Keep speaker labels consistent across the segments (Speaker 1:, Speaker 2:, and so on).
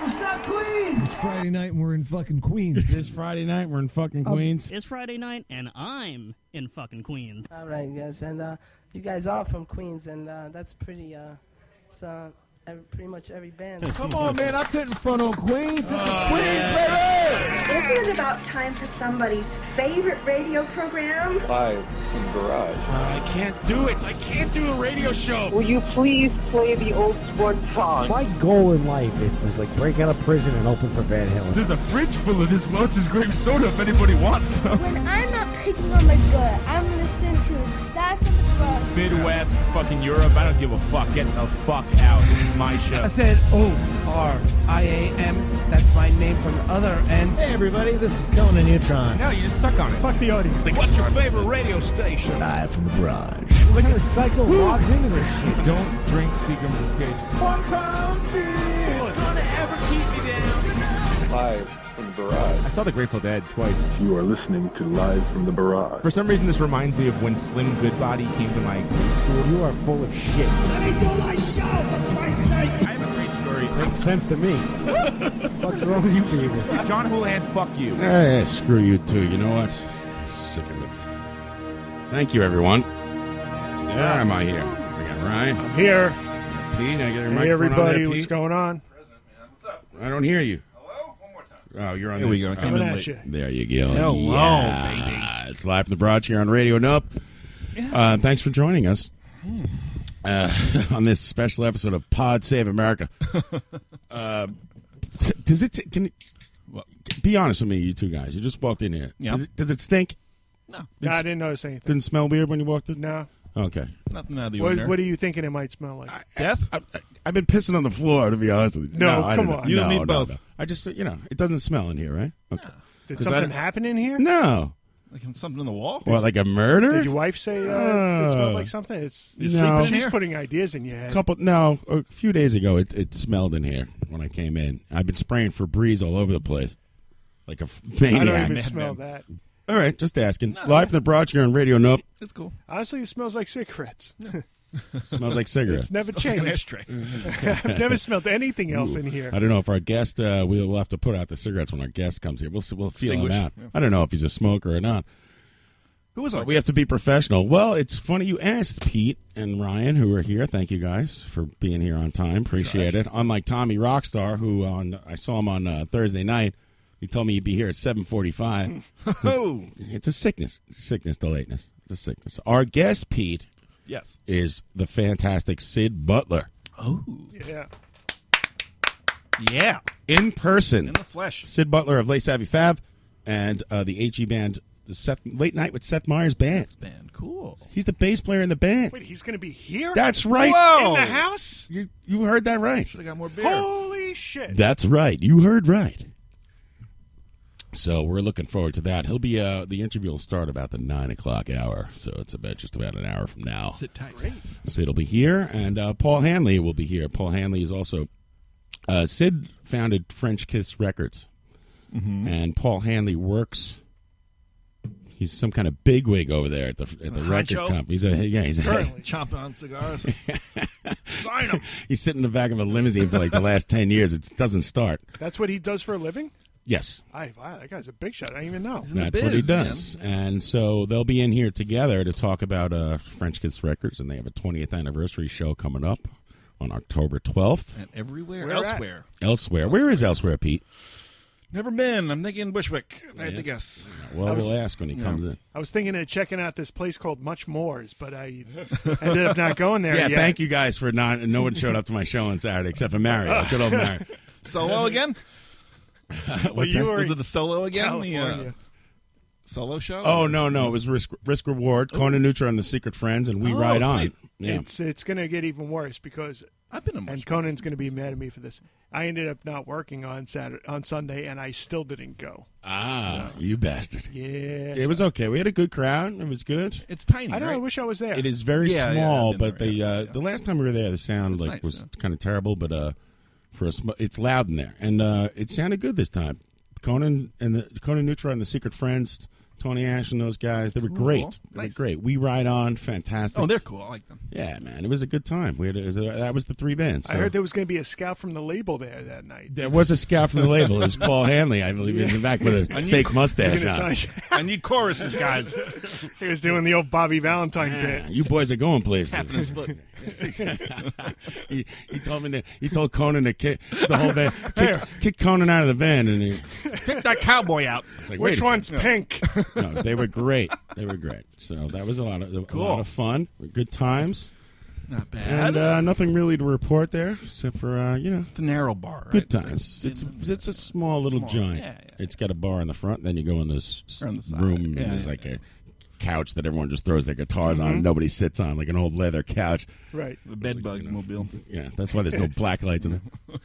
Speaker 1: up, Queens!
Speaker 2: Friday night and we're in fucking Queens.
Speaker 3: This Friday night, we're in fucking
Speaker 4: Um,
Speaker 3: Queens.
Speaker 5: Um, It's Friday night, and I'm in fucking Queens.
Speaker 6: All right, you guys, and uh, you guys are from Queens, and uh, that's pretty. Uh, so uh, ev- pretty much every band.
Speaker 7: Come on, man. I couldn't front on Queens. This is Queens,
Speaker 5: Oh,
Speaker 7: baby.
Speaker 8: Isn't it about time for somebody's favorite radio program?
Speaker 9: Live from Garage.
Speaker 3: I can't do it. I can't do a radio show.
Speaker 10: Will you please play the old sport song?
Speaker 4: My goal in life is to like break out of prison and open for Van Halen.
Speaker 11: There's a fridge full of this Welch's grape soda if anybody wants some.
Speaker 12: When I'm not picking on my butt, I'm listening to Live from the Garage.
Speaker 11: Midwest, fucking Europe. I don't give a fuck. Get the fuck out. This is my show.
Speaker 13: I said O R I A M. That's my name from the other end.
Speaker 2: Hey everybody, this is Conan Neutron.
Speaker 11: No, you just suck on it. Fuck the audience.
Speaker 7: What's your favorite radio station?
Speaker 2: Live from the garage. Look at the psycho logs into this shit.
Speaker 11: Don't drink Seagram's Escapes.
Speaker 7: One pound fist.
Speaker 11: gonna ever keep me down.
Speaker 9: Live from the Barrage.
Speaker 11: I saw the Grateful Dead twice.
Speaker 14: You are listening to Live from the Barrage.
Speaker 11: For some reason, this reminds me of when Slim Goodbody came to my grade school.
Speaker 4: You are full of shit.
Speaker 1: Let me
Speaker 2: Oh,
Speaker 1: do my show, for Christ's sake!
Speaker 11: I have a great story.
Speaker 4: Makes sense to me. What's wrong with you people?
Speaker 11: John Houlihan, fuck you.
Speaker 3: Eh, screw you too. You know what? Sick of it. Thank you, everyone. Where am I here? I got Ryan,
Speaker 15: I'm here.
Speaker 3: Pete. I got your
Speaker 15: Hey,
Speaker 3: microphone on
Speaker 15: everybody.
Speaker 3: there,
Speaker 15: What's
Speaker 3: Pete?
Speaker 15: going on?
Speaker 3: I don't hear you.
Speaker 9: Hello? One more time.
Speaker 3: Oh, you're on.
Speaker 7: Here
Speaker 3: the,
Speaker 7: we go. Coming
Speaker 15: Coming at you.
Speaker 3: There you go.
Speaker 7: Hello,
Speaker 3: Yeah. It's live from the broad here on Radio Nope. Uh, thanks for joining us
Speaker 15: Hmm.
Speaker 3: uh, on this special episode of Pod Save America. uh, t- does it? T- can it, well, be honest with me, you two guys. You just walked in here.
Speaker 7: Yeah.
Speaker 3: Does, it, does it stink?
Speaker 15: No, I didn't notice anything.
Speaker 3: Didn't smell weird when you walked in.
Speaker 15: No.
Speaker 3: Okay.
Speaker 7: Nothing out of the
Speaker 15: What,
Speaker 7: ordinary.
Speaker 15: what are you thinking it might smell like?
Speaker 7: Death?
Speaker 3: I, I, I've been pissing on the floor to be honest with you.
Speaker 15: No,
Speaker 3: I
Speaker 15: come
Speaker 3: don't know.
Speaker 15: on.
Speaker 7: You
Speaker 3: no,
Speaker 7: and me
Speaker 3: no,
Speaker 7: both.
Speaker 3: no. I just you know it doesn't smell in here, right? Okay.
Speaker 15: Did
Speaker 3: Is that
Speaker 15: something
Speaker 3: a-
Speaker 15: happen in here?
Speaker 3: No.
Speaker 7: Like something on the wall?
Speaker 3: What, like a murder? Ah.
Speaker 15: Did your wife say uh, it smelled like something? It's
Speaker 3: No.
Speaker 15: sleeping.
Speaker 3: She's
Speaker 15: She's putting ideas in your head.
Speaker 3: couple no a few days ago it, it smelled in here when i came in i've been spraying febreze all over the place like a f-
Speaker 15: I don't
Speaker 3: maniac
Speaker 15: even
Speaker 7: Madman.
Speaker 15: smell that.
Speaker 3: all right just asking live in the broad here on radio nope
Speaker 7: It's cool.
Speaker 15: Honestly, it smells like cigarettes.
Speaker 3: smells like cigarettes
Speaker 15: It's never
Speaker 7: It's like an
Speaker 15: changed.
Speaker 7: ashtray.
Speaker 15: I've never smelled anything else in
Speaker 3: I
Speaker 15: here.
Speaker 3: don't know if our guest. Uh, we will have to put out the cigarettes when our guest comes here. We'll see, we'll feel him
Speaker 7: Extinguish.
Speaker 3: out.
Speaker 7: Yeah.
Speaker 3: I don't know if he's a smoker or not.
Speaker 7: Who was
Speaker 3: But
Speaker 7: our
Speaker 3: we have to be professional. Well, it's funny you asked Pete and Ryan, who are here. Thank you guys for being here on time. Appreciate it. Unlike Tommy Rockstar, who on I saw him on uh, Thursday night. He told me he'd be here at seven forty-five.
Speaker 7: Oh,
Speaker 3: It's a sickness. Sickness to lateness. It's a sickness. Our guest, Pete,
Speaker 7: yes.
Speaker 3: is the fantastic Sid Butler
Speaker 7: Oh,
Speaker 15: Yeah.
Speaker 7: yeah.
Speaker 3: in person.
Speaker 7: In the flesh.
Speaker 3: Sid Butler of Lay Savvy Fab and uh, the HE band, the Seth, Late Night with Seth Meyers band.
Speaker 7: Band, cool.
Speaker 3: He's the bass player in the band.
Speaker 15: Wait, he's going to be here?
Speaker 3: That's right.
Speaker 15: in
Speaker 7: Whoa.
Speaker 15: the house?
Speaker 3: You, you heard that right.
Speaker 7: Should have got more beer.
Speaker 15: Holy shit.
Speaker 3: That's right. You heard right. So we're looking forward to that. He'll be uh, the interview will start about the nine o'clock hour, so it's about just about an hour from now.
Speaker 7: Sit tight.
Speaker 3: Sid will be here, and uh, Paul Hanley will be here. Paul Hanley is also. Uh, Sid founded French Kiss Records,
Speaker 7: Mm-hmm.
Speaker 3: and Paul Hanley works. He's some kind of bigwig over there at the at the
Speaker 7: Honcho?
Speaker 3: record company. He's a yeah. He's a,
Speaker 15: Currently.
Speaker 7: Chomping on cigars. Sign 'em.
Speaker 3: he's sitting in the back of a limousine for like the last ten years. It doesn't start.
Speaker 15: That's what he does for a living?
Speaker 3: Yes,
Speaker 15: I, wow, that guy's a big shot. I didn't even know.
Speaker 7: He's in the
Speaker 3: that's what he
Speaker 7: biz, man.
Speaker 3: does. And so they'll be in here together to talk about uh, French Kiss Records, and they have a 20th anniversary show coming up on October 12th.
Speaker 7: And everywhere
Speaker 15: Where at?
Speaker 7: elsewhere.
Speaker 3: Elsewhere, where is elsewhere, Pete?
Speaker 7: Never been. I'm thinking Bushwick. if I had to guess.
Speaker 3: Well,
Speaker 15: I was-
Speaker 3: we'll ask when he comes in.
Speaker 15: I was thinking of checking out this place called Much More's, but I ended up not going there
Speaker 3: Yeah,
Speaker 15: yet.
Speaker 3: thank you guys for not. No one showed up to my show on Saturday except for Mario. Good old Mario.
Speaker 7: Solo again?
Speaker 15: Well,
Speaker 3: What's
Speaker 15: you
Speaker 3: that?
Speaker 15: were
Speaker 7: Was it
Speaker 15: in
Speaker 7: the solo again? The, uh,
Speaker 15: California.
Speaker 7: solo show?
Speaker 3: Oh no, no, it was risk risk reward. Conan Neutra and the Secret Friends, and we
Speaker 7: Oh,
Speaker 3: ride on.
Speaker 7: sweet.
Speaker 3: Yeah.
Speaker 15: It's it's going to get even worse because
Speaker 7: I've been to
Speaker 15: and
Speaker 7: Bushwick.
Speaker 15: Conan's going to be mad at me for this. I ended up not working on Saturday on Sunday, and I still didn't go.
Speaker 7: uh,
Speaker 3: ah, you bastard.
Speaker 15: Yeah,
Speaker 3: It was okay. We had a good crowd. It was good.
Speaker 7: It's tiny.
Speaker 15: I know. I
Speaker 7: right?
Speaker 15: wish I was there.
Speaker 3: It is very
Speaker 7: Yeah, yeah,
Speaker 3: small,
Speaker 7: I've been
Speaker 3: but
Speaker 7: there,
Speaker 3: the
Speaker 7: yeah,
Speaker 3: uh,
Speaker 7: yeah.
Speaker 3: the last time we were there, the sound like
Speaker 7: nice,
Speaker 3: was
Speaker 7: yeah.
Speaker 3: kind of terrible, but uh, for a sm- it's loud in there, and uh, it sounded good this time. Conan and the Conan Neutra and the Secret Friends Tony Ash and those guys. They were great. They were
Speaker 16: Nice.
Speaker 3: great. We Ride On, fantastic.
Speaker 16: Oh, they're cool. I like them.
Speaker 3: Yeah, man, it was a good time. We had it was a- that was the three bands.
Speaker 15: I
Speaker 3: so.
Speaker 15: heard there was going to be a scout from the label there that night.
Speaker 3: There was a scout from the label. It was Paul Hanley, I believe, in the back with a
Speaker 15: I need-
Speaker 3: fake mustache
Speaker 15: Taking a
Speaker 3: on.
Speaker 15: sign-
Speaker 16: I need choruses, guys.
Speaker 15: he was doing the old Bobby Valentine
Speaker 3: Yeah, You boys are going places.
Speaker 15: Tapping his foot.
Speaker 3: he, he told me to, he told Conan to kick the whole band, kick, kick Conan out of the band, and he,
Speaker 16: Kick that cowboy out.
Speaker 3: It's like, wait a second.
Speaker 15: pink?
Speaker 3: no, they were great. They were great. So that was a lot of a lot of fun. Good times.
Speaker 16: Not bad.
Speaker 3: And uh, nothing really to report there, except for uh, you know, it's
Speaker 16: a narrow bar.
Speaker 3: Good times. It's it's, a small little
Speaker 16: small.
Speaker 3: giant.
Speaker 16: Yeah,
Speaker 3: It's got a bar in the front. Then you go in this s-
Speaker 16: Or on the side.
Speaker 3: room,
Speaker 16: Yeah,
Speaker 3: and there's
Speaker 16: yeah,
Speaker 3: like a couch that everyone just throws their guitars on,
Speaker 16: Mhm.
Speaker 3: and nobody sits on, like an old leather couch.
Speaker 15: Right.
Speaker 16: The bed bug mobile.
Speaker 3: Yeah, that's why there's no black lights in it.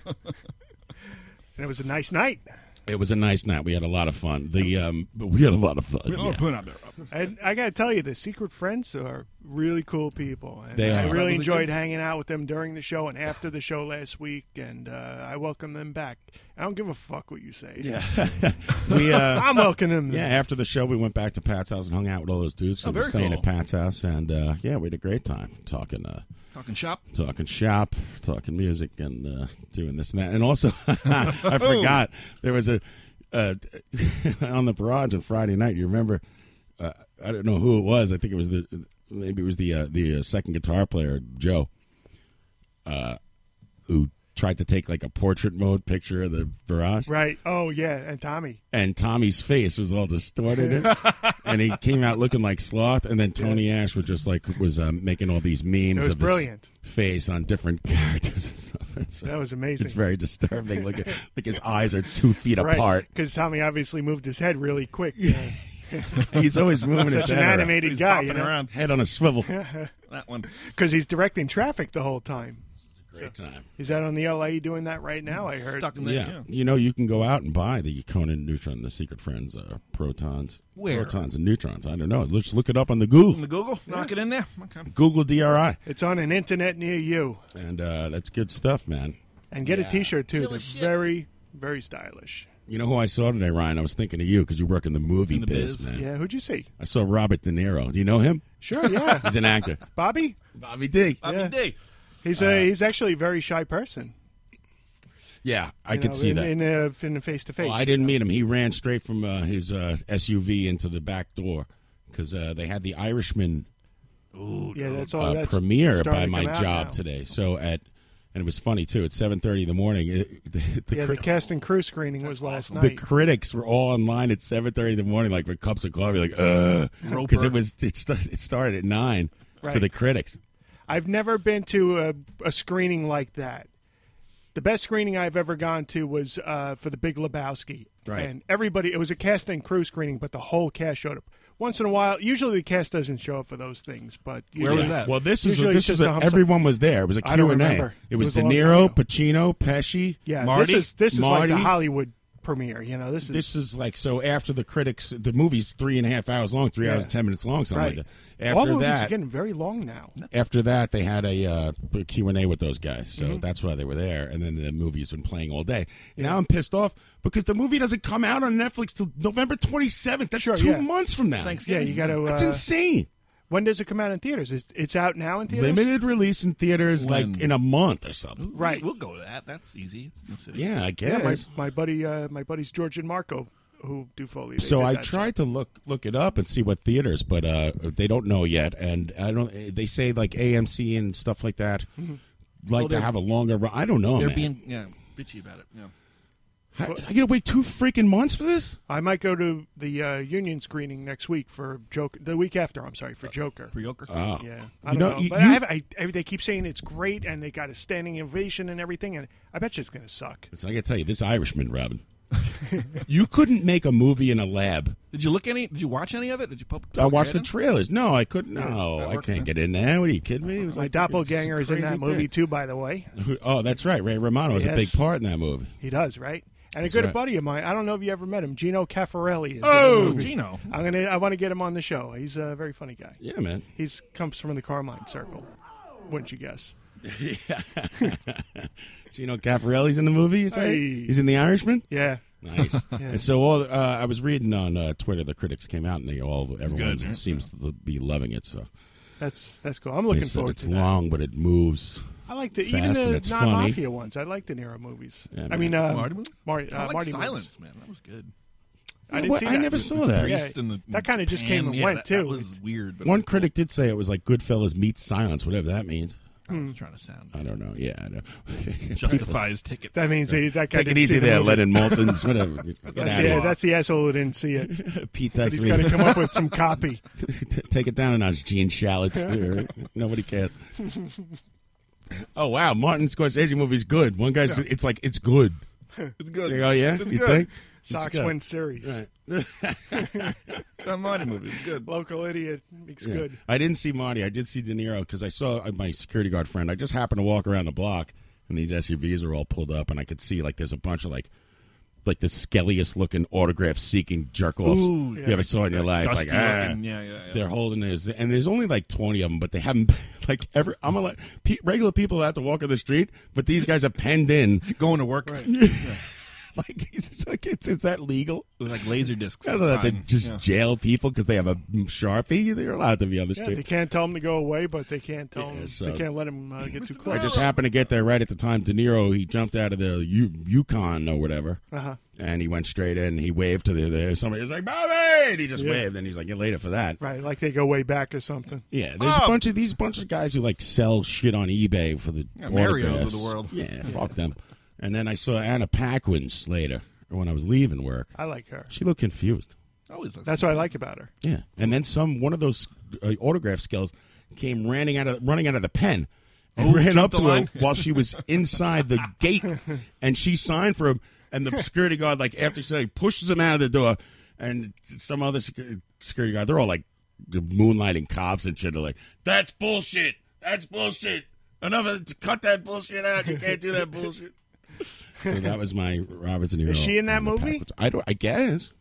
Speaker 15: And it was a nice night.
Speaker 3: It was a nice night. We had a lot of fun. The um, but we had a lot of fun. yeah.
Speaker 15: And I got to tell you, the Secret Friends are really cool people. And
Speaker 3: They
Speaker 15: I
Speaker 3: are.
Speaker 15: really
Speaker 3: Was it
Speaker 15: enjoyed
Speaker 3: good?
Speaker 15: hanging out with them during the show and after the show last week. And uh, I welcome them back. I don't give a fuck what you say.
Speaker 3: Yeah. we uh,
Speaker 15: I'm welcoming them.
Speaker 3: Yeah, after the show, we went back to Pat's house and hung out with all those dudes. So
Speaker 15: Oh,
Speaker 3: we
Speaker 15: very
Speaker 3: we're staying
Speaker 15: cool.
Speaker 3: at Pat's house, and uh, yeah, we had a great time talking, uh,
Speaker 16: Talking shop.
Speaker 3: talking shop, talking music, and uh, doing this and that. And also,
Speaker 15: Oh.
Speaker 3: I forgot there was a uh, on the barrage on Friday night. You remember? Uh, I don't know who it was. I think it was the maybe it was the uh, the uh, second guitar player Joe, uh, who tried to take like a portrait mode picture of the barrage
Speaker 15: Right. Oh, yeah. And Tommy.
Speaker 3: and Tommy's face was all distorted, and he came out looking like sloth. And then Tony Ash was just like was uh, making all these memes
Speaker 15: It was
Speaker 3: of his
Speaker 15: brilliant.
Speaker 3: face on different characters and stuff. It's-
Speaker 15: That was amazing.
Speaker 3: It's very disturbing. Like like his eyes are two feet apart.
Speaker 15: Because Tommy obviously moved his head really quick.
Speaker 3: He's always moving
Speaker 15: Such
Speaker 3: his
Speaker 15: an
Speaker 3: head around.
Speaker 15: animated
Speaker 3: He's
Speaker 15: guy.
Speaker 3: bopping
Speaker 15: you know?
Speaker 3: around. Head on a swivel.
Speaker 15: that one. Because he's directing traffic the whole time.
Speaker 3: Great time.
Speaker 15: Is that on the LA doing that right now? I heard.
Speaker 16: Stuck in
Speaker 3: Yeah. you know you can go out and buy the Conan Neutron, the Secret Friends, uh, protons,
Speaker 16: Where?
Speaker 3: protons and neutrons. I don't know. Let's look it up on the Google,
Speaker 16: On the Google, knock it in there. Okay.
Speaker 3: Google DRI,
Speaker 15: It's on an internet near you.
Speaker 3: and uh, that's good stuff, man.
Speaker 15: And get
Speaker 3: Yeah.
Speaker 15: a t shirt, too. They're very, very stylish.
Speaker 3: You know who I saw today, Ryan? I was thinking of you because you work in the movie
Speaker 15: In the
Speaker 3: biz,
Speaker 15: biz.
Speaker 3: man.
Speaker 15: Yeah, who'd you see?
Speaker 3: I saw Robert De Niro. Do you know him?
Speaker 15: Sure, yeah.
Speaker 3: He's an actor. Uh,
Speaker 15: Bobby?
Speaker 3: Bobby D.
Speaker 15: Bobby D. He's, a, he's actually a very shy person.
Speaker 3: Yeah, I
Speaker 15: you
Speaker 3: could
Speaker 15: know,
Speaker 3: see
Speaker 15: in,
Speaker 3: that.
Speaker 15: In a, in a face-to-face.
Speaker 3: Well, I didn't meet him. He ran straight from uh, his uh, SUV into the back door because uh, they had the Irishman
Speaker 15: yeah, that's all.
Speaker 3: uh,
Speaker 15: Oh, that's
Speaker 3: premiere
Speaker 15: starting
Speaker 3: by
Speaker 15: to
Speaker 3: my
Speaker 15: come out
Speaker 3: job
Speaker 15: now.
Speaker 3: today. So at and it was funny too. At seven thirty in the morning, it, the, the
Speaker 15: yeah,
Speaker 3: cri-
Speaker 15: the cast and crew screening was last
Speaker 3: the
Speaker 15: night.
Speaker 3: critics were all online at 7.30 in the morning like with cups of coffee like uh because
Speaker 15: Roper.
Speaker 3: it was it, st- it started at 9 for
Speaker 15: Right.
Speaker 3: the critics
Speaker 15: I've never been to a, a screening like that. The best screening I've ever gone to was uh, for The Big Lebowski.
Speaker 3: Right.
Speaker 15: And everybody, it was a cast and crew screening, but the whole cast showed up. Once in a while, usually the cast doesn't show up for those things, but usually,
Speaker 3: Yeah. Well, this is
Speaker 15: usually it's
Speaker 3: this is
Speaker 15: just a
Speaker 3: a,
Speaker 15: hump-
Speaker 3: everyone was there. It was a
Speaker 15: I don't
Speaker 3: Q and A.
Speaker 15: remember.
Speaker 3: It was De
Speaker 15: a long
Speaker 3: Niro, Pacino, Pesci,
Speaker 15: Yeah,
Speaker 3: Marty.
Speaker 15: this is this is
Speaker 3: Marty.
Speaker 15: like the Hollywood premiere. You know, this is
Speaker 3: This is like so after the critics. The movie's three and a half hours long, three
Speaker 15: Yeah.
Speaker 3: hours and ten minutes long, something
Speaker 15: right.
Speaker 3: like that. After
Speaker 15: All movies are
Speaker 3: that,
Speaker 15: getting very long now.
Speaker 3: after that, they had a uh, Q and A with those guys, so
Speaker 15: Mm-hmm.
Speaker 3: that's why they were there. And then the movie's been playing all day. Now I'm pissed off because the movie doesn't come out on Netflix till November 27th. That's two
Speaker 15: yeah.
Speaker 3: months from now.
Speaker 15: Yeah, you got to. Uh,
Speaker 3: That's insane.
Speaker 15: When does it come out in theaters? It's, it's out now in theaters.
Speaker 3: Limited release in theaters, like in a month or something.
Speaker 15: Right.
Speaker 16: We'll go to that. That's easy. It's in the city.
Speaker 3: Yeah, I
Speaker 15: Yeah,
Speaker 3: guess.
Speaker 15: my, my buddy, uh, my buddies George and Marco, who do Foley. they
Speaker 3: so
Speaker 15: did
Speaker 3: I
Speaker 15: that show.
Speaker 3: tried to look look it up and see what theaters, but uh, they don't know yet, and I don't. They say like AMC and stuff like that
Speaker 15: Mm-hmm.
Speaker 16: Mhm.
Speaker 3: like
Speaker 16: Oh,
Speaker 3: to
Speaker 16: they're-
Speaker 3: have a longer run. I don't know,
Speaker 16: They're
Speaker 3: man.
Speaker 16: being yeah bitchy about it. Yeah.
Speaker 3: I, I gotta wait two freaking months for this.
Speaker 15: I might go to the uh, union screening next week for Joker. The week after, I'm sorry, for Joker. For
Speaker 16: Uh, Joker.
Speaker 3: Oh.
Speaker 15: Yeah. I don't
Speaker 3: You know,
Speaker 15: know.
Speaker 3: you-
Speaker 15: but
Speaker 3: you-
Speaker 15: I have, I, I- they keep saying it's great and they got a standing ovation and everything, and I bet you it's going to suck.
Speaker 3: So I gotta tell you, this Irishman, Robin, you couldn't make a movie in a lab.
Speaker 16: Did you look any? Did you watch any of it? Did you pop?
Speaker 3: I watched the trailers. No, I couldn't. No, I can't get in there. What are you kidding me? It was
Speaker 15: My
Speaker 3: like-
Speaker 15: doppelganger is in
Speaker 3: crazy
Speaker 15: that movie,
Speaker 3: thing.
Speaker 15: too, by the way.
Speaker 3: Oh, that's right. Ray Romano was a big
Speaker 15: Yes.
Speaker 3: part in that movie.
Speaker 15: He does, right? And a
Speaker 3: That's
Speaker 15: good
Speaker 3: right.
Speaker 15: buddy of mine. I don't know if you ever met him. Gino Caffarelli. Is in the
Speaker 16: Oh,
Speaker 15: movie.
Speaker 16: Gino.
Speaker 15: I'm gonna. I want to get him on the show. He's a very funny guy.
Speaker 3: Yeah, man.
Speaker 15: He's comes from the Carmine circle. Wouldn't you guess?
Speaker 3: Gino Caffarelli's in the movie. You say
Speaker 15: Hey.
Speaker 3: he's in The Irishman.
Speaker 15: Yeah.
Speaker 3: Nice. And so, all uh, I was reading on uh, Twitter, the critics came out, and they all everyone
Speaker 15: good, yeah.
Speaker 3: seems to be loving it. So
Speaker 15: That's that's cool. I'm looking
Speaker 3: They said
Speaker 15: forward
Speaker 3: It's
Speaker 15: to that.
Speaker 3: long, but it moves.
Speaker 15: I like the
Speaker 3: fast
Speaker 15: even
Speaker 3: and
Speaker 15: the
Speaker 3: it's funny.
Speaker 15: non-mafia ones. I like the Nero movies.
Speaker 3: Yeah,
Speaker 15: I mean,
Speaker 3: man.
Speaker 15: uh,
Speaker 3: Marty
Speaker 16: movies?
Speaker 15: Marty,
Speaker 16: I
Speaker 15: uh,
Speaker 16: like
Speaker 15: Marty
Speaker 16: Silence, man. That was good.
Speaker 15: I didn't see that.
Speaker 16: Priest and the-
Speaker 15: that kind of just came
Speaker 16: Japan,
Speaker 15: and
Speaker 16: yeah,
Speaker 15: went
Speaker 16: that-
Speaker 15: too.
Speaker 16: That was weird. But
Speaker 3: One critic did say it was like Goodfellas meets Silence, whatever that means.
Speaker 16: I was trying to sound.
Speaker 3: I don't know. Yeah, I know.
Speaker 16: Justifies ticket.
Speaker 15: That means he- that guy
Speaker 3: Take it
Speaker 15: didn't see
Speaker 3: easy
Speaker 15: the
Speaker 3: there,
Speaker 15: movie.
Speaker 3: Lennon Maltons, whatever. Get
Speaker 15: That's
Speaker 3: out of
Speaker 15: the,
Speaker 3: here.
Speaker 15: that's the asshole who didn't see it.
Speaker 3: Pete
Speaker 15: But
Speaker 3: texted
Speaker 15: He's
Speaker 3: me.
Speaker 15: got to come up with some copy.
Speaker 3: T- Take it down a notch, Gene Shalit. Nobody cares. Oh wow, Martin Scorsese movie's good. One guy's it's like it's good.
Speaker 16: It's good.
Speaker 3: They go, Oh, yeah?
Speaker 16: It's
Speaker 3: You
Speaker 16: good.
Speaker 3: think? It's
Speaker 15: Sox
Speaker 3: good.
Speaker 15: win series.
Speaker 16: that Marty movie is good.
Speaker 15: Local idiot makes
Speaker 3: Yeah.
Speaker 15: good.
Speaker 3: I didn't see Marty. I did see De Niro because I saw uh, my security guard friend. I just happened to walk around the block, and these SUVs are all pulled up, and I could see like there's a bunch of like. Like the skelliest looking autograph seeking jerk offs
Speaker 16: Ooh,
Speaker 3: you
Speaker 16: yeah.
Speaker 3: ever saw in your life.
Speaker 16: Dusty
Speaker 3: like, ah,
Speaker 16: looking, yeah, yeah, yeah.
Speaker 3: They're holding this, and there's only like 20 of them, but they haven't, like, ever. I'm a, like, pe- regular people have to walk on the street, but these guys are penned in.
Speaker 16: Going to work.
Speaker 3: like, it's like it's, is that legal?
Speaker 16: Like laser discs.
Speaker 3: I don't have to
Speaker 16: outside.
Speaker 3: just
Speaker 16: Yeah.
Speaker 3: jail people because they have a sharpie. They're allowed to be on the
Speaker 15: Yeah,
Speaker 3: street.
Speaker 15: they can't tell him to go away, but they can't tell him.
Speaker 3: so-
Speaker 15: They can't let him uh, get too close.
Speaker 3: I just happened to get there right at the time De Niro he jumped out of the U- Yukon or whatever,
Speaker 15: Uh-huh.
Speaker 3: and he went straight in. He waved to the, the somebody was like Bobby, and he just
Speaker 15: Yeah.
Speaker 3: waved, and he's like, "Get later for that." Oh.
Speaker 15: Right, like they go way back or something.
Speaker 3: Yeah, there's a bunch of these bunch of guys who like sell shit on eBay for the
Speaker 15: Yeah, Marios
Speaker 3: autographs.
Speaker 15: of the world.
Speaker 3: Yeah, fuck them. And then I saw Anna Paquins later when I was leaving work.
Speaker 15: I like her.
Speaker 3: She looked confused.
Speaker 16: Always looks
Speaker 15: That's what I like about her.
Speaker 3: Yeah, and then some one of those uh, autograph skills came running out of running out of the pen and
Speaker 16: Oh,
Speaker 3: ran
Speaker 16: jumped
Speaker 3: up
Speaker 16: the
Speaker 3: to her
Speaker 16: line.
Speaker 3: while she was inside the gate, and she signed for him. And the security guard, like after she like, pushes him out of the door, and some other secu- security guard, they're all like moonlighting cops and shit. They're like, "That's bullshit. That's bullshit. Enough of it. cut that bullshit out. You can't do that bullshit." So that was my Robert De Niro.
Speaker 15: Is she in that
Speaker 3: and the
Speaker 15: movie?
Speaker 3: Packers. I don't. I guess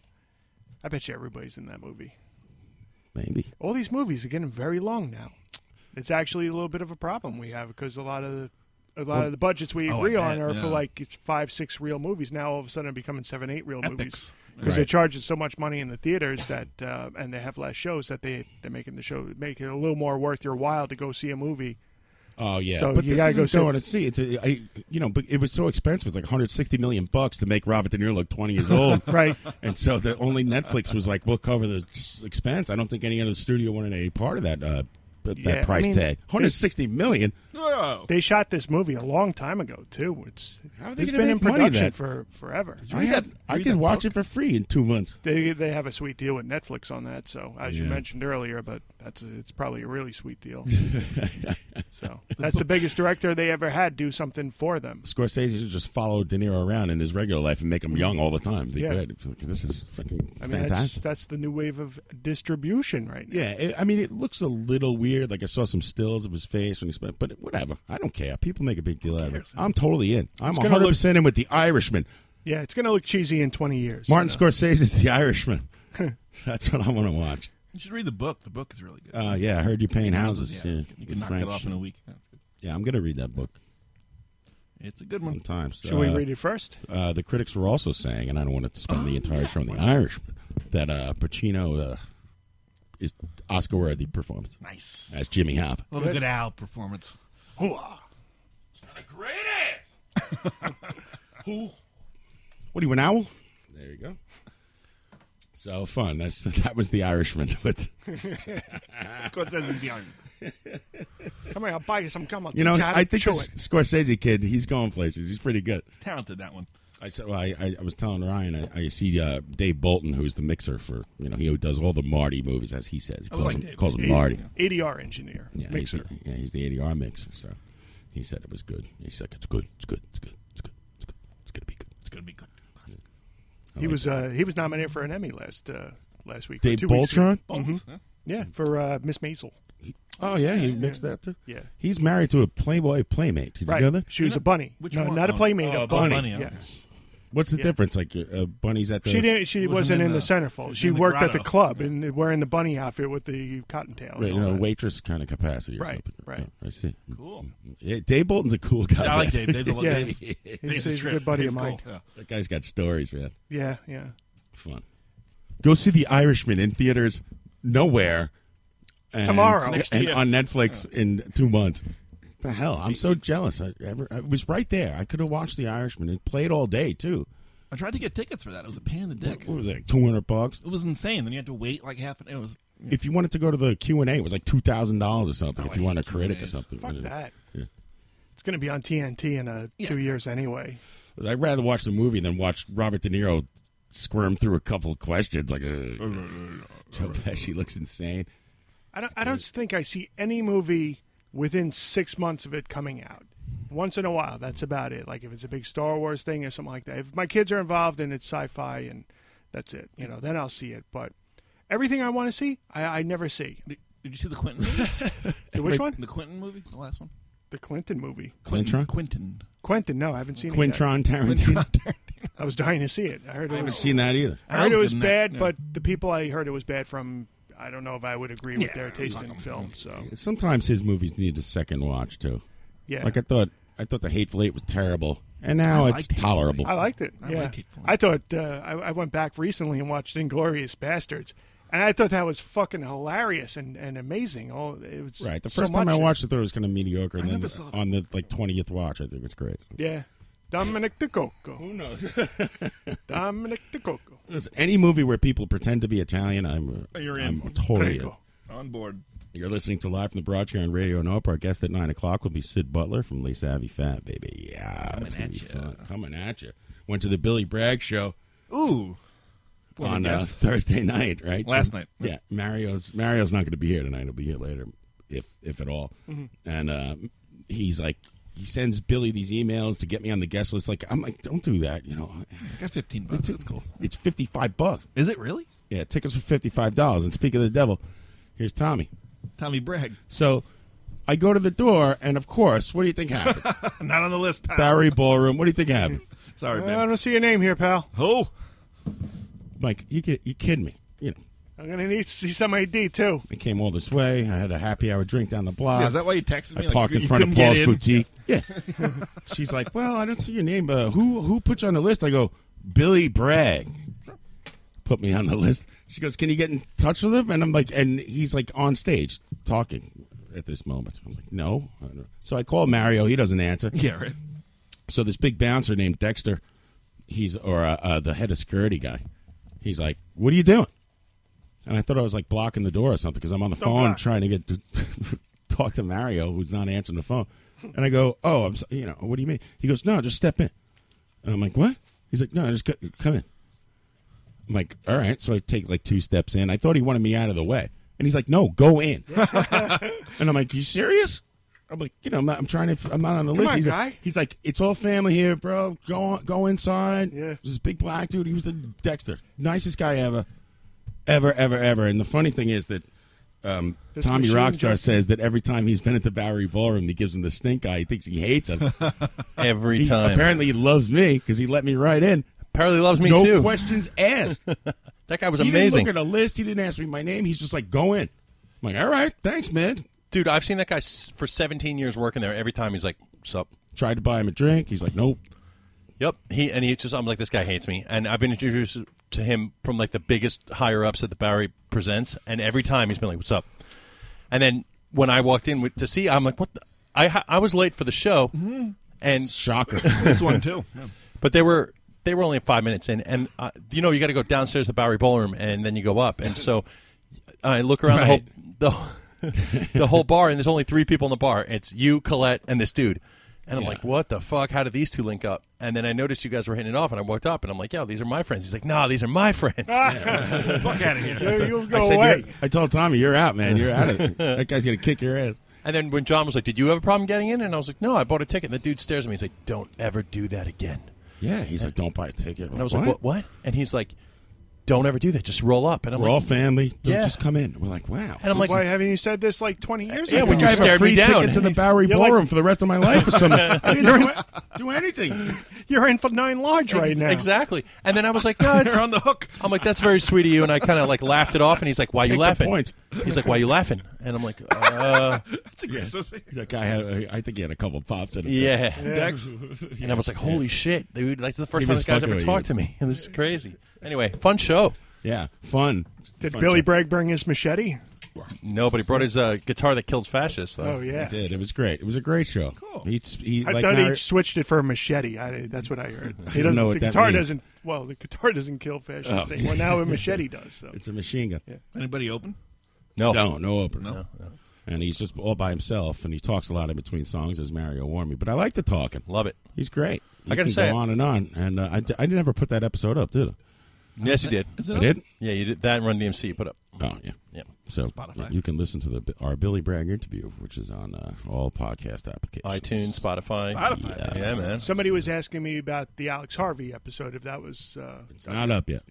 Speaker 15: I bet you everybody's in that movie.
Speaker 3: maybe.
Speaker 15: All these movies are getting very long now. It's actually a little bit of a problem we have because a lot of the a lot
Speaker 3: Well-
Speaker 15: of the budgets we
Speaker 3: Oh, I
Speaker 15: agree on
Speaker 3: bet,
Speaker 15: are
Speaker 3: yeah.
Speaker 15: for like five, six real movies. Now all of a sudden, they're becoming seven, eight real movies because
Speaker 3: Right.
Speaker 15: they're charging so much money in the theaters that uh, and they have less shows that they they're making the show make it a little more worth your while to go see a movie.
Speaker 3: Oh yeah,
Speaker 15: So
Speaker 3: but
Speaker 15: you
Speaker 3: this
Speaker 15: gotta
Speaker 3: isn't
Speaker 15: go see-
Speaker 3: going to see. It's a, I, you know, but it was so expensive. It's like 160 million bucks to make Robert De Niro look 20 years old,
Speaker 15: Right.
Speaker 3: And so the only Netflix was like, we'll cover the s- expense. I don't think any other studio wanted any part of that uh, b- that
Speaker 15: Yeah, I
Speaker 3: price
Speaker 15: mean,
Speaker 3: tag. 160 million.
Speaker 15: They shot this movie a long time ago too. It's
Speaker 3: How are they
Speaker 15: it's
Speaker 3: gonna
Speaker 15: been in
Speaker 3: make money
Speaker 15: production
Speaker 3: then?
Speaker 15: for forever.
Speaker 3: I, had, I could watch it for free in two months.
Speaker 15: They they have a sweet deal with Netflix on that. So as you
Speaker 3: Yeah.
Speaker 15: mentioned earlier, but that's a, it's probably a really sweet deal. so that's the biggest director they ever had do something for them.
Speaker 3: Scorsese should just follow De Niro around in his regular life and make him young all the time. They
Speaker 15: Yeah.
Speaker 3: could. This is fucking
Speaker 15: I mean,
Speaker 3: fantastic.
Speaker 15: that's that's the new wave of distribution right now.
Speaker 3: Yeah, it, I mean, it looks a little weird. Like I saw some stills of his face when he spent, but whatever. I don't care. People make a big deal out of it. I'm totally in. I'm
Speaker 15: It's gonna look-
Speaker 3: 100 percent in with the Irishman.
Speaker 15: Yeah, it's gonna look cheesy in twenty years.
Speaker 3: Martin
Speaker 15: you know?
Speaker 3: Scorsese's the Irishman. That's what I want to watch.
Speaker 16: You should read the book. The book is really good.
Speaker 3: Uh, yeah, I heard you paying houses.
Speaker 16: Yeah,
Speaker 3: Yeah,
Speaker 16: it's good. you can knock that off in a week. That's good.
Speaker 3: Yeah, I'm gonna read that book.
Speaker 16: It's a good one.
Speaker 3: Sometimes.
Speaker 16: Should we
Speaker 3: Uh,
Speaker 16: read it first? Oh,
Speaker 3: Uh, the critics were also saying, and I don't want to spend the entire show on the Irishman, that uh, Pacino uh, is Oscar-worthy performance.
Speaker 16: Nice
Speaker 3: as Jimmy Hop.
Speaker 16: Love a good Al performance.
Speaker 15: Hoo-ah.
Speaker 3: Who? What are you, an owl? There you go. So fun. That's that was the Irishman with
Speaker 15: Scorsese's young. Come here, I'll buy you some gum.
Speaker 3: you know I think
Speaker 15: chew
Speaker 3: this
Speaker 15: it.
Speaker 3: Scorsese kid. He's going places. He's pretty good.
Speaker 16: Talented that one.
Speaker 3: I said well, I, I I was telling Ryan I, I see uh, Dave Bolton who's the mixer for you know he does all the Marty movies as he says he
Speaker 15: I was
Speaker 3: calls
Speaker 15: like
Speaker 3: him,
Speaker 15: Dave.
Speaker 3: calls him
Speaker 15: A-
Speaker 3: Marty.
Speaker 15: ADR engineer.
Speaker 3: Yeah,
Speaker 15: Makes
Speaker 3: He's, the- yeah, he's the ADR mixer. So he said it was good. He's like it's good. It's good. It's good.
Speaker 16: It's gonna be good.
Speaker 3: I
Speaker 15: He
Speaker 3: like
Speaker 15: was uh, he was nominated for an Emmy last uh, last week. or
Speaker 3: Dave
Speaker 15: two weeks ago.
Speaker 3: Boltron?
Speaker 15: Mhm. Yeah, for uh, Miss Maisel.
Speaker 3: Oh yeah, he mixed that too.
Speaker 15: Yeah.
Speaker 3: He's married to a Playboy playmate. Did you
Speaker 15: Right.
Speaker 3: know that?
Speaker 15: She was a bunny.
Speaker 16: Which
Speaker 15: no,
Speaker 16: one?
Speaker 15: not a
Speaker 16: Oh,
Speaker 15: playmate.
Speaker 16: oh,
Speaker 15: a
Speaker 16: a
Speaker 15: bunny.
Speaker 16: bunny, okay.
Speaker 15: Yes.
Speaker 3: What's the
Speaker 15: Yeah.
Speaker 3: difference? Like uh, Bunny's at the
Speaker 15: She didn't. She wasn't, in, the, centerfold.
Speaker 3: she's
Speaker 15: She
Speaker 3: in the
Speaker 15: worked at
Speaker 3: grotto.
Speaker 15: the club and wearing the bunny outfit with the cottontail. and
Speaker 3: Right,
Speaker 15: all
Speaker 3: in a
Speaker 15: that.
Speaker 3: waitress kind of capacity, or
Speaker 15: Right,
Speaker 3: something.
Speaker 15: right.
Speaker 3: Yeah, I see. Cool. Yeah, Dave Bolton's a cool guy.
Speaker 15: Yeah, I like
Speaker 3: man.
Speaker 15: Dave. Dave's a lo- Yeah, Dave's- he's- Dave's a he's a trip. good buddy of Dave's mine. cool, yeah.
Speaker 3: That guy's got stories, man.
Speaker 15: Yeah, yeah.
Speaker 3: Fun. Go see The Irishman in theaters nowhere and,
Speaker 15: Tomorrow. Next
Speaker 3: and
Speaker 15: year.
Speaker 3: on Netflix in two months. What the hell, I'm so jealous. I, ever, I was right there. I could have watched The Irishman. It played all day too.
Speaker 16: I tried to get tickets for that. It was a pain in the dick.
Speaker 3: What was it? Like Two hundred bucks.
Speaker 16: It was insane. Then you had to wait like half an. It was
Speaker 3: If you wanted to go to the Q and A, it was like two thousand dollars or something. if you want a critic or something,
Speaker 15: Fuck that.
Speaker 3: Yeah.
Speaker 15: It's going to be on TNT in uh, two years anyway.
Speaker 3: I'd rather watch the movie than watch Robert De Niro squirm through a couple of questions. Like, uh, Joe Pesci looks insane.
Speaker 15: I don't. I don't think I see any movie within six months of it coming out. Once in a while, that's about it. Like if it's a big Star Wars thing or something like that. If my kids are involved and it's sci-fi and that's it, you know, then I'll see it. But everything I want to see, I, I never see. Did,
Speaker 16: you see the Quentin? movie?
Speaker 15: the which one?
Speaker 16: The Clinton movie, the last one.
Speaker 15: The Clinton movie.
Speaker 3: Quintron?
Speaker 16: Quentin.
Speaker 15: Quentin. No, I haven't seen
Speaker 3: Quintron
Speaker 15: it. yet.
Speaker 3: Tarantino.
Speaker 15: I was dying to see it. I heard. It
Speaker 3: I haven't
Speaker 15: was,
Speaker 3: seen that either.
Speaker 15: I heard it was
Speaker 3: That was good,
Speaker 15: bad,
Speaker 3: yeah.
Speaker 15: but the people I heard it was bad from, I don't know if I would agree with their taste in film. So
Speaker 3: Sometimes his movies need a second watch too.
Speaker 15: Yeah.
Speaker 3: Like I thought, I thought the Hateful Eight was terrible, and now
Speaker 15: I
Speaker 3: it's
Speaker 15: liked Hateful
Speaker 3: tolerable.
Speaker 15: I liked it. yeah. I, thought uh, I, I went back recently and watched Inglorious Bastards, and I thought that was fucking hilarious and, and amazing. All it was
Speaker 3: Right, the
Speaker 15: so
Speaker 3: first time
Speaker 15: much-
Speaker 3: I watched it, I thought it was kind of mediocre, and
Speaker 15: never
Speaker 3: then
Speaker 15: saw
Speaker 3: on the like twentieth watch, I think it's great.
Speaker 15: Yeah, Dominic De Coco. Who knows? Dominic De Coco.
Speaker 3: Listen, any movie where people pretend to be Italian, I'm uh,
Speaker 16: Oh, You're
Speaker 3: I'm
Speaker 16: in.
Speaker 3: totally in.
Speaker 16: On board.
Speaker 3: You're listening to live from the broadcast on Radio Nope. Our guest at nine o'clock will be Sid Butler from Lee Savvy Fat Baby. Yeah, coming at you. Coming at you. Went to the Billy Bragg show.
Speaker 16: Ooh. Former
Speaker 3: on uh,
Speaker 16: guest.
Speaker 3: Thursday night, right?
Speaker 16: Last night.
Speaker 3: Yeah, Mario's Mario's not going to be here tonight. He'll be here later, if if at all.
Speaker 16: Mhm.
Speaker 3: And uh, he's like, he sends Billy these emails to get me on the guest list. Like, I'm like, don't do that. You know, I
Speaker 16: got fifteen bucks.
Speaker 3: It's cool. It's fifty five bucks.
Speaker 16: Is it really?
Speaker 3: Yeah, tickets for fifty five dollars. And speak of the devil, here's Tommy.
Speaker 16: Tommy Bragg.
Speaker 3: So. I go to the door, and of course, what do you think happened?
Speaker 16: Not on the list. Tom.
Speaker 3: Barry Ballroom. What do you think happened?
Speaker 16: Sorry,
Speaker 15: I don't see your name here, pal.
Speaker 16: Who?
Speaker 3: Mike, you kid, you kidding me? You know,
Speaker 15: I'm gonna need to see some ID too.
Speaker 3: I came all this way. I had a happy hour drink down the block.
Speaker 16: Yeah, is that why you texted me?
Speaker 3: I
Speaker 16: Like,
Speaker 3: parked
Speaker 16: you-
Speaker 3: in
Speaker 16: you
Speaker 3: front of
Speaker 16: couldn't
Speaker 3: Paul's
Speaker 16: get in?
Speaker 3: boutique. Yeah. She's like, "Well, I don't see your name. Uh, who who put you on the list?" I go, "Billy Bragg." Put me on the list. She goes, "Can you get in touch with him?" And I'm like, and he's like on stage talking at this moment. I'm like, "No." I don't know. So I call Mario. He doesn't answer.
Speaker 16: Yeah, right.
Speaker 3: So this big bouncer named Dexter, he's or uh, uh, the head of security guy. He's like, "What are you doing?" And I thought I was like blocking the door or something because I'm on the
Speaker 16: Don't
Speaker 3: phone
Speaker 16: block.
Speaker 3: trying to get to talk to Mario, who's not answering the phone. And I go, "Oh, I'm, so- you know, what do you mean?" He goes, "No, just step in." And I'm like, "What?" He's like, "No, just c- come in." I'm like, "All right." So I take like two steps in. I thought he wanted me out of the way, and he's like, "No, go in." and I'm like, "You serious?" I'm like, "You know, I'm, not, I'm trying to. I'm not on the
Speaker 15: Come
Speaker 3: list."
Speaker 15: on,
Speaker 3: he's
Speaker 15: guy.
Speaker 3: Like, he's like, "It's all family here, bro. Go on, go inside." Yeah. This big black dude. He was the Dexter, nicest guy ever, ever, ever, ever. And the funny thing is that. Um,
Speaker 16: This
Speaker 3: Tommy
Speaker 16: machine
Speaker 3: Rockstar
Speaker 16: just-
Speaker 3: says that every time he's been at the Bowery Ballroom, he gives him the stink eye. He thinks he hates him.
Speaker 17: Every
Speaker 3: He
Speaker 17: time.
Speaker 3: Apparently, he loves me because he let me right in.
Speaker 17: Apparently, loves me
Speaker 3: no
Speaker 17: too.
Speaker 3: questions asked.
Speaker 17: that guy was
Speaker 3: he
Speaker 17: amazing.
Speaker 3: Didn't look at a list. He didn't ask me my name. He's just like, go in. I'm like, all right, thanks, man.
Speaker 17: Dude, I've seen that guy s- for 17 years working there. Every time he's like, "Sup."
Speaker 3: Tried to buy him a drink. He's like, nope.
Speaker 17: Yep. He and he's just I'm like this guy hates me. And I've been introduced to him from like the biggest higher ups at the Barry Presents, and every time he's been like, "What's up?" And then when I walked in with, to see, I'm like, "What?" The? I ha- I was late for the show, and
Speaker 3: Mm-hmm. shocker,
Speaker 16: This one, too. Yeah.
Speaker 17: But they were they were only five minutes in, and uh, you know you got to go downstairs to Bowery Ballroom, and then you go up, and so I look around the whole the, the whole bar, and there's only three people in the bar. It's you, Colette, and this dude. And I'm
Speaker 16: Yeah.
Speaker 17: like, what the fuck? How did these two link up? And then I noticed you guys were hitting it off, and I walked up, and I'm like, yo, these are my friends. He's like, nah, these are my friends.
Speaker 16: Fuck out of here.
Speaker 3: I said, "You're-" I told Tommy, you're out, man. You're out. Of it. that guy's gonna kick your ass.
Speaker 17: And then when John was like, "Did you have a problem getting in?" and I was like, "No, I bought a ticket." And the dude stares at me. He's like, "Don't ever do that again."
Speaker 3: Yeah, he's like, "Don't buy a ticket."
Speaker 17: And I was like, "What? What?" And he's like, don't ever do that. Just roll up. And I'm
Speaker 3: We're all
Speaker 17: like,
Speaker 3: family. Don't
Speaker 17: Yeah.
Speaker 3: Just come in. We're like, wow.
Speaker 17: And I'm like-
Speaker 15: why haven't you said this like 20 years
Speaker 3: Yeah,
Speaker 15: ago?
Speaker 3: when you stared me down. ticket to the Bowery
Speaker 15: You're like-
Speaker 3: Ballroom for the rest of my life or something. I didn't
Speaker 15: You're in-
Speaker 3: do anything.
Speaker 15: You're in for nine large right
Speaker 17: Ex-
Speaker 15: now.
Speaker 17: Exactly. And then I was like, no, it's,
Speaker 15: You're on the
Speaker 17: hook. I'm like, that's very sweet of you. And I kind of like laughed it off. And he's like, why are
Speaker 3: Take
Speaker 17: you
Speaker 3: the
Speaker 17: laughing?
Speaker 3: points.
Speaker 17: He's like, why are you laughing? And I'm like, uh,
Speaker 3: That's aggressive. That guy had, uh, I think he had a couple pops in it.
Speaker 17: yeah. And I was like, holy shit, dude. That's the first time this guy's ever talked to me. This is crazy. Anyway, fun show.
Speaker 3: Yeah, fun.
Speaker 15: Did
Speaker 17: Fun
Speaker 15: Billy
Speaker 17: show.
Speaker 15: Bragg bring his machete?
Speaker 17: No, but he brought his uh, guitar that killed fascists, though.
Speaker 15: Oh, yeah.
Speaker 3: He did. It was great. It was a great show. Cool. He, he,
Speaker 15: I
Speaker 3: like,
Speaker 15: thought he
Speaker 3: Mar-
Speaker 15: switched it for a machete. I, that's what I heard.
Speaker 3: I
Speaker 15: He
Speaker 3: don't
Speaker 15: doesn't.
Speaker 3: know what
Speaker 15: the
Speaker 3: that
Speaker 15: guitar
Speaker 3: means.
Speaker 15: doesn't. Well, the guitar doesn't kill fashion.
Speaker 3: Oh.
Speaker 15: Well, now a machete does. So.
Speaker 3: It's a machine gun.
Speaker 16: Anybody open?
Speaker 3: No, no, no opener.
Speaker 16: No? No,
Speaker 3: And he's just all by himself, and he talks a lot in between songs, as Mario warned me. But I like the talking.
Speaker 17: Love it.
Speaker 3: He's great.
Speaker 17: I
Speaker 3: You
Speaker 17: gotta
Speaker 3: can
Speaker 17: say-
Speaker 3: go on and on. And uh, I, d- I never put that episode up, did I?
Speaker 17: Yes, you did.
Speaker 3: Is it I up? did?
Speaker 17: Yeah, you did. That and Run DMC you put up.
Speaker 3: Oh, yeah.
Speaker 17: Yeah.
Speaker 3: So yeah, you can listen to the our Billy Bragg interview, which is on uh, all podcast applications,
Speaker 17: iTunes, Spotify.
Speaker 3: Yeah,
Speaker 17: Yeah, man.
Speaker 15: Somebody was asking me about the Alex Harvey episode. If that was uh,
Speaker 3: It's not up yet.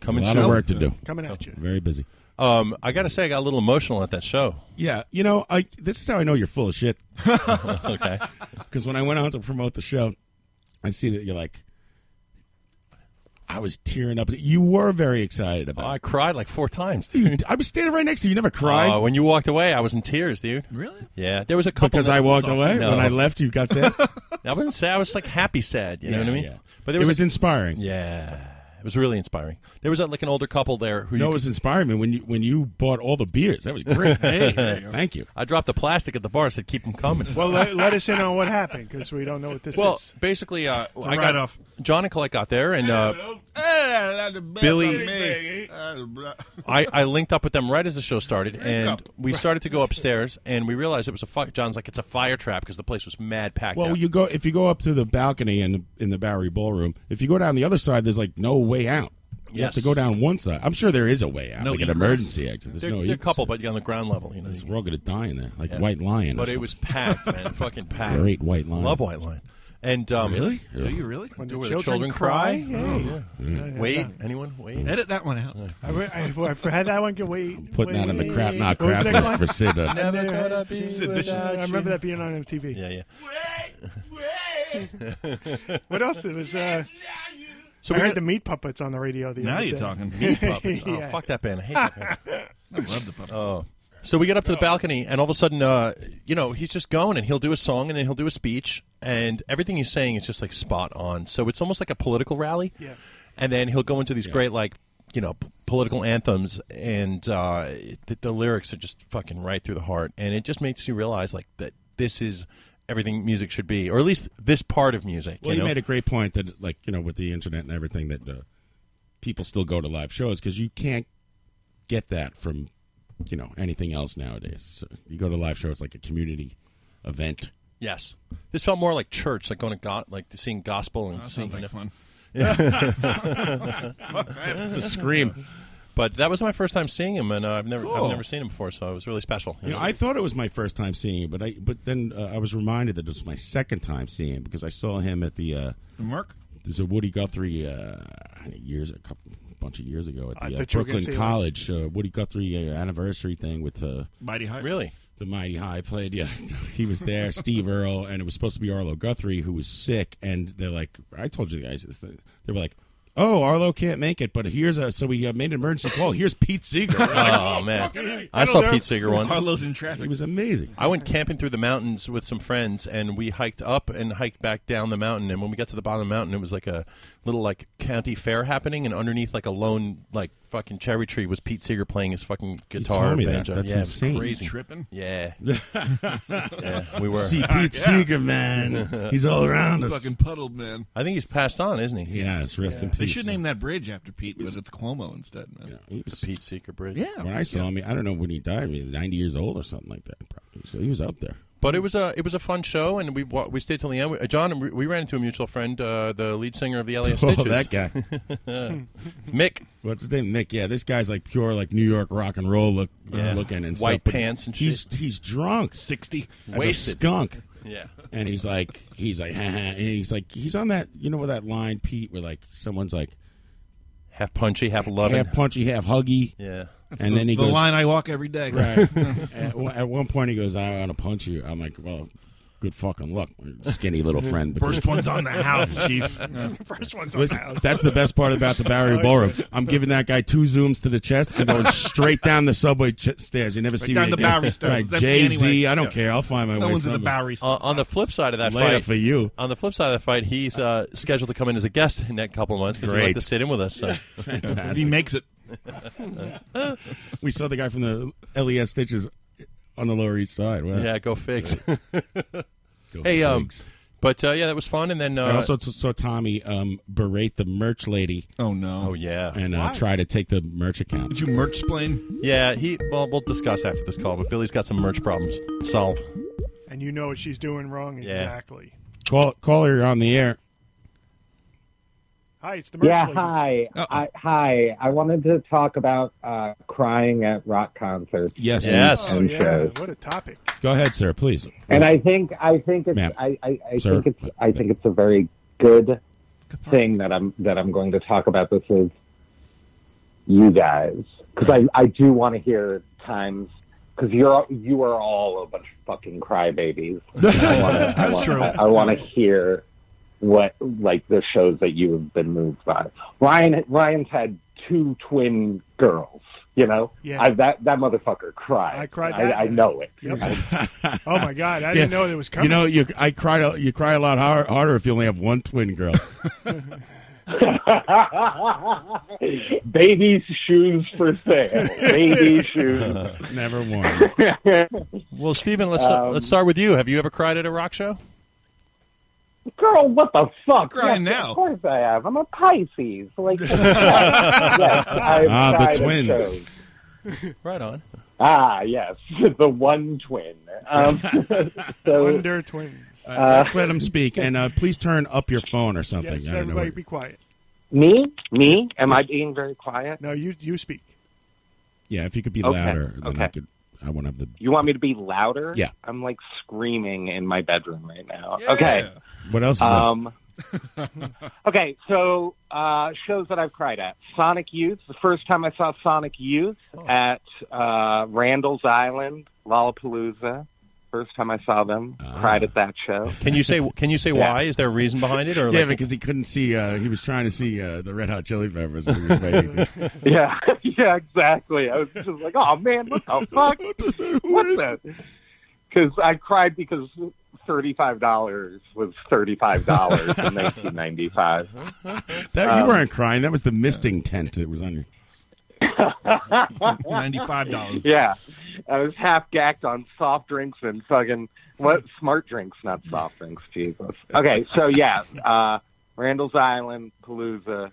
Speaker 17: Coming
Speaker 3: a lot of
Speaker 17: soon.
Speaker 3: work to do.
Speaker 15: Coming at you.
Speaker 3: Very busy.
Speaker 17: Um, I got to say, I got a little emotional at that show.
Speaker 3: Yeah, you know, I this is how I know you're full of shit.
Speaker 17: okay.
Speaker 3: Because when I went out to promote the show, I see that you're like, I was tearing up. You were very excited about.
Speaker 17: Oh, I cried like four times.
Speaker 3: I was standing right next to you. You never cried.
Speaker 17: Uh, when you walked away, I was in tears, dude. Really? Yeah. There was a couple
Speaker 3: because I walked away
Speaker 17: No.
Speaker 3: when I left. You got sad.
Speaker 17: I wouldn't say I was like happy sad. You know
Speaker 3: Yeah,
Speaker 17: what I mean?
Speaker 3: yeah.
Speaker 17: But there
Speaker 3: It
Speaker 17: was,
Speaker 3: was inspiring.
Speaker 17: Yeah, it was really inspiring. There was uh, like an older couple there who
Speaker 3: no,
Speaker 17: you
Speaker 3: it was inspiring man, when you when you bought all the beers. That was great. hey, thank you.
Speaker 17: I dropped the plastic at the bar. Said, "Keep them coming."
Speaker 15: well, let, let us in on what happened because we don't know what this
Speaker 17: Well,
Speaker 15: is.
Speaker 17: basically, uh,
Speaker 15: It's a
Speaker 17: I got
Speaker 15: write-off.
Speaker 17: John and Colette got there, and uh,
Speaker 3: oh.
Speaker 17: Billy-
Speaker 16: Billy.
Speaker 17: I, I linked up with them right as the show started, and
Speaker 16: up.
Speaker 17: we started to go upstairs, and we realized it was a fire. John's like, "It's a fire trap" because the place was mad packed.
Speaker 3: Well,
Speaker 17: out.
Speaker 3: you go if you go up to the balcony in the, in the Bowery Ballroom. If you go down the other side, there's like no way out. You have to
Speaker 17: Yes.
Speaker 3: go down one side. I'm sure there is a way out,
Speaker 17: No
Speaker 3: like an
Speaker 17: egress.
Speaker 3: emergency exit. There's
Speaker 17: they're,
Speaker 3: no
Speaker 17: they're a couple, but on the ground level, you know,
Speaker 3: We're all going to die in there, like
Speaker 17: Yeah.
Speaker 3: White Lion. or
Speaker 17: But it
Speaker 3: something.
Speaker 17: was packed, man, fucking packed.
Speaker 3: Great White Lion.
Speaker 17: Love white line. And um,
Speaker 3: Really?
Speaker 16: Do you really?
Speaker 15: When
Speaker 17: Do
Speaker 15: the
Speaker 17: where the children
Speaker 15: children
Speaker 17: cry?
Speaker 15: cry?
Speaker 17: Oh,
Speaker 15: Hey.
Speaker 17: yeah.
Speaker 15: Yeah, yeah,
Speaker 17: Wait,
Speaker 15: yeah.
Speaker 17: anyone? Wait.
Speaker 16: Edit that one out.
Speaker 15: I, re- I, I had that one. Get wait. I'm
Speaker 3: putting that in the crap, not
Speaker 15: What was
Speaker 3: crap
Speaker 15: the
Speaker 3: list
Speaker 15: next
Speaker 3: for
Speaker 15: one?
Speaker 3: Sid. uh,
Speaker 15: Never
Speaker 17: Never
Speaker 15: thought
Speaker 17: thought
Speaker 15: I'd
Speaker 17: I'd
Speaker 15: be
Speaker 17: be
Speaker 15: without
Speaker 17: without
Speaker 15: you. I remember that being on MTV.
Speaker 17: Yeah, yeah.
Speaker 15: what else? It was. Uh,
Speaker 17: So
Speaker 15: so
Speaker 17: we
Speaker 15: we
Speaker 17: had-
Speaker 15: heard the meat puppets on the radio. The
Speaker 17: Now
Speaker 15: other
Speaker 17: you're
Speaker 15: day.
Speaker 17: talking meat puppets. Oh, fuck that band. I hate that band.
Speaker 16: I love the puppets.
Speaker 17: Oh. So we get up to the balcony, and all of a sudden, uh, you know, he's just going, and he'll do a song, and then he'll do a speech, and everything he's saying is just like spot on. So it's almost like a political rally.
Speaker 15: Yeah.
Speaker 17: And then he'll go into these great, like, you know, p- political anthems, and uh, the, the lyrics are just fucking right through the heart, and it just makes you realize like that this is everything music should be, or at least this part of music.
Speaker 3: Well,
Speaker 17: you
Speaker 3: you
Speaker 17: know?
Speaker 3: made a great point that, like, you know, with the internet and everything, that uh, people still go to live shows because you can't get that from, you know, anything else nowadays. So you go to a live show, it's like a community event.
Speaker 17: Yes, this felt more like church, like going to God, like to seeing gospel and
Speaker 16: That
Speaker 17: seeing
Speaker 16: sounds like fun.
Speaker 17: it's
Speaker 16: It's a scream.
Speaker 17: But that was my first time seeing him, and uh, I've never
Speaker 16: Cool.
Speaker 17: I've never seen him before, so it was really special.
Speaker 3: You know, I thought it was my first time seeing him, but I but then uh, I was reminded that it was my second time seeing him because I saw him at the uh,
Speaker 16: The Merc?
Speaker 3: There's a Woody Guthrie uh, years a couple bunch of years ago
Speaker 16: I
Speaker 3: at the uh,
Speaker 16: thought you were gonna
Speaker 3: Brooklyn
Speaker 16: say, like-
Speaker 3: College uh, Woody Guthrie uh, anniversary thing with uh,
Speaker 16: Mighty High.
Speaker 17: Really?
Speaker 3: The Mighty High played. Yeah, he was there. Steve Earle, and it was supposed to be Arlo Guthrie who was sick. And they're like, I told you guys this. Thing. They were like, Oh, Arlo can't make it, but here's a so we uh, made an emergency call. Here's Pete Seeger.
Speaker 17: Oh, man. I saw Pete Seeger once. Arlo's
Speaker 16: in traffic.
Speaker 3: He was amazing.
Speaker 17: I went camping through the mountains with some friends, and we hiked up and hiked back down the mountain. And when we got to the bottom of the mountain, it was like a little like county fair happening, and underneath like a lone like fucking cherry tree was Pete Seeger playing his fucking guitar.
Speaker 3: told me that.
Speaker 17: banjo.
Speaker 3: That's
Speaker 17: yeah, it was
Speaker 3: insane.
Speaker 17: Crazy.
Speaker 16: Tripping?
Speaker 17: Yeah. yeah, we were.
Speaker 3: See Pete Yeah. Seeger, man. He's all around us.
Speaker 16: Fucking puddled, man.
Speaker 17: I think he's passed on, isn't he?
Speaker 3: Yes, rest in
Speaker 16: They
Speaker 3: peace.
Speaker 16: should name that bridge after Pete, but it's Cuomo instead, man.
Speaker 17: The Pete Seeger Bridge.
Speaker 16: Yeah.
Speaker 3: When I saw him, I don't know when he died. He was 90 years old or something like that. Probably. So he was up there.
Speaker 17: But it was a it was a fun show, and we wa- we stayed till the end. We, uh, John, we, we ran into a mutual friend, uh, the lead singer of the LA
Speaker 3: Oh,
Speaker 17: Stitches.
Speaker 3: that guy.
Speaker 17: It's Uh, Mick.
Speaker 3: What's his name? Mick. Yeah, this guy's like pure like New York rock and roll look, uh,
Speaker 17: Yeah.
Speaker 3: looking and
Speaker 17: White
Speaker 3: stuff, but
Speaker 17: pants and
Speaker 3: he's, shit. He's drunk,
Speaker 16: sixty,
Speaker 3: as
Speaker 17: Wasted.
Speaker 3: a skunk.
Speaker 17: Yeah.
Speaker 3: and he's like, he's like, and he's like, he's on that, you know, that line, Pete, where like someone's like,
Speaker 17: half punchy, half loving.
Speaker 3: half punchy, half huggy.
Speaker 17: Yeah. That's
Speaker 3: and
Speaker 17: the-
Speaker 3: then he
Speaker 17: the
Speaker 3: goes,
Speaker 17: line I walk every day.
Speaker 3: Right. at, one- at one point, he goes, "I want to punch you." I'm like, "Well, good fucking luck, skinny little friend."
Speaker 16: First one's on the house, chief.
Speaker 15: First one's on
Speaker 3: Listen,
Speaker 15: the house.
Speaker 3: That's the best part about the Bowery Ballroom. I'm giving that guy two zooms to the chest and going straight down the subway ch- stairs. You never see
Speaker 16: down
Speaker 3: me
Speaker 16: the
Speaker 3: again.
Speaker 16: Bowery stairs. It's
Speaker 3: Right,
Speaker 16: empty
Speaker 3: Jay Z.
Speaker 16: anyway.
Speaker 3: I don't
Speaker 16: Yeah.
Speaker 3: care. I'll find my
Speaker 16: No
Speaker 3: way.
Speaker 16: one's in the
Speaker 3: somewhere.
Speaker 16: Bowery
Speaker 17: Uh, on the flip side of that
Speaker 3: Later
Speaker 17: fight,
Speaker 3: for you.
Speaker 17: On the flip side of that fight, he's uh, scheduled to come in as a guest in that couple of months because he
Speaker 3: Great.
Speaker 17: like to sit in with us. So.
Speaker 3: Fantastic.
Speaker 16: He makes it.
Speaker 3: we saw the guy from the LES Stitches on the Lower East Side. Wow.
Speaker 17: yeah, go figs.
Speaker 3: Go
Speaker 17: hey, um, but uh, yeah, that was fun. And then uh,
Speaker 3: I also t- saw Tommy um, berate the merch lady.
Speaker 16: Oh no!
Speaker 17: Oh yeah!
Speaker 3: And uh,
Speaker 17: Why?
Speaker 3: try to take the merch account.
Speaker 16: Did you merch explain?
Speaker 17: Yeah, he. Well, we'll discuss after this call. But Billy's got some merch problems. to Solve.
Speaker 15: And you know what she's doing wrong exactly.
Speaker 3: Call call her on the air.
Speaker 15: Hi, it's the merch
Speaker 4: Yeah,
Speaker 15: lady.
Speaker 4: hi. I, hi. I wanted to talk about uh, crying at rock concerts.
Speaker 3: Yes.
Speaker 4: and-
Speaker 3: Yes.
Speaker 4: and
Speaker 3: Oh, yeah.
Speaker 4: shows.
Speaker 15: What a topic.
Speaker 3: Go ahead, sir. Please.
Speaker 4: And I think I think it's
Speaker 3: Ma'am.
Speaker 4: I, I, I
Speaker 3: Sir.
Speaker 4: think it's I think it's a very good thing that I'm that I'm going to talk about this is you guys because I, I do want to hear times because you're you are all a bunch of fucking crybabies. I wanna, I
Speaker 16: That's
Speaker 4: wanna,
Speaker 16: true.
Speaker 4: I, I want to hear what like the shows that you have been moved by. Ryan Ryan's had two twin girls. You know,
Speaker 15: Yeah.
Speaker 4: I, that that motherfucker cried.
Speaker 15: I cried that
Speaker 4: I, I
Speaker 15: night.
Speaker 4: know it.
Speaker 15: Yep.
Speaker 4: I-
Speaker 15: oh my god, I didn't know that was coming.
Speaker 3: You know, you I cried. A, you cry a lot har- harder if you only have one twin girl.
Speaker 4: Baby shoes for sale. Baby shoes.
Speaker 3: Never worn.
Speaker 17: Well, Steven, let's
Speaker 4: Um,
Speaker 17: let's start with you. Have you ever cried at a rock show?
Speaker 4: Girl, what the fuck?
Speaker 17: crying
Speaker 4: Yes,
Speaker 17: now.
Speaker 4: Of course I have. I'm a Pisces. Like, yes, yes, I've
Speaker 17: Ah, the
Speaker 4: cried at
Speaker 17: twins.
Speaker 4: shows.
Speaker 17: Right on.
Speaker 4: Ah, yes, the one twin. Um, so,
Speaker 15: Wonder twin.
Speaker 3: Uh, let him speak, and uh, please turn up your phone or something.
Speaker 15: Yes,
Speaker 3: I don't know.
Speaker 15: everybody
Speaker 3: What,
Speaker 15: be quiet.
Speaker 4: Me? Me? Am I being very quiet?
Speaker 15: No, you you speak.
Speaker 3: yeah, if you could be
Speaker 4: Okay,
Speaker 3: louder, then I could. I want to have the.
Speaker 4: You want me to be louder?
Speaker 3: Yeah.
Speaker 4: I'm like screaming in my bedroom right now. Okay.
Speaker 3: What else? Is there?
Speaker 4: Um, okay, so uh, shows that I've cried at Sonic Youth. The first time I saw Sonic Youth
Speaker 3: Oh.
Speaker 4: at uh, Randall's Island, Lollapalooza. First time I saw them,
Speaker 3: Ah.
Speaker 4: cried at that show.
Speaker 17: Can you say Can you say
Speaker 4: Yeah.
Speaker 17: why? Is there a reason behind it? Or
Speaker 3: yeah,
Speaker 17: like,
Speaker 3: because he couldn't see. Uh, he was trying to see uh, the Red Hot Chili Peppers. and he was waiting.
Speaker 4: yeah, yeah, exactly. I was just like, oh man, what the fuck? what the? Because I cried because thirty-five dollars was thirty-five dollars in nineteen ninety-five.
Speaker 3: that,
Speaker 4: Um,
Speaker 3: you weren't crying. That was the misting tent. It was on your.
Speaker 4: $95. Yeah. I was half gacked on soft drinks and fucking what smart drinks, not soft drinks, Jesus. Okay, so yeah, uh Randall's Island, Palooza.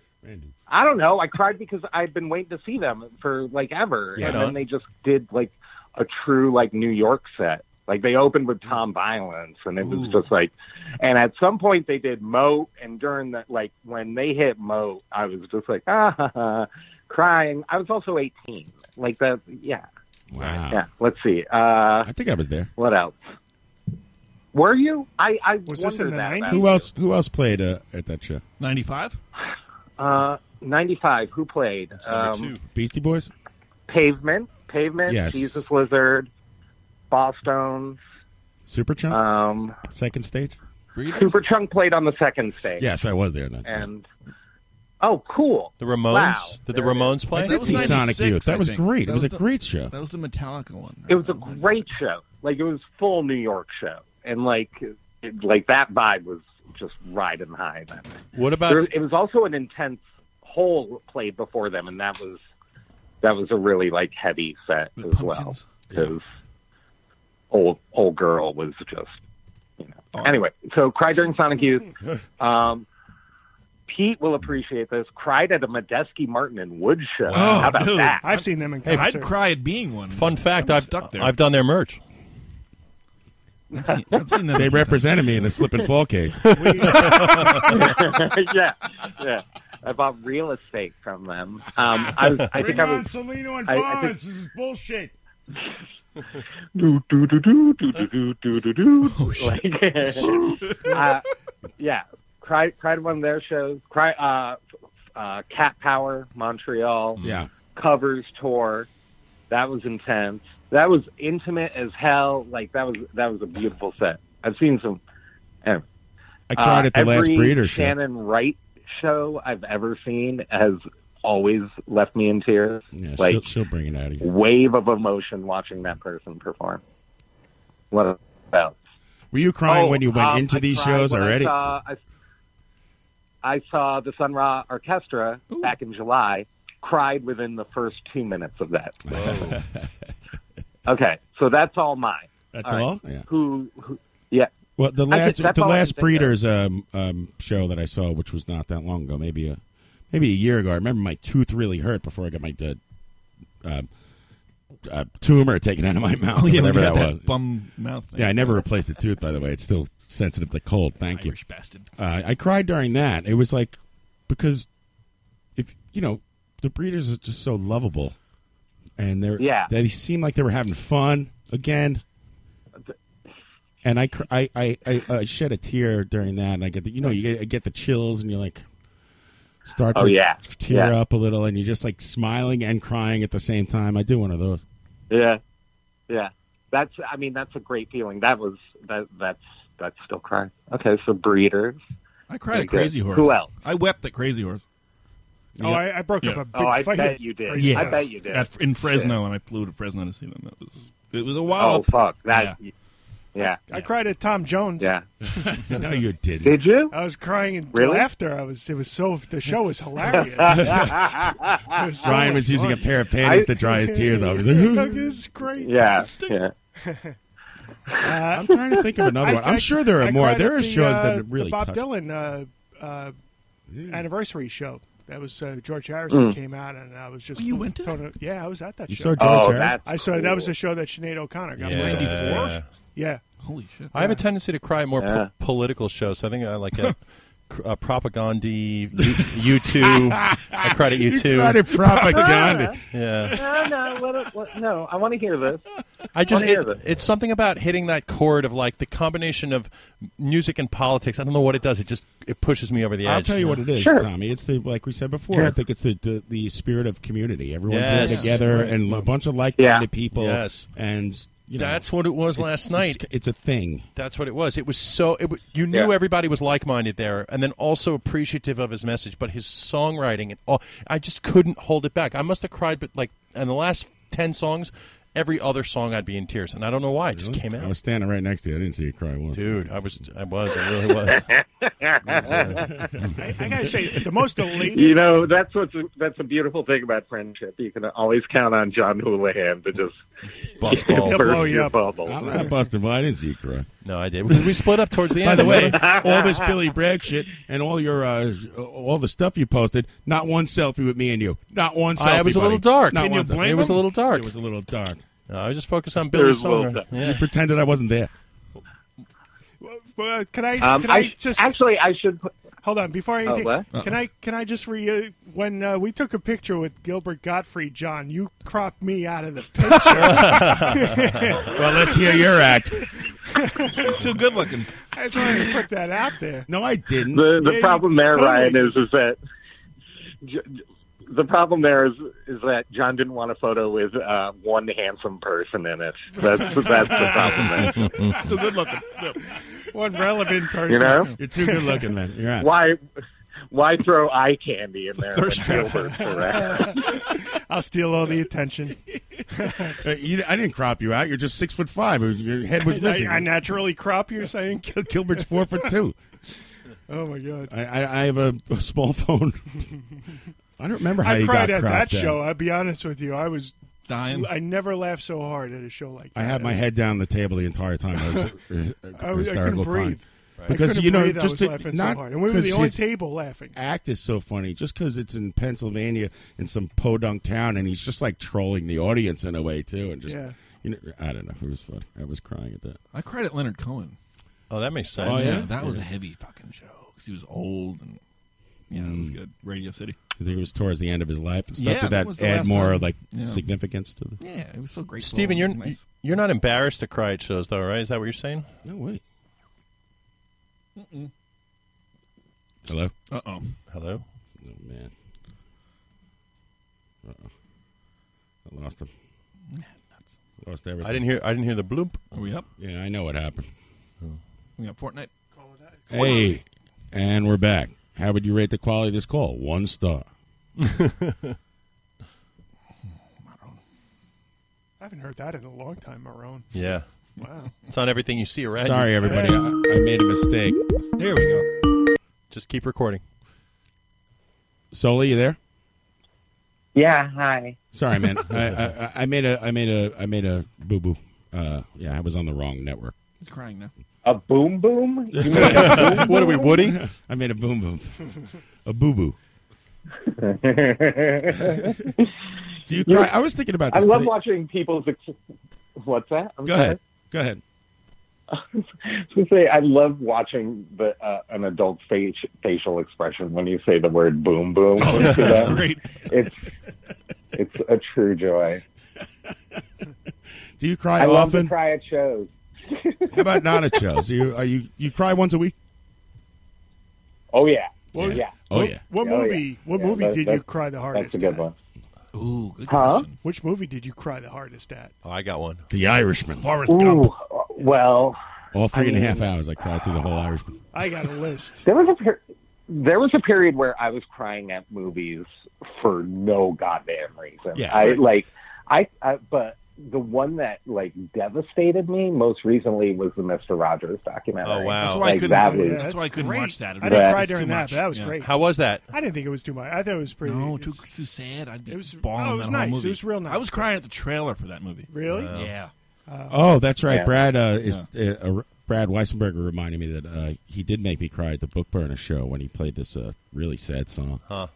Speaker 4: I don't know. I cried because I've been waiting to see them for like ever.
Speaker 17: Yeah.
Speaker 4: and
Speaker 17: Right
Speaker 4: then
Speaker 17: on.
Speaker 4: they just did like a true like New York set. Like they opened
Speaker 15: Mm.
Speaker 4: with Tom Violence and it was just like and at some point they did Moat and during that like when they hit Moat, I was just like ah ha, ha, crying. I was also eighteen. Like that yeah.
Speaker 3: Wow.
Speaker 4: Yeah. Let's see. Uh
Speaker 3: I think I was there.
Speaker 4: what else? Were you? I I
Speaker 15: Was this in
Speaker 4: wondered
Speaker 15: the
Speaker 4: that. about
Speaker 3: Who
Speaker 4: you.
Speaker 3: else? Who else played uh, at that show?
Speaker 16: Ninety-five.
Speaker 4: Uh, ninety-five. Who played? Um,
Speaker 3: Beastie Boys.
Speaker 4: Pavement. Pavement.
Speaker 3: Yes.
Speaker 4: Jesus Lizard. Boston.
Speaker 3: Superchunk.
Speaker 4: Um,
Speaker 3: Second stage.
Speaker 4: Superchunk played on the second stage.
Speaker 3: Yes, I was there then.
Speaker 4: And oh, cool.
Speaker 17: the Ramones?
Speaker 4: Wow.
Speaker 17: Did the Ramones play?
Speaker 16: I
Speaker 3: did see Sonic Youth. That was great. It was, a great show.
Speaker 16: That was the Metallica one.
Speaker 4: It was a great show. Like it was full New York show, and like it, like that vibe was just riding high. Then
Speaker 17: What about?
Speaker 4: There- it was also an intense hole played before them, and that was that was a really like heavy set as well because old old girl was just you know.
Speaker 2: Oh.
Speaker 4: Anyway, so cried during Sonic Youth. Um, Pete will appreciate this. Cried at a Medeski Martin and Wood show. How about
Speaker 16: dude.
Speaker 4: that?
Speaker 15: I've seen them in
Speaker 17: Hey,
Speaker 15: concert.
Speaker 16: I'd cry at being one.
Speaker 17: Fun fact: I've
Speaker 16: stuck there.
Speaker 17: I've done their merch.
Speaker 16: I've seen, I've seen them.
Speaker 3: They represented me in a slip and fall case.
Speaker 4: yeah, yeah. I bought real estate from them. Um, I was. I
Speaker 2: Bring
Speaker 4: think I
Speaker 2: on
Speaker 4: was.
Speaker 2: Salino and
Speaker 4: I- I
Speaker 2: Barnes.
Speaker 4: think-
Speaker 2: this is bullshit.
Speaker 4: do do do do do do do do do.
Speaker 3: Oh,
Speaker 4: Like, uh, yeah, cried cried at one of their shows. Cry. Uh, uh, Cat Power Montreal
Speaker 3: Yeah.
Speaker 4: covers tour. That was intense. That was intimate as hell. Like that was that was a beautiful set. I've seen some. Anyway.
Speaker 3: I cried at the last
Speaker 4: Uh, every
Speaker 3: Breeder show.
Speaker 4: Shannon Wright show I've ever seen has always left me in tears.
Speaker 3: Yeah,
Speaker 4: like
Speaker 3: she'll, she'll bring it out of you.
Speaker 4: wave of emotion watching that person perform. What about?
Speaker 3: Were you crying
Speaker 4: Oh,
Speaker 3: when you went
Speaker 4: um,
Speaker 3: into
Speaker 4: I
Speaker 3: these
Speaker 4: cried
Speaker 3: shows
Speaker 4: when I
Speaker 3: already?
Speaker 4: saw- I, I saw the Sun Ra Orchestra back in July. Cried within the first two minutes of that. okay, so that's all mine.
Speaker 3: That's
Speaker 4: right.
Speaker 3: all? Yeah.
Speaker 4: Who, who? Yeah.
Speaker 3: Well, the
Speaker 4: I
Speaker 3: last
Speaker 4: just- that's
Speaker 3: the
Speaker 4: all I can
Speaker 3: last
Speaker 4: think of.
Speaker 3: Breeders um, um, show that I saw, which was not that long ago, maybe a maybe a year ago. I remember my tooth really hurt before I got my uh, um, uh, tumor taken out of my mouth.
Speaker 16: Oh, yeah,
Speaker 3: or
Speaker 16: when
Speaker 3: whatever
Speaker 16: you got that
Speaker 3: was.
Speaker 16: bum mouth thing.
Speaker 3: Yeah, I never replaced the tooth. By the way, it's still sensitive to cold. Thank you,
Speaker 16: bastard.
Speaker 3: Uh, I cried during that. It was like because if you know the Breeders are just so lovable, and they're
Speaker 4: Yeah.
Speaker 3: they seem like they were having fun again and I, cr- I, I, I, I shed a tear during that, and I get the, you know you get, I get the chills, and you're like start to
Speaker 4: Oh, yeah.
Speaker 3: tear
Speaker 4: Yeah.
Speaker 3: up a little, and you're just like smiling and crying at the same time. I do one of those.
Speaker 4: Yeah. Yeah. That's. I mean, that's a great feeling. That was. That. That's. That's still crying. Okay, so Breeders.
Speaker 16: I cried
Speaker 4: Very
Speaker 16: at Crazy
Speaker 4: good.
Speaker 16: Horse.
Speaker 4: Who else?
Speaker 16: I wept at Crazy Horse.
Speaker 15: Oh, I- I broke up a big
Speaker 4: Oh, I
Speaker 15: fight
Speaker 4: bet
Speaker 15: at
Speaker 4: you did.
Speaker 15: Crazy
Speaker 4: I
Speaker 15: Horse.
Speaker 4: bet you did.
Speaker 16: At, in Fresno, and I flew to Fresno to see them. That was it was a
Speaker 4: Oh
Speaker 16: wild.
Speaker 4: fuck! That. yeah.
Speaker 15: I cried at Tom Jones.
Speaker 4: Yeah.
Speaker 3: no, you didn't.
Speaker 4: Did you?
Speaker 15: I was crying in
Speaker 4: Really?
Speaker 15: laughter. I was. It was so. The show was hilarious. It was so
Speaker 3: Ryan
Speaker 15: much
Speaker 3: was using
Speaker 15: fun.
Speaker 3: a pair of panties to dry his tears off. He's like,
Speaker 15: this is great. Uh,
Speaker 3: Yeah,
Speaker 15: I'm
Speaker 3: trying to think of another one. I'm sure there are more. There are shows that really
Speaker 15: uh, Bob
Speaker 3: touch-
Speaker 15: Dylan uh, uh, anniversary show. That was uh, George Harrison
Speaker 3: Mm. Oh,
Speaker 15: came out, and I was just
Speaker 16: you went to
Speaker 15: that? Yeah, I was at that.
Speaker 3: You
Speaker 15: show.
Speaker 3: saw George Oh, Harrison? that's
Speaker 15: I saw that was
Speaker 3: cool.
Speaker 15: a show that Sinead O'Connor got.
Speaker 17: Yeah.
Speaker 15: me.
Speaker 17: 94?
Speaker 15: Yeah.
Speaker 16: Holy shit!
Speaker 17: I have a tendency to cry at more
Speaker 16: Yeah.
Speaker 17: po- political shows. So I think I like a, a propaganda U two. I cried at
Speaker 3: You
Speaker 17: U two.
Speaker 3: cried at propaganda.
Speaker 17: yeah.
Speaker 4: No, no, what, what, no. I want to hear this.
Speaker 17: I just
Speaker 4: wanna hear
Speaker 17: it, it's something about hitting that chord of like the combination of music and politics. I don't know what it does. It just it pushes me over the edge.
Speaker 3: I'll tell you what it is, Tommy. It's the like we said before.
Speaker 17: Sure.
Speaker 3: I think it's the, the the spirit of community. Everyone's there
Speaker 17: Yes.
Speaker 3: together
Speaker 17: Right.
Speaker 3: and a bunch of like-minded people.
Speaker 17: Yes.
Speaker 3: and you know
Speaker 17: That's what it was
Speaker 3: it-
Speaker 17: last
Speaker 3: it's-
Speaker 17: night.
Speaker 3: It's, a thing.
Speaker 17: That's what it was. It was so it, wa- you knew
Speaker 3: Yeah.
Speaker 17: everybody was like-minded there, and then also appreciative of his message, but his songwriting and all. I just couldn't hold it back. I must have cried, but like in the last ten songs, every other song I'd be in tears, and I don't know why. It just came
Speaker 3: I
Speaker 17: out.
Speaker 3: was standing right next to you. I didn't see you cry once.
Speaker 17: Dude, I was, I was, I really was.
Speaker 15: I, I gotta say, the most elated.
Speaker 4: You know, that's what's that's a beautiful thing about friendship. You can always count on John Houlihan to just
Speaker 17: Bust
Speaker 4: burst
Speaker 17: balls. Blow you
Speaker 4: your
Speaker 17: up.
Speaker 4: bubbles.
Speaker 3: Oh, I'm not busting, but I didn't see you cry.
Speaker 17: No, I did. We split up towards the
Speaker 3: By
Speaker 17: end,
Speaker 3: the way,
Speaker 17: remember?
Speaker 3: all this Billy Bragg shit and all your uh, all the stuff you posted, not one selfie with me and you. Not one selfie.
Speaker 17: I was a
Speaker 3: buddy.
Speaker 17: little dark.
Speaker 3: Not one selfie.
Speaker 17: It was a little dark. It
Speaker 3: was a little dark.
Speaker 17: No, I was just focused on
Speaker 3: There
Speaker 17: Billy's
Speaker 3: was a little
Speaker 17: song.
Speaker 3: dark.
Speaker 17: Yeah.
Speaker 3: You pretended I wasn't there.
Speaker 15: Well, uh, can I?
Speaker 4: Um,
Speaker 15: can
Speaker 4: I
Speaker 15: I,
Speaker 4: sh-
Speaker 15: just
Speaker 4: actually? I should
Speaker 15: hold on before I.
Speaker 4: Oh,
Speaker 15: anything-
Speaker 4: what?
Speaker 15: Can I? Can I just re? Uh, when uh, we took a picture with Gilbert Gottfried, John, you cropped me out of the picture.
Speaker 3: well, let's hear your act.
Speaker 16: He's still good looking.
Speaker 15: I just wanted to put that out there.
Speaker 3: No, I didn't.
Speaker 4: The
Speaker 15: Yeah,
Speaker 4: the
Speaker 15: you
Speaker 4: problem there,
Speaker 15: totally
Speaker 4: Ryan, is is that J- j- the problem there is is that John didn't want a photo with uh, one handsome person in it. That's that's the problem there.
Speaker 16: Still good looking.
Speaker 15: One relevant person.
Speaker 4: You know,
Speaker 3: You're too good looking, man. You're out.
Speaker 4: Why why throw eye candy in there? When Gilbert's around?
Speaker 15: I'll steal all the attention.
Speaker 3: Uh, you, I didn't crop you out. You're just six foot five. Your head was missing.
Speaker 15: I, I naturally crop you saying
Speaker 3: Gil- Gilbert's four foot two.
Speaker 15: Oh my god.
Speaker 3: I, I, I have a, a small phone. I don't remember how
Speaker 15: I
Speaker 3: you
Speaker 15: cried
Speaker 3: got
Speaker 15: at that
Speaker 3: cropped out.
Speaker 15: show. I'll be honest with you. I was
Speaker 16: dying.
Speaker 15: I never laughed so hard at a show like
Speaker 3: I had my head down the table the entire time. I was uh,
Speaker 15: I, was, I couldn't
Speaker 3: hysterical crying.
Speaker 15: breathe. I
Speaker 3: Because
Speaker 15: couldn't
Speaker 3: you know,
Speaker 15: breathe, I
Speaker 3: just
Speaker 15: was
Speaker 3: to-
Speaker 15: laughing
Speaker 3: not
Speaker 15: so hard, and we were the
Speaker 3: 'cause
Speaker 15: only
Speaker 3: his
Speaker 15: table laughing.
Speaker 3: Act is so funny, just because it's in Pennsylvania in some podunk town, and he's just like trolling the audience in a way too, and just
Speaker 16: Yeah.
Speaker 3: you know, I don't know, it was fun. I was crying at that.
Speaker 16: I cried at Leonard Cohen.
Speaker 17: Oh, that makes sense.
Speaker 3: Oh, yeah?
Speaker 16: that was a
Speaker 3: Yeah.
Speaker 16: heavy fucking show 'cause he was old and yeah, it was good. Radio City.
Speaker 3: I think it was towards Mm. the end of his life and stuff.
Speaker 16: Yeah,
Speaker 3: Did
Speaker 16: that
Speaker 3: that,
Speaker 16: was the
Speaker 3: add
Speaker 16: last
Speaker 3: more
Speaker 16: time.
Speaker 3: like
Speaker 16: Yeah.
Speaker 3: significance to the?
Speaker 16: Yeah, it was so great.
Speaker 17: Steven, you're you're not embarrassed to cry at shows, though, right? Is that what you're saying?
Speaker 3: No way. Hello.
Speaker 16: Uh oh.
Speaker 17: Hello.
Speaker 3: Oh man. Uh-oh. I lost him. Lost everything.
Speaker 17: I didn't hear. I didn't hear the bloop. Oh.
Speaker 16: Are we up?
Speaker 3: Yeah, I know what happened.
Speaker 16: We got Fortnite.
Speaker 3: Hey, and we're back. How would you rate the quality of this call? One star.
Speaker 15: I haven't heard that in a long time, Marone.
Speaker 17: Yeah.
Speaker 15: Wow.
Speaker 17: It's on everything you see Oh, around.
Speaker 3: Sorry,
Speaker 17: you.
Speaker 3: everybody. I, I made a mistake. There we go.
Speaker 17: Just keep recording.
Speaker 3: Soli, you there?
Speaker 4: Yeah, hi.
Speaker 3: Sorry, man. I, I, I made a I made a I made a boo boo. Uh, yeah, I was on the wrong network.
Speaker 16: He's crying now.
Speaker 4: A boom boom? You mean a boom
Speaker 3: what are we,
Speaker 4: boom?
Speaker 3: Woody? I made a boom boom, a boo boo. Do you cry? I was thinking about
Speaker 4: I
Speaker 3: this.
Speaker 4: love
Speaker 3: today.
Speaker 4: watching people's. Ex- What's that? I'm
Speaker 3: Go
Speaker 4: sorry.
Speaker 3: ahead. Go ahead.
Speaker 4: I was gonna say I love watching the uh, an adult face, facial expression when you say the word boom boom.
Speaker 16: that's
Speaker 4: to them.
Speaker 16: great.
Speaker 4: It's it's a true joy.
Speaker 3: Do you cry
Speaker 4: I love
Speaker 3: often?
Speaker 4: to cry at shows.
Speaker 3: How about not at shows? Are you are you you cry once a week?
Speaker 4: Oh yeah.
Speaker 15: What-
Speaker 4: yeah.
Speaker 3: Oh yeah.
Speaker 15: What
Speaker 4: Oh, yeah.
Speaker 15: movie? What
Speaker 4: Yeah,
Speaker 15: movie
Speaker 4: that-
Speaker 15: did you
Speaker 4: that's-
Speaker 15: cry the hardest?
Speaker 4: That's a good one.
Speaker 16: Ooh, good
Speaker 4: Huh?
Speaker 15: Which movie did you cry the hardest at?
Speaker 17: Oh, I got one.
Speaker 3: The Irishman.
Speaker 16: Forrest
Speaker 4: Ooh, well,
Speaker 3: All three and a
Speaker 4: I
Speaker 3: half
Speaker 4: mean-
Speaker 3: hours. I cried through the whole Irishman.
Speaker 15: I got a list.
Speaker 4: There was a per- there was a period where I was crying at movies for no goddamn reason.
Speaker 3: Yeah.
Speaker 4: I like I, I but the one that like devastated me most recently was the Mister Rogers documentary.
Speaker 17: Oh, wow. That's
Speaker 15: why I
Speaker 4: Like,
Speaker 15: couldn't-
Speaker 4: that was,
Speaker 15: yeah, that's why I couldn't
Speaker 16: watch that.
Speaker 15: I didn't
Speaker 4: That
Speaker 15: cry
Speaker 4: was
Speaker 15: during
Speaker 4: too
Speaker 15: that,
Speaker 16: much.
Speaker 15: but that was
Speaker 16: Yeah.
Speaker 15: great.
Speaker 17: How was that?
Speaker 15: I didn't think it was too much. I thought it was pretty.
Speaker 16: No,
Speaker 15: it's-
Speaker 16: too, too sad. I'd be
Speaker 15: It was-
Speaker 16: bawling
Speaker 15: oh, it was
Speaker 16: that
Speaker 15: nice. It
Speaker 16: whole movie.
Speaker 15: was real nice.
Speaker 16: I was crying at the trailer for that movie.
Speaker 15: Really? Uh,
Speaker 16: Yeah.
Speaker 3: Oh, that's right.
Speaker 16: Yeah.
Speaker 3: Brad uh, is uh, uh, Brad Weissenberger reminded me that uh, he did make me cry at the Book Burner show when he played this uh, really sad song.
Speaker 17: Huh.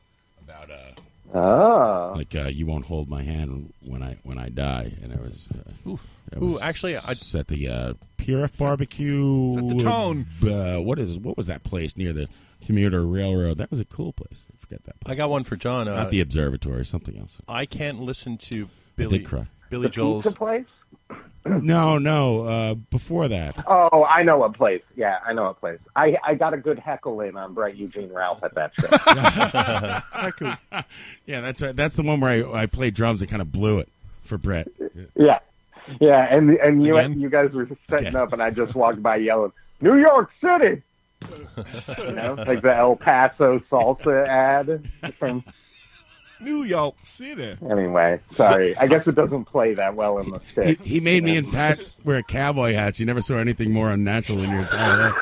Speaker 3: About uh,
Speaker 4: Oh.
Speaker 3: like uh, you won't hold my hand when I when I die, and it was. Uh,
Speaker 16: Oof.
Speaker 3: it
Speaker 17: Ooh,
Speaker 3: was
Speaker 17: actually, I-
Speaker 3: s- at the uh, PRF barbecue. Set
Speaker 16: the tone.
Speaker 3: Uh, what is what was that place near the commuter railroad? That was a cool place. I forget that. Place.
Speaker 17: I got one for John. Uh,
Speaker 3: Not the observatory, something else.
Speaker 17: I can't listen to Billy.
Speaker 3: cry.
Speaker 17: Billy Joel's.
Speaker 4: pizza place.
Speaker 3: no, no. Uh, before that,
Speaker 4: Oh, I know a place. Yeah, I know a place. I I got a good heckle in on Brett Eugene Ralph at that show.
Speaker 3: yeah, that's right. That's the one where I, I played drums and kind of blew it for Brett.
Speaker 4: yeah, yeah, and and you you guys were setting up, and I just walked by yelling, "New York City!" You know, like the El Paso salsa ad from.
Speaker 16: New York City.
Speaker 4: Anyway, sorry. I guess it doesn't play that well in the
Speaker 3: He,
Speaker 4: stick.
Speaker 3: he made me and Pat wear cowboy hats. You never saw anything more unnatural in your entire life.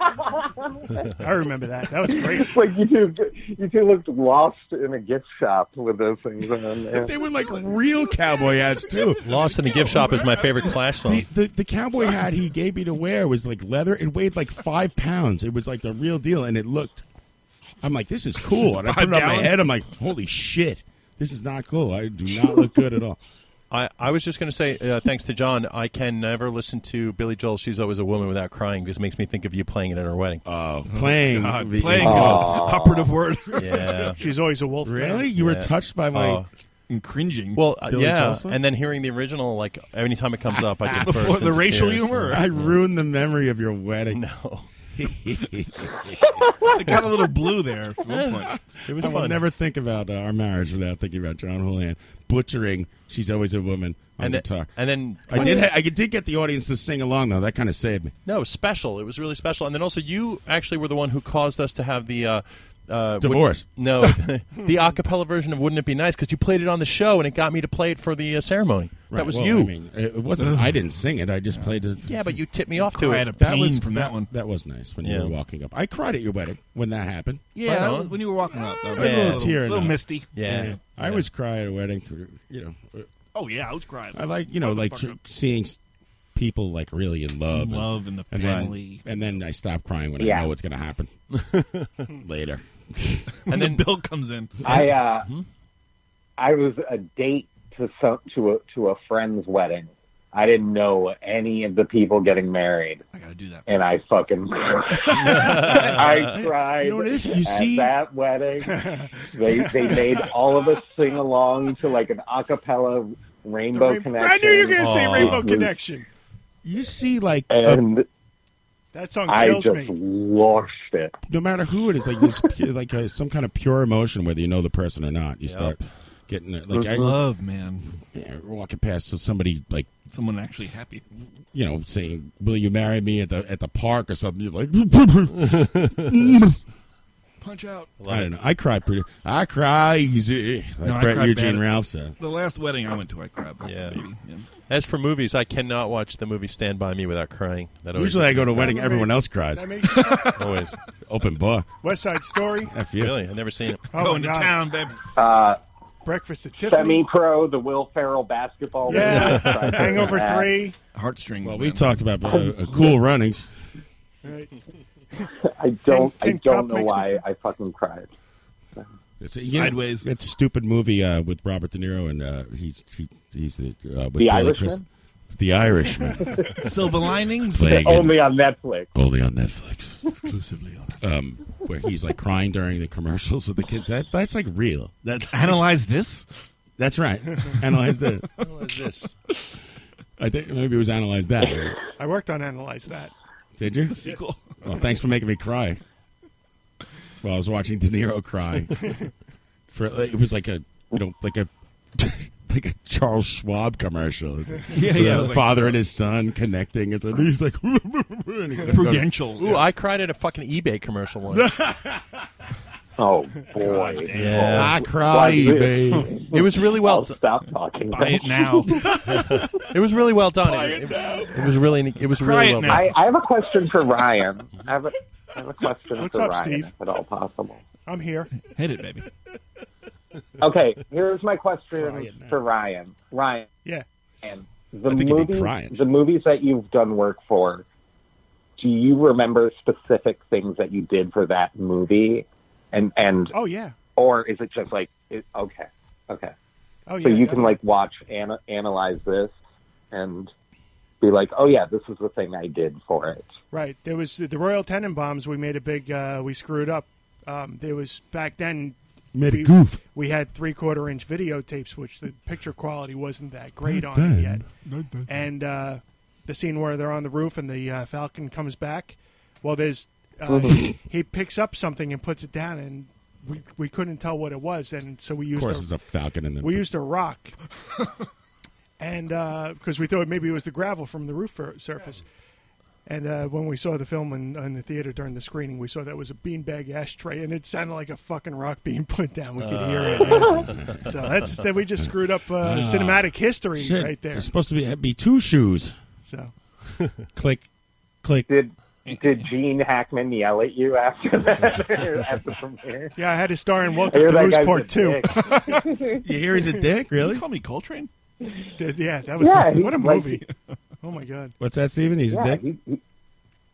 Speaker 15: I remember that. That was great.
Speaker 4: It's like you two, you two looked lost in a gift shop with those things on. Yeah.
Speaker 3: They were like real cowboy hats too.
Speaker 17: Lost in a gift shop is my favorite Clash song.
Speaker 3: The, the the cowboy hat he gave me to wear was like leather. It weighed like five pounds. It was like the real deal, and it looked. I'm like, this is cool, and I put it on my
Speaker 17: Five-gallon?
Speaker 3: head. I'm like, holy shit, this is not cool. I do not look good at all.
Speaker 17: I, I was just going to say, uh, thanks to John, I can never listen to Billy Joel. She's always a woman without crying because it makes me think of you playing it at her wedding.
Speaker 3: Oh, playing, Oh.
Speaker 16: God, playing is an operative word.
Speaker 17: Yeah.
Speaker 15: She's always a wolf. man.
Speaker 3: Really, you were
Speaker 17: Yeah.
Speaker 3: touched by my
Speaker 17: Oh.
Speaker 16: And cringing.
Speaker 17: Well, uh,
Speaker 3: Billy
Speaker 17: yeah,
Speaker 3: Joel song?
Speaker 17: and then hearing the original, like anytime it comes up, I just
Speaker 16: The
Speaker 17: burst
Speaker 16: fo-
Speaker 17: into
Speaker 16: the racial
Speaker 17: tears.
Speaker 16: humor.
Speaker 3: I ruined the memory of your wedding.
Speaker 17: No,
Speaker 16: I got a little blue there at one point.
Speaker 17: it was
Speaker 3: I will
Speaker 17: fun.
Speaker 3: never think about uh, our marriage without thinking about John Hulan butchering. She's always a woman on
Speaker 17: And then-
Speaker 3: guitar.
Speaker 17: and then-
Speaker 3: I did. Ha- I did get the audience to sing along though. That kind of saved me.
Speaker 17: No, it was special. It was really special. And then also, you actually were the one who caused us to have the. Uh, uh, would-
Speaker 3: Divorce.
Speaker 17: no, the a cappella version of "Wouldn't It Be Nice" because you played it on the show and it got me to play it for the uh, ceremony.
Speaker 3: Right,
Speaker 17: that was
Speaker 3: well,
Speaker 17: you.
Speaker 3: I mean, it it wasn't. I didn't sing it. I just played it.
Speaker 17: yeah, but you tipped me off to
Speaker 16: I
Speaker 17: it.
Speaker 16: had a
Speaker 3: That
Speaker 16: pain
Speaker 3: was
Speaker 16: from that, one.
Speaker 3: That was nice when
Speaker 17: Yeah.
Speaker 3: you were walking up. I cried at your wedding when that happened.
Speaker 16: Yeah,
Speaker 17: Right
Speaker 16: that
Speaker 17: on.
Speaker 16: was when you were walking up, that
Speaker 3: I
Speaker 16: was
Speaker 3: had a little tear,
Speaker 16: a
Speaker 3: in
Speaker 16: little
Speaker 3: my-
Speaker 16: misty.
Speaker 17: Yeah.
Speaker 3: I always cry at a wedding. You know, uh,
Speaker 16: Oh yeah, I was crying.
Speaker 3: I like you know like tr- seeing s- people like really in love,
Speaker 16: In love and the family.
Speaker 3: and then, and then I stop crying when
Speaker 4: Yeah.
Speaker 3: I know what's going to happen later.
Speaker 16: and then Bill comes in.
Speaker 4: I uh, I was a date to some to a to a friend's wedding. I didn't know any of the people getting married,
Speaker 16: I gotta do that.
Speaker 4: and I fucking I cried.
Speaker 3: You know what it is? You
Speaker 4: at
Speaker 3: see-
Speaker 4: that wedding, they they made all of us sing along to like an a cappella Rainbow
Speaker 15: Rain-
Speaker 4: Connection.
Speaker 3: Oh,
Speaker 15: I knew you were going to say
Speaker 17: Aw.
Speaker 15: Rainbow
Speaker 4: It was-
Speaker 15: Connection.
Speaker 3: You see like a
Speaker 4: And
Speaker 15: That song
Speaker 4: I
Speaker 15: kills
Speaker 4: just
Speaker 15: me.
Speaker 4: washed it.
Speaker 3: No matter who it is, like this, pu- like uh, some kind of pure emotion, whether you know the person or not, you start getting it. Like
Speaker 16: There's love, man.
Speaker 3: Yeah, walking past somebody, like
Speaker 16: Someone actually happy.
Speaker 3: you know, saying, "Will you marry me?" at the at the park or something. You're like,
Speaker 16: Punch out.
Speaker 3: I don't know. I cry pretty. I cry easy. Like
Speaker 16: No, I
Speaker 3: Brett
Speaker 16: cried
Speaker 3: Eugene uh,
Speaker 16: bad.
Speaker 3: Ralph said.
Speaker 16: The last wedding I went to, I cried. Like
Speaker 17: Yeah.
Speaker 16: a baby. yeah.
Speaker 17: As for movies, I cannot watch the movie Stand By Me without crying. That always
Speaker 3: Usually, I
Speaker 17: makes me
Speaker 3: go to a
Speaker 17: cry.
Speaker 3: wedding. Everyone else cries.
Speaker 15: That makes-
Speaker 17: always
Speaker 3: open bar.
Speaker 15: West Side Story.
Speaker 3: F you.
Speaker 17: Really, I've never seen it.
Speaker 15: Oh,
Speaker 16: Going
Speaker 15: my
Speaker 16: to
Speaker 15: God.
Speaker 16: town, babe.
Speaker 4: Uh,
Speaker 15: Breakfast at Tiffany.
Speaker 4: Semi pro, the Will Ferrell basketball.
Speaker 15: Yeah.
Speaker 4: Tried to
Speaker 15: Hangover
Speaker 4: do that.
Speaker 15: three.
Speaker 16: Heartstrings. Oh.
Speaker 3: Well, we talked about uh, uh, cool runnings.
Speaker 4: I don't.
Speaker 3: Tin- Tin
Speaker 4: I
Speaker 3: Cup
Speaker 4: don't know
Speaker 3: makes me
Speaker 4: why I fucking cried.
Speaker 3: It's, you know, that stupid movie uh, with Robert De Niro and uh, he's he, he's the uh, with
Speaker 4: The
Speaker 3: Billy
Speaker 4: Irishman?
Speaker 3: Crystal- The Irishman.
Speaker 16: Silver linings.
Speaker 3: Playing
Speaker 4: Only
Speaker 3: in-
Speaker 4: on Netflix.
Speaker 3: Only on Netflix. Exclusively on Netflix. Um, where he's like crying during the commercials with the kid. That that's like real. That
Speaker 16: analyze this.
Speaker 3: That's right. Analyze this.
Speaker 15: Analyze
Speaker 3: this. I think maybe it was analyze that.
Speaker 15: I worked on Analyze That.
Speaker 3: Did you?
Speaker 15: sequel.
Speaker 3: Well, thanks for making me cry. Well, I was watching De Niro cry. For it was like a you know like a like a Charles Schwab commercial. It's like-
Speaker 16: Yeah,
Speaker 3: so
Speaker 16: yeah,
Speaker 3: the
Speaker 16: like-
Speaker 3: father and his son connecting. It's like, he's like and he goes-
Speaker 17: Ooh, I cried at a fucking eBay commercial once.
Speaker 4: Oh boy! Oh,
Speaker 17: Yeah.
Speaker 4: I
Speaker 17: cried,
Speaker 4: babe.
Speaker 17: It was really well. done.
Speaker 4: Oh, Stop talking.
Speaker 17: Buy it now. it was really well done. it, it was really. It was really well
Speaker 4: I,
Speaker 17: done.
Speaker 4: I have a question for Ryan. I have a, I have a question
Speaker 15: What's
Speaker 4: for
Speaker 15: up,
Speaker 4: Ryan,
Speaker 15: Steve?
Speaker 4: if at all possible.
Speaker 15: I'm here.
Speaker 16: Hit it, baby.
Speaker 4: Okay, here's my question
Speaker 15: Ryan.
Speaker 4: for Ryan. Ryan,
Speaker 15: Yeah.
Speaker 4: the
Speaker 15: I think he'd be
Speaker 4: movies,
Speaker 15: crying.
Speaker 4: the movies that you've done work for, do you remember specific things that you did for that movie? And and
Speaker 15: Oh yeah.
Speaker 4: or is it just like it, okay, okay?
Speaker 15: Oh yeah.
Speaker 4: so you can like watch ana- analyze this and be like, oh yeah, this is the thing I did for it.
Speaker 15: Right. There was the Royal Tenenbaums. We made a big. Uh, we screwed up. Um, there was back then.
Speaker 3: Made a
Speaker 15: we,
Speaker 3: goof.
Speaker 15: We had three quarter inch videotapes, which the picture quality wasn't that great
Speaker 3: Not
Speaker 15: on it
Speaker 3: bad.
Speaker 15: yet. And uh, the scene where they're on the roof and the uh, Falcon comes back. Well, there's uh,
Speaker 4: Mhm.
Speaker 15: he picks up something and puts it down, and we we couldn't tell what it was, and so we
Speaker 3: Of
Speaker 15: used
Speaker 3: course,
Speaker 15: a-
Speaker 3: it's a falcon and then
Speaker 15: we used a rock, and because we thought maybe it was the gravel from the roof fur- surface. And uh, when we saw the film in, in the theater during the screening, we saw that was a beanbag ashtray, and it sounded like a fucking rock being put down. We could hear it.
Speaker 17: Uh.
Speaker 15: yeah. so that's that. We just screwed up uh,
Speaker 3: Ah,
Speaker 15: cinematic history
Speaker 3: shit,
Speaker 15: right there.
Speaker 3: There's supposed to be be two shoes.
Speaker 15: So
Speaker 3: click, click.
Speaker 4: Did
Speaker 3: Eh,
Speaker 4: Did Gene Hackman yell at you after that? at the premiere?
Speaker 15: yeah, I had to star in
Speaker 4: I
Speaker 15: Welcome
Speaker 4: hear
Speaker 15: to
Speaker 4: that guy's
Speaker 15: Newsport
Speaker 4: a
Speaker 15: too.
Speaker 4: dick.
Speaker 3: You hear he's a dick, really?
Speaker 16: You call me Coltrane?
Speaker 15: yeah, that was
Speaker 4: Yeah, he-
Speaker 15: what a
Speaker 4: like-
Speaker 15: movie. oh my god.
Speaker 3: What's that, Steven? He's a
Speaker 4: yeah,
Speaker 3: dick.
Speaker 4: he-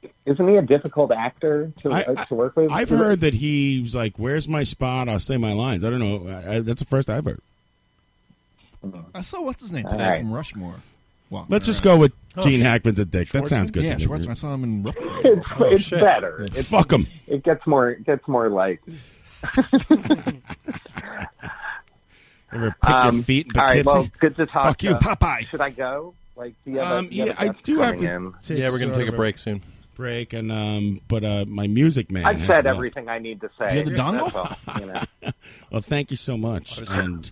Speaker 4: he- isn't he a difficult actor to,
Speaker 3: I-
Speaker 4: uh, to work with?
Speaker 3: I've heard that he's like, "Where's my spot? I'll say my lines." I don't know. I, I, that's the first I've heard.
Speaker 16: I saw what's his name
Speaker 4: All
Speaker 16: today
Speaker 4: right.
Speaker 16: from Rushmore. Walking
Speaker 3: Let's just
Speaker 16: around.
Speaker 3: go with
Speaker 15: Oh,
Speaker 3: Gene Hackman's a dick. That sounds good.
Speaker 16: Yeah,
Speaker 3: to me.
Speaker 16: Schwartzman. I saw him in Rough Trade.
Speaker 4: It's,
Speaker 16: Oh,
Speaker 4: it's
Speaker 16: shit.
Speaker 4: better. It's,
Speaker 3: Fuck him.
Speaker 4: It gets more. It gets more like.
Speaker 3: Ever pick
Speaker 4: Um,
Speaker 3: your feet and
Speaker 4: all right.
Speaker 3: Poughkeepsie?
Speaker 4: Well, good to talk.
Speaker 3: Fuck you,
Speaker 4: uh,
Speaker 3: Popeye.
Speaker 4: Should I go? Like, do you have a,
Speaker 3: Um,
Speaker 4: do you
Speaker 3: yeah,
Speaker 4: have a
Speaker 3: I
Speaker 4: guest
Speaker 3: do have
Speaker 4: coming
Speaker 3: to.
Speaker 4: in?
Speaker 3: take
Speaker 17: Yeah, we're gonna
Speaker 3: sort
Speaker 17: take
Speaker 3: of
Speaker 17: a break soon.
Speaker 3: Break and um, but uh, my music man.
Speaker 4: I've
Speaker 3: has
Speaker 4: said
Speaker 3: left.
Speaker 4: everything I need to say.
Speaker 3: Do you have the dongle?
Speaker 4: That's all, you know.
Speaker 3: Well, thank you so much.
Speaker 4: Obviously.
Speaker 3: And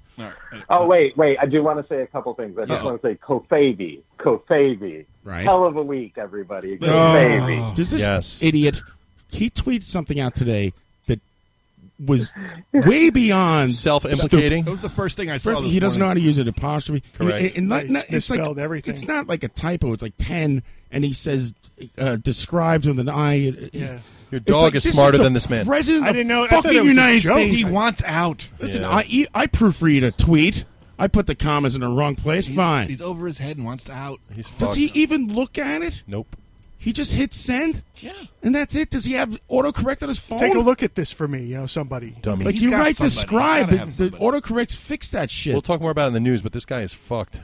Speaker 4: Oh wait, wait! I do want to say a couple things. I just
Speaker 3: Uh-oh.
Speaker 4: want to say Kofavi, Kofavi,
Speaker 3: Right.
Speaker 4: hell of a week, everybody. Kofavi.
Speaker 3: oh, Does this idiot? He tweeted something out today that was way beyond
Speaker 17: Self-implicating?
Speaker 3: stupid.
Speaker 16: That was the first thing I saw.
Speaker 3: First,
Speaker 16: this
Speaker 3: he doesn't know how
Speaker 16: morning.
Speaker 3: to use an apostrophe. And-
Speaker 16: Correct.
Speaker 3: And, and not-
Speaker 16: Nice.
Speaker 3: not- it's like-
Speaker 16: Misspelled everything.
Speaker 3: It's not like a typo. It's like ten, and he says uh, describes with an I.
Speaker 15: Yeah.
Speaker 17: Your
Speaker 3: It's
Speaker 17: dog
Speaker 3: like,
Speaker 17: is
Speaker 3: this
Speaker 17: smarter
Speaker 3: the
Speaker 17: than this man.
Speaker 3: President
Speaker 15: I didn't know- I
Speaker 3: of the
Speaker 15: thought it
Speaker 3: fucking
Speaker 15: was a
Speaker 3: United
Speaker 15: joke.
Speaker 3: States.
Speaker 16: He wants out.
Speaker 3: Listen,
Speaker 17: Yeah.
Speaker 3: I e- I proofread a tweet. I put the commas in the wrong place. Fine.
Speaker 16: He's over his head and wants out.
Speaker 17: He's
Speaker 3: Does he even look at it?
Speaker 17: Nope.
Speaker 3: He just hits send.
Speaker 16: Yeah.
Speaker 3: And that's it. Does he have autocorrect on his phone?
Speaker 15: Take a look at this for me, you know, somebody.
Speaker 17: Dummy.
Speaker 3: Like
Speaker 17: He's
Speaker 3: you
Speaker 17: got
Speaker 3: write
Speaker 17: somebody. He's
Speaker 3: describe,
Speaker 17: gotta
Speaker 3: the,
Speaker 17: have
Speaker 3: the autocorrects fix that shit.
Speaker 17: We'll talk more about it in the news, but this guy is fucked.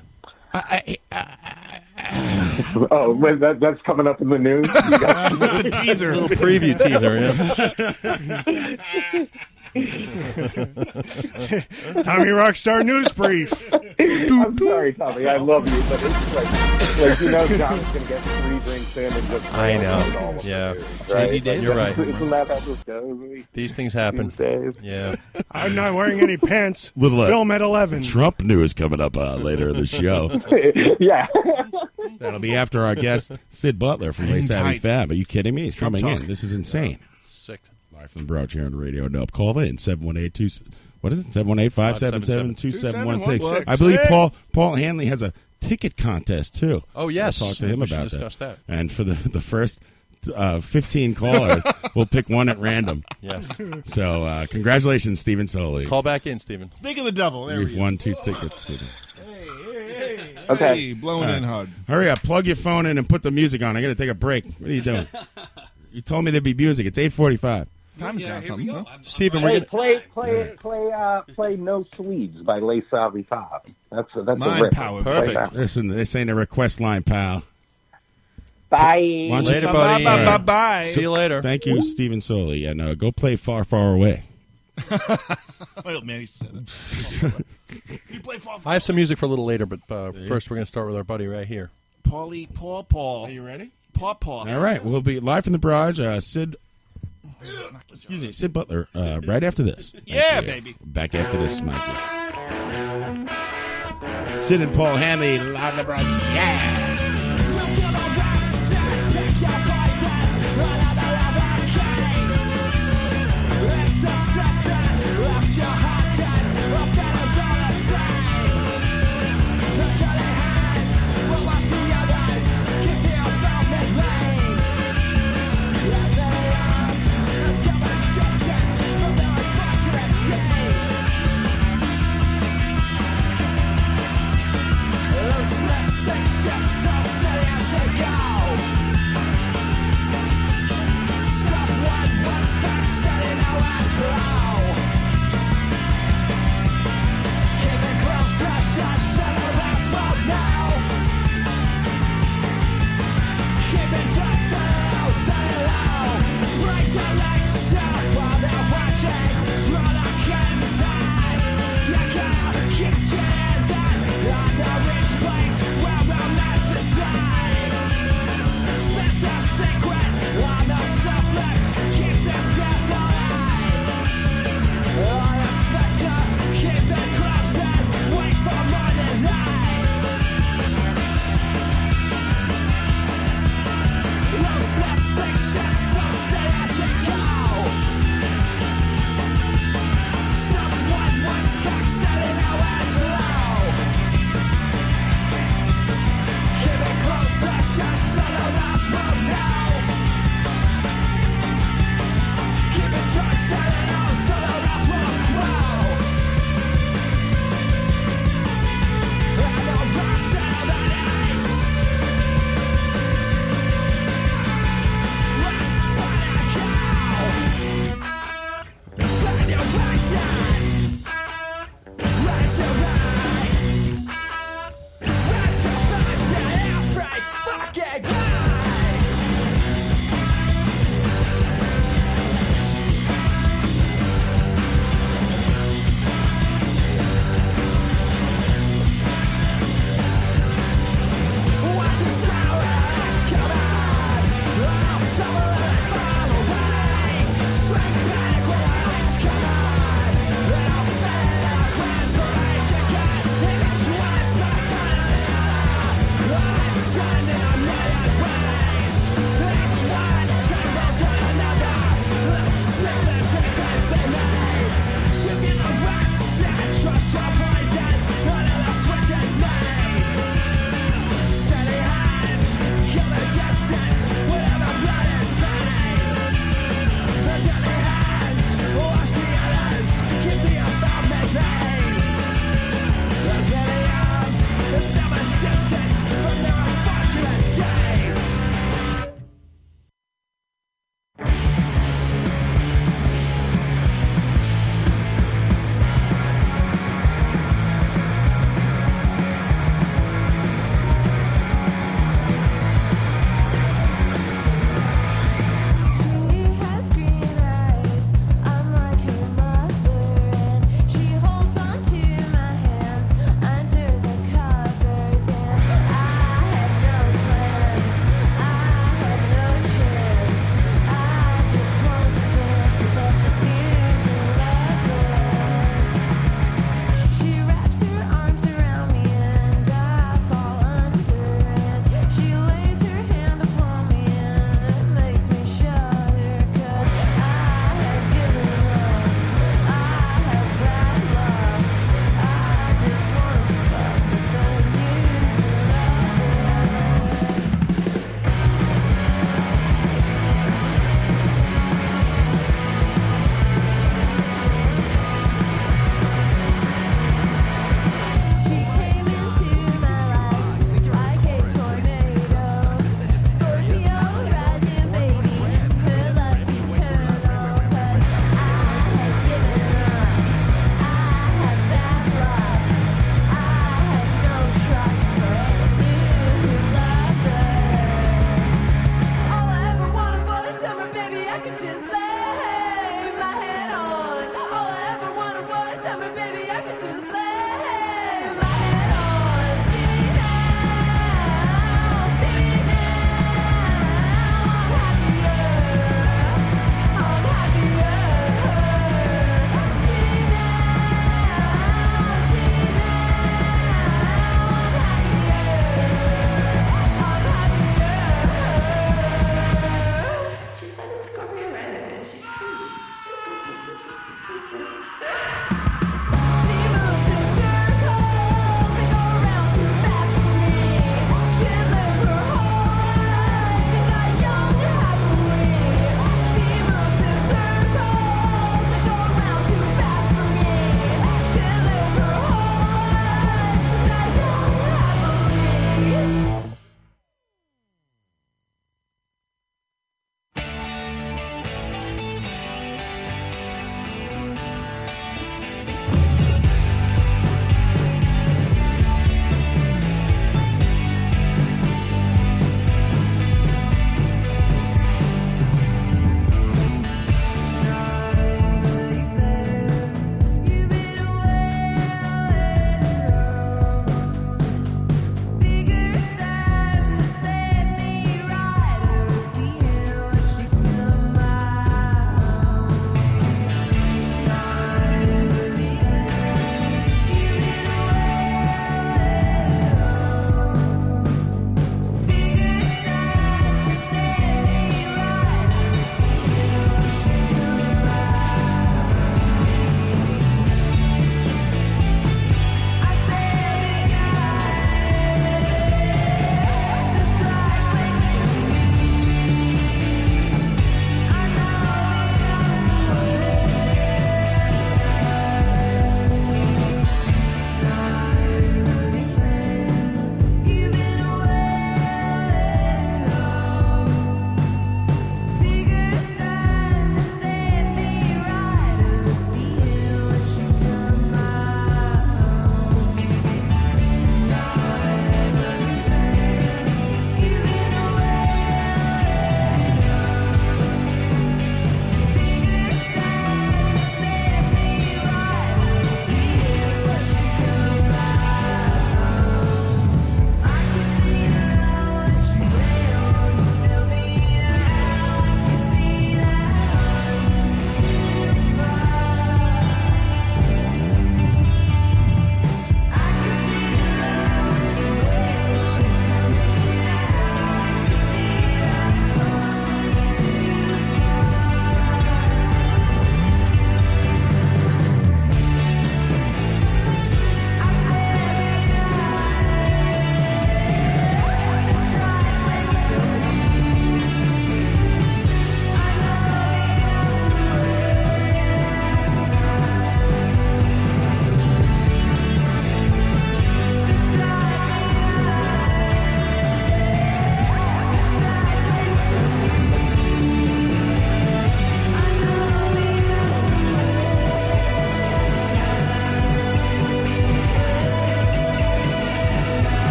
Speaker 3: I, I, I,
Speaker 4: Oh, wait, that, that's coming up in the news. You got-
Speaker 3: That's a teaser.
Speaker 17: Little preview teaser,
Speaker 15: Tommy Rockstar News Brief.
Speaker 10: I'm sorry, Tommy. I love you, but it's like, like you know, John's gonna get three drinks in and just.
Speaker 17: I
Speaker 10: it all
Speaker 17: know.
Speaker 10: with
Speaker 17: Yeah.
Speaker 10: it, right?
Speaker 17: JD
Speaker 10: Like,
Speaker 17: You're
Speaker 10: that's-
Speaker 17: right.
Speaker 10: Isn't that how this goes?
Speaker 17: These things happen. Yeah.
Speaker 15: I'm not wearing any pants.
Speaker 3: Little uh,
Speaker 15: Film at 11.
Speaker 3: Trump news coming up uh, later in the show.
Speaker 10: yeah.
Speaker 3: That'll be after our guest Sid Butler from Lace Alley Fab. Are you kidding me? He's coming in. This is insane.
Speaker 17: Sick.
Speaker 3: Live from Broad Chair on the Radio Nope. Call in 718 what is it? 718 577 2716. I believe Paul Paul Hanley has a ticket contest too.
Speaker 17: Oh, yes.
Speaker 3: We'll talk to him
Speaker 17: We should
Speaker 3: about
Speaker 17: discuss that.
Speaker 3: And for the the first uh, 15 callers, we'll pick one at random.
Speaker 17: Yes.
Speaker 3: So, uh, congratulations Stephen Soley.
Speaker 17: Call back in, Steven.
Speaker 16: Speak of the devil. There
Speaker 3: You've
Speaker 16: we
Speaker 3: won two tickets, Stephen.
Speaker 16: Okay. Hey, blowing
Speaker 3: All
Speaker 16: in
Speaker 3: right.
Speaker 16: hard.
Speaker 3: Hurry up, plug your phone in and put the music on. I got to take a break. What are you doing? you told me there'd be music. It's 8:45.
Speaker 16: Time's down something, no?
Speaker 17: Stephen,
Speaker 4: Hey, play, play, play, uh, play "No Sleeves" by Les Avi Five. That's a, that's a rip. Play that.
Speaker 3: Listen, this ain't a request line, pal.
Speaker 4: Bye.
Speaker 3: Why don't you- All right.
Speaker 17: See you later.
Speaker 3: Thank you, Stephen Soley, and uh, go play far, far away.
Speaker 16: Wait, Oh, man, he said it. you play Paul,
Speaker 17: I have some music for a little later, but uh, first we're going to start with our buddy right here.
Speaker 16: Paulie, Paul, Paul. Are you
Speaker 3: ready?
Speaker 16: Paul, Paul.
Speaker 3: All right, we'll be live from the barrage. Uh, Sid, excuse me, Sid Butler. Uh, right after this. Thank
Speaker 16: Yeah,
Speaker 3: you.
Speaker 16: baby.
Speaker 3: Back after this, Mikey. Sid and Paul Hanley live in the barrage. Yeah.
Speaker 1: Six ships, so steady as they go.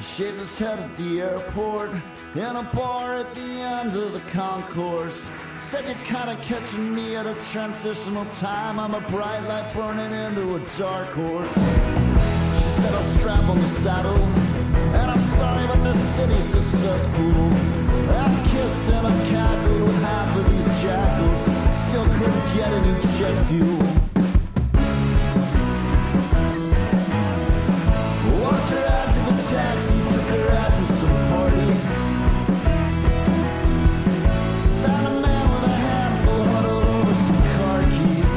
Speaker 18: Shaved his head at the airport, in a bar at the end of the concourse. Said you're kinda catching me at a transitional time. I'm a bright light burning into a dark horse. She said I'll strap on the saddle, and I'm sorry, but this city's a cesspool. I've kissed and I've cackled with half of these jackals. Still couldn't get any jet fuel. Walked her out to the taxis, took her out to some parties. Found a man with a handful huddled over some car keys.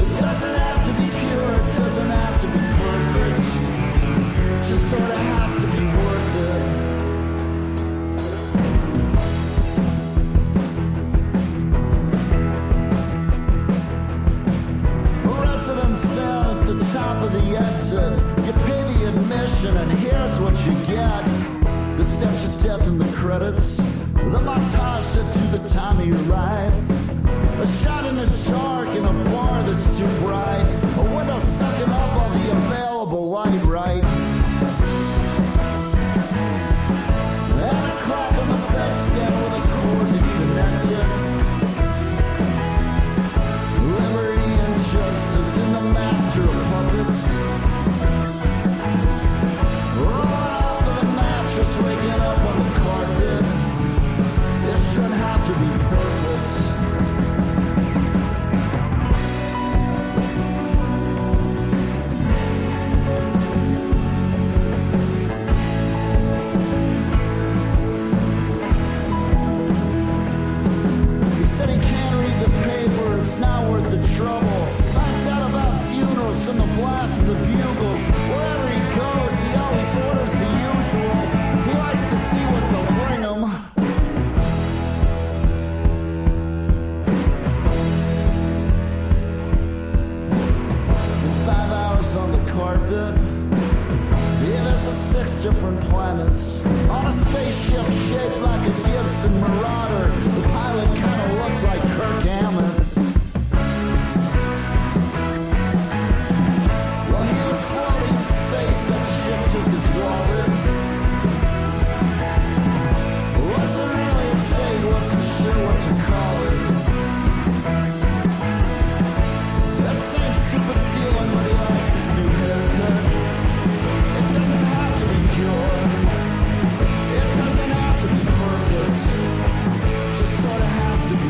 Speaker 18: It doesn't have to be pure, it doesn't have to be perfect. Just sort of has to be worth it. Residents down at the top of the exit. You pay the admission, and here's what you get: the steps of death and the credits, the montage set to the time of your life, a shot in the dark in a bar that's too bright, a window sucking up all the available light, right? And a clock on the bedstand with a cord that connected. Liberty and justice in the master of puppets. Rolling off of the mattress, waking up on the carpet. This shouldn't have to be perfect. He said he can't read the paper, it's not worth the trouble. Finds out about funerals and the blast of the bugles. Wherever he goes, he always orders the usual. He likes to see what they'll bring him. And Five hours on the carpet. He visits six different planets on a spaceship shaped like a Gibson Marauder. The pilot kinda looks like Kirk Hammett. Well, he was floating in space, that ship took his wallet. Wasn't really a take, wasn't sure what to call it. That same stupid feeling when he likes his new haircut. It doesn't have to be pure. It doesn't have to be perfect. Just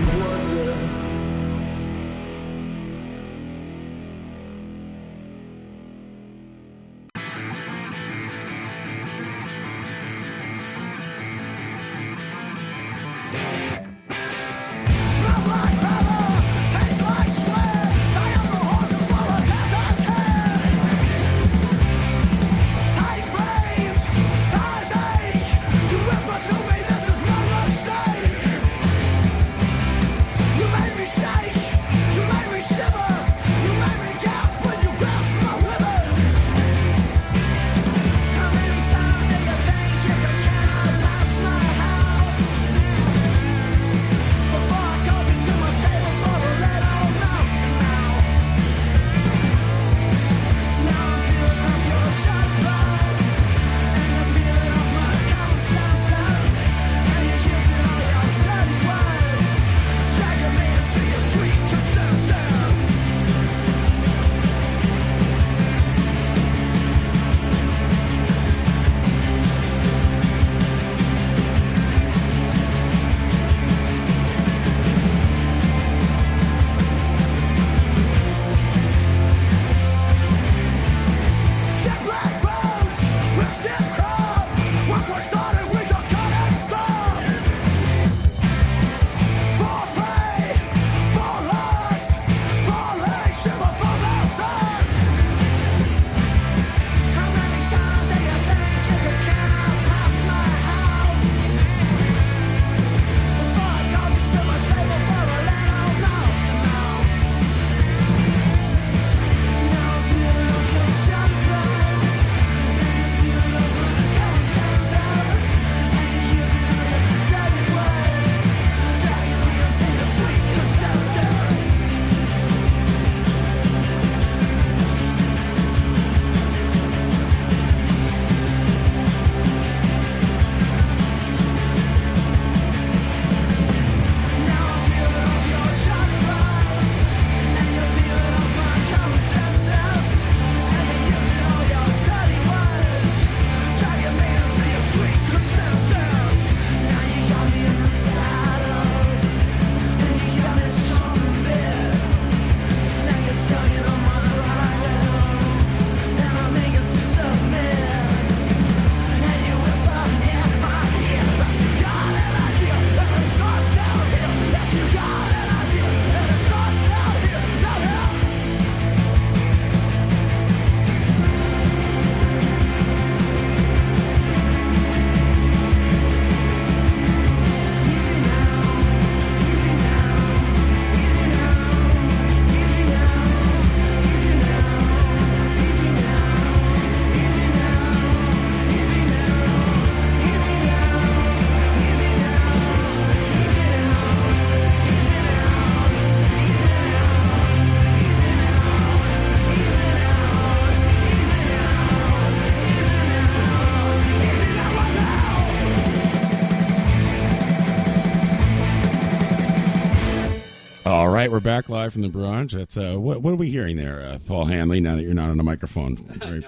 Speaker 3: right, we're back live from the barrage. That's uh, what, what are we hearing there, uh, Paul Hanley? Now that you're not on a microphone, Very-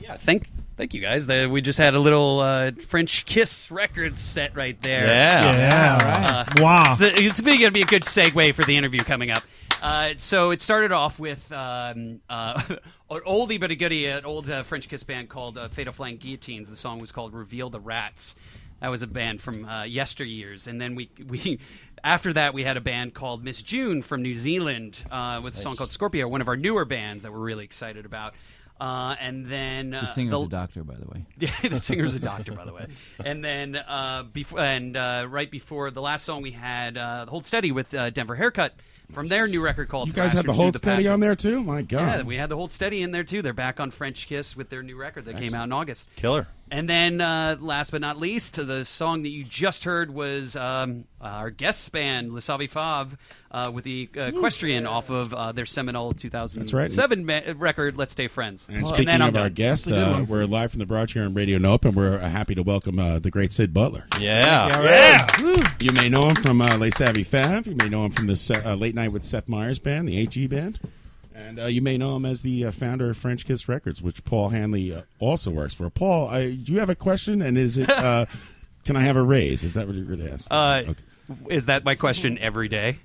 Speaker 19: Yeah, thank thank you guys. The, we just had a little uh, French Kiss records set right there.
Speaker 17: Yeah. Yeah,
Speaker 19: Uh,
Speaker 17: wow.
Speaker 19: so it's going to be a good segue for the interview coming up. Uh, so it started off with um, uh, an oldie but a goodie, an old uh, French Kiss band called uh, Fatal Flank Guillotines. The song was called "Reveal the Rats." That was a band from uh, yesteryears, and then we we after that we had a band called Miss June from New Zealand uh, with a song
Speaker 20: Nice.
Speaker 19: called Scorpio, one of our newer bands that we're really excited about. Uh, and then uh,
Speaker 20: The singer's
Speaker 19: the-
Speaker 20: a doctor, by the way.
Speaker 19: yeah, the singer's a doctor, by the way. And then uh, before and uh, right before the last song, we had uh, "Hold Steady" with uh, Denver Haircut from their new record called.
Speaker 3: you guys
Speaker 19: Thrasher
Speaker 3: have the
Speaker 19: to
Speaker 3: whole steady
Speaker 19: Passion.
Speaker 3: on there too. My God,
Speaker 19: Yeah, we had the Hold Steady in there too. They're back on French Kiss with their new record that came
Speaker 17: Excellent.
Speaker 19: out in August.
Speaker 17: Killer.
Speaker 19: And then, uh, last but not least, the song that you just heard was um, our guest band, Le Savi Fav, uh, with the uh, Equestrian off of uh, their seminal 2007 ma- record, Let's Stay Friends.
Speaker 3: And speaking
Speaker 19: then I'm
Speaker 3: of our
Speaker 19: done.
Speaker 3: guest, uh, we're live from the barrage here on Radio Nope, and we're uh, happy to welcome uh, the great Sid Butler.
Speaker 19: Oh,
Speaker 17: Yeah.
Speaker 3: You may know him from uh, Les Savvy Fab. You may know him from the Se- uh, Late Night with Seth Meyers band, the AG band. And uh, you may know him as the uh, founder of French Kiss Records, which Paul Hanley uh, also works for. Paul, I, do you have a question? And is it, uh, can I have a raise? Is that what you're going to ask?
Speaker 19: Uh, Is that my question every day?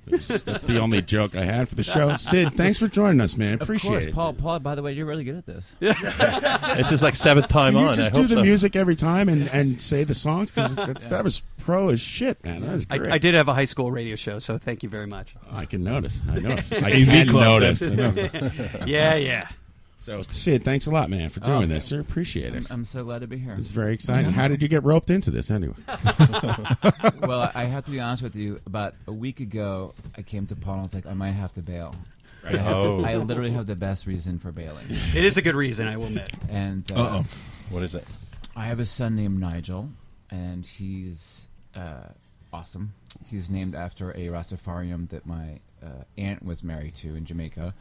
Speaker 3: That's the only joke I had for the show. Sid, thanks for joining us, man. Appreciate
Speaker 20: of course,
Speaker 3: it.
Speaker 20: Paul. Paul, by the way, you're really good at this.
Speaker 17: it's his like seventh time
Speaker 3: Can
Speaker 17: on.
Speaker 3: you just
Speaker 17: I
Speaker 3: do
Speaker 17: hope
Speaker 3: the
Speaker 17: so.
Speaker 3: music every time and, and say the songs? Because that was pro as shit, man. That was
Speaker 19: I,
Speaker 3: great.
Speaker 19: I did have a high school radio show, so thank you very much.
Speaker 3: I can notice. I notice. I
Speaker 19: AV
Speaker 3: can
Speaker 19: club.
Speaker 3: notice. I know.
Speaker 19: yeah, yeah.
Speaker 3: So Sid, thanks a lot, man, for doing
Speaker 20: Oh,
Speaker 3: this. Sir, appreciate it.
Speaker 20: I'm, I'm so glad to be here.
Speaker 3: It's very exciting. How did you get roped into this anyway?
Speaker 20: well, I- I have to be honest with you. About a week ago, I came to Paul and I was like, I might have to bail. I, have to-
Speaker 19: Oh.
Speaker 20: I literally have the best reason for bailing.
Speaker 19: It is a good reason, I will admit.
Speaker 20: And uh,
Speaker 19: Uh-oh.
Speaker 17: What is it?
Speaker 20: I have a son named Nigel, and he's uh, awesome. He's named after a Rastafarian that my uh, aunt was married to in Jamaica,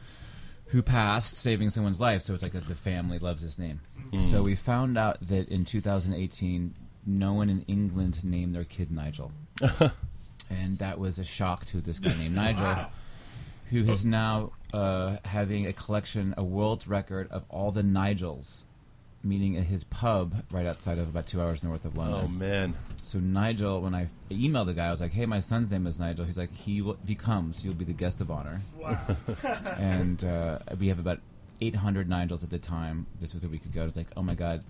Speaker 20: who passed, saving someone's life. So it's like that the family loves his name.
Speaker 17: Mm.
Speaker 20: So we found out that in 2018, no one in England named their kid Nigel, and that was a shock to this guy named Nigel,
Speaker 21: Wow.
Speaker 20: who is now uh, having a collection, a world record of all the Nigels, meeting at his pub right outside of about two hours north of London.
Speaker 17: Oh, man.
Speaker 20: So Nigel, when I emailed the guy, I was like, "Hey, my son's name is Nigel." He's like, "He will, if he comes, you'll be the guest of honor."
Speaker 22: Wow.
Speaker 20: and uh, we have about 800 Nigels at the time. This was a week ago. It's like, oh my god,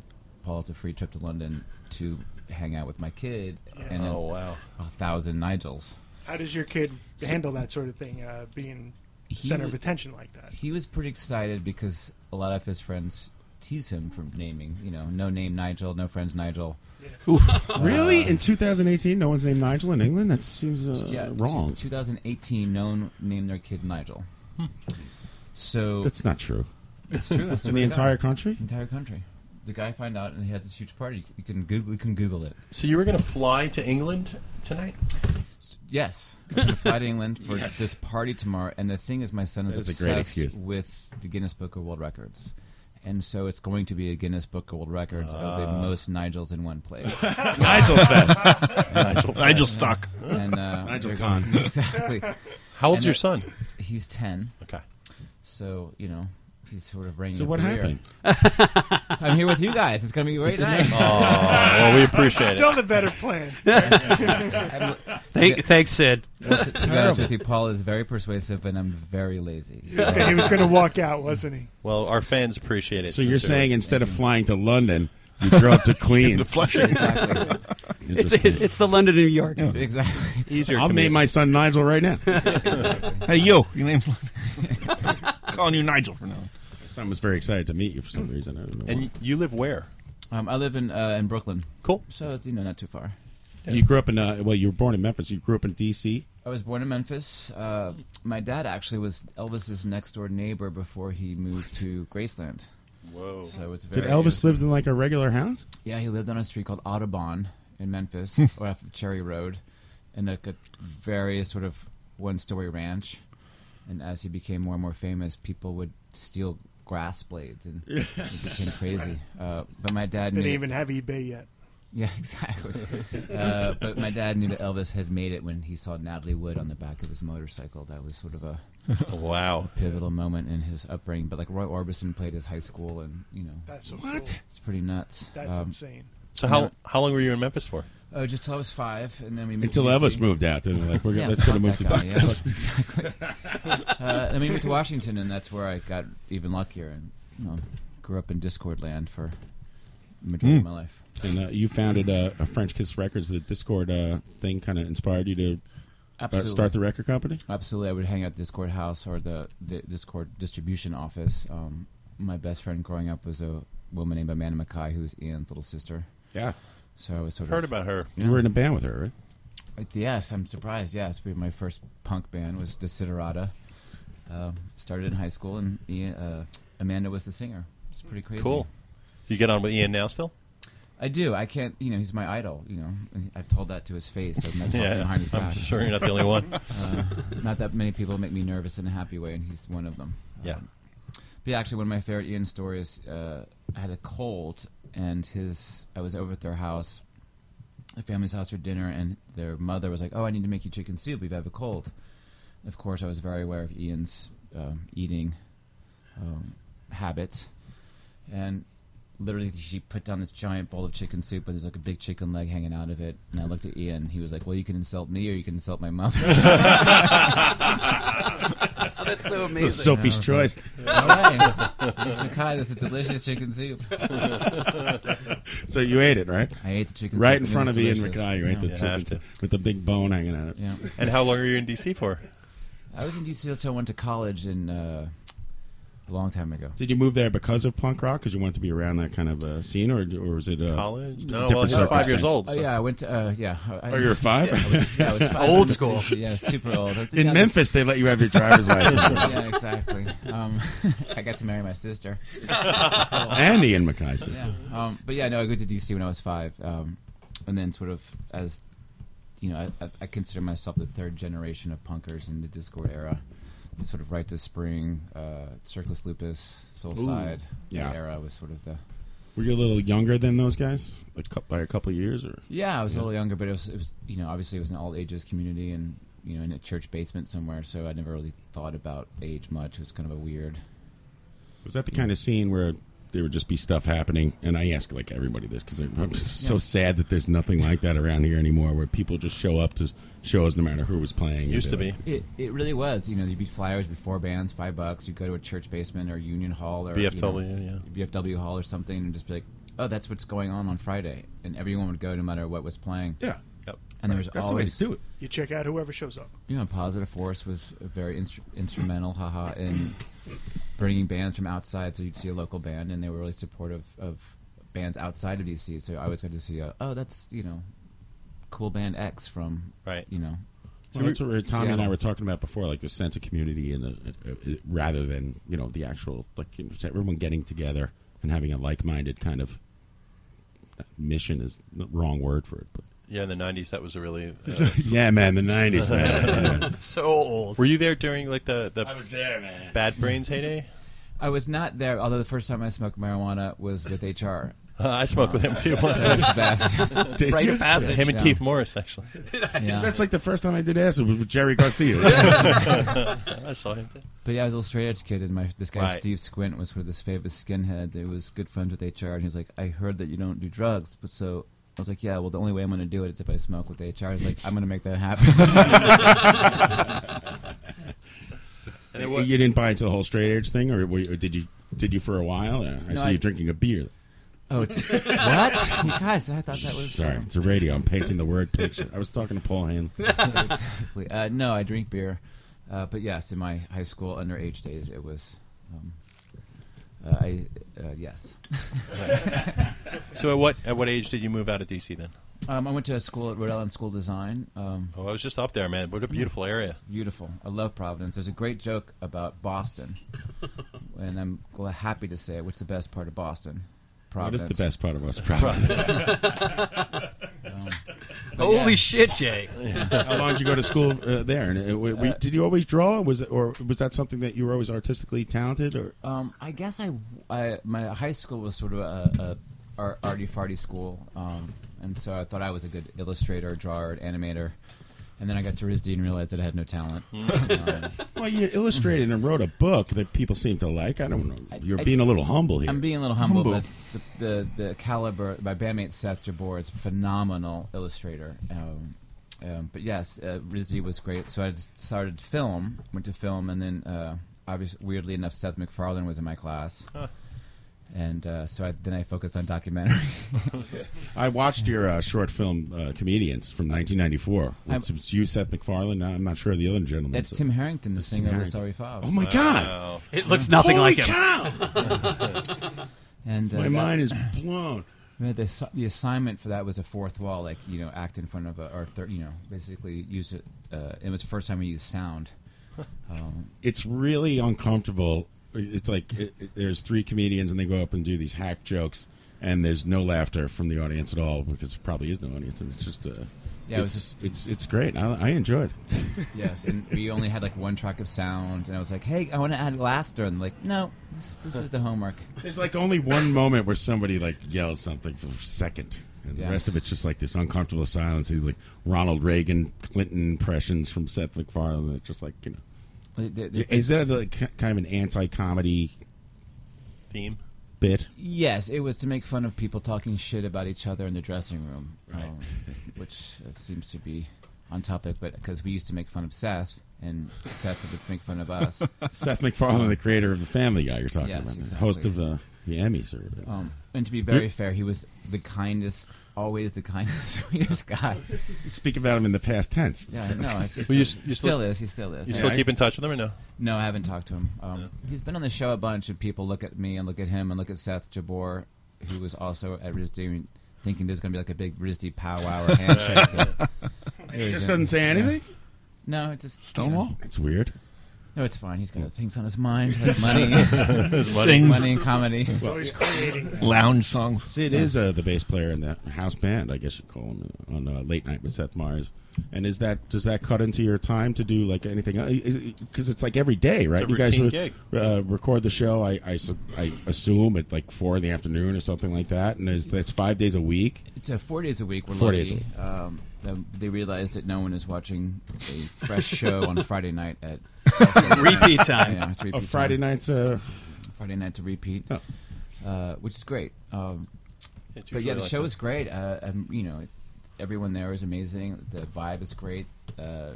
Speaker 20: Paul, it's a free trip to London to hang out with my kid. And
Speaker 17: Oh,
Speaker 20: then
Speaker 17: wow.
Speaker 20: a thousand Nigels.
Speaker 15: How does your kid
Speaker 20: So-
Speaker 15: handle that sort of thing, uh, being
Speaker 20: He
Speaker 15: center of
Speaker 20: wa-
Speaker 15: attention like that?
Speaker 20: He was pretty excited because a lot of his friends tease him for naming. You know, no name Nigel, no friends Nigel. Uh,
Speaker 3: really? In 2018, no one's named Nigel in England? That seems uh,
Speaker 20: yeah,
Speaker 3: wrong. Hmm.
Speaker 20: 2018, no one named their kid Nigel. So
Speaker 3: That's not true.
Speaker 20: It's true. that's
Speaker 3: In
Speaker 20: what
Speaker 3: the
Speaker 20: I
Speaker 3: entire
Speaker 20: got.
Speaker 3: country?
Speaker 20: Entire country. The guy found out, and he had this huge party. You can Google. You can Google it.
Speaker 17: So you were going to fly to England tonight?
Speaker 20: Yes, I'm gonna fly to England for this party tomorrow. And the thing is, my son is
Speaker 3: That's a
Speaker 20: obsessed
Speaker 3: great excuse.
Speaker 20: with the Guinness Book of World Records, and so it's going to be a Guinness Book of World Records of the
Speaker 17: Ah.
Speaker 20: most Nigels in one place.
Speaker 17: Nigel Fest.
Speaker 20: And-
Speaker 17: Nigel Fest. Nigel Stock.
Speaker 20: And, uh,
Speaker 17: Nigel
Speaker 20: they're-
Speaker 17: Khan.
Speaker 20: Exactly.
Speaker 17: How old's
Speaker 20: And
Speaker 17: your
Speaker 20: it-
Speaker 17: son?
Speaker 20: He's ten.
Speaker 17: Okay.
Speaker 20: So you know. He's sort of bringing
Speaker 3: So
Speaker 20: up
Speaker 3: what
Speaker 20: the rear. I'm here with you guys. It's going to be a great
Speaker 17: Good to
Speaker 20: night.
Speaker 17: know. Aw, well, we appreciate
Speaker 15: Still the better plan.
Speaker 19: Thank- thanks, Sid.
Speaker 20: Well, to be
Speaker 19: Terrible.
Speaker 20: honest with you, Paul is very persuasive, and I'm very lazy.
Speaker 15: was gonna- he was gonna walk out, wasn't he?
Speaker 17: Well, our fans appreciate it.
Speaker 3: So you're
Speaker 17: sincerely.
Speaker 3: saying instead of flying to London, you drove to Queens.
Speaker 17: Flushing.
Speaker 20: Exactly.
Speaker 19: It's, it's the London and New York.
Speaker 20: Exactly.
Speaker 17: Easier
Speaker 3: I'll
Speaker 17: to
Speaker 3: name
Speaker 17: meet.
Speaker 3: my son Nigel right now.
Speaker 16: hey, yo, your name's calling you Nigel for now.
Speaker 3: My son was very excited to meet you for some reason. I don't know. why.
Speaker 17: And you live where?
Speaker 20: Um, I live in uh, in Brooklyn.
Speaker 17: Cool.
Speaker 20: So you know, not too far.
Speaker 3: You grew up in uh, well, you were born in Memphis. You grew up in D.C.
Speaker 20: I was born in Memphis. Uh, my dad actually was Elvis's next door neighbor before he moved to Graceland. Whoa! So it's very
Speaker 3: Did Elvis lived in like a regular house?
Speaker 20: Yeah, he lived on a street called Audubon in Memphis, or off of Cherry Road, in like a very sort of one-story ranch. And as he became more and more famous, people would steal grass blades, and it became crazy. Uh, but my dad
Speaker 15: Didn't
Speaker 20: made-
Speaker 15: even have eBay yet.
Speaker 20: Yeah, exactly. uh, but my dad knew that Elvis had made it when he saw Natalie Wood on the back of his motorcycle. That was sort of a
Speaker 17: wow
Speaker 20: pivotal moment in his upbringing. But like Roy Orbison played his high school, and you know
Speaker 15: That's so What? cool.
Speaker 20: It's pretty nuts. Um,
Speaker 15: That's insane.
Speaker 17: So how how long were you in Memphis for?
Speaker 20: Oh, just till I was five, and then we moved
Speaker 3: Until
Speaker 20: to
Speaker 3: Elvis
Speaker 20: DC.
Speaker 3: moved out, then they're like, we're gonna- let's
Speaker 20: fuck
Speaker 3: go to move
Speaker 20: that guy,
Speaker 3: to Memphis.
Speaker 20: fuck- exactly. uh, then we moved to Washington, and that's where I got even luckier, and you know, grew up in Discord land for the majority of my life.
Speaker 3: And uh, you founded uh, a French Kiss Records. The Discord uh, thing kind of inspired you to uh,
Speaker 20: Absolutely.
Speaker 3: start the record company.
Speaker 20: Absolutely, I would hang out at the Discord house or the, the Discord distribution office. Um, my best friend growing up was a woman named Amanda Mackay, who was Ian's little sister.
Speaker 3: Yeah.
Speaker 20: So I was sort
Speaker 17: Heard
Speaker 20: of
Speaker 17: about her.
Speaker 20: Yeah.
Speaker 3: You were in a band with her, right?
Speaker 20: Like, Yes, I'm surprised. Yes, we, my first punk band was Desiderata. Um, started in high school, and Ian, uh, Amanda was the singer. It's pretty crazy.
Speaker 17: Cool. You get on with Ian now still?
Speaker 20: I do. I can't. You know, he's my idol. You know, And I've told that to his face. I've not talked
Speaker 17: Yeah,
Speaker 20: behind his
Speaker 17: I'm
Speaker 20: back.
Speaker 17: sure you're not the only one.
Speaker 20: Uh, not that many people make me nervous in a happy way, and he's one of them.
Speaker 17: Yeah.
Speaker 20: Um, but yeah, actually, one of my favorite Ian stories. Uh, I had a cold, and his. I was over at their house, the family's house for dinner, and their mother was like, "Oh, I need to make you chicken soup. You have a cold." Of course, I was very aware of Ian's um, eating um, habits, and literally she put down this giant bowl of chicken soup and there's like a big chicken leg hanging out of it and i looked at ian he was like well you can insult me or you can insult my mother
Speaker 19: Oh, that's so amazing.
Speaker 3: Sophie's
Speaker 20: And I was
Speaker 3: choice.
Speaker 20: like, all right Miss Mackay, this is delicious chicken soup
Speaker 3: so you ate it, right?
Speaker 20: I ate the chicken
Speaker 3: right
Speaker 20: soup,
Speaker 3: in
Speaker 20: and
Speaker 3: front
Speaker 20: it
Speaker 3: of
Speaker 20: was
Speaker 3: Ian
Speaker 20: delicious.
Speaker 3: Mackay. You ate
Speaker 20: Yeah.
Speaker 3: the
Speaker 20: Yeah.
Speaker 3: chicken
Speaker 20: Have to.
Speaker 3: with the big bone hanging out. of it.
Speaker 20: Yeah.
Speaker 17: And how long are you in DC for?
Speaker 20: i was in dc until i went to college in uh, a long time ago
Speaker 3: Did you move there because of punk rock? Because you wanted to be around that kind of uh, scene, or or was it uh,
Speaker 17: College? No, well,
Speaker 3: different
Speaker 17: he was five years
Speaker 3: circumstance?
Speaker 17: old,
Speaker 20: Oh yeah, I went to uh, yeah. I,
Speaker 3: Oh, you were five?
Speaker 20: Yeah, I was, yeah, I was five.
Speaker 3: Old school.
Speaker 20: Yeah, super old. I think
Speaker 3: In
Speaker 20: I was-
Speaker 3: Memphis, they let you have your driver's license.
Speaker 20: yeah, exactly. Um, I got to marry my sister.
Speaker 3: And Ian Mackay's sister.
Speaker 20: Yeah. Um, but yeah, no, I went to DC when I was five, um, and then sort of as you know, I, I- I consider myself the third generation of punkers in the Discord era. Sort of right to spring, uh, Circus Lupus, Soul
Speaker 3: Ooh.
Speaker 20: Side.
Speaker 3: Yeah.
Speaker 20: That era was sort of the
Speaker 3: Were you a little younger than those guys, like cou- by a couple of years, or
Speaker 20: Yeah, I was a little younger, but it was, it was you know obviously it was an all ages community and you know in a church basement somewhere, so I never really thought about age much. It was kind of a weird.
Speaker 3: Was that the kind of scene where there would just be stuff happening? And I ask like everybody this because I'm just so
Speaker 20: Yeah.
Speaker 3: sad that there's nothing like that around here anymore, where people just show up to shows no matter who was playing.
Speaker 17: Used to be.
Speaker 20: It, it really was. You know, you'd be flyers before bands, five bucks. You'd go to a church basement or union hall or you know,
Speaker 17: BFW,
Speaker 20: BFW hall or something, and just be like, "Oh, that's what's going on on Friday," and everyone would go no matter what was playing.
Speaker 3: Yeah.
Speaker 17: Yep.
Speaker 20: And there was
Speaker 15: That's the way to
Speaker 20: always
Speaker 3: do it.
Speaker 15: You check out whoever shows up.
Speaker 20: You know, Positive Force was very instru- instrumental, haha, in bringing bands from outside. So you'd see a local band, and they were really supportive of bands outside of DC. So I always got to see, uh, oh, that's you know, cool band X from
Speaker 17: right,
Speaker 20: you know.
Speaker 3: Well, that's what we were- Tommy and I
Speaker 20: Seattle.
Speaker 3: were talking about before, like the sense of community, and the, uh, uh, rather than you know the actual like you know, just everyone getting together and having a like-minded kind of uh, mission is the wrong word for it, but
Speaker 17: Yeah, in the '90s, that was a really uh,
Speaker 3: Yeah, man, the 90s, man. Yeah.
Speaker 19: So old.
Speaker 17: Were you there during like the, the
Speaker 19: I was there, man.
Speaker 17: Bad Brains heyday?
Speaker 20: I was not there, although the first time I smoked marijuana was with HR.
Speaker 17: Uh, I smoked with him too once.
Speaker 20: That was the best.
Speaker 17: Did Rite you? of passage. Him and Keith Morris, actually.
Speaker 20: Yeah.
Speaker 3: That's like the first time I did acid was with Jerry Garcia.
Speaker 17: I saw him. Too.
Speaker 20: But yeah, I was a little straight edge kid, and my this guy
Speaker 17: Right.
Speaker 20: Steve Squint was sort of this famous skinhead that was good friends with HR, and he's like, "I heard that you don't do drugs," but so I was like, "Yeah, well, the only way I'm going to do it is if I smoke with HR." He's like, "I'm going to make that happen."
Speaker 3: And you didn't buy into the whole straight edge thing, or, were you- or did you? Did you for a while? Yeah, I
Speaker 20: No,
Speaker 3: see
Speaker 20: I-
Speaker 3: you drinking a beer.
Speaker 20: oh, it's, what, you guys? I thought that was
Speaker 3: Sorry,
Speaker 20: um,
Speaker 3: it's a radio. I'm painting the word picture. I was talking to Paul Hanley.
Speaker 20: exactly. Uh, no, I drink beer, uh, but yes, in my high school underage days, it was. Um, uh, I uh, yes.
Speaker 17: So at what at what age did you move out of DC then?
Speaker 20: Um, I went to a school at Rhode Island School of Design. Um,
Speaker 17: Oh, I was just up there, man. What a beautiful area.
Speaker 20: Beautiful. I love Providence. There's a great joke about Boston, and I'm gl- happy to say it. What's the best part of Boston?
Speaker 3: What
Speaker 20: Providence.
Speaker 3: is the best part of West Providence?
Speaker 20: Um, but
Speaker 19: Holy
Speaker 20: yeah.
Speaker 19: shit, Jay.
Speaker 3: How long did you go to school uh, there? And uh, we, we-
Speaker 20: Uh,
Speaker 3: did you always draw? Was it, or was that something that you were always artistically talented? Or
Speaker 20: Um, I guess I, I my high school was sort of a, a our arty farty school, um, and so I thought I was a good illustrator, drawer, and animator. And then I got to RISD and realized that I had no talent. Um,
Speaker 3: Well, you illustrated and wrote a book that people seem to like. I don't know. You're
Speaker 20: I-
Speaker 3: being a little humble here.
Speaker 20: I'm being a little humble,
Speaker 3: Humble.
Speaker 20: but the, the the caliber. My bandmate Seth Jabor is a phenomenal illustrator. Um, um, but yes, uh, RISD was great. So I just started film, went to film, and then uh, obviously, weirdly enough, Seth MacFarlane was in my class. And uh, so I, then I focused on documentary.
Speaker 3: I watched your uh, short film uh, Comedians from 1994. It's, it's you, Seth MacFarlane. I'm not sure of the other gentleman.
Speaker 20: That's Tim Harrington, the
Speaker 3: That's Tim
Speaker 20: singer of
Speaker 3: Harrington.
Speaker 20: Sorry Five.
Speaker 3: Oh my God!
Speaker 19: It looks nothing
Speaker 3: Holy
Speaker 19: like him.
Speaker 3: Cow!
Speaker 20: and uh,
Speaker 3: my
Speaker 20: that-
Speaker 3: mind is blown.
Speaker 20: The, the assi- the assignment for that was a fourth wall, like you know, act in front of a or thir- you know, basically use it. Uh, it was the first time we used sound. Um,
Speaker 3: it's really uncomfortable. It's like it, it- there's three comedians and they go up and do these hack jokes, and there's no laughter from the audience at all because there probably is no audience. and It's just uh,
Speaker 20: Yeah, it was
Speaker 3: it's, it's it's great. I, I enjoyed.
Speaker 20: yes, and we only had like one track of sound, and I was like, "Hey, I want to add laughter," and like, "No, this, this is the homework."
Speaker 3: There's like only one moment where somebody like yells something for a second, and
Speaker 20: Yeah.
Speaker 3: the rest of it's just like this uncomfortable silence. He's like Ronald Reagan, Clinton impressions from Seth MacFarlane. It's just like you know.
Speaker 20: They- they- they-
Speaker 3: Is that like ki- kind of an anti-comedy
Speaker 17: theme
Speaker 3: bit?
Speaker 20: Yes, it was to make fun of people talking shit about each other in the dressing room, um, which uh, seems to be on topic. But because we used to make fun of Seth, and Seth would make fun of us.
Speaker 3: Seth MacFarlane, the creator of the Family Guy, you're talking
Speaker 20: Yes,
Speaker 3: about,
Speaker 20: exactly.
Speaker 3: host of the, the Emmys or whatever.
Speaker 20: Um, and to be very
Speaker 3: You-
Speaker 20: fair, he was the kindest, always the kindest, sweetest guy.
Speaker 3: you speak about him in the past tense.
Speaker 20: Yeah, no, it's, it's,
Speaker 17: Well, you s-
Speaker 20: still,
Speaker 17: you still-
Speaker 20: is. He still is.
Speaker 17: you still keep in touch with him or no?
Speaker 20: No, I haven't talked to him. Um, He's been on the show a bunch, and people look at me and look at him and look at Seth Jabor, who was also at RISD, and thinking there's going to be like a big RISD powwow or handshake. but
Speaker 3: And he
Speaker 20: there
Speaker 3: just
Speaker 20: isn't.
Speaker 3: doesn't say
Speaker 20: Yeah.
Speaker 3: anything?
Speaker 20: No, it's just
Speaker 3: Stonewall? It's weird.
Speaker 20: No, it's fine. He's got other things on his mind, like money, money and comedy.
Speaker 3: Sid is uh, the bass player in that house band, I guess you would call him, on uh, Late Night with Seth Meyers. And is that does that cut into your time to do like anything? Uh, Because it's like every day, right?
Speaker 17: It's a
Speaker 3: you guys
Speaker 17: routine
Speaker 3: would,
Speaker 17: gig.
Speaker 3: Uh, record the show. I, I su- I assume at like four in the afternoon or something like that. And is, that's five days a week.
Speaker 20: It's uh, four days a week. We're
Speaker 3: Four days a
Speaker 20: lucky. Um, um, they realized that no one is watching a fresh show on Friday night at
Speaker 3: Repeat time.
Speaker 20: Yeah, it's
Speaker 3: Oh,
Speaker 20: repeat
Speaker 3: Friday
Speaker 20: time.
Speaker 3: night's, uh,
Speaker 20: Friday night to repeat, uh, which is great. Um,
Speaker 17: It's
Speaker 20: but yeah,
Speaker 17: usually
Speaker 20: the
Speaker 17: like
Speaker 20: show
Speaker 17: that.
Speaker 20: is great. Uh, um, you know, everyone there is amazing. The vibe is great. Uh,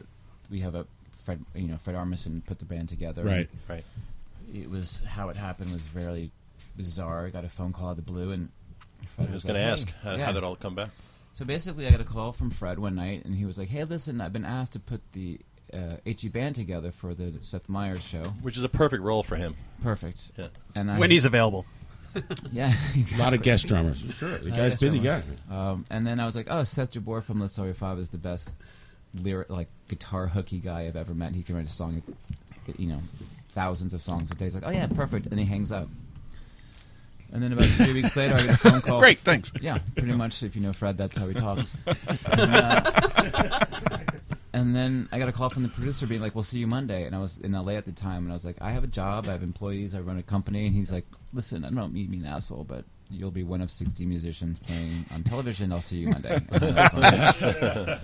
Speaker 20: we have a Fred, you know, Fred Armisen put the band together.
Speaker 3: Right.
Speaker 17: right.
Speaker 20: It was how it happened was very bizarre. I got a phone call out of the blue, and Fred
Speaker 17: I was
Speaker 20: like,
Speaker 17: gonna
Speaker 20: "Hey."
Speaker 17: ask how,
Speaker 20: Yeah.
Speaker 17: how that all come back.
Speaker 20: So basically, I got a call from Fred one night, and he was like, "Hey, listen, I've been asked to put the uh, HE band together for the Seth Meyers show,
Speaker 17: which is a perfect role for him.
Speaker 20: Perfect.
Speaker 17: Yeah.
Speaker 20: And I,
Speaker 19: When he's available.
Speaker 20: yeah, exactly.
Speaker 3: A lot of guest drummers.
Speaker 20: A
Speaker 3: Sure, the
Speaker 20: lot of
Speaker 3: guy's
Speaker 20: guest
Speaker 3: busy
Speaker 20: drummers. Um, and then I was like, "Oh, Seth Jabor from Let's Sorry Five is the best lyric, like guitar hooky guy I've ever met. He can write a song, you know, thousands of songs a day." He's like, "Oh yeah, perfect," and he hangs up. And then about three weeks later, I get a phone call.
Speaker 17: Great, thanks.
Speaker 20: Yeah, pretty much. If you know Fred, that's how he talks. And, uh, and then I got a call from the producer being like, "We'll see you Monday." And I was in LA at the time, and I was like, "I have a job. I have employees. I run a company." And he's like, "Listen, I don't mean to be an asshole, but you'll be one of sixty musicians playing on television. I'll see you Monday." And I was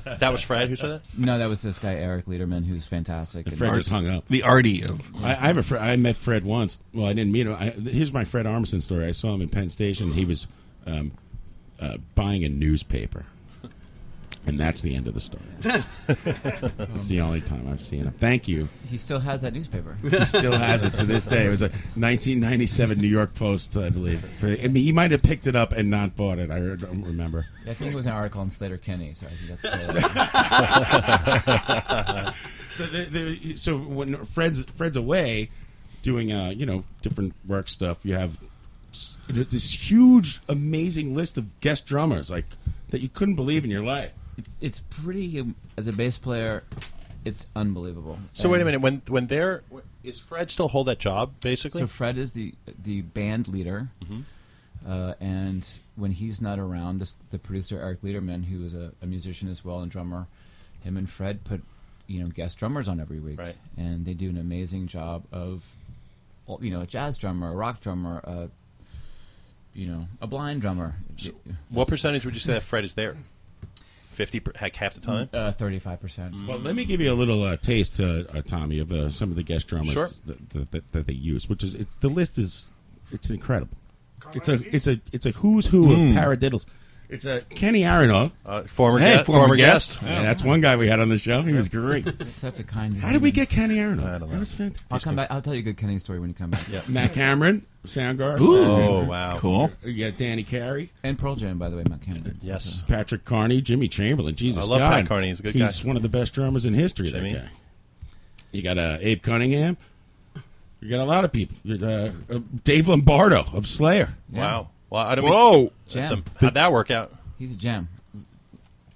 Speaker 20: like,
Speaker 17: That was Fred who said that?
Speaker 20: No, that was this guy Eric Lederman, who's fantastic.
Speaker 3: Fred just hung up. I, I have a friend. I met Fred once. Well, I didn't meet him. I, here's my Fred Armisen story. I saw him in Penn Station. He was um, uh, buying a newspaper, and that's the end of the story. it's the only time I've seen him. Thank you.
Speaker 20: He still has that newspaper.
Speaker 3: He still has it to this day. It was a 1997 New York Post, I believe. I mean, he might have picked it up and not bought it. I don't remember.
Speaker 20: I think it was an article on Slater Kenny, so I think that's.
Speaker 3: so the, the, so when Fred's Fred's away doing uh you know different work stuff, you have s- this huge amazing list of guest drummers like that you couldn't believe in your life.
Speaker 20: It's, it's pretty um, as a bass player, it's unbelievable.
Speaker 17: So wait a
Speaker 20: And-
Speaker 17: minute. When when they're is Fred still hold that job basically?
Speaker 20: So Fred is the the band leader,
Speaker 17: Mhm.
Speaker 20: uh, and when he's not around, this, the producer Eric Lederman, who is a, a musician as well and drummer, him and Fred put you know guest drummers on every week,
Speaker 17: Right.
Speaker 20: and they do an amazing job of, all- you know, a jazz drummer, a rock drummer, a you know, a blind drummer.
Speaker 17: What percentage would you say that Fred is there? Fifty, per- heck, half the time. Mm-hmm.
Speaker 20: Uh, Thirty-five percent.
Speaker 3: Well, let me give you a little uh, taste, uh, uh, Tommy, of uh, some of the guest drummers
Speaker 20: Sure.
Speaker 3: that, that, that, that they use. Which is it's, the list is it's incredible. It's a it's a it's a who's who
Speaker 17: Mm.
Speaker 3: of paradiddles. It's a Kenny Aronoff,
Speaker 17: Uh, former Hey, gue- former former guest. guest.
Speaker 3: Yeah, that's one guy we had on the show. He was great.
Speaker 20: Such a kind.
Speaker 3: How did we get Kenny Aronoff? That was fantastic.
Speaker 20: I'll come back. I'll tell you a good Kenny story when you come back.
Speaker 3: Matt Cameron, Soundgarden.
Speaker 20: Ooh. Oh, wow. Cool.
Speaker 3: You got Danny Carey
Speaker 20: and Pearl Jam, by the way, Matt Cameron.
Speaker 17: Yes.
Speaker 3: Patrick Carney, Jimmy Chamberlain. Jesus,
Speaker 17: I love
Speaker 3: God.
Speaker 17: Pat Carney. He's a good guy.
Speaker 3: one of the best drummers in history.
Speaker 17: Jimmy.
Speaker 3: That guy. You got uh, Abe Cunningham. You got a lot of people. You got, uh, uh, Dave Lombardo of Slayer.
Speaker 17: Wow. Well, I don't Mean,
Speaker 20: Whoa.
Speaker 17: That's
Speaker 20: Jam.
Speaker 17: a- how'd that work out?
Speaker 20: He's a gem,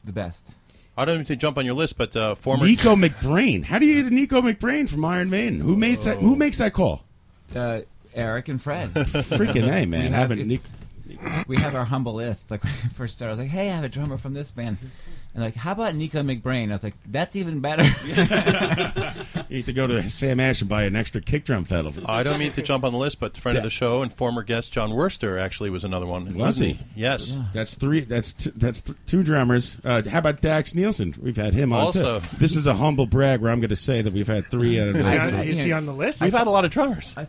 Speaker 20: the best.
Speaker 17: I don't mean to jump on your list, but uh, former
Speaker 3: Nico McBrain. How do you get a Nico McBrain from Iron Maiden? Who makes that?
Speaker 17: Oh.
Speaker 3: Who makes that call?
Speaker 20: Uh, Eric and Fred.
Speaker 3: Freaking A, man.
Speaker 20: We have,
Speaker 3: Having
Speaker 20: it's- we have our humble list. Like when I first started, I was like, "Hey, I have a drummer from this band," and like, "How about Nico McBrain?" I was like, "That's even better."
Speaker 3: You need to go to Sam Ash and buy an extra kick drum pedal.
Speaker 17: Oh, I don't mean to jump on the list, but friend of the show and former guest John Worster actually was another one.
Speaker 3: Was he?
Speaker 17: Yes.
Speaker 3: That's three. That's two, that's th- two drummers. Uh, how about Dax Nielsen? We've had him on
Speaker 17: Also.
Speaker 3: too. This is a humble brag where I'm going to say that we've had three. Out of
Speaker 15: Is he
Speaker 3: nine.
Speaker 15: on- is he on the list?
Speaker 17: We've had a lot of drummers.
Speaker 3: Time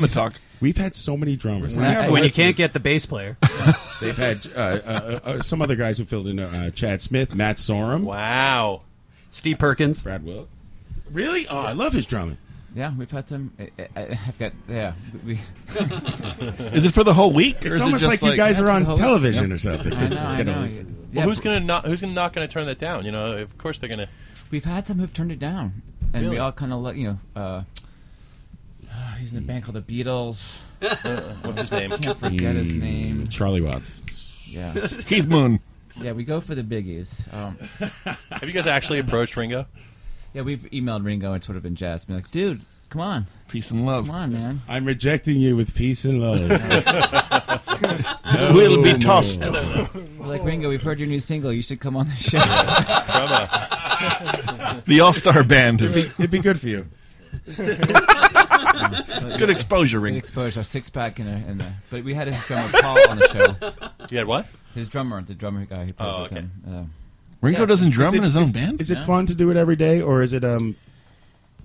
Speaker 3: to talk. We've had so many drummers.
Speaker 19: When
Speaker 3: We have a
Speaker 19: you
Speaker 3: list
Speaker 19: can't get the bass player.
Speaker 3: of- They've had uh, uh, uh, some other guys who filled in: uh, Chad Smith, Matt Sorum.
Speaker 17: Wow.
Speaker 19: Steve Perkins,
Speaker 3: Brad Will. Really? Oh, I love his drumming.
Speaker 20: Yeah, we've had some. I, I, I've got yeah. We,
Speaker 16: Is it for the whole week? Or
Speaker 3: It's
Speaker 16: is
Speaker 3: almost
Speaker 16: it
Speaker 3: like
Speaker 16: just
Speaker 3: you
Speaker 16: like,
Speaker 3: guys are on
Speaker 20: That's the whole-
Speaker 3: television
Speaker 20: Yep.
Speaker 3: or something.
Speaker 20: I know, I
Speaker 3: You
Speaker 20: know. Yeah,
Speaker 17: well, who's gonna not? Who's gonna not gonna turn that down? You know, of course they're gonna.
Speaker 20: We've had some who've turned it down, and
Speaker 17: Really?
Speaker 20: we all kind of look, you know. Uh, he's in a band called the Beatles. Uh,
Speaker 17: what's his name?
Speaker 20: I can't forget his
Speaker 16: Hmm.
Speaker 3: Mm,
Speaker 20: name.
Speaker 3: Charlie Watts.
Speaker 20: Yeah.
Speaker 16: Keith Moon.
Speaker 20: Yeah, we go for the biggies. Um,
Speaker 17: Have you guys actually approached Ringo?
Speaker 20: yeah, we've emailed Ringo and sort of in jest, been like, dude, come on,
Speaker 16: peace and love,
Speaker 20: come on, man.
Speaker 3: I'm rejecting you with peace and love. No
Speaker 20: We'll be
Speaker 3: more.
Speaker 20: tossed. We're like Ringo, we've heard your new single. You should come on the show.
Speaker 16: The All Star Band
Speaker 3: It'd
Speaker 16: is.
Speaker 3: be, it'd be good for you.
Speaker 16: Good exposure, Ringo.
Speaker 20: Good exposure. Six pack and a, and a. But we had his drummer Paul on the show.
Speaker 17: You had what?
Speaker 20: His drummer, the drummer guy who plays
Speaker 17: Oh,
Speaker 20: with
Speaker 17: okay.
Speaker 20: him. Uh,
Speaker 16: Ringo
Speaker 20: yeah.
Speaker 16: doesn't drum
Speaker 3: Is
Speaker 16: in
Speaker 3: it-
Speaker 16: his own
Speaker 3: is-
Speaker 16: band.
Speaker 3: Is it fun to do it every day, or is it um?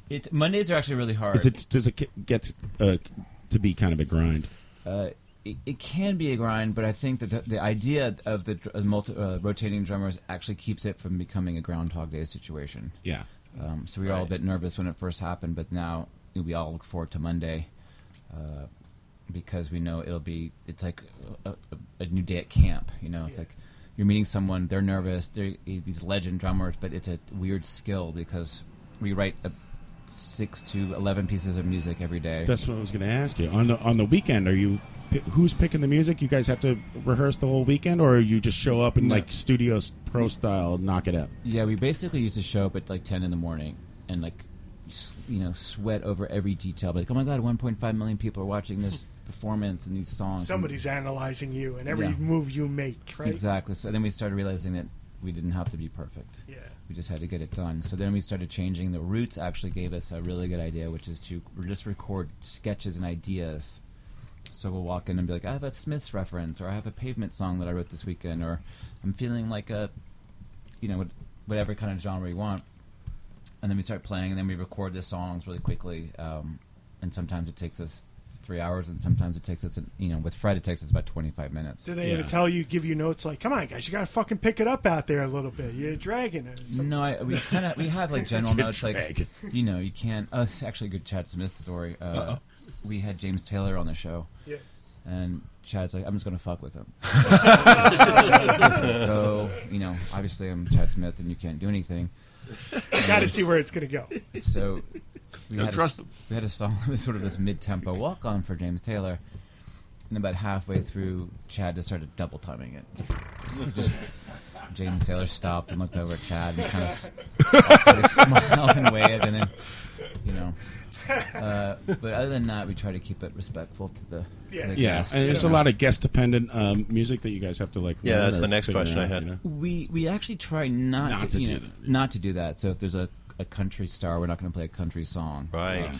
Speaker 20: It, Mondays are actually really hard.
Speaker 3: Is it does it get- get uh, to be kind of a grind?
Speaker 20: uh, it, it can be a grind, but I think that the, the idea of the dr- of multi, uh, rotating drummers actually keeps it from becoming a Groundhog Day situation.
Speaker 3: Yeah.
Speaker 20: Um, so we were all a bit nervous when it first happened, but now we all look forward to Monday uh, because we know it'll be. It's like a, a, a new day at camp. You know, it's like you're meeting someone. They're nervous. They're eh, these legend drummers, but it's a weird skill because we write a six to eleven pieces of music every day.
Speaker 3: That's what I was going to ask you. On the on the weekend, are you pi- who's picking the music? You guys have to rehearse the whole weekend, or you just show up and
Speaker 20: No.
Speaker 3: like studios pro style knock it out?
Speaker 20: Yeah, we basically used to show up at like ten in the morning and like s- you know sweat over every detail. Like, oh my god, one point five million people are watching this performance and these songs.
Speaker 15: Somebody's analyzing you and every
Speaker 20: Yeah.
Speaker 15: move you make, right?
Speaker 20: Exactly. So then we started realizing that we didn't have to be perfect.
Speaker 15: Yeah.
Speaker 20: We just had to get it done. So then we started changing. The Roots actually gave us a really good idea, which is to just record sketches and ideas. So we'll walk in and be like, I have a Smiths reference, or I have a pavement song that I wrote this weekend, or I'm feeling like a, you know, what- whatever kind of genre you want. And then we start playing, and then we record the songs really quickly. Um, and sometimes it takes us three hours, and sometimes it takes us, you know, with Fred, it takes us about 25 minutes.
Speaker 15: Do they ever tell you, give you notes like, "Come on, guys, you got to fucking pick it up out there a little bit. You're dragging it."
Speaker 20: No, I, we kind of we have like general
Speaker 15: You're
Speaker 20: notes, like
Speaker 15: dragging.
Speaker 20: you know, you can't. Oh, it's actually a good Chad Smith story. Uh,
Speaker 15: Uh-oh.
Speaker 20: we had James Taylor on the show,
Speaker 15: Yeah.
Speaker 20: and Chad's like, "I'm just gonna fuck with him." so you know, obviously I'm Chad Smith, and you can't do anything.
Speaker 15: got to see where it's gonna go.
Speaker 20: So we,
Speaker 15: No,
Speaker 20: had
Speaker 15: trust
Speaker 20: a, s- we had a song that was sort of this mid-tempo walk-on for James Taylor, and about halfway through, Chad just started double timing it. Just- James Taylor stopped and looked over at Chad and kind of smiled and waved, and then you know. Uh, but other than that, we try to keep it respectful to the to the
Speaker 3: yeah.
Speaker 20: guests,
Speaker 3: And there's
Speaker 20: you
Speaker 3: a
Speaker 20: know.
Speaker 3: lot of guest dependent um, music that you guys have to like.
Speaker 17: Yeah,
Speaker 3: learn
Speaker 17: that's
Speaker 3: or
Speaker 17: the next
Speaker 3: figure
Speaker 17: question I
Speaker 3: out,
Speaker 17: had.
Speaker 3: you know?
Speaker 20: We we actually try not,
Speaker 3: Not
Speaker 20: to,
Speaker 3: to
Speaker 20: you
Speaker 3: do
Speaker 20: know, not to do that. So if there's a, a country star, we're not going to play a country song.
Speaker 17: Right.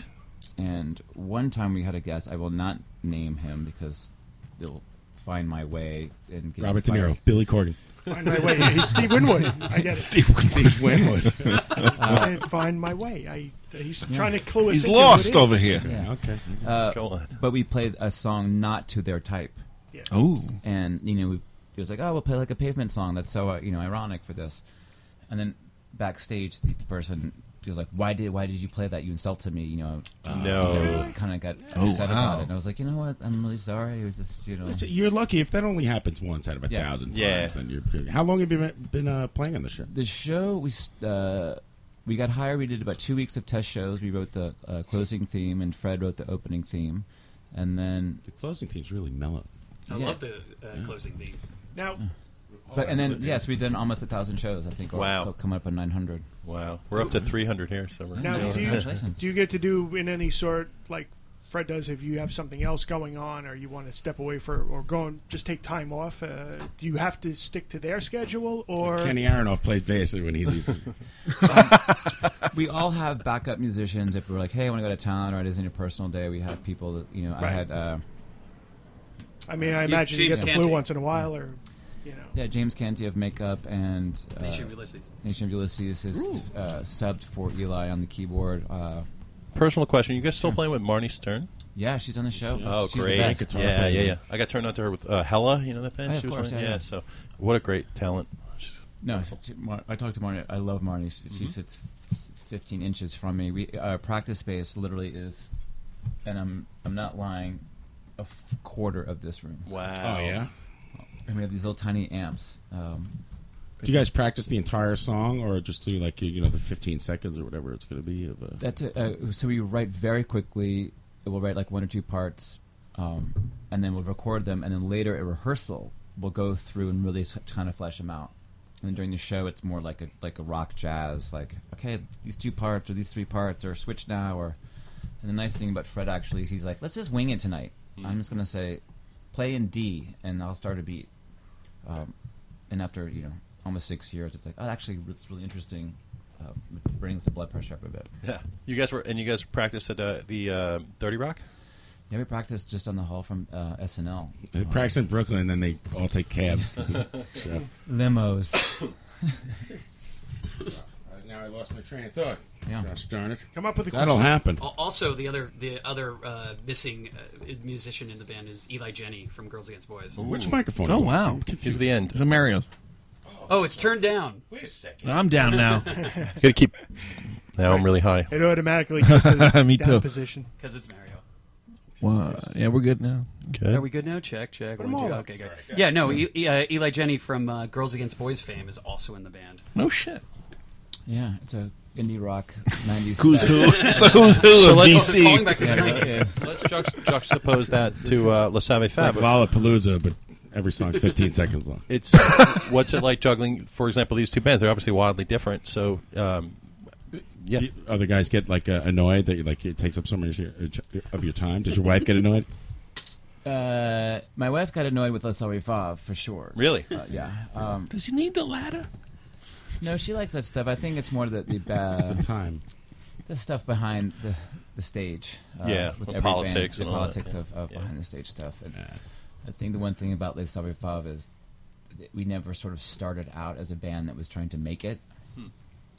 Speaker 20: And one time we had a guest. I will not name him because they'll find my way and get
Speaker 3: Robert De
Speaker 20: me
Speaker 3: Niro,
Speaker 20: fired.
Speaker 3: Billy Corgan.
Speaker 15: Find my way. He's Steve Winwood. I get it.
Speaker 3: Steve Winwood. Uh, Steve Winwood.
Speaker 15: I can't find my way. I, he's
Speaker 3: Yeah.
Speaker 15: trying to clue us.
Speaker 16: He's
Speaker 15: into who it is.
Speaker 20: Yeah.
Speaker 3: Okay.
Speaker 20: Uh,
Speaker 17: Go on.
Speaker 20: But we played a song not to their type.
Speaker 15: Yeah.
Speaker 17: Ooh.
Speaker 20: And you know, we, it was like, oh, we'll play like a pavement song. That's so uh, you know ironic for this. And then backstage, the person was like, why did why did you play that? You insulted me. You know.
Speaker 17: No.
Speaker 20: Kind of got
Speaker 3: Oh,
Speaker 20: upset about
Speaker 3: wow.
Speaker 20: it. And I was like, you know what? I'm really sorry. It was just you know.
Speaker 3: That's it. You're lucky if that only happens once out of a thousand
Speaker 20: Yeah.
Speaker 3: times. Then you're. How long have you been, been uh, playing on the show?
Speaker 20: The show we s- uh, we got hired. We did about two weeks of test shows. We wrote the uh, closing theme, and Fred wrote the opening theme, and then the
Speaker 3: closing theme's really mellow.
Speaker 21: I
Speaker 20: Yeah.
Speaker 21: love the uh, closing theme.
Speaker 15: Now,
Speaker 16: Mm.
Speaker 20: But and then yes, we've done almost a thousand shows. I think. Or
Speaker 17: Wow.
Speaker 20: co- Coming up on nine hundred.
Speaker 17: Wow, we're up to 300 here, so we're
Speaker 15: Now,
Speaker 17: Yeah.
Speaker 15: do you, do you get to do in any sort like Fred does if you have something else going on or you want to step away for or go and just take time off? Uh, do you have to stick to their schedule or
Speaker 3: Kenny Aronoff plays bass when he leaves.
Speaker 20: we all have backup musicians. If we're like, hey, I want to go to town, or it isn't a personal day, we have people that you know. I
Speaker 15: Right.
Speaker 20: had. Uh,
Speaker 15: I mean, I
Speaker 20: You-
Speaker 15: imagine you,
Speaker 20: James
Speaker 15: get the flu
Speaker 20: Canty.
Speaker 15: once in a while or you know.
Speaker 20: Yeah, James Canty of Makeup and uh,
Speaker 21: Nation of Ulysses.
Speaker 20: Nation of Ulysses is
Speaker 21: Ooh.
Speaker 20: uh, subbed for Eli on the keyboard. Uh,
Speaker 17: Personal question: You guys still playing with Marnie Stern?
Speaker 20: yeah, she's on the show.
Speaker 17: Oh,
Speaker 20: She's the
Speaker 17: great!
Speaker 20: best.
Speaker 17: Yeah, yeah, yeah. I got turned on to her with uh, Hella. You know that band?
Speaker 20: Oh, yeah, of
Speaker 17: she was
Speaker 20: course,
Speaker 17: one-
Speaker 20: yeah, yeah.
Speaker 17: So, what a great talent. She's
Speaker 20: No, she, Mar- I talked to Marnie. I love Marnie. She, she
Speaker 17: Mhm.
Speaker 20: sits f- 15 inches from me. We our practice space literally is, and I'm I'm not lying, a f- quarter of this room.
Speaker 17: Wow.
Speaker 3: Oh, yeah?
Speaker 20: And we have these little tiny amps. Um,
Speaker 3: Do you guys practice the entire song, or just do like you- you know the 15 seconds or whatever it's going to be? Of a...
Speaker 20: That's it. Uh, so we write very quickly. We'll write like one or two parts, um, and then we'll record them. And then later at rehearsal, we'll go through and really s- kind of flesh them out. And then during the show, it's more like a like a rock jazz. Like okay, these two parts or these three parts or switch now. Or and the nice thing about Fred actually is he's like, let's just wing it tonight. I'm just gonna say, play in D, and I'll start a beat. Um, and after you know almost six years, it's like oh, actually it's really interesting. Uh, it brings the blood pressure up a bit.
Speaker 17: Yeah, you guys were and you guys practiced at uh, the uh, Dirty Rock.
Speaker 20: Yeah, we practiced just on the hall from uh, SNL.
Speaker 3: They practice in Brooklyn, and then they all take cabs. So-
Speaker 20: Limos.
Speaker 3: now I lost my train of thought.
Speaker 20: Yeah.
Speaker 3: Gosh darn it.
Speaker 15: Come up with a
Speaker 3: That'll
Speaker 15: question.
Speaker 3: happen.
Speaker 21: Al- Also, the other the other uh, missing uh, musician in the band is Eli Jenny from Girls Against Boys.
Speaker 3: Which microphone?
Speaker 16: Oh wow!
Speaker 17: Here's the end.
Speaker 16: It's a Mario's.
Speaker 21: Oh, it's turned down. Wait a second.
Speaker 16: I'm down now.
Speaker 17: Got to keep. Now I'm really high.
Speaker 15: It automatically goes to the
Speaker 16: Me
Speaker 15: down
Speaker 16: too.
Speaker 15: position.
Speaker 21: Because it's Mario.
Speaker 16: What? Yeah, we're good now.
Speaker 17: Good.
Speaker 21: Are we good now? Check, check.
Speaker 15: Put 'em
Speaker 21: One, two.
Speaker 15: all up.
Speaker 21: Okay, good. Yeah, no, E- E- uh, Eli Jenny from uh, Girls Against Boys fame is also in the band.
Speaker 16: No shit.
Speaker 20: yeah, it's a indie rock '90s.
Speaker 16: Who's who? It's a who's who of DC. Calling back to the 90s.
Speaker 17: Let's juxt- juxtapose that to uh, La Save
Speaker 3: It's like
Speaker 17: Fab.
Speaker 3: Lollapalooza, but every song's 15 seconds long.
Speaker 17: It's what's it like juggling, for example, these two bands? They're obviously wildly different. So, um, yeah,
Speaker 3: You- other guys get like uh, annoyed that you, like it takes up so much of your- uh, of your time. Does your wife get annoyed?
Speaker 20: Uh, my wife got annoyed with Les Ari Fav for sure.
Speaker 17: Really?
Speaker 20: Uh, yeah. Um,
Speaker 16: Does he need the ladder?
Speaker 20: no, she likes that stuff. I think it's more the the, ba-
Speaker 3: The time,
Speaker 20: the stuff behind the the stage. uh,
Speaker 17: Yeah,
Speaker 20: with
Speaker 17: the
Speaker 20: every
Speaker 17: politics
Speaker 20: band,
Speaker 17: and
Speaker 20: the
Speaker 17: all that,
Speaker 20: politics
Speaker 17: yeah.
Speaker 20: of, of behind the stage stuff. And I think the one thing about Les Ari Fav is that we never sort of started out as a band that was trying to make it.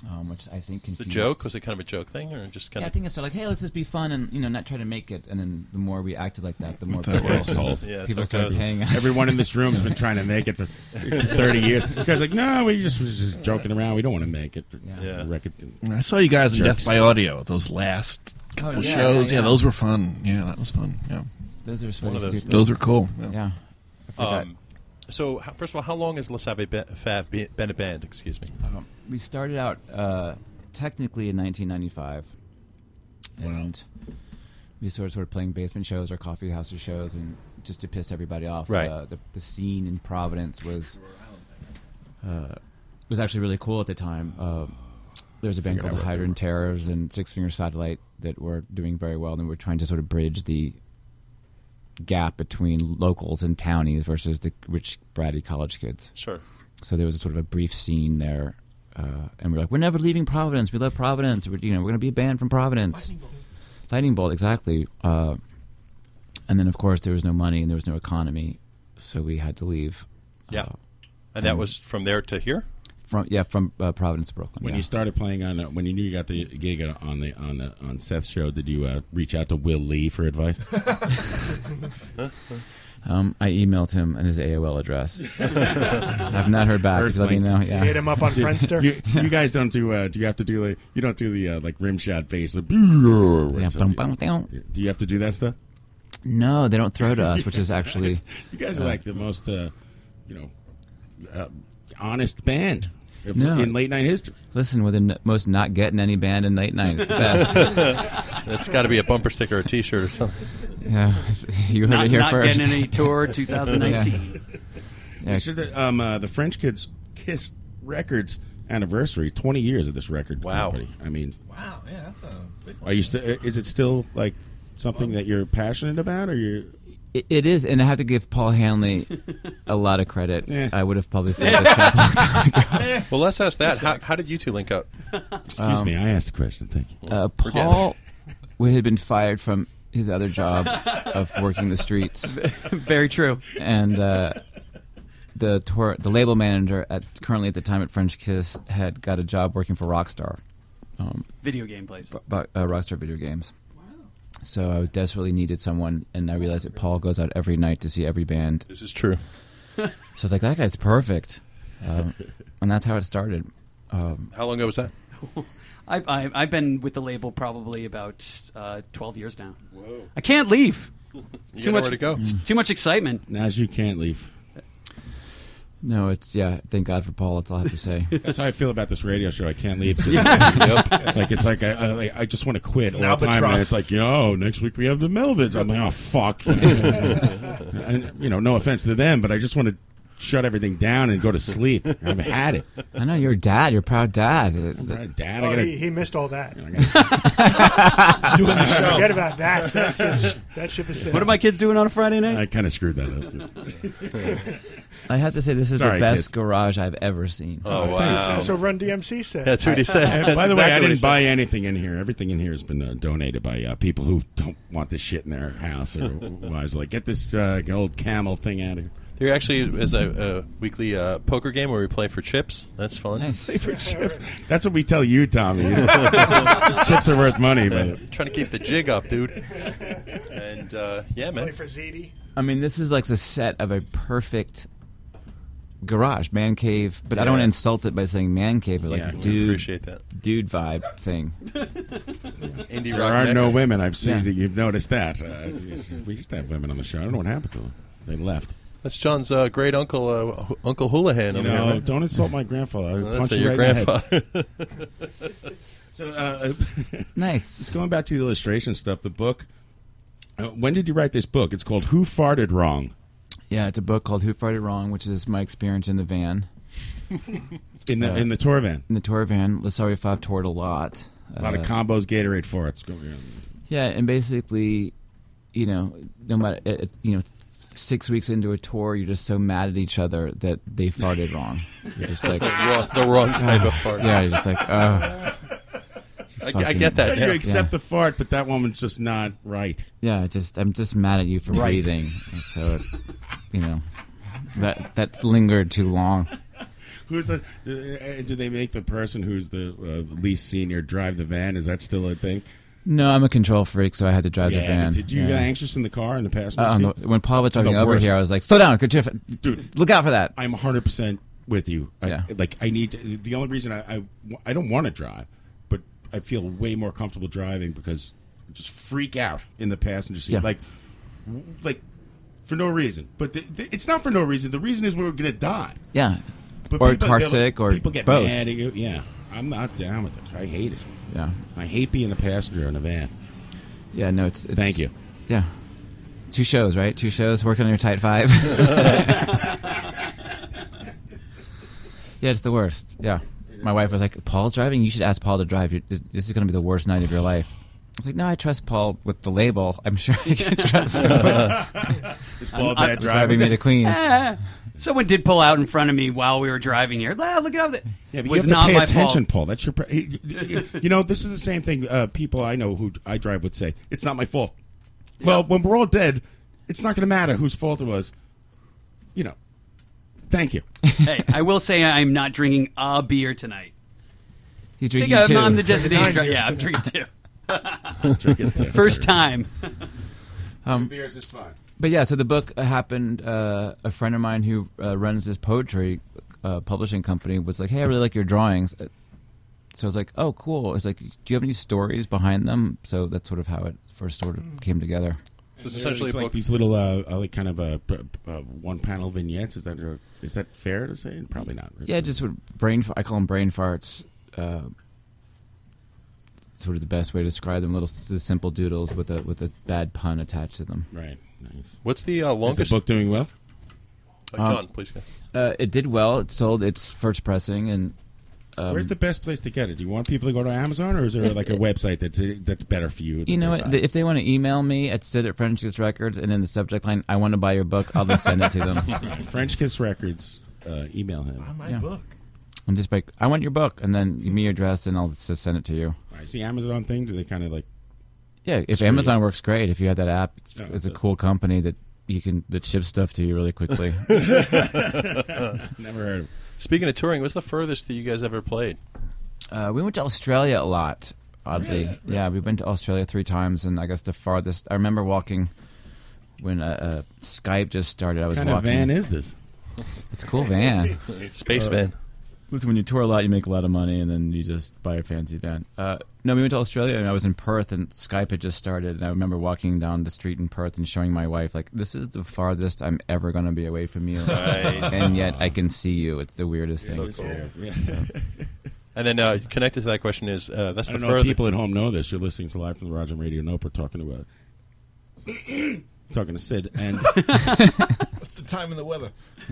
Speaker 20: Um, which I think
Speaker 17: Hmm. the
Speaker 20: confused
Speaker 17: joke was it kind of a joke thing, or just kind
Speaker 20: yeah, I
Speaker 17: of
Speaker 20: think it's sort of like, hey, let's just be fun and you know not try to make it. And then the more we acted like that, the more
Speaker 3: They're
Speaker 20: people,
Speaker 3: assholes.
Speaker 20: people started paying us.
Speaker 3: Everyone in this room has been trying to make it for 30 years. You guys are like, no, we just was just joking around. We don't want to make it. The Record.
Speaker 16: I saw you guys in
Speaker 3: Jerks.
Speaker 16: Death by Audio. Those last couple
Speaker 20: Oh, yeah,
Speaker 16: shows.
Speaker 20: yeah,
Speaker 16: Oh, Yeah,
Speaker 20: yeah.
Speaker 16: those were fun. Yeah, that was fun. Yeah.
Speaker 20: Those are
Speaker 17: One
Speaker 20: sort
Speaker 17: of
Speaker 20: of
Speaker 17: those.
Speaker 20: stupid.
Speaker 16: Those are cool. Yeah.
Speaker 20: Yeah. I forgot.
Speaker 17: Um, so, how, first of all, how long has La Save Be- Fab be- been a band? Excuse me.
Speaker 20: Um, we started out uh, technically in 1995, and we sort of sort of playing basement shows or coffee houses shows, and just to piss everybody off.
Speaker 17: Right.
Speaker 20: Uh, the, the scene in Providence was uh, was actually really cool at the time. Uh, there's a band
Speaker 3: Forget
Speaker 20: called the
Speaker 3: about
Speaker 20: Hydrant Terrors and Six Finger Satellite that were doing very well, and we were trying to sort of bridge the gap between locals and townies versus the rich bratty college kids.
Speaker 17: Sure.
Speaker 20: So there was a sort of a brief scene there, uh, and we are like, "We're never leaving Providence. We love Providence. We're, you know, we're going to be a band from Providence." lightning bolt exactly. Uh, and then of course there was no money and there was no economy, so we had to leave.
Speaker 17: Yeah.
Speaker 3: Oh.
Speaker 17: And
Speaker 3: Mm.
Speaker 17: that was from there to here?
Speaker 20: From yeah, from uh, Providence to Brooklyn.
Speaker 3: When
Speaker 20: yeah.
Speaker 3: you started playing on, uh, when you knew you got the gig on- on the on the on Seth's show, did you uh, reach out to Will Lee for advice?
Speaker 20: Um, I emailed him and his AOL address. I've not heard back. If you let me
Speaker 3: Earthlink.
Speaker 20: know. Yeah.
Speaker 3: You- You, you guys don't do. Uh, do you have to do like you don't do the uh, like rim shot face? The yeah,
Speaker 20: bum, bum, down.
Speaker 3: Do you have to do that stuff?
Speaker 20: No, they don't throw to us, which is actually.
Speaker 3: You guys
Speaker 20: uh,
Speaker 3: are like the most, uh, you know, uh, honest band of-
Speaker 20: No.
Speaker 3: in late night history.
Speaker 20: Listen, we're the n- most not getting any band in late night. It's the best.
Speaker 17: That's got to be a bumper sticker or a t shirt or something.
Speaker 20: Yeah, you heard
Speaker 17: Not-
Speaker 20: it here
Speaker 17: not
Speaker 20: first.
Speaker 17: getting any tour
Speaker 20: Yeah.
Speaker 3: You should, uh, um, uh, the French Kids Kiss Records anniversary, twenty years of this record. Wow. Company. I mean,
Speaker 16: Wow, yeah, that's a big
Speaker 3: are you still? Is it still like something that you're passionate about, or you're?
Speaker 20: It, it is, and I have to give Paul Hanley a lot of credit.
Speaker 17: Yeah.
Speaker 20: I would have probably filled this up a long time ago.
Speaker 17: well, let's ask that. How, how did you two link up? Excuse
Speaker 20: Um,
Speaker 3: asked the question. Thank you.
Speaker 20: Uh,
Speaker 17: We're getting
Speaker 20: Paul we had been fired from his other job of working the streets.
Speaker 19: Very true.
Speaker 20: And uh, the tour, the label manager at currently at the time at French Kiss had got a job working for Rockstar. Um,
Speaker 19: Video game place.
Speaker 20: but uh, Rockstar video games. So I desperately needed someone, and I realized that Paul goes out every night to see every band.
Speaker 17: This is true.
Speaker 20: so I was like, that guy's perfect, um, and that's how it started. Um,
Speaker 17: How long ago was that?
Speaker 19: I, I, I've been with the label probably about uh, 12 years now.
Speaker 17: Whoa.
Speaker 19: I can't leave.
Speaker 17: got nowhere to go.
Speaker 3: Mm.
Speaker 19: it's Too much excitement.
Speaker 3: As you can't leave.
Speaker 20: no, it's yeah. Thank God for Paul. That's all I have to say.
Speaker 3: That's how I feel about this radio show. I can't leave.
Speaker 20: Yeah.
Speaker 3: It's Like it's like I, I, like, I just want to quit
Speaker 20: It's an
Speaker 3: all the time.
Speaker 20: albatross.
Speaker 3: And it's like, yo, next week we have the Melvins. I'm like, oh fuck. and, you know, no offense to them, but I just want to shut everything down and go to sleep. I've had it.
Speaker 20: I know you're a dad. You're a proud dad.
Speaker 3: proud dad.
Speaker 15: Oh, he, he missed all that.
Speaker 3: Doing the show.
Speaker 15: Forget about that. That's, that's, that ship is sailing.
Speaker 19: What are my kids doing on a Friday night?
Speaker 3: I kind of screwed that up.
Speaker 20: I have to say this is
Speaker 3: Sorry,
Speaker 20: the best
Speaker 3: kids.
Speaker 20: garage I've ever seen.
Speaker 15: That's what Run DMC said.
Speaker 3: And by the way, I didn't buy anything in here. Everything in here has been uh, donated by uh, people who don't want this shit in their house or wives. Like, get this uh, old camel thing out of here.
Speaker 17: There actually is a, a weekly uh, poker game where we play for chips. That's fun.
Speaker 3: Play for chips. That's what we tell you, Tommy. chips are worth money, but
Speaker 17: Trying to keep the jig up, dude. And uh, yeah, man.
Speaker 15: Play for ZD.
Speaker 20: I mean, this is like the set of a perfect garage man cave. But I don't want
Speaker 17: Yeah.
Speaker 20: to insult it by saying man cave, but like
Speaker 17: Yeah, we
Speaker 20: dude,
Speaker 17: appreciate that.
Speaker 20: dude vibe thing.
Speaker 17: Indie
Speaker 3: there
Speaker 17: rock
Speaker 3: are
Speaker 17: mecca.
Speaker 3: no women. I've seen
Speaker 17: Yeah.
Speaker 3: that you've noticed that. Uh, we used to have women on the show. I don't know what happened to them. They left.
Speaker 17: That's John's uh, great uncle, uh, H- Uncle Houlihan.
Speaker 3: You
Speaker 17: over
Speaker 3: know,
Speaker 17: here, man.
Speaker 3: don't insult my grandfather. I would
Speaker 17: Well, that's
Speaker 3: punch you
Speaker 17: your
Speaker 3: right in the
Speaker 17: grandfather.
Speaker 3: so, uh,
Speaker 20: nice.
Speaker 3: Just going back to the illustration stuff. The book. Uh, when did you write this book? It's called Who Farted Wrong.
Speaker 20: Yeah, it's a book called Who Farted Wrong, which is my experience in the van.
Speaker 3: In the- in the tour van.
Speaker 20: Uh, In the tour van, Lasaria Five toured a lot.
Speaker 3: A lot of
Speaker 20: Uh,
Speaker 3: combos, Gatorade for it. Go- yeah.
Speaker 20: Yeah, and basically, you know, no matter it, it- you know, six weeks into a tour, you're just so mad at each other that they farted wrong. You're just like
Speaker 17: The wrong- the wrong type of fart.
Speaker 20: Yeah, you're just like oh.
Speaker 17: I- I get that
Speaker 3: You accept the fart, but that woman's just not right.
Speaker 20: Yeah, I just I'm just mad at you for
Speaker 3: Right.
Speaker 20: breathing, and so it, you know, that that lingered too long.
Speaker 3: Who's the? Do, uh, do they make the person who's the uh, least senior drive the van? Is that still a thing?
Speaker 20: No, I'm a control freak, so I had to drive the
Speaker 3: Yeah,
Speaker 20: van.
Speaker 3: Did you
Speaker 20: yeah.
Speaker 3: get anxious in the car in the passenger
Speaker 20: Uh,
Speaker 3: seat?
Speaker 20: no, when Paul was
Speaker 3: The
Speaker 20: driving over
Speaker 3: worst.
Speaker 20: here, I was like, "Slow down, good Jeff-
Speaker 3: dude,
Speaker 20: look out for that."
Speaker 3: I'm 100 percent with you. I,
Speaker 20: Yeah.
Speaker 3: Like I need to, the only reason I, I I don't want to drive, but I feel way more comfortable driving because I just freak out in the passenger seat,
Speaker 20: Yeah.
Speaker 3: like w- like for no reason. But the, the, it's not for no reason. The reason is we're gonna die.
Speaker 20: Yeah.
Speaker 3: But
Speaker 20: or
Speaker 3: people
Speaker 20: car
Speaker 3: get-
Speaker 20: sick, or
Speaker 3: people get
Speaker 20: both.
Speaker 3: mad at you. Yeah, I'm not down with it. I hate it.
Speaker 20: Yeah.
Speaker 3: I hate being the passenger in a van.
Speaker 20: Yeah, no, it's, it's
Speaker 3: Thank you.
Speaker 20: Yeah, two shows, right? Two shows working on your tight five. yeah, it's the worst. Yeah, my wife was like, "Paul's driving. You should ask Paul to drive. You're, this this is going to be the worst night of your life." I was like, no, I trust Paul with the label. I'm sure I can trust him. with-
Speaker 19: Is
Speaker 3: Paul a
Speaker 20: I'm-
Speaker 3: bad
Speaker 20: I'm driving me to Queens.
Speaker 19: Ah. someone did pull out in front of me while we were driving here. Ah, look at how that
Speaker 3: Yeah, but
Speaker 19: was
Speaker 3: you have
Speaker 19: not
Speaker 3: to pay
Speaker 19: my
Speaker 3: attention,
Speaker 19: fault.
Speaker 3: Paul. That's your. Pre- you- you you know, this is the same thing. Uh, people I know who d- I drive would say it's not my fault. Well, when we're all dead, it's not going to matter whose fault it was. You know. Thank you.
Speaker 19: hey, I will say I'm not drinking a beer tonight.
Speaker 20: He's
Speaker 19: Take a- I'm the designated driver. Yeah, I'm drinking two.
Speaker 20: Drinking two.
Speaker 19: First time.
Speaker 20: Um,
Speaker 3: beers is fine.
Speaker 20: But yeah, so the book happened. Uh, a friend of mine who uh, runs this poetry uh, publishing company was like, "Hey, I really like your drawings." Uh, So I was like, "Oh, cool." It's like, "Do you have any stories behind them?" So that's sort of how it first sort
Speaker 3: Mm.
Speaker 20: of came together.
Speaker 17: So it's
Speaker 3: They're
Speaker 17: essentially
Speaker 3: just
Speaker 17: a
Speaker 3: like
Speaker 17: book-
Speaker 3: these little, uh, uh, like kind of uh, p- p- uh, one panel vignettes. Is that uh, is that fair to say? Probably not.
Speaker 20: Yeah, just sort of brain. I call them brain farts. Uh, sort of the best way to describe them. Little s- simple doodles with a with a bad pun attached to them.
Speaker 3: Right. Nice.
Speaker 17: What's the uh, longest
Speaker 3: book doing well?
Speaker 17: Uh,
Speaker 20: Um,
Speaker 17: John, please go.
Speaker 20: Uh, it did well. It sold its first pressing, and um,
Speaker 3: Where's the best place to get it? Do you want people to go to Amazon, or is there
Speaker 20: If-
Speaker 3: like a website that's that's better for you?
Speaker 20: You know
Speaker 3: that they
Speaker 20: what?
Speaker 3: buy?
Speaker 20: If they want to email me at sit at French Kiss Records and in the subject line, I want to buy your book, I'll just send it to them.
Speaker 3: French Kiss Records, uh, email him.
Speaker 16: my
Speaker 20: Yeah.
Speaker 16: book.
Speaker 20: I'm just like, I want your book, and then give me your address, and I'll just send it to you.
Speaker 3: Is the Amazon thing? Do they kind of like?
Speaker 20: Yeah, if
Speaker 3: Screw
Speaker 20: Amazon works great, if you have that app, it's,
Speaker 3: No,
Speaker 20: it's a cool company that you can that ships stuff to you really quickly.
Speaker 3: Never heard of
Speaker 17: Speaking of touring, what's the furthest that you guys ever played?
Speaker 20: uh, we went to Australia a lot, oddly. Yeah, we went to Australia three times, and I guess the farthest I remember walking when uh, uh, Skype just started. I was
Speaker 3: What kind of
Speaker 20: walking.
Speaker 3: van is this?
Speaker 20: It's a cool van.
Speaker 17: Space van.
Speaker 20: Uh, Listen, when you tour a lot, you make a lot of money, and then you just buy a fancy van. Uh, no, we went to Australia, and I was in Perth, and Skype had just started. And I remember walking down the street in Perth and showing my wife, like, "This is the farthest I'm ever going to be away from you,
Speaker 17: Nice.
Speaker 20: and yet I can see you." It's the weirdest thing.
Speaker 17: And then uh, connected to that question is uh, that's
Speaker 3: I
Speaker 17: the
Speaker 3: don't know if
Speaker 17: furthest.
Speaker 3: people at home know this. You're listening to live from the Roger Radio Nope. We're talking about talking to Sid and
Speaker 16: What's the time and the weather?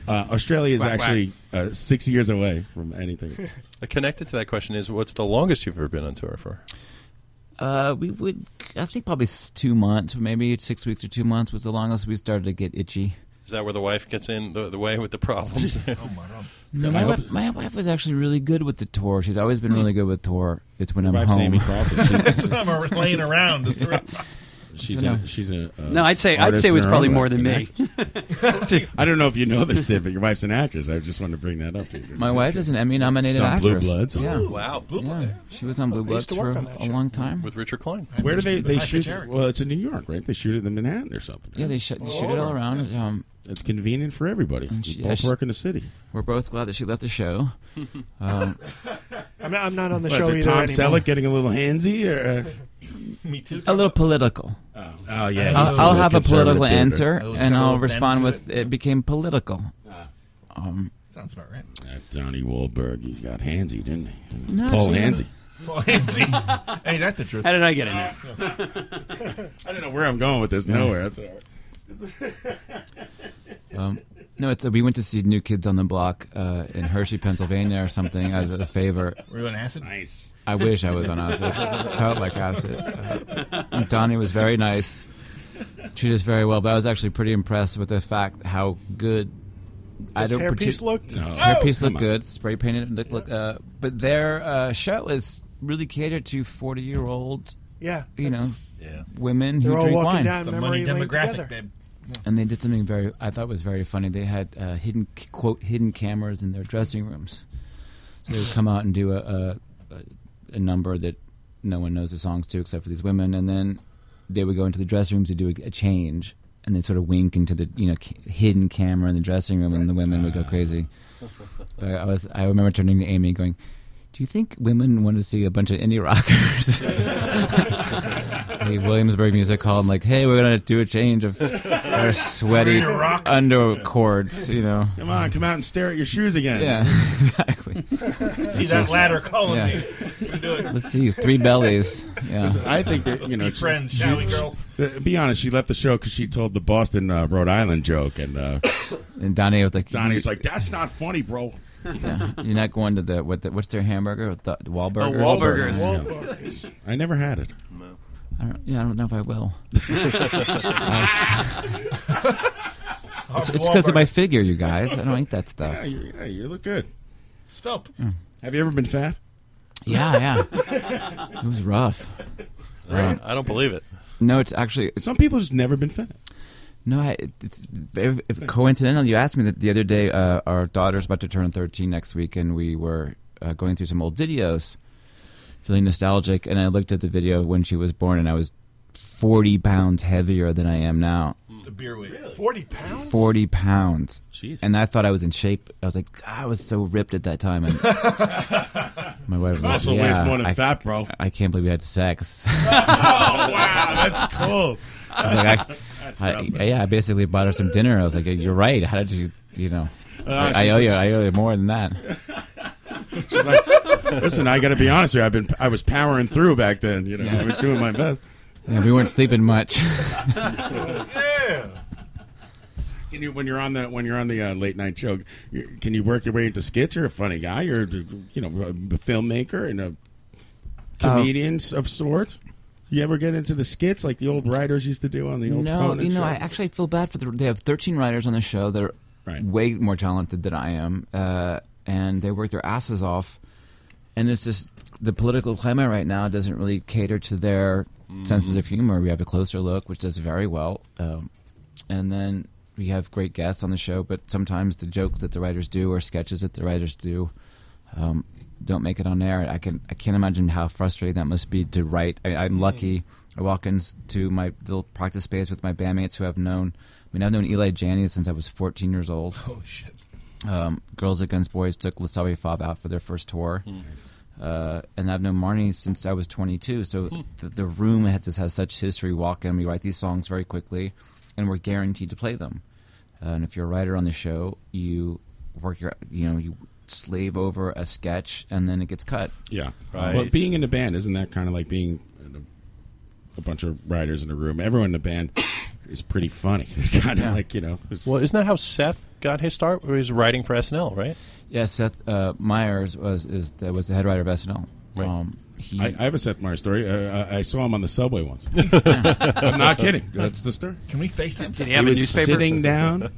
Speaker 3: uh, Australia is
Speaker 16: Whack, whack.
Speaker 3: actually uh, six years away from anything.
Speaker 17: Uh, connected to that question is what's the longest you've ever been on tour for?
Speaker 20: Uh, we would, I think, probably s- two months, maybe six weeks or two months was the longest we started to get itchy.
Speaker 17: Is that where the wife gets in the, the way with the problems? oh my god!
Speaker 20: No, my wife, my wife was actually really good with the tour. She's always been really good with tour. It's when
Speaker 3: Your
Speaker 20: I'm
Speaker 3: wife's
Speaker 20: home.
Speaker 3: Amy Crawford.
Speaker 16: That's when I'm laying around. Is the
Speaker 3: She's
Speaker 20: So no.
Speaker 3: a, she's a, uh,
Speaker 19: No, I'd say- I'd
Speaker 3: artist
Speaker 19: say it was
Speaker 3: in her
Speaker 19: probably
Speaker 3: own
Speaker 19: more
Speaker 3: right,
Speaker 19: than
Speaker 3: an
Speaker 19: me.
Speaker 3: actress. I don't know if you know this, Sid, but your wife's an actress. I just wanted to bring that up to you.
Speaker 20: My wife is an Emmy-nominated
Speaker 3: She's on Blue
Speaker 20: actress.
Speaker 3: Bloods.
Speaker 20: Yeah.
Speaker 3: Ooh,
Speaker 17: wow. Blue
Speaker 20: Bloods. She was on Blue
Speaker 17: I
Speaker 20: Bloods
Speaker 17: used to work
Speaker 20: for
Speaker 17: on that
Speaker 20: a
Speaker 17: show.
Speaker 20: long time.
Speaker 17: with Richard Klein.
Speaker 3: Where do they they
Speaker 17: Hi,
Speaker 3: shoot?
Speaker 17: Jerry.
Speaker 3: Well, it's in New York, right? They shoot it in Manhattan or something.
Speaker 20: Yeah, they sh-
Speaker 3: right?
Speaker 20: shoot it all around. Um,
Speaker 3: It's convenient for everybody.
Speaker 20: and
Speaker 3: We
Speaker 20: she- yeah,
Speaker 3: both
Speaker 20: she-
Speaker 3: work in the city.
Speaker 20: We're both glad that she left the show. um,
Speaker 15: I'm not, I'm not on the
Speaker 3: What,
Speaker 15: show
Speaker 3: is it
Speaker 15: either.
Speaker 3: Tom
Speaker 15: anymore.
Speaker 3: Selleck getting a little handsy? Or, uh?
Speaker 16: Me too.
Speaker 20: a little political.
Speaker 3: Oh, oh, yeah, he's
Speaker 20: I'll, I'll
Speaker 3: a little
Speaker 20: have a
Speaker 3: conservative
Speaker 20: political
Speaker 3: dude.
Speaker 20: answer,
Speaker 3: Oh, it's got
Speaker 20: and
Speaker 3: a
Speaker 20: I'll
Speaker 3: little
Speaker 20: respond
Speaker 3: bend
Speaker 20: with it became political. Um,
Speaker 16: Sounds about right.
Speaker 3: Ah. uh, Donnie Wahlberg, he's got handsy, didn't he?
Speaker 20: No,
Speaker 3: Paul
Speaker 20: she-
Speaker 3: Handsy.
Speaker 16: Well, Nancy. hey, that's the truth.
Speaker 19: How did I get in there?
Speaker 3: I don't know where I'm going with this. Nowhere. That's all right.
Speaker 20: um, no, it's we went to see New Kids on the Block uh, in Hershey, Pennsylvania, or something as a favor.
Speaker 16: Were you on acid?
Speaker 3: Nice.
Speaker 20: I wish I was on acid. Felt like acid. Uh, Donnie was very nice, treated us very well. But I was actually pretty impressed with the fact how good. I
Speaker 15: His
Speaker 20: don't
Speaker 15: hairpiece
Speaker 20: partic-
Speaker 15: looked- No.
Speaker 20: Hairpiece
Speaker 15: Oh,
Speaker 20: looked
Speaker 15: come on.
Speaker 20: good. Spray painted. Looked look. Uh, but their uh, show is really catered to forty year old.
Speaker 15: Yeah,
Speaker 20: You know.
Speaker 15: that's- Yeah.
Speaker 20: Women who
Speaker 15: They're all
Speaker 20: drink
Speaker 15: walking
Speaker 20: wine.
Speaker 15: down The memory money lane demographic, together. babe.
Speaker 20: And they did something very I thought was very funny. They had uh, hidden quote hidden cameras in their dressing rooms, so they would come out and do a, a a- a number that no one knows the songs to except for these women, and then they would go into the dressing rooms to do a, a change, and they sort of wink into the you know ca- hidden camera in the dressing room, and the women would go crazy. But I was I remember turning to Amy and going. Do you think women want to see a bunch of indie rockers? hey, Williamsburg Music Hall. I'm like, hey, we're gonna do a change of our sweaty
Speaker 3: Indie rock.
Speaker 20: undercords, you know.
Speaker 3: Come on, come out and stare at your shoes again.
Speaker 20: Yeah, exactly.
Speaker 16: See that ladder calling
Speaker 20: Yeah.
Speaker 16: me. What are you doing?
Speaker 20: Let's see, three bellies. Yeah,
Speaker 3: I think that
Speaker 16: Let's
Speaker 3: you know.
Speaker 16: be friends, shall we, girls?
Speaker 3: Uh, Be honest. She left the show because she told the Boston uh, Rhode Island joke, and uh,
Speaker 20: and Donnie was like,
Speaker 3: Donnie was like, "That's not funny, bro."
Speaker 20: Yeah, you're not going to
Speaker 3: Oh,
Speaker 20: the what? The, what's their hamburger? The, the Wahlburgers.
Speaker 3: Wahlburgers. Wahlburgers. I never had it.
Speaker 20: I don't, yeah, I don't know if I will. Uh, it's because of my figure, you guys. I don't eat that stuff.
Speaker 3: Yeah, you, yeah, you look good.
Speaker 16: Spelt.
Speaker 3: Have you ever been fat?
Speaker 20: Yeah, yeah. it was rough.
Speaker 17: Right. Uh, I don't believe it.
Speaker 20: No, it's actually
Speaker 3: some people just never been fat.
Speaker 20: No, I, it's if, if coincidental. You asked me that the other day. Uh, our daughter's about to turn 13 next week, and we were uh, going through some old videos, feeling nostalgic. And I looked at the video when she was born, and I was 40 pounds heavier than I am now.
Speaker 16: The beer weight.
Speaker 15: Forty pounds.
Speaker 20: 40 pounds.
Speaker 16: Jeez.
Speaker 20: And I thought I was in shape. I was like, "God, I was so ripped at that time. And my wife was
Speaker 3: Also
Speaker 20: like,
Speaker 3: weighs
Speaker 20: yeah,
Speaker 3: more than
Speaker 20: I,
Speaker 3: fat, bro.
Speaker 20: I can't believe we had sex.
Speaker 3: oh wow, that's cool.
Speaker 20: I was like, I,
Speaker 3: That's
Speaker 20: I-
Speaker 3: rough, man.
Speaker 20: yeah, I basically bought her some dinner. I was like, you're right. How did you, you know,
Speaker 3: Ah,
Speaker 20: I, I owe
Speaker 3: she's-
Speaker 20: you, I owe you more than that.
Speaker 3: She's like, Listen, I got to be honest here. I've been, I was powering through back then. You know, I was doing my best.
Speaker 20: Yeah, we weren't sleeping much.
Speaker 3: yeah. Can you, when you're on the when you're on the uh, late night show, you, can you work your way into skits? You're a funny guy. You're you know a filmmaker and a comedian
Speaker 20: Oh.
Speaker 3: of sorts. You ever get into the skits like the old writers used to do on the old
Speaker 20: no,
Speaker 3: Conan
Speaker 20: you know,
Speaker 3: shows?
Speaker 20: I actually feel bad for the. They have 13 writers on the show. They're way more talented than I am, uh, and they work their asses off. And it's just the political climate right now doesn't really cater to their
Speaker 3: Mm-hmm.
Speaker 17: Mhm.
Speaker 20: senses of humor. We have a closer look, which does very well, um, and then we have great guests on the show. But sometimes the jokes that the writers do or sketches that the writers do. Um, don't make it on air. I can I can't imagine how frustrating that must be to write. I,
Speaker 16: Mm-hmm.
Speaker 20: I'm lucky. I walk into my little practice space with my bandmates who I've known. I mean, I've known Eli Janney since I was 14 years old.
Speaker 16: Oh shit!
Speaker 20: Um, Girls Against Boys took Lasabi Fav out for their first tour,
Speaker 16: Mm-hmm.
Speaker 20: uh, and I've known Marnie since I was 22. So
Speaker 16: Hmm.
Speaker 20: the, the room has just has such history. Walk in, we write these songs very quickly, and we're guaranteed to play them. Uh, and if you're a writer on the show, you work your you know you slave over a sketch, and then it gets cut.
Speaker 3: Yeah. But being in a band isn't that kind of like being in a, a bunch of writers in a room? Everyone in the band is pretty funny. It's kind of
Speaker 17: Yeah.
Speaker 3: like you know. it's-
Speaker 17: Well, isn't that how Seth got his start? Where he was writing for SNL, right?
Speaker 20: Yeah, Seth uh, Myers was is that was the head writer of SNL. Um, he,
Speaker 3: I, I have a Seth Meyers story. Uh, I, I saw him on the subway once. I'm not kidding. That's the story.
Speaker 16: Can we FaceTime?
Speaker 3: Did he have a newspaper? sitting down.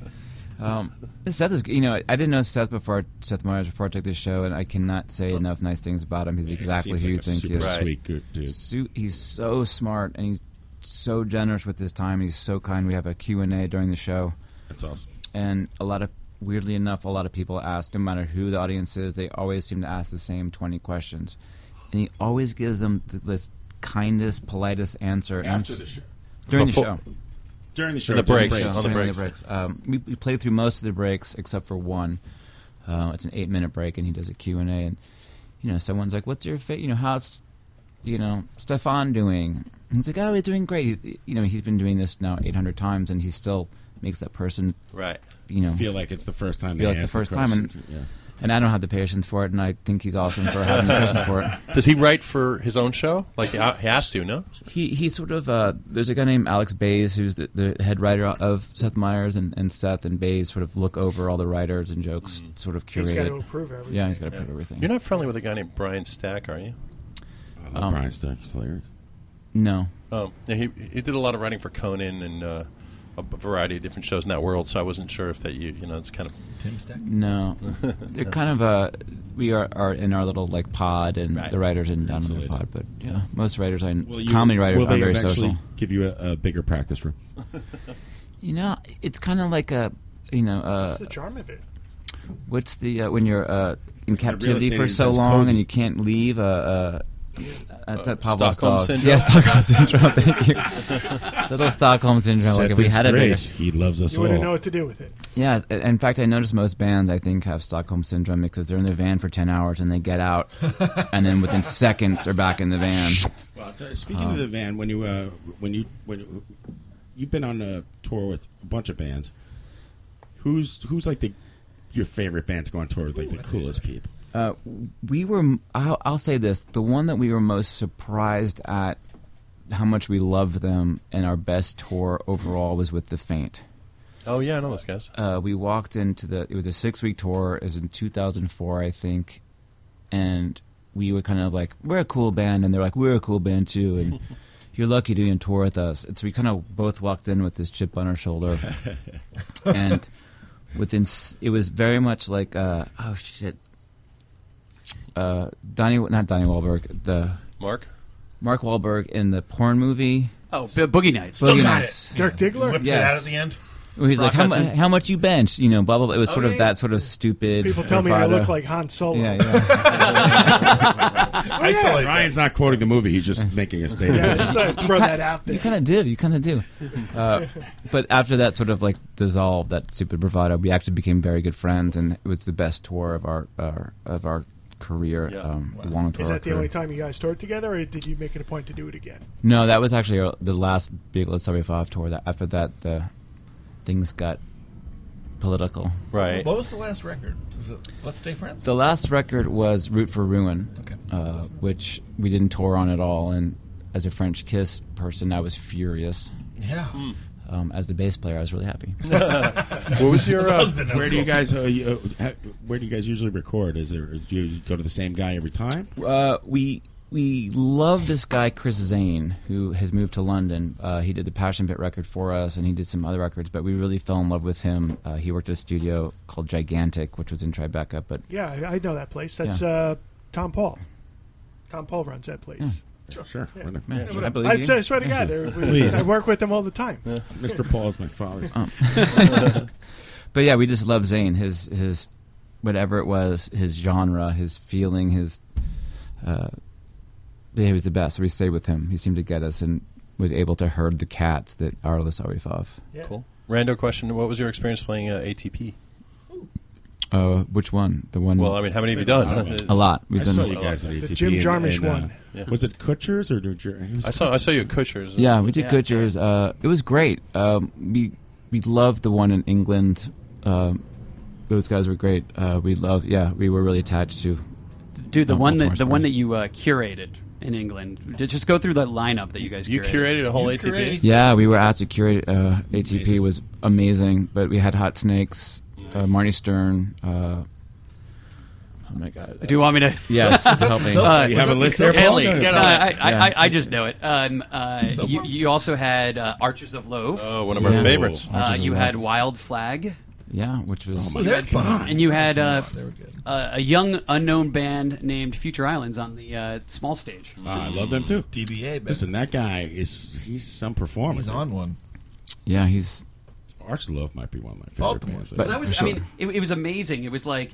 Speaker 20: um, Seth is, you know, I didn't know Seth before Seth Meyers before I took this show, and I cannot say enough nice things about him. He's
Speaker 3: He
Speaker 20: exactly
Speaker 3: seems
Speaker 20: who
Speaker 3: like
Speaker 20: you
Speaker 3: a
Speaker 20: think he
Speaker 3: super
Speaker 20: is.
Speaker 3: sweet, good dude.
Speaker 20: Su- he's so smart and he's so generous with his time. He's so kind. We have a Q and A during the show.
Speaker 3: That's awesome.
Speaker 20: And a lot of weirdly enough, a lot of people ask, no matter who the audience is, they always seem to ask the same twenty questions, and he always gives them the, the kindest, politest answer. And I'm
Speaker 3: After
Speaker 20: s-
Speaker 3: the show.
Speaker 20: during
Speaker 17: Before-
Speaker 20: the show.
Speaker 3: During the show,
Speaker 20: In
Speaker 3: during the breaks.
Speaker 20: During
Speaker 3: On the breaks.
Speaker 20: Um, we, we play through most of the breaks except for one. Uh, it's an eight-minute break, and he does a Q and A. And you know, someone's like, "What's your fa-? You know, how's you know Stefan doing?" And he's like, "Oh, he's doing great." He- you know, he's been doing this now 800 times, and he still makes that person
Speaker 17: Right.
Speaker 20: You know,
Speaker 3: Feel like it's the first time
Speaker 20: Feel
Speaker 3: they
Speaker 20: like the
Speaker 3: ask the
Speaker 20: first time, and
Speaker 3: question, yeah.
Speaker 20: and I don't have the patience for it, and I think he's awesome for having the patience for it.
Speaker 17: Does he write for his own show? Like he uh, he has to, no?
Speaker 20: He he sort of uh, there's a guy named Alex Bays who's the, the head writer of Seth Meyers and, and Seth and Bays sort of look over all the writers and jokes,
Speaker 3: Mm.
Speaker 20: sort of curated.
Speaker 17: He's gotta
Speaker 15: approve everything.
Speaker 20: Yeah, he's got to approve
Speaker 17: You're
Speaker 20: everything.
Speaker 17: not friendly with a guy named Brian Stack, are you?
Speaker 20: Um,
Speaker 3: Brian Stack's hilarious.
Speaker 20: No,
Speaker 17: Um, yeah, he he did a lot of writing for Conan and uh, a b- variety of different shows in that world. So I wasn't sure if that you you know it's kind of
Speaker 16: Tim Stack.
Speaker 20: no, they're kind of uh, we are, are in our little like pod, and the writers in down in the pod. But yeah, most writers I
Speaker 3: Will you-
Speaker 20: comedy writers
Speaker 3: will
Speaker 20: are
Speaker 3: they
Speaker 20: very
Speaker 3: eventually
Speaker 20: social.
Speaker 3: Give you a, a bigger practice room.
Speaker 20: You know, it's kind of like a you know uh,
Speaker 15: That's the charm of it.
Speaker 20: What's the uh, when you're uh, in
Speaker 15: real
Speaker 20: captivity
Speaker 15: estate
Speaker 20: for
Speaker 15: agent
Speaker 20: so
Speaker 15: says
Speaker 20: long
Speaker 15: cozy.
Speaker 20: and you can't leave? Uh, uh, uh,
Speaker 17: Uh,
Speaker 20: that Pavlov's
Speaker 17: Stockholm
Speaker 20: dog.
Speaker 17: syndrome?
Speaker 20: Yeah, Stockholm syndrome. Thank you. It's a little Stockholm syndrome. Like
Speaker 3: Seth
Speaker 20: if we
Speaker 3: is
Speaker 20: had a
Speaker 3: great.
Speaker 20: bigger-
Speaker 3: He loves us
Speaker 15: You
Speaker 3: all.
Speaker 15: wouldn't know what to do with it.
Speaker 20: Yeah. i- In fact, I noticed most bands I think have Stockholm syndrome because they're in their van for ten hours and they get out, and then within seconds they're back in the van.
Speaker 3: Well, th- speaking
Speaker 20: Um,
Speaker 3: of the van, when you uh, when you when you've been on a tour with a bunch of bands, who's who's like the your favorite band to go on tour with, like the coolest people?
Speaker 20: Uh, we were. I'll, I'll say this: the one that we were most surprised at how much we loved them, and our best tour overall was with the Faint.
Speaker 17: oh yeah, I know those guys.
Speaker 20: Uh, we walked into the. It was a six week tour. It was in 2004, I think, and we were kind of like, "We're a cool band," and they're like, "We're a cool band too," and you're lucky to be on tour with us. And so we kind of both walked in with this chip on our shoulder, and within s- it was very much like, uh, oh shit, uh, Donnie, not Donnie Wahlberg, the
Speaker 17: Mark?
Speaker 20: Mark Wahlberg in the porn movie.
Speaker 19: Oh, Bo- Boogie Nights.
Speaker 20: Boogie
Speaker 19: Still got
Speaker 20: Nights.
Speaker 19: it. Dirk Diggler?
Speaker 16: Whips it out at the end.
Speaker 20: Where he's like,
Speaker 16: Rock
Speaker 20: how,
Speaker 16: Hudson.
Speaker 20: mu- how much you bench? You know, blah blah. blah. It was
Speaker 15: Oh,
Speaker 20: sort
Speaker 15: yeah.
Speaker 20: of that sort of stupid.
Speaker 15: People tell me I
Speaker 20: bravado.
Speaker 15: look like Han Solo.
Speaker 20: Yeah, yeah.
Speaker 15: I saw it.
Speaker 3: Ryan's not quoting the movie; he's just making a statement.
Speaker 15: Yeah, just like throw that out
Speaker 20: You
Speaker 15: there.
Speaker 20: kind of do. You kind of do. Uh, but after that sort of like dissolved that stupid bravado, we actually became very good friends, and it was the best tour of our our of our career. Um, Long tour.
Speaker 15: Is
Speaker 20: of our
Speaker 15: that the
Speaker 20: career.
Speaker 15: only time you guys toured together, or did you make it a point to do it again?
Speaker 20: No, that was actually our, the last big Let's Seventy Five tour. That after that, the things got political.
Speaker 17: Right.
Speaker 16: What was the last record? Was it Let's Stay Friends?
Speaker 20: The last record was "Root for Ruin," uh, which we didn't tour on at all. And as a French Kiss person, I was furious.
Speaker 16: Yeah. Mm.
Speaker 20: Um, as the bass player, I was really happy.
Speaker 3: what was your? Uh, where do you
Speaker 20: guys?
Speaker 3: guys? Uh, you, uh, ha- where do you guys usually record? Is there? Do you go to the same guy every time?
Speaker 20: Uh, we we love this guy Chris Zane, who has moved to London. Uh, he did the Passion Pit record for us, and he did some other records. But we really fell in love with him. Uh, he worked at a studio called Gigantic, which was in Tribeca. But
Speaker 15: Yeah, I I know that place. That's
Speaker 20: Yeah.
Speaker 15: uh, Tom Paul. Tom Paul runs that place.
Speaker 19: Hmm.
Speaker 15: Sure,
Speaker 3: sure.
Speaker 15: Yeah.
Speaker 3: Why not?
Speaker 20: Man,
Speaker 15: Yeah,
Speaker 20: I
Speaker 15: but
Speaker 20: believe
Speaker 15: I'd
Speaker 20: you.
Speaker 15: say, I swear to God, they're- we-
Speaker 20: Please.
Speaker 15: I work with them all the time.
Speaker 3: Mr. Paul is my father.
Speaker 19: Oh.
Speaker 20: Um, but yeah, we just love Zane. His his whatever it was, his genre, his feeling, his uh, yeah, he was the best. So we stayed with him. He seemed to get us and was able to herd the cats that are Les Arifov.
Speaker 17: Cool. Rando question: What was your experience playing uh, ATP?
Speaker 20: Uh, which one? The one?
Speaker 17: Well, I mean, how many have you done?
Speaker 20: A lot.
Speaker 3: I saw you guys at ATP. and- and, uh, Was it Kutcher's or New Jersey?
Speaker 17: I saw. I saw you at Kutcher's.
Speaker 20: Yeah, we did Kutcher's. Uh, it was great. Um, we we loved the one in England. Um, those guys were great. Uh, we loved. Yeah, we were really attached to.
Speaker 19: Dude, the
Speaker 20: um,
Speaker 19: one that
Speaker 20: Baltimore
Speaker 19: the one
Speaker 20: Stars.
Speaker 19: that you uh, curated in England. Ju- Just go through the lineup that you guys.
Speaker 17: You curated a whole You ATP? curated-
Speaker 20: Yeah, we were at security. Uh, ATP was amazing, but we had Hot Snakes, uh, Marty Stern. Uh, oh my God!
Speaker 19: Do you want me to?
Speaker 20: Yes, help me.
Speaker 19: Uh, Ellie.
Speaker 20: Ellie.
Speaker 19: No, Uh, I, I,
Speaker 20: Yeah.
Speaker 19: I, I just know it. Um, uh, you, you also had uh, Archers of Loaf.
Speaker 17: Oh, one of our Yeah. favorites.
Speaker 19: Uh,
Speaker 20: Archers of
Speaker 19: you had
Speaker 20: Loaf.
Speaker 19: Wild Flag.
Speaker 20: Yeah, which was
Speaker 3: Oh
Speaker 19: You had- and you had uh, uh, a young unknown band named Future Islands on the uh, small stage.
Speaker 3: Ah, I love them too.
Speaker 16: DBA. baby.
Speaker 3: Listen, that guy is—he's some performer.
Speaker 16: He's on one.
Speaker 20: Yeah, he's
Speaker 3: Archlove might be one of my favorite ones.
Speaker 19: But that was, I mean, it, it was amazing. It was like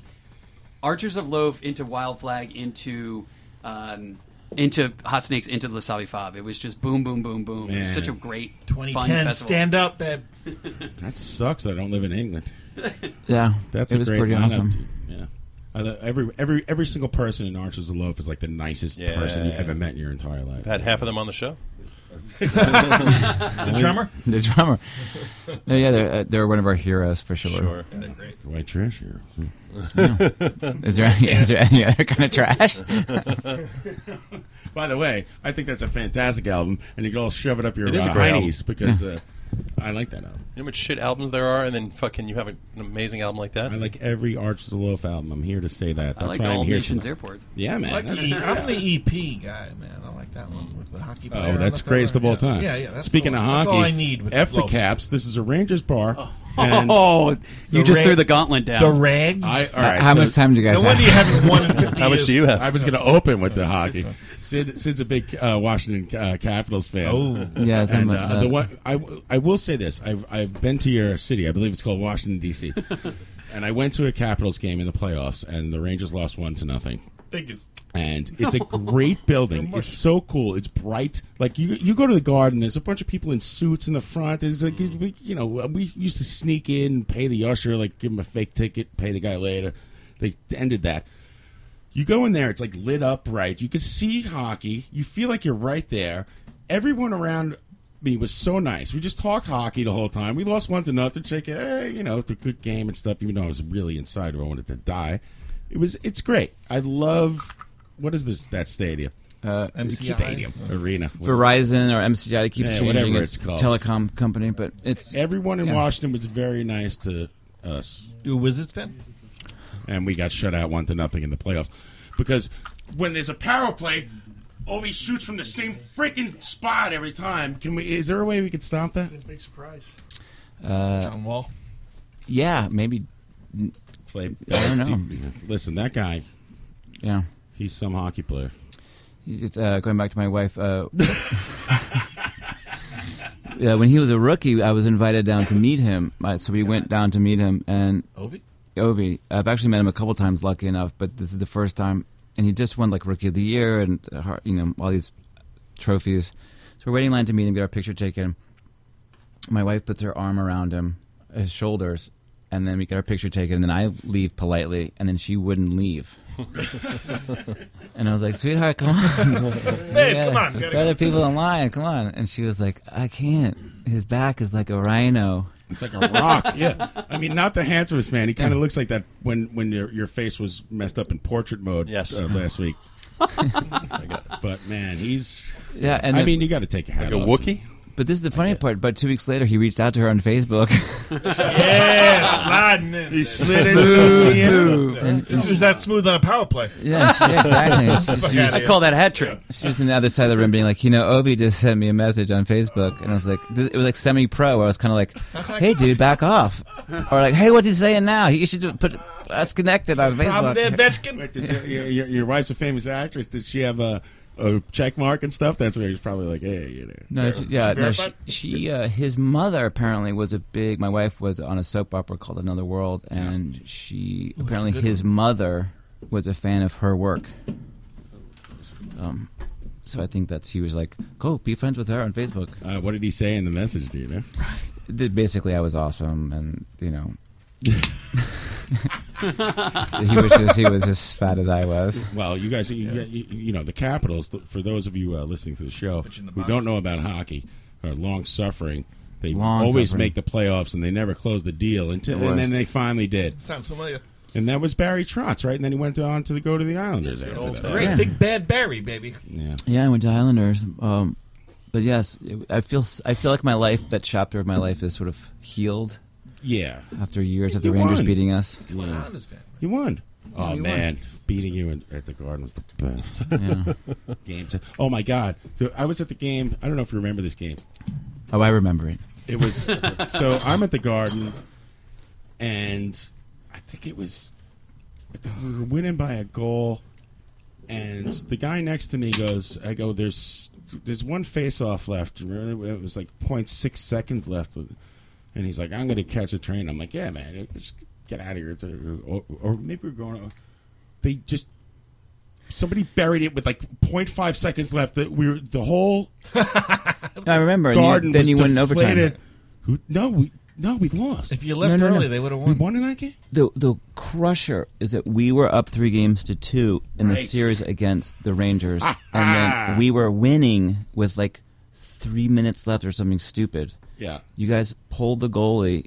Speaker 19: Archers of Loaf into Wild Flag into um, into Hot Snakes into the Lasabi Fob. It was just boom, boom, boom, boom. It was
Speaker 3: Man.
Speaker 19: such a great fun
Speaker 16: 2010,
Speaker 19: festival.
Speaker 16: stand up, babe.
Speaker 3: That sucks. that I don't live in England.
Speaker 20: Yeah,
Speaker 3: that's
Speaker 20: it
Speaker 3: a
Speaker 20: was
Speaker 3: great
Speaker 20: pretty
Speaker 3: lineup,
Speaker 20: awesome.
Speaker 3: dude. Yeah, I lo- every every every single person in Archers of Loaf is like the nicest
Speaker 17: Yeah.
Speaker 3: person you ever met in your entire life.
Speaker 17: I've had half of them on the show.
Speaker 20: the
Speaker 17: drummer?
Speaker 20: the drummer. No, yeah, they're uh, they're one of our heroes for sure.
Speaker 17: Sure.
Speaker 16: Yeah, they're great.
Speaker 3: White trash here.
Speaker 20: Is there any, is there any other kind of trash?
Speaker 3: By the way, I think that's a fantastic album, and you can all shove it up your
Speaker 17: It is a
Speaker 3: uh,
Speaker 17: great album.
Speaker 3: heinies because uh, I like that album.
Speaker 17: You know what shit albums there are, and then fucking you have an amazing album like that.
Speaker 3: I like every Archers of Loaf album. I'm here to say that. That's
Speaker 17: like
Speaker 3: why
Speaker 17: All
Speaker 3: I'm here
Speaker 17: Nations
Speaker 3: tonight.
Speaker 17: Airports.
Speaker 3: Yeah, man.
Speaker 16: Like
Speaker 3: that's-
Speaker 16: the, E. I'm the EP guy, man. I like that one with the hockey player.
Speaker 3: Oh,
Speaker 16: on
Speaker 3: that's
Speaker 16: the
Speaker 3: greatest
Speaker 16: cover.
Speaker 3: of all
Speaker 16: Yeah.
Speaker 3: time.
Speaker 16: Yeah, yeah. That's
Speaker 3: Speaking
Speaker 16: the
Speaker 3: of
Speaker 16: one.
Speaker 3: hockey,
Speaker 16: that's all I need with
Speaker 3: F the
Speaker 16: loaf.
Speaker 3: Caps. This is a Rangers bar.
Speaker 19: Oh, you just threw the gauntlet down. The rags?
Speaker 3: I, all right,
Speaker 20: How much time do you guys No wonder have? you haven't won in 50
Speaker 3: How much
Speaker 20: years.
Speaker 3: do you have? I was going to open with the hockey. Sid, Sid's a big uh, Washington uh, Capitals fan.
Speaker 20: Oh. Yes, I'm
Speaker 3: and,
Speaker 20: a-
Speaker 3: uh, the one I, w- I will say this: I've I've been to your city. I believe it's called Washington D.C. and I went to a Capitals game in the playoffs, and the Rangers lost one to nothing.
Speaker 16: Biggest.
Speaker 3: And it's a great building. It's so cool. It's bright. Like you, you go to the garden. There's a bunch of people in suits in the front. There's like, we, you know, we used to sneak in, pay the usher, like give him a fake ticket, pay the guy later. They ended that. You go in there, it's like lit up right. You can see hockey. You feel like you're right there. Everyone around me was so nice. We just talked hockey the whole time. We lost one to nothing. Check it, hey, you know, it's a good game and stuff. Even though I was really inside, I wanted to die. It was. It's great. I love. What is this? That stadium.
Speaker 20: Uh,
Speaker 3: MCI? Stadium. Arena.
Speaker 20: Verizon or MCI. It keeps
Speaker 3: Yeah,
Speaker 20: changing.
Speaker 3: whatever
Speaker 20: it's
Speaker 3: it's called.
Speaker 20: telecom company, but it's
Speaker 3: Everyone in
Speaker 20: yeah.
Speaker 3: Washington was very nice to us.
Speaker 16: You a Wizards fan?
Speaker 3: and we got shut out one to nothing in the playoffs because when there's a power play,
Speaker 5: always shoots from the same freaking spot every time.
Speaker 3: Can we? Is there a way we could stop that?
Speaker 15: Big surprise.
Speaker 20: Uh,
Speaker 3: John Wall?
Speaker 20: Yeah, maybe.
Speaker 3: Play.
Speaker 20: I don't know.
Speaker 3: Listen, that guy.
Speaker 20: Yeah.
Speaker 3: He's some hockey player.
Speaker 20: It's uh, going back to my wife. Uh, yeah, when he was a rookie, I was invited down to meet him. Uh, So we went down to meet him, and
Speaker 16: Ovi?
Speaker 20: Ovi. I've actually met him a couple times, lucky enough, but this is the first time. And he just won like Rookie of the Year and uh, har- you know all these trophies. So we're waiting in line to meet him, get our picture taken. My wife puts her arm around him, his shoulders, and then we get our picture taken. And then I leave politely, and then she wouldn't leave. and I was like, "Sweetheart, come on,
Speaker 1: Babe,
Speaker 20: Yeah,
Speaker 1: come on, gotta
Speaker 20: there are
Speaker 1: go.
Speaker 20: other people in line, come on." And she was like, "I can't. His back is like a rhino.
Speaker 3: It's like a rock. yeah. I mean, not the handsomest man. He kind of looks like that when when your your face was messed up in portrait mode.
Speaker 17: Yes.
Speaker 3: uh, last week. but man, he's
Speaker 20: Yeah, and
Speaker 3: I
Speaker 20: then-
Speaker 3: mean, you got to take a hat off.
Speaker 20: But this is the funny part. About two weeks later, he reached out to her on Facebook.
Speaker 22: yeah, sliding in. He
Speaker 20: slid in. Smooth Yeah. move.
Speaker 22: This was that smooth on a power play.
Speaker 20: Yeah, she, exactly. She- she was-
Speaker 19: that hat trick.
Speaker 20: She was on the other side of the room, being like, you know, Obi just sent me a message on Facebook, and I was like, this, it was like semi-pro. Where I was kind of like, hey, dude, back off, or like, hey, what's he saying now? You should do- put that's connected on Facebook.
Speaker 3: Wait, does your, your- your, your wife's a famous actress. Does she have a, a check mark and stuff? That's where he's probably like, hey, you know.
Speaker 20: No, she, yeah, no, she, she uh, his mother apparently was a big. My wife was on a soap opera called Another World, and
Speaker 3: Oh,
Speaker 20: she
Speaker 17: that's a
Speaker 20: apparently
Speaker 17: good
Speaker 20: his mother was a fan of her work. Um, so I think that she was like, "Go be friends with her on Facebook."
Speaker 3: Uh, what did he say in the message? Do you know?
Speaker 20: That basically, I was awesome, and you know, he wishes he was as fat as I was.
Speaker 3: Well, you guys, you, you, you know, the Capitals, th- for those of you uh, listening to the show who don't know about hockey, are long suffering. They
Speaker 16: Long
Speaker 3: always
Speaker 16: suffering.
Speaker 3: make the playoffs and they never close the deal until,
Speaker 16: The
Speaker 3: and then
Speaker 16: worst.
Speaker 3: they finally did.
Speaker 16: Sounds familiar.
Speaker 3: And that was Barry Trotz, right? And then he went on to the, go to the Islanders. after
Speaker 16: Old
Speaker 3: that.
Speaker 16: great big bad Barry, baby.
Speaker 3: Yeah.
Speaker 20: Yeah, I went to Islanders. Um, but yes, it- I feel s- I feel like my life, that chapter of my life, is sort of healed.
Speaker 3: Yeah.
Speaker 20: After years of the
Speaker 3: You
Speaker 20: Rangers
Speaker 3: won.
Speaker 20: beating us.
Speaker 3: You won. You won. Oh,
Speaker 20: Yeah, you
Speaker 3: man. Beating you in, at the Garden was the best.
Speaker 20: Yeah.
Speaker 3: game. to- oh, my God. So I was at the game. I don't know if you remember this game.
Speaker 20: Oh, I remember it.
Speaker 3: It was so I'm at the garden, and I think it was I think we were winning by a goal, and the guy next to me goes, "I go, there's there's one face off left. Remember, It was like 0.6 seconds left, and he's like, I'm gonna catch a train. I'm like, yeah, man, just get out of here. It's a- Or, or maybe we're going. They just somebody buried it with like 0.5 seconds left. That we were the whole
Speaker 20: I remember. and you-
Speaker 3: garden
Speaker 20: then
Speaker 3: was
Speaker 20: you went in overtime.
Speaker 3: deflated. Who, no, we no, we lost. If
Speaker 16: you
Speaker 20: left No, no, early, no.
Speaker 16: they would have
Speaker 3: won. We won in that game.
Speaker 20: The the crusher is that we were up three games to two in the
Speaker 3: Right.
Speaker 20: series against the Rangers,
Speaker 3: Ah,
Speaker 20: and
Speaker 3: ah.
Speaker 20: then we were winning with like three minutes left or something stupid.
Speaker 3: Yeah.
Speaker 20: you guys pulled the goalie,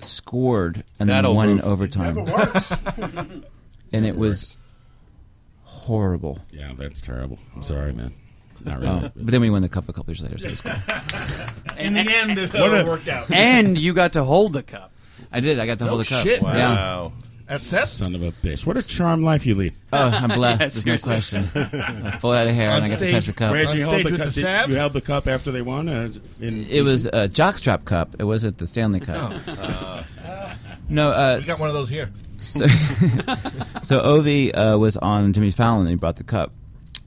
Speaker 20: scored, and
Speaker 17: That'll
Speaker 20: then won
Speaker 17: move.
Speaker 20: in overtime.
Speaker 17: It never works.
Speaker 20: and it was horrible.
Speaker 3: Yeah, that's terrible. I'm sorry, man. Not really.
Speaker 20: Oh, but then we won the cup a couple years later, so it was cool.
Speaker 5: In the end, it
Speaker 19: What
Speaker 5: all
Speaker 19: a-
Speaker 5: worked out.
Speaker 19: And you got to hold the cup.
Speaker 20: I did. I got to
Speaker 19: No
Speaker 20: hold the cup.
Speaker 19: shit.
Speaker 20: Yeah.
Speaker 19: Wow.
Speaker 16: That's it.
Speaker 3: Son of a bitch. What a charm life you lead.
Speaker 20: Oh, I'm blessed. There's no question. I'm full out of hair, and I got to touch the cup.
Speaker 3: Where'd you hold the cup? Did- you held the cup after they won? Uh, in
Speaker 20: It was a jockstrap cup. It wasn't the Stanley Cup.
Speaker 16: Oh.
Speaker 20: No, uh,
Speaker 22: Uh, we got one of those here.
Speaker 20: So, so Ovi uh, was on Jimmy Fallon and he brought the cup,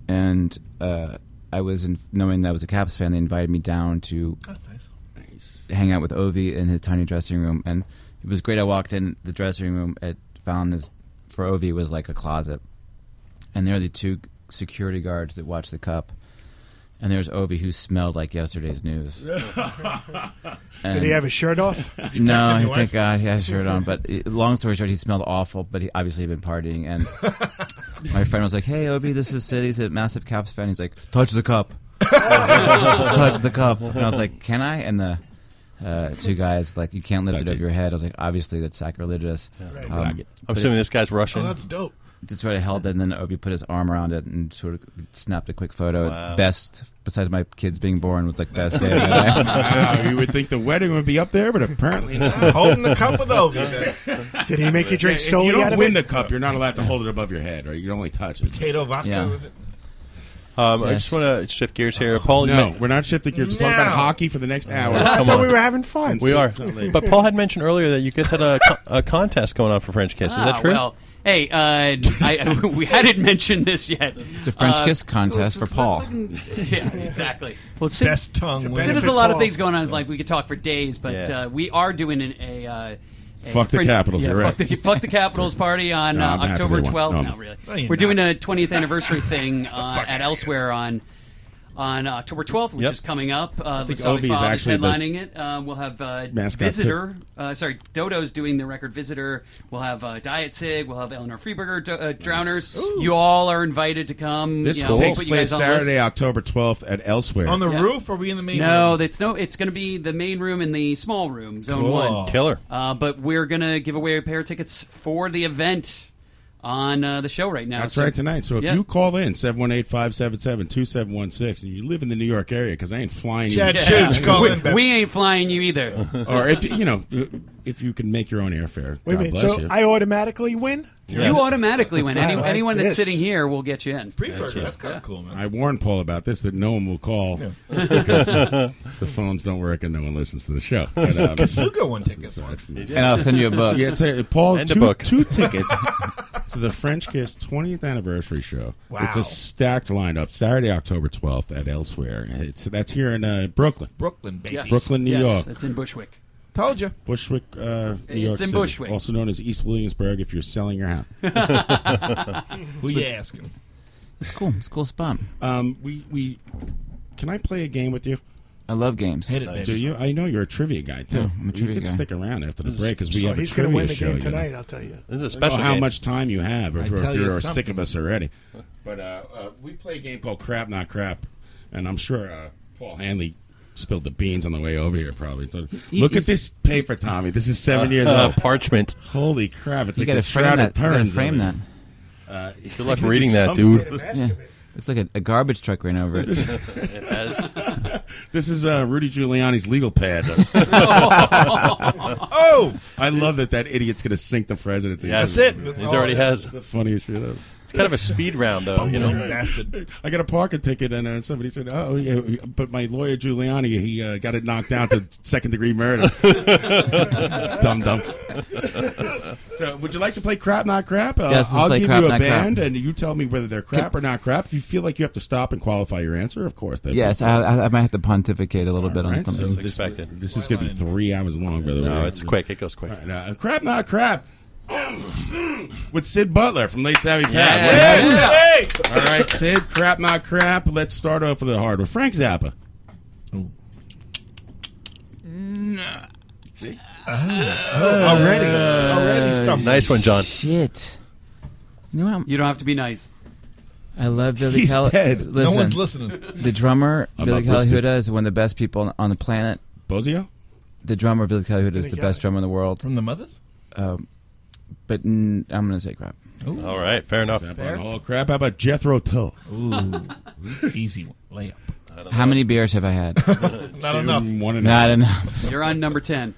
Speaker 20: and uh, I was in, knowing that I was a Caps fan. They invited me down to
Speaker 16: That's nice.
Speaker 20: hang out with Ovi in his tiny dressing room, and it was great. I walked in the dressing room at Fallon is for Ovi was like a closet, and there are the two security guards that watch the cup, and there's Ovi who smelled like yesterday's news.
Speaker 15: Did he have his shirt off? Did you text him your
Speaker 20: no,
Speaker 15: wife?
Speaker 20: thank God he had his shirt on. But it, long story short, he smelled awful. But he obviously had been partying, and my friend was like, "Hey, Obi, this is Sid. He's a massive Caps fan." He's like, "Touch the cup, touch the cup." And I was like, "Can I?" And the uh, two guys like, "You can't lift it over your head." I was like, "Obviously, that's sacrilegious."
Speaker 16: Right.
Speaker 20: Um,
Speaker 16: Rocket. I'm
Speaker 20: but
Speaker 17: assuming
Speaker 20: it-
Speaker 17: this guy's Russian. Oh, that's
Speaker 16: dope.
Speaker 20: Just sort of held it, and then Ovi put his arm around it and sort of snapped a quick photo.
Speaker 3: Wow.
Speaker 20: Best, besides my kids being born, with like best day. Of my life.
Speaker 3: wow, you would think the wedding would be up there, but apparently not.
Speaker 20: Holding the cup with
Speaker 15: Ovi. Did he make you drink
Speaker 3: Yeah,
Speaker 15: Stoli
Speaker 3: If you
Speaker 15: out
Speaker 3: don't
Speaker 15: of
Speaker 3: win
Speaker 15: it?
Speaker 3: the cup, you're not allowed to hold it above your head, right? You can only touch it.
Speaker 22: Potato vodka
Speaker 20: Yeah.
Speaker 22: with it.
Speaker 17: Um, I
Speaker 3: Yes.
Speaker 17: just want to shift gears here. Paul, you
Speaker 3: No,
Speaker 17: may-
Speaker 3: we're not shifting gears. We're talking about
Speaker 17: No.
Speaker 3: hockey for the next hour.
Speaker 17: I Come thought on. we were
Speaker 15: having fun.
Speaker 17: We are.
Speaker 3: Something.
Speaker 17: But Paul had mentioned earlier that you guys had a, co- a contest going on for French Kiss. Is
Speaker 19: Ah,
Speaker 17: that true?
Speaker 19: Well, hey, uh, I, we hadn't mentioned this yet.
Speaker 20: It's a French
Speaker 19: Uh,
Speaker 20: kiss contest for Paul.
Speaker 19: yeah, exactly.
Speaker 20: Well,
Speaker 19: Sid-
Speaker 20: best tongue
Speaker 19: Sid,
Speaker 20: wins.
Speaker 19: there's a lot
Speaker 20: Paul.
Speaker 19: of things going on in his life. We could talk for days, but
Speaker 3: Yeah.
Speaker 19: uh, we are doing an, a. Uh, a
Speaker 3: Fuck the
Speaker 19: French-
Speaker 3: Capitals,
Speaker 19: yeah,
Speaker 3: you're
Speaker 19: fuck,
Speaker 3: right.
Speaker 19: the, fuck the Capitals party on
Speaker 3: No, I'm
Speaker 19: uh,
Speaker 3: happy
Speaker 19: October
Speaker 3: they won.
Speaker 19: 12th.
Speaker 3: No,
Speaker 19: No,
Speaker 3: I'm-
Speaker 19: really.
Speaker 3: No, you're
Speaker 19: We're doing a 20th anniversary thing uh, at Elsewhere on on October 12th, which
Speaker 3: Yep.
Speaker 19: is coming up. Uh,
Speaker 3: I think
Speaker 19: Lasami
Speaker 3: Obi is
Speaker 19: Fogg is
Speaker 3: actually the
Speaker 19: headlining it. Uh, we'll have uh,
Speaker 3: mascot, too.
Speaker 19: Visitor. Uh, sorry, Dodo's doing the record Visitor. We'll have uh, Diet Sig. We'll have Eleanor Freeberger, Do- uh, Drowners. You all are invited to come.
Speaker 3: This
Speaker 19: Mm, you know,
Speaker 3: takes
Speaker 19: put you guys
Speaker 3: place
Speaker 19: on the list.
Speaker 3: Saturday, October 12th at Elsewhere.
Speaker 19: On the Yeah.
Speaker 22: Roof? Or are we in the main
Speaker 19: No, that's no. It's going to be the main room and the small room, zone
Speaker 17: Cool.
Speaker 19: one.
Speaker 17: Killer.
Speaker 19: Uh, but we're going to give away a pair of tickets for the event on uh, the show right now.
Speaker 3: That's
Speaker 19: So-
Speaker 3: right tonight. So if
Speaker 19: Yeah.
Speaker 3: you call in 718-577-2716 and you live in the New York area cuz I ain't flying
Speaker 19: Chad
Speaker 3: you.
Speaker 19: Shoots, call in, Ben. We ain't flying you either.
Speaker 3: or if you know if you can make your own airfare.
Speaker 15: Wait a
Speaker 3: God
Speaker 15: minute.
Speaker 3: bless
Speaker 15: So
Speaker 3: you.
Speaker 15: I automatically win?
Speaker 3: Yes.
Speaker 19: You automatically win. Any,
Speaker 15: I like
Speaker 19: anyone that's
Speaker 15: this.
Speaker 19: sitting here will get you in.
Speaker 15: Free burger, that's
Speaker 19: kind of
Speaker 22: cool,
Speaker 3: I warned Paul about this that no one will call
Speaker 19: Yeah.
Speaker 3: because the phones don't work and no one listens to the show.
Speaker 22: Kasuga won tickets
Speaker 3: aside
Speaker 22: once.
Speaker 3: from-
Speaker 22: He did. And I'll send you a book.
Speaker 3: Yeah, it's a- Paul,
Speaker 22: And a
Speaker 3: two,
Speaker 22: book.
Speaker 3: two tickets to the French Kiss 20th anniversary show.
Speaker 22: Wow.
Speaker 3: It's a stacked lineup. Saturday, October 12th at Elsewhere. And It's that's here in uh, Brooklyn.
Speaker 22: Brooklyn, baby. Yes.
Speaker 3: Brooklyn, New
Speaker 22: Yes,
Speaker 3: York.
Speaker 19: It's in Bushwick.
Speaker 22: Told you.
Speaker 3: Bushwick, uh, New
Speaker 19: It's
Speaker 3: York
Speaker 19: in
Speaker 3: City,
Speaker 19: Bushwick.
Speaker 3: also known as East Williamsburg. If you're selling your house,
Speaker 22: Who you asking?
Speaker 3: It's cool. It's a cool spot. Um, we we can I play a game with you?
Speaker 20: I love games.
Speaker 3: Hit it,
Speaker 20: Nice.
Speaker 3: Do you? I know you're Oh, a trivia guy too.
Speaker 20: Yeah, I'm a trivia
Speaker 3: you can
Speaker 20: guy.
Speaker 3: stick around after the
Speaker 20: This is-
Speaker 3: break because we
Speaker 20: so
Speaker 3: have
Speaker 20: he's
Speaker 3: a
Speaker 20: gonna
Speaker 3: trivia
Speaker 20: win the
Speaker 3: show.
Speaker 20: game
Speaker 3: you know.
Speaker 20: tonight, I'll tell you. This is a
Speaker 3: I don't
Speaker 20: special
Speaker 3: know how
Speaker 20: game.
Speaker 3: much time you have, or
Speaker 20: I
Speaker 3: if you're,
Speaker 20: tell you
Speaker 3: are sick
Speaker 20: something.
Speaker 3: of us already. But uh, uh, we play a game called Crap Not Crap, and I'm sure uh, Paul Hanley spilled the beans on the way over here. Probably. So, look
Speaker 20: he's-
Speaker 3: at this paper, Tommy. This is seven
Speaker 17: Uh,
Speaker 3: years
Speaker 17: uh,
Speaker 3: old.
Speaker 17: Parchment.
Speaker 3: Holy crap! It's
Speaker 20: You
Speaker 3: like
Speaker 20: gotta
Speaker 3: a
Speaker 20: frame
Speaker 3: shrouded
Speaker 20: that- you gotta
Speaker 3: Perrins
Speaker 20: frame
Speaker 3: over there. Uh,
Speaker 17: Good luck reading that, dude.
Speaker 20: Yeah. It's like a, a garbage truck ran over it.
Speaker 3: This is uh, Rudy Giuliani's legal pad.
Speaker 22: oh,
Speaker 3: I love that that idiot's going to sink the presidency.
Speaker 17: Yes. That's it. That's He's all already it is. has.
Speaker 3: the funniest shit ever.
Speaker 17: It's kind of a speed round, though, you know?
Speaker 22: Bastard.
Speaker 3: I got a parking ticket, and uh, somebody said, "Oh, yeah," but my lawyer Giuliani, he uh, got it knocked out to second degree murder. dumb dumb. so, would you like to play crap not crap? Uh,
Speaker 20: Yes, let's
Speaker 3: I'll
Speaker 20: play
Speaker 3: give
Speaker 20: Crap
Speaker 3: you a
Speaker 20: Not Crap.
Speaker 3: band, and you tell me whether they're crap or not crap. If you feel like you have to stop and qualify your answer, of course. that'd be
Speaker 20: yes, I, I, I might have to pontificate a little bit on
Speaker 3: Right, so
Speaker 20: something.
Speaker 3: this, This is going to be three hours long, by the way.
Speaker 17: No, it's quick. It goes quick.
Speaker 3: All right, uh, crap, not crap. With Sid Butler from Late Savvy Fab.
Speaker 22: Yes.
Speaker 3: Yes. All right, Sid, crap, not crap. Let's start off with the hard one. Frank Zappa.
Speaker 22: See?
Speaker 3: Ah. Oh, already. Already
Speaker 20: stumped.
Speaker 17: Oh, Nice one, John.
Speaker 20: Shit. You, know,
Speaker 19: You don't have to be nice.
Speaker 20: I love Billy
Speaker 19: He's
Speaker 20: Kelly.
Speaker 19: dead. No
Speaker 20: Listen,
Speaker 19: one's listening.
Speaker 20: The drummer
Speaker 19: I'm
Speaker 20: Billy
Speaker 19: not listening.
Speaker 20: Calihuda is one of the best people on- on the planet.
Speaker 3: Bozio.
Speaker 20: The drummer Billy Calihuda is
Speaker 22: Billy
Speaker 20: the best drummer in the world.
Speaker 22: From the Mothers.
Speaker 20: Um, but mm, I'm gonna say crap.
Speaker 17: All right, fair enough.
Speaker 3: Zappa on all crap. How about Jethro Tull?
Speaker 22: Ooh, easy one. Layup.
Speaker 20: How
Speaker 17: uh,
Speaker 20: many beers have I had?
Speaker 22: Not enough.
Speaker 3: One and a half.
Speaker 20: Not enough.
Speaker 19: You're on number 10.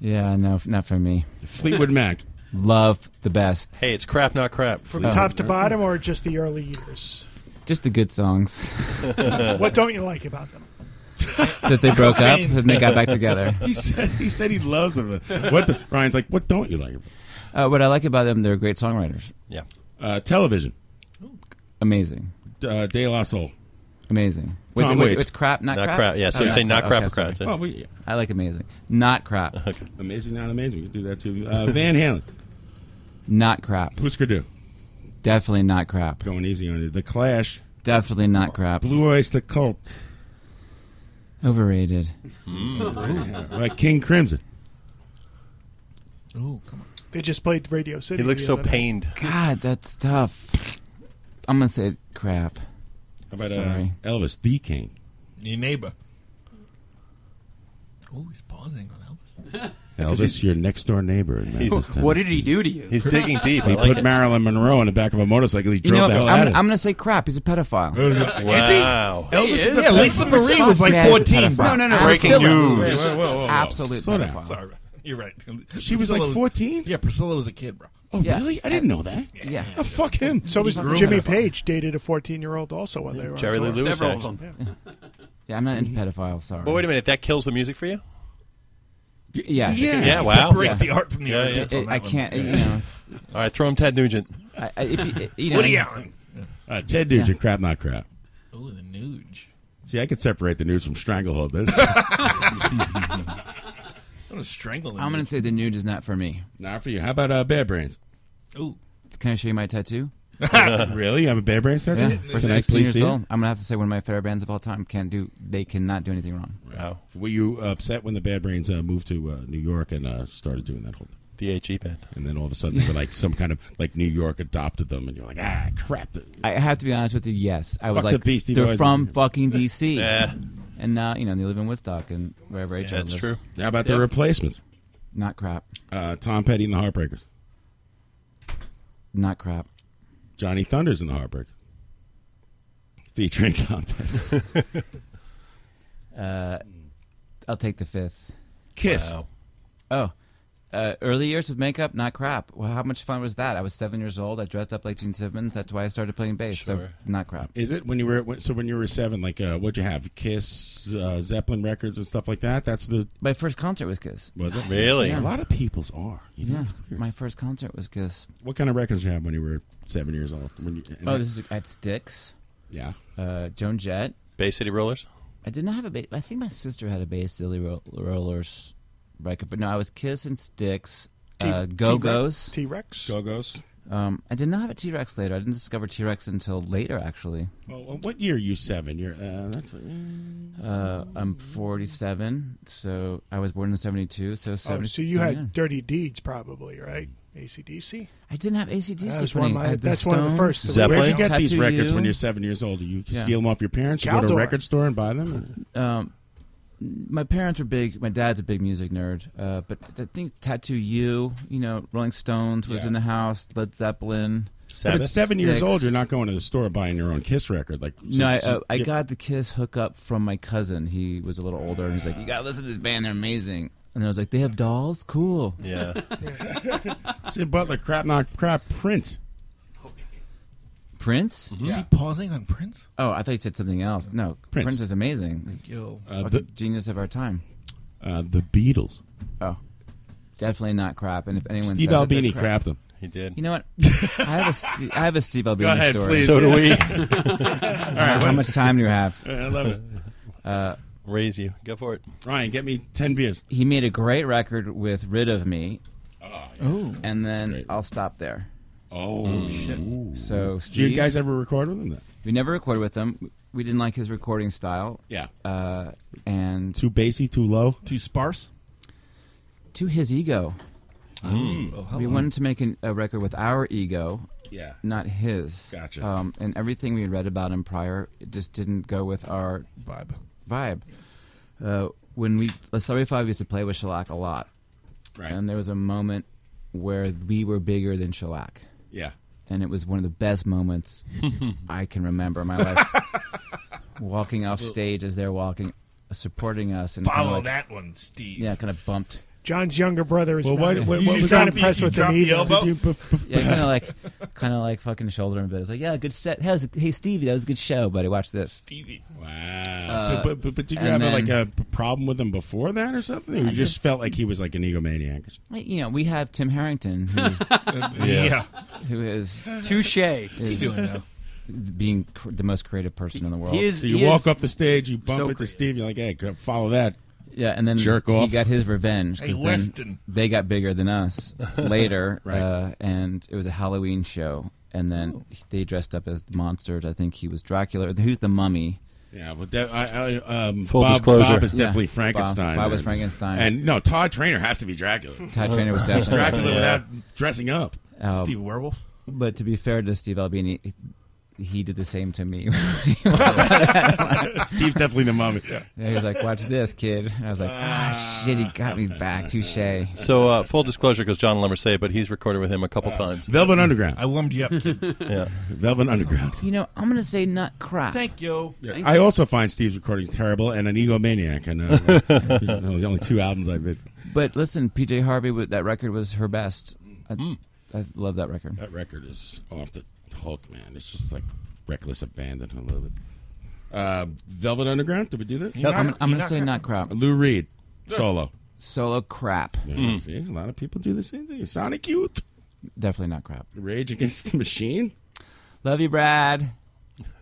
Speaker 20: Yeah, no, f- not for me.
Speaker 3: Fleetwood Mac.
Speaker 20: Love the best.
Speaker 17: Hey, it's crap, not crap.
Speaker 15: From
Speaker 20: Oh.
Speaker 15: top to bottom or just the early years?
Speaker 20: Just the good songs.
Speaker 15: what don't you like about them?
Speaker 20: that they broke up and they got back together.
Speaker 3: he said he said he loves them. What the, Ryan's like? What don't you like?
Speaker 20: Uh, what I like about them, they're great songwriters.
Speaker 17: Yeah.
Speaker 3: Uh, television.
Speaker 20: Amazing.
Speaker 3: Uh, De La Soul.
Speaker 20: Amazing.
Speaker 3: Tom
Speaker 20: Wait, so- wait,
Speaker 3: Waits.
Speaker 20: it's crap, not,
Speaker 17: Not crap, yeah, so you're saying not crap or crap,
Speaker 20: sorry.
Speaker 17: yeah.
Speaker 3: Oh, we-
Speaker 20: I like amazing. Not crap.
Speaker 3: Amazing, not amazing. We can do that too. Uh, Van Halen.
Speaker 20: Not crap.
Speaker 3: Husker Du.
Speaker 20: Definitely not crap.
Speaker 3: Going easy on you. The Clash.
Speaker 20: Definitely not crap.
Speaker 3: Blue Oyster Cult.
Speaker 20: Overrated.
Speaker 3: Like King Crimson.
Speaker 15: Oh, come on. They just played Radio City. the other night.
Speaker 20: God, that's tough. I'm gonna say crap.
Speaker 3: How about uh,
Speaker 20: Sorry.
Speaker 3: Elvis the King?
Speaker 22: Your neighbor. Oh, he's pausing on Elvis.
Speaker 3: Elvis, your next door neighbor. In Memphis, Tennessee.
Speaker 19: What did he do to you?
Speaker 17: He's digging deep.
Speaker 3: He
Speaker 17: I like
Speaker 3: put
Speaker 17: it.
Speaker 3: Marilyn Monroe in the back of a motorcycle. He
Speaker 20: You know,
Speaker 3: drove the
Speaker 20: what? I'm,
Speaker 3: hell out of
Speaker 20: gonna- I'm gonna say crap. He's a pedophile.
Speaker 17: Wow.
Speaker 3: Elvis He is is. a
Speaker 22: Yeah, Lisa
Speaker 3: pedophile.
Speaker 22: Marie was like
Speaker 20: Yeah, he's a
Speaker 22: 14.
Speaker 20: pedophile. No, no, no.
Speaker 17: Breaking
Speaker 20: Priscilla.
Speaker 17: news.
Speaker 20: Wait,
Speaker 22: Wait, whoa, whoa, whoa, whoa.
Speaker 20: Absolute
Speaker 22: Slow down.
Speaker 20: pedophile.
Speaker 22: Sorry. You're right.
Speaker 3: She was
Speaker 22: Priscilla
Speaker 3: like 14?
Speaker 22: Yeah, Priscilla was a kid, bro.
Speaker 3: Oh, really? I didn't know that.
Speaker 20: Yeah.
Speaker 3: Oh, fuck him.
Speaker 15: So was
Speaker 20: He's grooming
Speaker 15: Jimmy
Speaker 20: her.
Speaker 15: Page dated a 14 year old also when they were on
Speaker 17: Jerry Lee
Speaker 15: tour.
Speaker 17: Lewis. actually.
Speaker 20: Yeah, I'm not into pedophile. Sorry.
Speaker 17: But wait a minute, that kills the music for you.
Speaker 20: Yeah.
Speaker 17: yeah, wow.
Speaker 20: Separates
Speaker 17: Yeah.
Speaker 20: the art from the
Speaker 17: Yeah,
Speaker 20: artist
Speaker 17: yeah.
Speaker 20: It- on that I one. can't, you know, it's-
Speaker 17: All right, throw him Ted Nugent.
Speaker 20: I, I, if you- you know, Woody I'm- Allen.
Speaker 3: Uh, Ted Nugent, crap, not crap.
Speaker 22: Oh, the nuge.
Speaker 3: See, I could separate the news from stranglehold. There's-
Speaker 22: I'm gonna strangle him.
Speaker 20: I'm gonna say the nude is not for me.
Speaker 3: Not for you. How about uh, Bad Brains?
Speaker 22: Ooh.
Speaker 20: Can I show you my tattoo?
Speaker 3: Really? You have a Bad Brains tattoo?
Speaker 20: Yeah.
Speaker 3: Can
Speaker 20: For
Speaker 3: I
Speaker 20: 16
Speaker 3: please
Speaker 20: years
Speaker 3: see it?
Speaker 20: old, I'm gonna have to say one of my favorite bands of all time can do. They cannot do anything wrong.
Speaker 17: Wow.
Speaker 3: Were you upset when the Bad Brains uh, moved to uh, New York and uh, started doing that whole thing?
Speaker 17: The
Speaker 20: E
Speaker 17: HE band.
Speaker 3: And then all of a sudden, they were like some kind of like New York adopted them, and you're like, ah, crap.
Speaker 20: I have to be honest with you. Yes, I was
Speaker 3: Fuck the
Speaker 20: like,
Speaker 3: Beastie
Speaker 20: they're
Speaker 3: Boys.
Speaker 20: from fucking DC.
Speaker 3: Yeah.
Speaker 20: And now you know they live in Woodstock and wherever
Speaker 3: Yeah,
Speaker 20: Rachel
Speaker 3: that's
Speaker 20: lives.
Speaker 3: true. How about the replacements?
Speaker 20: Not crap.
Speaker 3: Uh, Tom Petty and the Heartbreakers.
Speaker 20: Not crap.
Speaker 3: Johnny Thunders and the Heartbreakers. Featuring Tom Petty.
Speaker 20: Uh, I'll take the fifth.
Speaker 3: Kiss.
Speaker 17: Wow.
Speaker 20: Oh, uh, early years with makeup, not crap. Well, how much fun was that? I was seven years old. I dressed up like Gene Simmons. That's why I started playing bass. So
Speaker 3: Sure.
Speaker 20: not crap.
Speaker 3: Is it when you were so when you were seven? Like uh, what'd you have? Kiss, uh, Zeppelin records, and stuff like that. That's the
Speaker 20: my first concert was Kiss.
Speaker 3: Was it
Speaker 17: Really?
Speaker 3: A lot of people's are. You know,
Speaker 20: yeah,
Speaker 3: it's-
Speaker 20: my first concert was Kiss.
Speaker 3: What kind of records you have when you were seven years old? When you,
Speaker 20: Oh, this is at Sticks.
Speaker 3: Yeah.
Speaker 20: Uh, Joan Jett.
Speaker 17: Bay City Rollers.
Speaker 20: I did not have a bass. I think my sister had a bass Silly Ro- Rollers record, but no, I was Kiss and Sticks.
Speaker 15: T-
Speaker 20: uh, Go Go's.
Speaker 15: T Rex.
Speaker 3: Go Go's.
Speaker 20: Um, I did not have a T Rex later. I didn't discover T Rex until later, actually.
Speaker 3: Well, well, what year are you seven? You're uh, that's
Speaker 20: Uh, I'm 47, so I was born in 72. So
Speaker 15: Oh,
Speaker 20: 70.
Speaker 15: so you
Speaker 20: so,
Speaker 15: had
Speaker 20: yeah.
Speaker 15: Dirty Deeds probably, right? ACDC?
Speaker 20: I didn't have ACDC.
Speaker 15: That was
Speaker 20: funny.
Speaker 15: one of
Speaker 20: I
Speaker 15: my,
Speaker 20: had the
Speaker 15: that's one of the
Speaker 20: Stones,
Speaker 15: first.
Speaker 20: Zeppelin.
Speaker 3: where you get these
Speaker 20: Tattoo
Speaker 3: records
Speaker 20: You.
Speaker 3: when you're seven years old? Do you
Speaker 20: Yeah.
Speaker 3: steal them off your parents? You go to a
Speaker 20: Caldor.
Speaker 3: record store and buy them.
Speaker 20: Um, my parents were big. My dad's a big music nerd, uh, but I think Tattoo You, you know, Rolling Stones was
Speaker 3: Yeah.
Speaker 20: in the house. Led Zeppelin.
Speaker 3: But at seven years
Speaker 20: Styx.
Speaker 3: old, you're not going to the store buying your own Kiss record. Like
Speaker 20: No, I, uh,
Speaker 3: so-
Speaker 20: I
Speaker 3: yeah.
Speaker 20: got the Kiss hookup from my cousin. He was a little older, and he's like, "You gotta listen to this band; they're amazing." And I was like, "They have dolls, cool."
Speaker 17: Yeah.
Speaker 3: Sid Butler, crap, not crap, Prince.
Speaker 20: Prince?
Speaker 3: Mm-hmm.
Speaker 22: Is he pausing on Prince?
Speaker 20: Oh, I thought you said something else. No,
Speaker 22: Prince.
Speaker 20: Prince, is amazing. Thank
Speaker 22: you.
Speaker 3: Uh,
Speaker 20: genius of our time.
Speaker 3: Uh, the Beatles.
Speaker 20: Oh, definitely not crap. And if anyone
Speaker 3: Steve
Speaker 20: says that
Speaker 3: Albini
Speaker 20: they're crap,
Speaker 3: crapped them.
Speaker 17: He did.
Speaker 20: You know what? I have a Ste- I have a Steve Albini
Speaker 3: ahead,
Speaker 20: story.
Speaker 3: please. So do we.
Speaker 20: All right, how
Speaker 3: what-
Speaker 20: much time do you have?
Speaker 3: I love it.
Speaker 20: Uh,
Speaker 17: Raise you. Go for it.
Speaker 3: Ryan, get me ten beers.
Speaker 20: he made a great record with "Rid of Me." and then I'll stop there. Mm.
Speaker 3: Oh shit!
Speaker 20: So,
Speaker 3: do you
Speaker 20: Steve-
Speaker 3: guys ever record with them? Then?
Speaker 20: We never recorded with him. We didn't like his recording style.
Speaker 3: Yeah.
Speaker 20: Uh, and
Speaker 3: Too bassy, too low,
Speaker 22: too sparse.
Speaker 20: To his ego.
Speaker 3: Hmm.
Speaker 22: Mm. Oh,
Speaker 20: we
Speaker 22: hello.
Speaker 20: wanted to make an, a record with our ego.
Speaker 3: Yeah.
Speaker 20: Not his.
Speaker 3: Gotcha.
Speaker 20: Um, and everything we had read about him prior, it just didn't go with our
Speaker 22: vibe.
Speaker 20: Vibe. Uh, when we, let's say, five used to play with Shellac a lot.
Speaker 3: Right.
Speaker 20: And there was a moment where we were bigger than Shellac.
Speaker 3: Yeah.
Speaker 20: And it was one of the best moments I can remember in my life. walking off stage as they're walking, uh, supporting us, and kinda
Speaker 22: Follow
Speaker 20: like-
Speaker 22: that one, Steve.
Speaker 20: Yeah, kind of bumped.
Speaker 15: John's younger brother is
Speaker 22: Well,
Speaker 15: not
Speaker 22: what-
Speaker 15: in.
Speaker 22: what-
Speaker 15: He's
Speaker 22: what was
Speaker 15: trying
Speaker 22: that?
Speaker 15: to press
Speaker 22: You
Speaker 15: with
Speaker 22: dropped
Speaker 15: the
Speaker 22: the
Speaker 15: needle.
Speaker 22: elbow?
Speaker 15: Did you-
Speaker 20: Yeah, kind of like, kind of like fucking shoulder him a bit. It's like, yeah, good set. Hey, hey, Stevie, that was a good show, buddy. Watch this.
Speaker 22: Stevie.
Speaker 3: Wow.
Speaker 20: Uh,
Speaker 3: so, but, but, but did you have uh,
Speaker 20: and
Speaker 3: like
Speaker 20: then-
Speaker 3: a p- problem with him before that or something? Or you
Speaker 20: I
Speaker 3: just felt like he was like an egomaniac. or something?
Speaker 20: Like, You know, we have Tim Harrington, who's,
Speaker 3: Yeah.
Speaker 20: who is
Speaker 19: Touche. What's
Speaker 20: is
Speaker 19: he doing now?
Speaker 20: Being cr- the most creative person in the world.
Speaker 3: so you walk up the stage, you bump into Steve, you're like, "Hey, go follow that."
Speaker 20: Yeah, and then
Speaker 3: jerk
Speaker 20: he
Speaker 3: off.
Speaker 20: got his revenge
Speaker 3: Hey,
Speaker 20: because
Speaker 3: Weston.
Speaker 20: then they got bigger than us later,
Speaker 3: Right. Oh.
Speaker 20: uh, and it was a Halloween show. And then they dressed up as the monsters. I think he was Dracula. Who's the mummy?
Speaker 3: Yeah, well, de- I, I, um,
Speaker 20: Full
Speaker 3: Bob,
Speaker 20: disclosure.
Speaker 3: Bob is
Speaker 20: Yeah,
Speaker 3: definitely
Speaker 20: Bob-
Speaker 3: Frankenstein.
Speaker 20: Bob was
Speaker 3: then.
Speaker 20: Frankenstein.
Speaker 3: and no, Todd Trainer has to be Dracula.
Speaker 20: Todd Trainer was
Speaker 3: Uh, He's
Speaker 20: definitely
Speaker 3: Dracula
Speaker 20: Yeah.
Speaker 3: without dressing up.
Speaker 20: Um,
Speaker 22: Werewolf.
Speaker 20: But to be fair to Steve Albini, he did the same to me.
Speaker 3: Steve's definitely the mummy.
Speaker 20: Yeah, he was like, "Watch this, kid." And I was like, "Ah, shit, he got me back. Touche."
Speaker 17: So uh, full disclosure, because John Lemmer say, but he's recorded with him a couple times.
Speaker 3: Velvet Underground.
Speaker 22: I warmed you up.
Speaker 17: yeah.
Speaker 3: Velvet Underground.
Speaker 20: You know, I'm gonna say not crap.
Speaker 22: Thank you.
Speaker 3: I also find Steve's recordings terrible and an egomaniac. And uh, that was the only two albums I've been. Hmm.
Speaker 20: But listen, PJ Harvey, wa- that record was her best. I, I love that record.
Speaker 3: That record is off the hook, man. It's just like reckless abandon. I love it. Uh, Velvet Underground. Did we do that?
Speaker 20: Yep, I'm, I'm gonna say not crap.
Speaker 3: Lou Reed solo.
Speaker 20: Solo crap.
Speaker 3: Yeah, see, a lot of people do the same thing. Sonic Youth.
Speaker 20: Definitely not crap.
Speaker 3: Rage Against the Machine.
Speaker 20: Love you, Brad.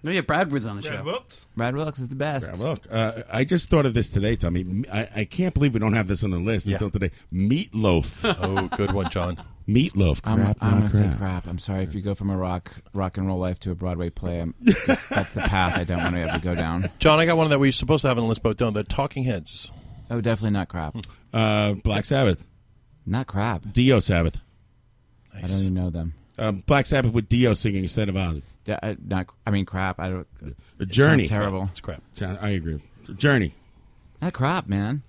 Speaker 19: No, yeah, Brad was on the show.
Speaker 20: Brad Wilkes is the best.
Speaker 3: Brad Wilk. Uh, I just thought of this today, Tommy. I, I can't believe we don't have this on the list until today. Meatloaf.
Speaker 17: oh, good one, John.
Speaker 3: Meatloaf.
Speaker 20: I'm,
Speaker 3: Crap,
Speaker 20: I'm gonna
Speaker 3: not crap.
Speaker 20: say crap. I'm sorry if you go from a rock rock and roll life to a Broadway play. I'm just, that's the path I don't want to ever go down.
Speaker 17: John, I got one that we were supposed to have on the list, but don't. The Talking Heads. Hmm.
Speaker 20: Oh, definitely not crap.
Speaker 3: Uh, Black Sabbath.
Speaker 20: Not crap.
Speaker 3: Dio Sabbath.
Speaker 20: I don't even know them.
Speaker 3: Um, Black Sabbath with Dio singing instead of Ozzy.
Speaker 20: Da- uh, not. I mean, crap. I don't. it
Speaker 3: Journey.
Speaker 20: sounds terrible.
Speaker 17: It's crap.
Speaker 3: Sound- I agree. Journey.
Speaker 20: Not crap, man.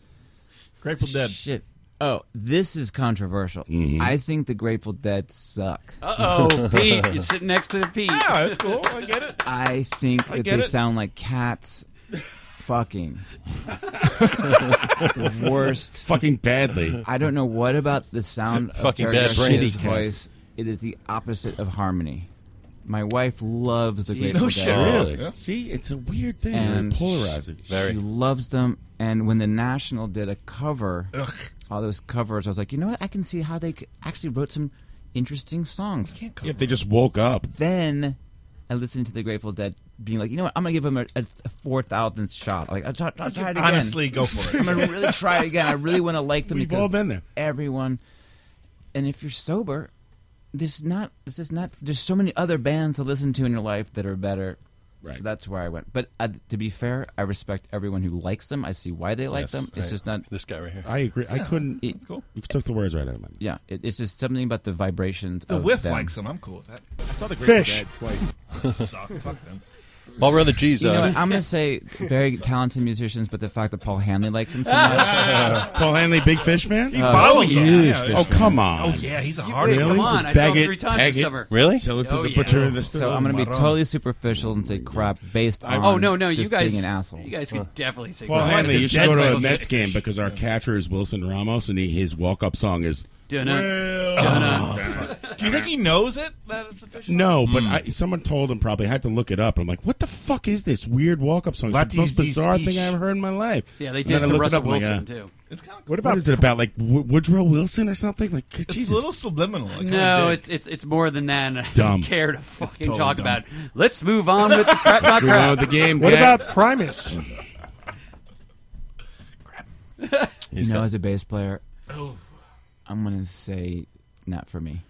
Speaker 17: Grateful Dead.
Speaker 20: Shit. Oh, this is controversial.
Speaker 3: Mm-hmm.
Speaker 20: I think the Grateful Dead suck.
Speaker 19: Uh oh, Pete, you're sitting next to Pete.
Speaker 16: Yeah, that's cool. I get it.
Speaker 20: I think
Speaker 16: I
Speaker 20: that
Speaker 16: get
Speaker 20: they
Speaker 16: it.
Speaker 20: sound like cats fucking. the worst.
Speaker 3: Fucking badly.
Speaker 20: I don't know what about the sound of
Speaker 17: Fucking
Speaker 20: Jerry
Speaker 17: bad
Speaker 20: Garcia's
Speaker 17: brains. Shitty
Speaker 20: voice. It is the opposite of harmony. My wife loves the Grateful
Speaker 3: No
Speaker 20: Dead.
Speaker 3: shit, really. See, it's a weird thing.
Speaker 20: And
Speaker 3: polarizing.
Speaker 20: She, she loves them. And when the National did a cover, all those covers, I was like, you know what? I can see how they c- actually wrote some interesting songs.
Speaker 3: If they just woke up.
Speaker 20: Then I listened to the Grateful Dead being like, you know what? I'm gonna give them a, a, a four thousandth shot. Like, I'll try, I'll try it again.
Speaker 16: Honestly, go for it.
Speaker 20: I'm gonna really try again. I really want to like them.
Speaker 3: We've
Speaker 20: because
Speaker 3: all been there.
Speaker 20: Everyone, and if you're sober, this is not this is not. There's so many other bands to listen to in your life that are better.
Speaker 3: Right.
Speaker 20: So that's where I went. But uh, to be fair, I respect everyone who likes them. I see why they like
Speaker 17: Yes,
Speaker 20: them. It's
Speaker 17: right.
Speaker 20: just not.
Speaker 17: This guy right here.
Speaker 3: I agree. I couldn't.
Speaker 20: It-
Speaker 3: That's cool. You took the words right out of my mouth.
Speaker 20: Yeah, it, it's just something about the vibrations.
Speaker 16: The
Speaker 20: of
Speaker 16: whiff
Speaker 20: them.
Speaker 16: likes them. I'm cool with that. I saw the
Speaker 20: Grateful Fish. Dead
Speaker 16: twice. Suck. Fuck them.
Speaker 17: While we're on the G's,
Speaker 20: You know
Speaker 17: uh,
Speaker 20: what? I'm going to say very talented musicians, but the fact that Paul Hanley likes them so much.
Speaker 3: Paul Hanley, Big Fish fan?
Speaker 20: Uh, huge Fish
Speaker 3: Oh,
Speaker 20: fan.
Speaker 3: come on. Really? Daggett, Taggett,
Speaker 20: Really?
Speaker 3: Sell it to the butcher in the store.
Speaker 20: So I'm going to be totally superficial and say crap based on
Speaker 19: oh no, no, you
Speaker 20: just
Speaker 19: guys,
Speaker 20: being an asshole.
Speaker 19: you guys could definitely say.
Speaker 3: Well,
Speaker 19: crap.
Speaker 3: Hanley, you should go to a
Speaker 19: Definitely.
Speaker 3: Mets game because our catcher is Wilson Ramos, and he, his walk-up song is.
Speaker 19: Dunno.
Speaker 16: Do you think he knows it? That it's official.
Speaker 3: No, but I, someone told him probably. I had to look it up. I'm like, what the fuck is this weird walk-up song? It's the most bizarre thing I ever heard in my life.
Speaker 19: Yeah, they
Speaker 3: And
Speaker 19: did
Speaker 3: then
Speaker 19: it to
Speaker 3: I looked it
Speaker 19: Russell
Speaker 3: up, I'm like,
Speaker 19: Wilson
Speaker 3: uh,
Speaker 19: too.
Speaker 16: It's kind
Speaker 3: What about? What is it about? Like W- Woodrow Wilson or something? Like,
Speaker 16: It's
Speaker 3: Jesus.
Speaker 16: a little subliminal. I kinda
Speaker 19: No,
Speaker 16: dig.
Speaker 19: it's it's it's more than that. and I
Speaker 3: Dumb.
Speaker 19: don't care to fucking
Speaker 16: totally
Speaker 19: talk
Speaker 16: dumb.
Speaker 19: about. Let's move on with the crap. Not
Speaker 3: Let's move on
Speaker 19: crap.
Speaker 3: with the game.
Speaker 15: What
Speaker 3: Cat.
Speaker 15: about Primus?
Speaker 20: you know, as a bass player,
Speaker 19: Oh.
Speaker 20: I'm going to say not for me.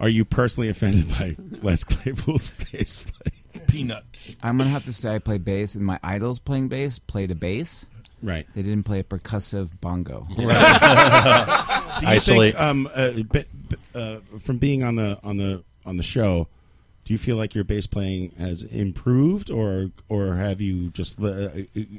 Speaker 3: Are you personally offended by Les Claypool's bass play?
Speaker 16: peanut.
Speaker 20: I'm going to have to say I play bass, and my idols playing bass played a bass.
Speaker 3: Right.
Speaker 20: They didn't play a percussive bongo.
Speaker 3: Do you
Speaker 17: Isolate.
Speaker 3: Think, um, uh, but, but, uh, from being on the on the on the show, do you feel like your bass playing has improved, or or have you just? Uh,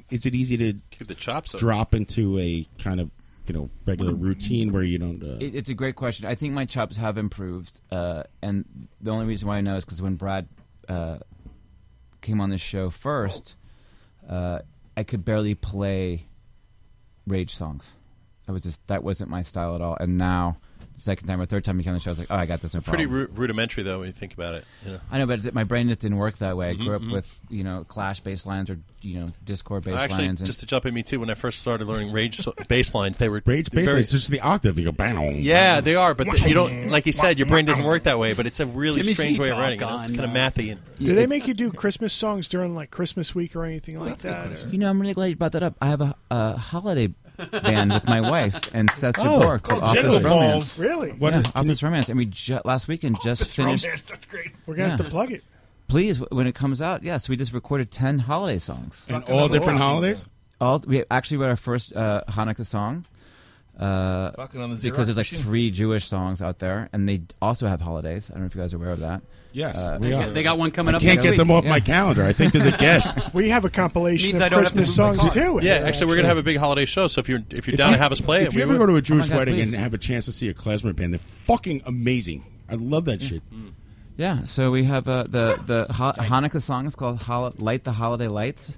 Speaker 3: is it easy to
Speaker 17: Keep the chops up.
Speaker 3: drop into a kind of you know regular routine where you don't? Uh,
Speaker 20: It, it's a great question. I think my chops have improved, uh, and the only reason why I know is because when Brad uh, came on this show first, uh, I could barely play rage songs. I was just that wasn't my style at all. And now, the second time or third time he came on the show, I was like, oh, I got this no
Speaker 17: pretty
Speaker 20: problem.
Speaker 17: ru- rudimentary though when you think about it. You know?
Speaker 20: I know, but my brain just didn't work that way.
Speaker 17: Mhm,
Speaker 20: I grew up
Speaker 17: mhm.
Speaker 20: with you know Clash bass lines or you know Discord bass
Speaker 17: Actually,
Speaker 20: lines. And
Speaker 17: just to jump at me too, when I first started learning rage so- bass lines, they were
Speaker 3: rage bass
Speaker 17: very-
Speaker 3: it's just the octave. You go bang.
Speaker 17: Yeah, they are, but the- you don't like you said, your brain doesn't work that way. But it's a really
Speaker 19: Timmy
Speaker 17: strange way of
Speaker 19: Seatalk
Speaker 17: writing. it. It's
Speaker 19: on,
Speaker 17: kind of
Speaker 19: uh,
Speaker 17: mathy. And,
Speaker 15: Do they make you do Christmas songs during like Christmas week or anything like that? or-
Speaker 20: You know, I'm really glad you brought that up. I have a, a holiday band with my wife and Seth
Speaker 15: Oh,
Speaker 20: Jabor called
Speaker 15: called
Speaker 20: Office
Speaker 15: Jingle
Speaker 20: Romance.
Speaker 15: Balls. Really?
Speaker 20: Yeah,
Speaker 15: What-
Speaker 20: Office Romance. And we ju- last weekend just finished.
Speaker 15: Oh,
Speaker 16: That's great.
Speaker 15: We're gonna have
Speaker 20: Yeah.
Speaker 15: to plug it.
Speaker 20: Please, w- when it comes out, yes, we just recorded ten holiday songs.
Speaker 3: And Fucking all different unbelievable. holidays?
Speaker 20: All we actually wrote our first uh, Hanukkah song. Uh,
Speaker 16: Fucking on the Xerox
Speaker 20: because there's like
Speaker 16: machine.
Speaker 20: three Jewish songs out there, and they d- also have holidays. I don't know if you guys are aware of that.
Speaker 3: Yes,
Speaker 20: Uh,
Speaker 3: we are.
Speaker 19: They got one coming
Speaker 3: I
Speaker 19: up
Speaker 3: Can't
Speaker 19: next
Speaker 3: get
Speaker 19: week.
Speaker 3: them off my
Speaker 20: Yeah.
Speaker 3: calendar. I think there's a guest.
Speaker 15: We have a compilation
Speaker 19: Means
Speaker 15: of
Speaker 19: I don't have to
Speaker 15: Christmas
Speaker 19: move my
Speaker 15: songs too.
Speaker 17: yeah, actually, we're gonna have a big holiday show. So if you're if you're down to have us play,
Speaker 3: If
Speaker 17: it,
Speaker 3: you
Speaker 17: we
Speaker 3: ever
Speaker 17: would-
Speaker 3: go to
Speaker 20: Oh
Speaker 3: a
Speaker 19: Oh
Speaker 3: Jewish wedding and have a chance to see a klezmer band, they're fucking amazing. I love that shit.
Speaker 20: Mm-hmm. Yeah, so we have uh, the the ha- Hanukkah song is called Hol- "Light the Holiday Lights,"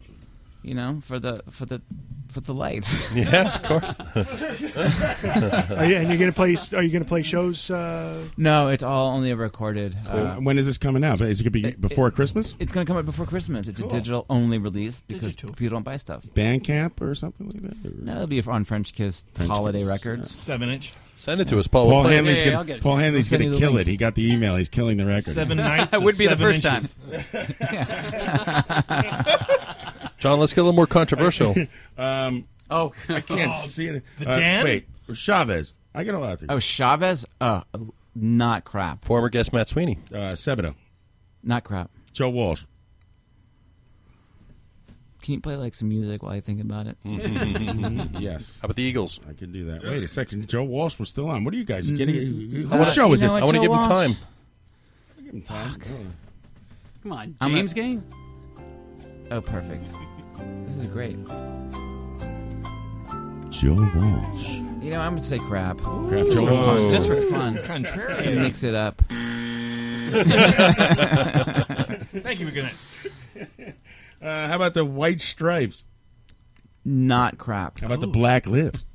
Speaker 20: you know, for the for the for the lights.
Speaker 17: Yeah, of course.
Speaker 3: Oh,
Speaker 15: Are you, and you're gonna play? Are you gonna play shows? Uh,
Speaker 20: no, it's all only recorded. Uh,
Speaker 3: when is this coming out? Is it going to be before Christmas?
Speaker 20: It's going to come out before Christmas. It's
Speaker 3: Cool.
Speaker 20: a digital only release because people don't buy stuff.
Speaker 3: Bandcamp or something like that? Or-
Speaker 20: No, it'll be on French Kiss Holiday Records.
Speaker 16: Seven inch.
Speaker 17: Send it to us,
Speaker 3: Paul,
Speaker 17: Paul. We'll play it.
Speaker 3: Hanley's
Speaker 17: Yeah, yeah, I'll get
Speaker 3: gonna,
Speaker 17: it
Speaker 3: Paul
Speaker 17: to you.
Speaker 3: Hanley's
Speaker 17: We'll send
Speaker 3: gonna
Speaker 17: you the
Speaker 3: kill
Speaker 17: link.
Speaker 3: it. He got the email. He's killing the record.
Speaker 16: Seven nights
Speaker 19: Would
Speaker 16: and
Speaker 19: be the
Speaker 16: seven
Speaker 19: first
Speaker 16: inches.
Speaker 17: John, let's get a little more controversial.
Speaker 3: um,
Speaker 19: oh,
Speaker 3: I can't see it.
Speaker 20: the
Speaker 3: Uh,
Speaker 20: Dan?
Speaker 3: Wait, Chavez. I get a lot of things.
Speaker 20: Oh, Chavez? Uh, not crap.
Speaker 17: Former guest Matt Sweeney.
Speaker 3: Uh, Sebado.
Speaker 20: Not crap.
Speaker 3: Joe Walsh.
Speaker 20: Can you play like some music while I think about it?
Speaker 3: yes.
Speaker 17: How about the Eagles?
Speaker 3: I can do that. Wait a second. Joe Walsh was still on. What are you guys getting?
Speaker 20: Mm,
Speaker 3: What
Speaker 20: uh,
Speaker 3: show
Speaker 20: you
Speaker 3: is
Speaker 20: know
Speaker 3: this?
Speaker 20: what, I wanna Joe give him Walsh? time.
Speaker 3: give him time.
Speaker 19: Come on,
Speaker 20: I'm
Speaker 19: James
Speaker 20: gonna-
Speaker 19: game.
Speaker 20: Oh, perfect. This is great.
Speaker 3: Joe Walsh.
Speaker 20: You know, I'm gonna say crap.
Speaker 3: Crap,
Speaker 20: just,
Speaker 3: Joe.
Speaker 20: for fun.
Speaker 3: Whoa.
Speaker 20: just for fun.
Speaker 3: Contrarian.
Speaker 20: Just to mix it up.
Speaker 16: Thank you for good night.
Speaker 3: Uh, how about the White Stripes?
Speaker 20: Not crap.
Speaker 3: How about the Black Lips?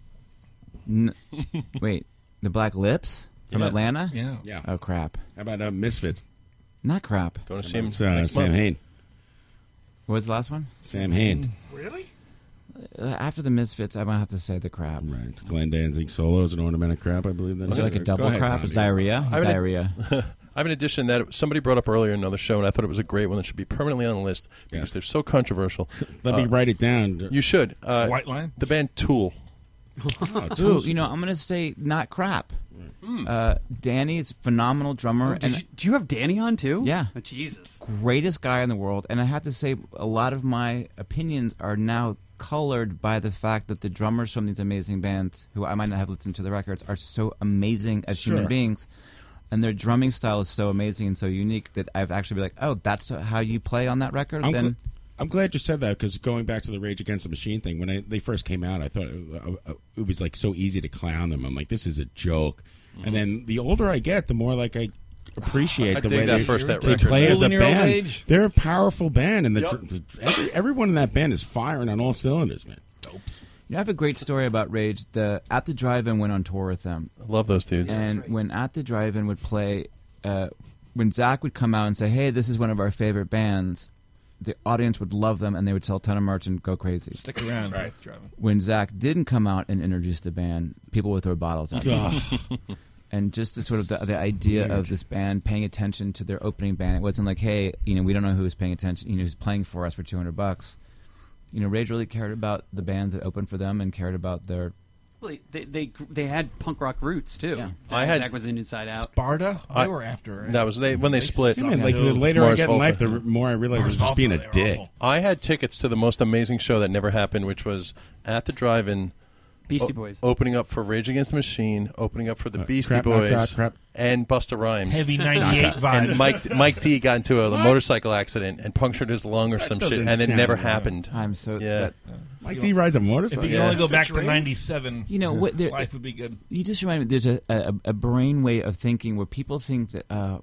Speaker 20: N- wait, the Black Lips from
Speaker 3: Yeah.
Speaker 20: Atlanta?
Speaker 3: Yeah. Yeah.
Speaker 20: Oh crap.
Speaker 3: How about uh, Misfits?
Speaker 20: Not crap.
Speaker 17: Going to
Speaker 3: see him It's, uh, next Sam month. Hain.
Speaker 20: What was the last one?
Speaker 3: Sam Hain.
Speaker 15: Really?
Speaker 20: Uh, after the Misfits, I'm gonna have to say the crap.
Speaker 3: Right. Glenn Danzig solo is an ornamental crap, I believe. That
Speaker 20: Is it like a
Speaker 3: Go
Speaker 20: double
Speaker 3: ahead,
Speaker 20: crap?
Speaker 3: Tommy.
Speaker 20: Diarrhea?
Speaker 17: I have an-
Speaker 20: Diarrhea.
Speaker 17: I have an addition that somebody brought up earlier in another show, and I thought it was a great one that should be permanently on the list because they're so controversial. Uh,
Speaker 3: Let me write it down.
Speaker 17: You should. Uh,
Speaker 3: White Lion?
Speaker 17: The band Tool.
Speaker 20: Ooh, you know, I'm gonna say not crap. Uh, Danny is a phenomenal drummer.
Speaker 19: Oh, did you- do you have Danny on too?
Speaker 20: Yeah.
Speaker 19: Oh, Jesus.
Speaker 20: Greatest guy in the world, and I have to say, a lot of my opinions are now colored by the fact that the drummers from these amazing bands, who I might not have listened to the records, are so amazing as
Speaker 6: Sure.
Speaker 20: human beings, and their drumming style is so amazing and so unique that I've actually been like, oh, that's how you play on that record.
Speaker 3: I'm,
Speaker 20: then
Speaker 3: gl- I'm glad you said that because going back to the Rage Against the Machine thing, when I, they first came out, I thought it, uh, it was like so easy to clown them. I'm like, this is a joke. And then the older I get, the more like I appreciate
Speaker 17: I
Speaker 3: the
Speaker 17: dig
Speaker 3: way
Speaker 17: that
Speaker 3: they,
Speaker 17: first- that
Speaker 3: they
Speaker 17: record.
Speaker 3: play as
Speaker 17: Cool
Speaker 3: a
Speaker 17: in your old
Speaker 3: band.
Speaker 17: age.
Speaker 3: They're a powerful band, and the,
Speaker 17: Yep.
Speaker 3: dr- the every, everyone in that band is firing on all cylinders, man.
Speaker 20: You know, I have a great story about Rage. The At the Drive-In went on tour with them. I
Speaker 17: love those dudes.
Speaker 19: Yeah, that's
Speaker 20: And
Speaker 19: right.
Speaker 20: when At the Drive-In would play, uh, when Zach would come out and say, "Hey, this is one of our favorite bands," the audience would love them and they would sell a ton of merch and go crazy.
Speaker 16: Stick around. Right. Driving.
Speaker 20: When Zach didn't come out and introduce the band, people would throw bottles at him.
Speaker 16: Ugh.
Speaker 20: and just the sort of the, the idea of this band paying attention to their opening band. It wasn't like, hey, you know, we don't know who's paying attention. You know, who's playing for us for two hundred bucks. You know, Rage really cared about the bands that opened for them and cared about their
Speaker 19: Well, they, they they had punk rock roots too.
Speaker 17: I had-
Speaker 19: Zach was in Inside Out.
Speaker 16: Sparta?
Speaker 17: I- That was they when they, split.
Speaker 3: Yeah, man, like the later I get in life, the r- more I realize I was just being a dick.
Speaker 17: I had tickets to the most amazing show that never happened, which was at the drive-in.
Speaker 19: Beastie
Speaker 17: o-
Speaker 19: Boys.
Speaker 17: opening up for Rage Against the Machine, opening up for the
Speaker 3: Uh,
Speaker 17: Beastie
Speaker 3: crap,
Speaker 17: Boys,
Speaker 3: knockout, crap.
Speaker 17: and Busta Rhymes.
Speaker 16: Heavy 98
Speaker 17: And
Speaker 16: vibes.
Speaker 17: Mike Mike D got into a motorcycle accident and punctured his lung or some shit,
Speaker 16: doesn't
Speaker 17: and it
Speaker 16: sound
Speaker 17: never
Speaker 16: right.
Speaker 17: happened.
Speaker 20: I'm so
Speaker 17: yeah.
Speaker 20: that- uh,
Speaker 3: Mike D rides a
Speaker 16: If you
Speaker 3: motorcycle.
Speaker 16: could only go back to 97,
Speaker 20: You know what? There,
Speaker 16: life would be good.
Speaker 20: You just remind me. There's a, a a brain way of thinking where people think that uh,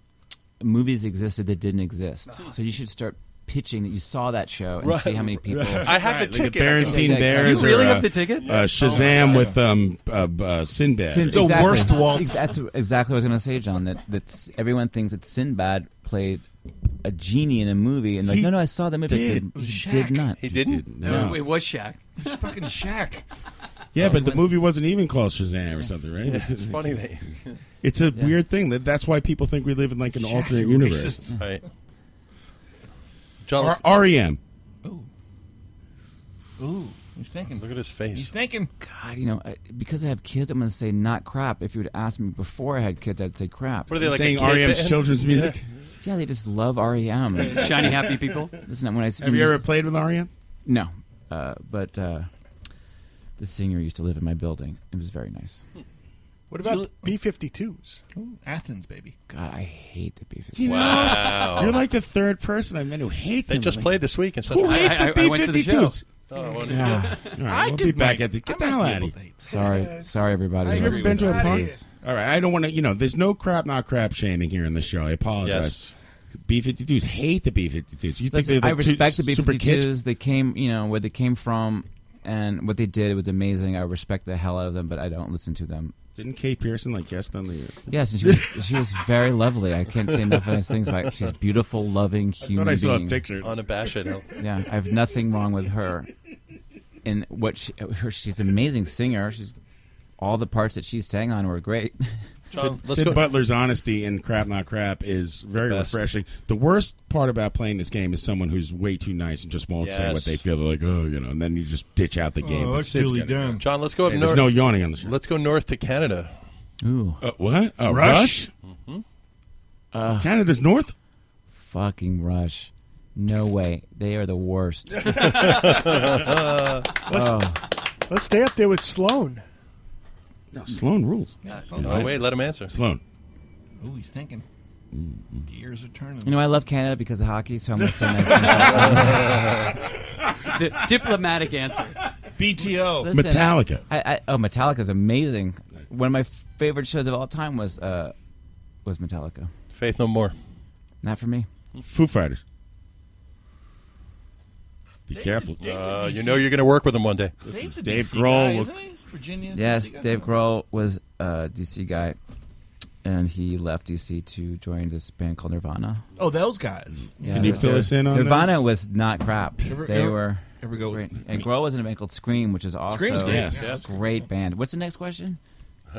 Speaker 20: movies existed that didn't exist. So you should start pitching that you saw that show and see how many people.
Speaker 17: I have the
Speaker 3: like a
Speaker 17: ticket.
Speaker 3: Berenstein
Speaker 20: Yeah, exactly.
Speaker 3: Bears.
Speaker 20: You really
Speaker 3: or,
Speaker 20: have
Speaker 3: uh,
Speaker 20: the ticket? Oh,
Speaker 3: Uh, Shazam with um uh, uh, Sinbad.
Speaker 20: Sin- exactly. Ex- That's exactly what I was going to say, John. That that's, everyone thinks that Sinbad played a genie in a movie, and like,
Speaker 3: He
Speaker 20: no, no, I saw the movie.
Speaker 3: did.
Speaker 20: He
Speaker 3: It was
Speaker 20: did
Speaker 3: Shaq.
Speaker 20: not.
Speaker 17: He didn't.
Speaker 3: No.
Speaker 19: It was Shaq.
Speaker 16: It's fucking Shaq.
Speaker 3: Yeah, but the movie wasn't even called Shazam or something, right?
Speaker 17: Oh, Yeah, it's funny that
Speaker 3: It's a weird thing. That that's why people think we live in like an
Speaker 17: Shaq,
Speaker 3: alternate
Speaker 17: you
Speaker 3: universe.
Speaker 17: racist. Right.
Speaker 3: R- E REM.
Speaker 16: Ooh, he's thinking.
Speaker 17: Look at his face.
Speaker 16: He's thinking.
Speaker 20: God, you know, I- because I have kids, I'm going to say not crap. If you would ask me before I had kids, I'd say crap.
Speaker 17: What are they, You're like, a
Speaker 3: saying kid REM's band? children's music?
Speaker 20: Yeah. they just love REM.
Speaker 19: Shiny happy people?
Speaker 20: Listen, when I s-
Speaker 3: Have you ever played with E REM?
Speaker 20: No, uh, but uh, the singer used to live in my building. It was very nice.
Speaker 15: What about B 52s?
Speaker 16: Athens, baby.
Speaker 20: God, I hate the beef.
Speaker 3: You know, You're like the third person I met who hates
Speaker 17: They
Speaker 3: them.
Speaker 17: just
Speaker 3: Like,
Speaker 17: played this week and said,
Speaker 3: Who
Speaker 17: I-
Speaker 3: hates
Speaker 17: I-
Speaker 3: the
Speaker 17: I
Speaker 3: B
Speaker 17: went to the
Speaker 3: 52s?
Speaker 17: show. Oh, I wanted to
Speaker 3: All
Speaker 17: go. I
Speaker 3: right, we'll
Speaker 17: could
Speaker 3: be back
Speaker 17: make-
Speaker 3: at the. Get
Speaker 17: I
Speaker 3: the
Speaker 17: might
Speaker 3: hell
Speaker 17: be
Speaker 3: out
Speaker 17: able
Speaker 3: of
Speaker 17: to
Speaker 3: here.
Speaker 20: Sorry, sorry, everybody.
Speaker 3: Have you ever
Speaker 20: Jeez.
Speaker 3: been to a punk?
Speaker 20: Jeez.
Speaker 3: All right, I don't want to. You know, there's no crap, not crap shaming here on the show. I apologize. B52s hate the B52s. You think
Speaker 20: Listen,
Speaker 3: they're
Speaker 20: I
Speaker 3: like two
Speaker 20: respect the
Speaker 3: super kids?
Speaker 20: B-52s. They came, you know, where they came from. and what they did was amazing. I respect the hell out of them, but I don't listen to them.
Speaker 3: Didn't Kate Pearson like guest on the?
Speaker 20: Yes, and she was, she was very lovely. I can't say enough nice things about. Her. She's beautiful, loving human.
Speaker 3: I saw a
Speaker 20: being.
Speaker 3: picture.
Speaker 17: Unabashed.
Speaker 20: Yeah, I have nothing wrong with her. And what she, her, she's an amazing singer. She's all the parts that she sang on were great.
Speaker 3: Sid, Sid Butler's honesty in Crap Not Ah, Crap is very
Speaker 20: Best.
Speaker 3: refreshing. The worst part about playing this game is someone who's way too nice and just won't say what
Speaker 17: Yes.
Speaker 3: they feel. They're like, oh, you know, and then you just ditch out
Speaker 17: Oh,
Speaker 3: the
Speaker 16: Oh,
Speaker 3: game. But Sid's got it.
Speaker 17: John, let's go up
Speaker 3: Hey,
Speaker 17: north.
Speaker 3: There's no yawning on the show.
Speaker 17: Let's go north to Canada.
Speaker 20: Ooh.
Speaker 3: Uh, what? Uh, Rush?
Speaker 17: Mm-hmm.
Speaker 3: Canada's north?
Speaker 20: Uh. Fucking Rush. No way. They are the worst. Oh.
Speaker 15: let's, let's stay up there with Sloan.
Speaker 3: No, Sloan rules.
Speaker 16: Yeah, Sloan's
Speaker 17: Oh, wait, let him answer.
Speaker 3: Sloan.
Speaker 16: Ooh, he's thinking. Gears are turning.
Speaker 20: You know, I love Canada because of hockey, so I'm going to say nice things.
Speaker 19: The diplomatic answer.
Speaker 16: BTO.
Speaker 20: Listen,
Speaker 3: Metallica.
Speaker 20: I, I, oh, Metallica's amazing. One of my favorite shows of all time was uh, was Metallica.
Speaker 17: Faith No More.
Speaker 20: Not for me.
Speaker 3: Foo Fighters. Be careful.
Speaker 17: Uh, you know you're going to work with him one day.
Speaker 3: This
Speaker 16: Dave's
Speaker 3: is
Speaker 16: a
Speaker 3: Dave
Speaker 16: DC guy,
Speaker 3: Grohl.
Speaker 16: isn't he? He's Virginia.
Speaker 20: Yes,
Speaker 16: DC guy.
Speaker 20: Dave Grohl was a DC guy, and he left DC to join this band called Nirvana.
Speaker 16: Oh, those guys.
Speaker 3: Can you fill us in on
Speaker 20: Nirvana was not crap.
Speaker 16: Ever-
Speaker 20: they
Speaker 16: ever-
Speaker 20: were
Speaker 16: ever go-
Speaker 20: great. and Grohl was in a band called Scream, which is also
Speaker 16: Scream's great.
Speaker 3: Yes.
Speaker 16: Yeah.
Speaker 20: great band. What's the next question?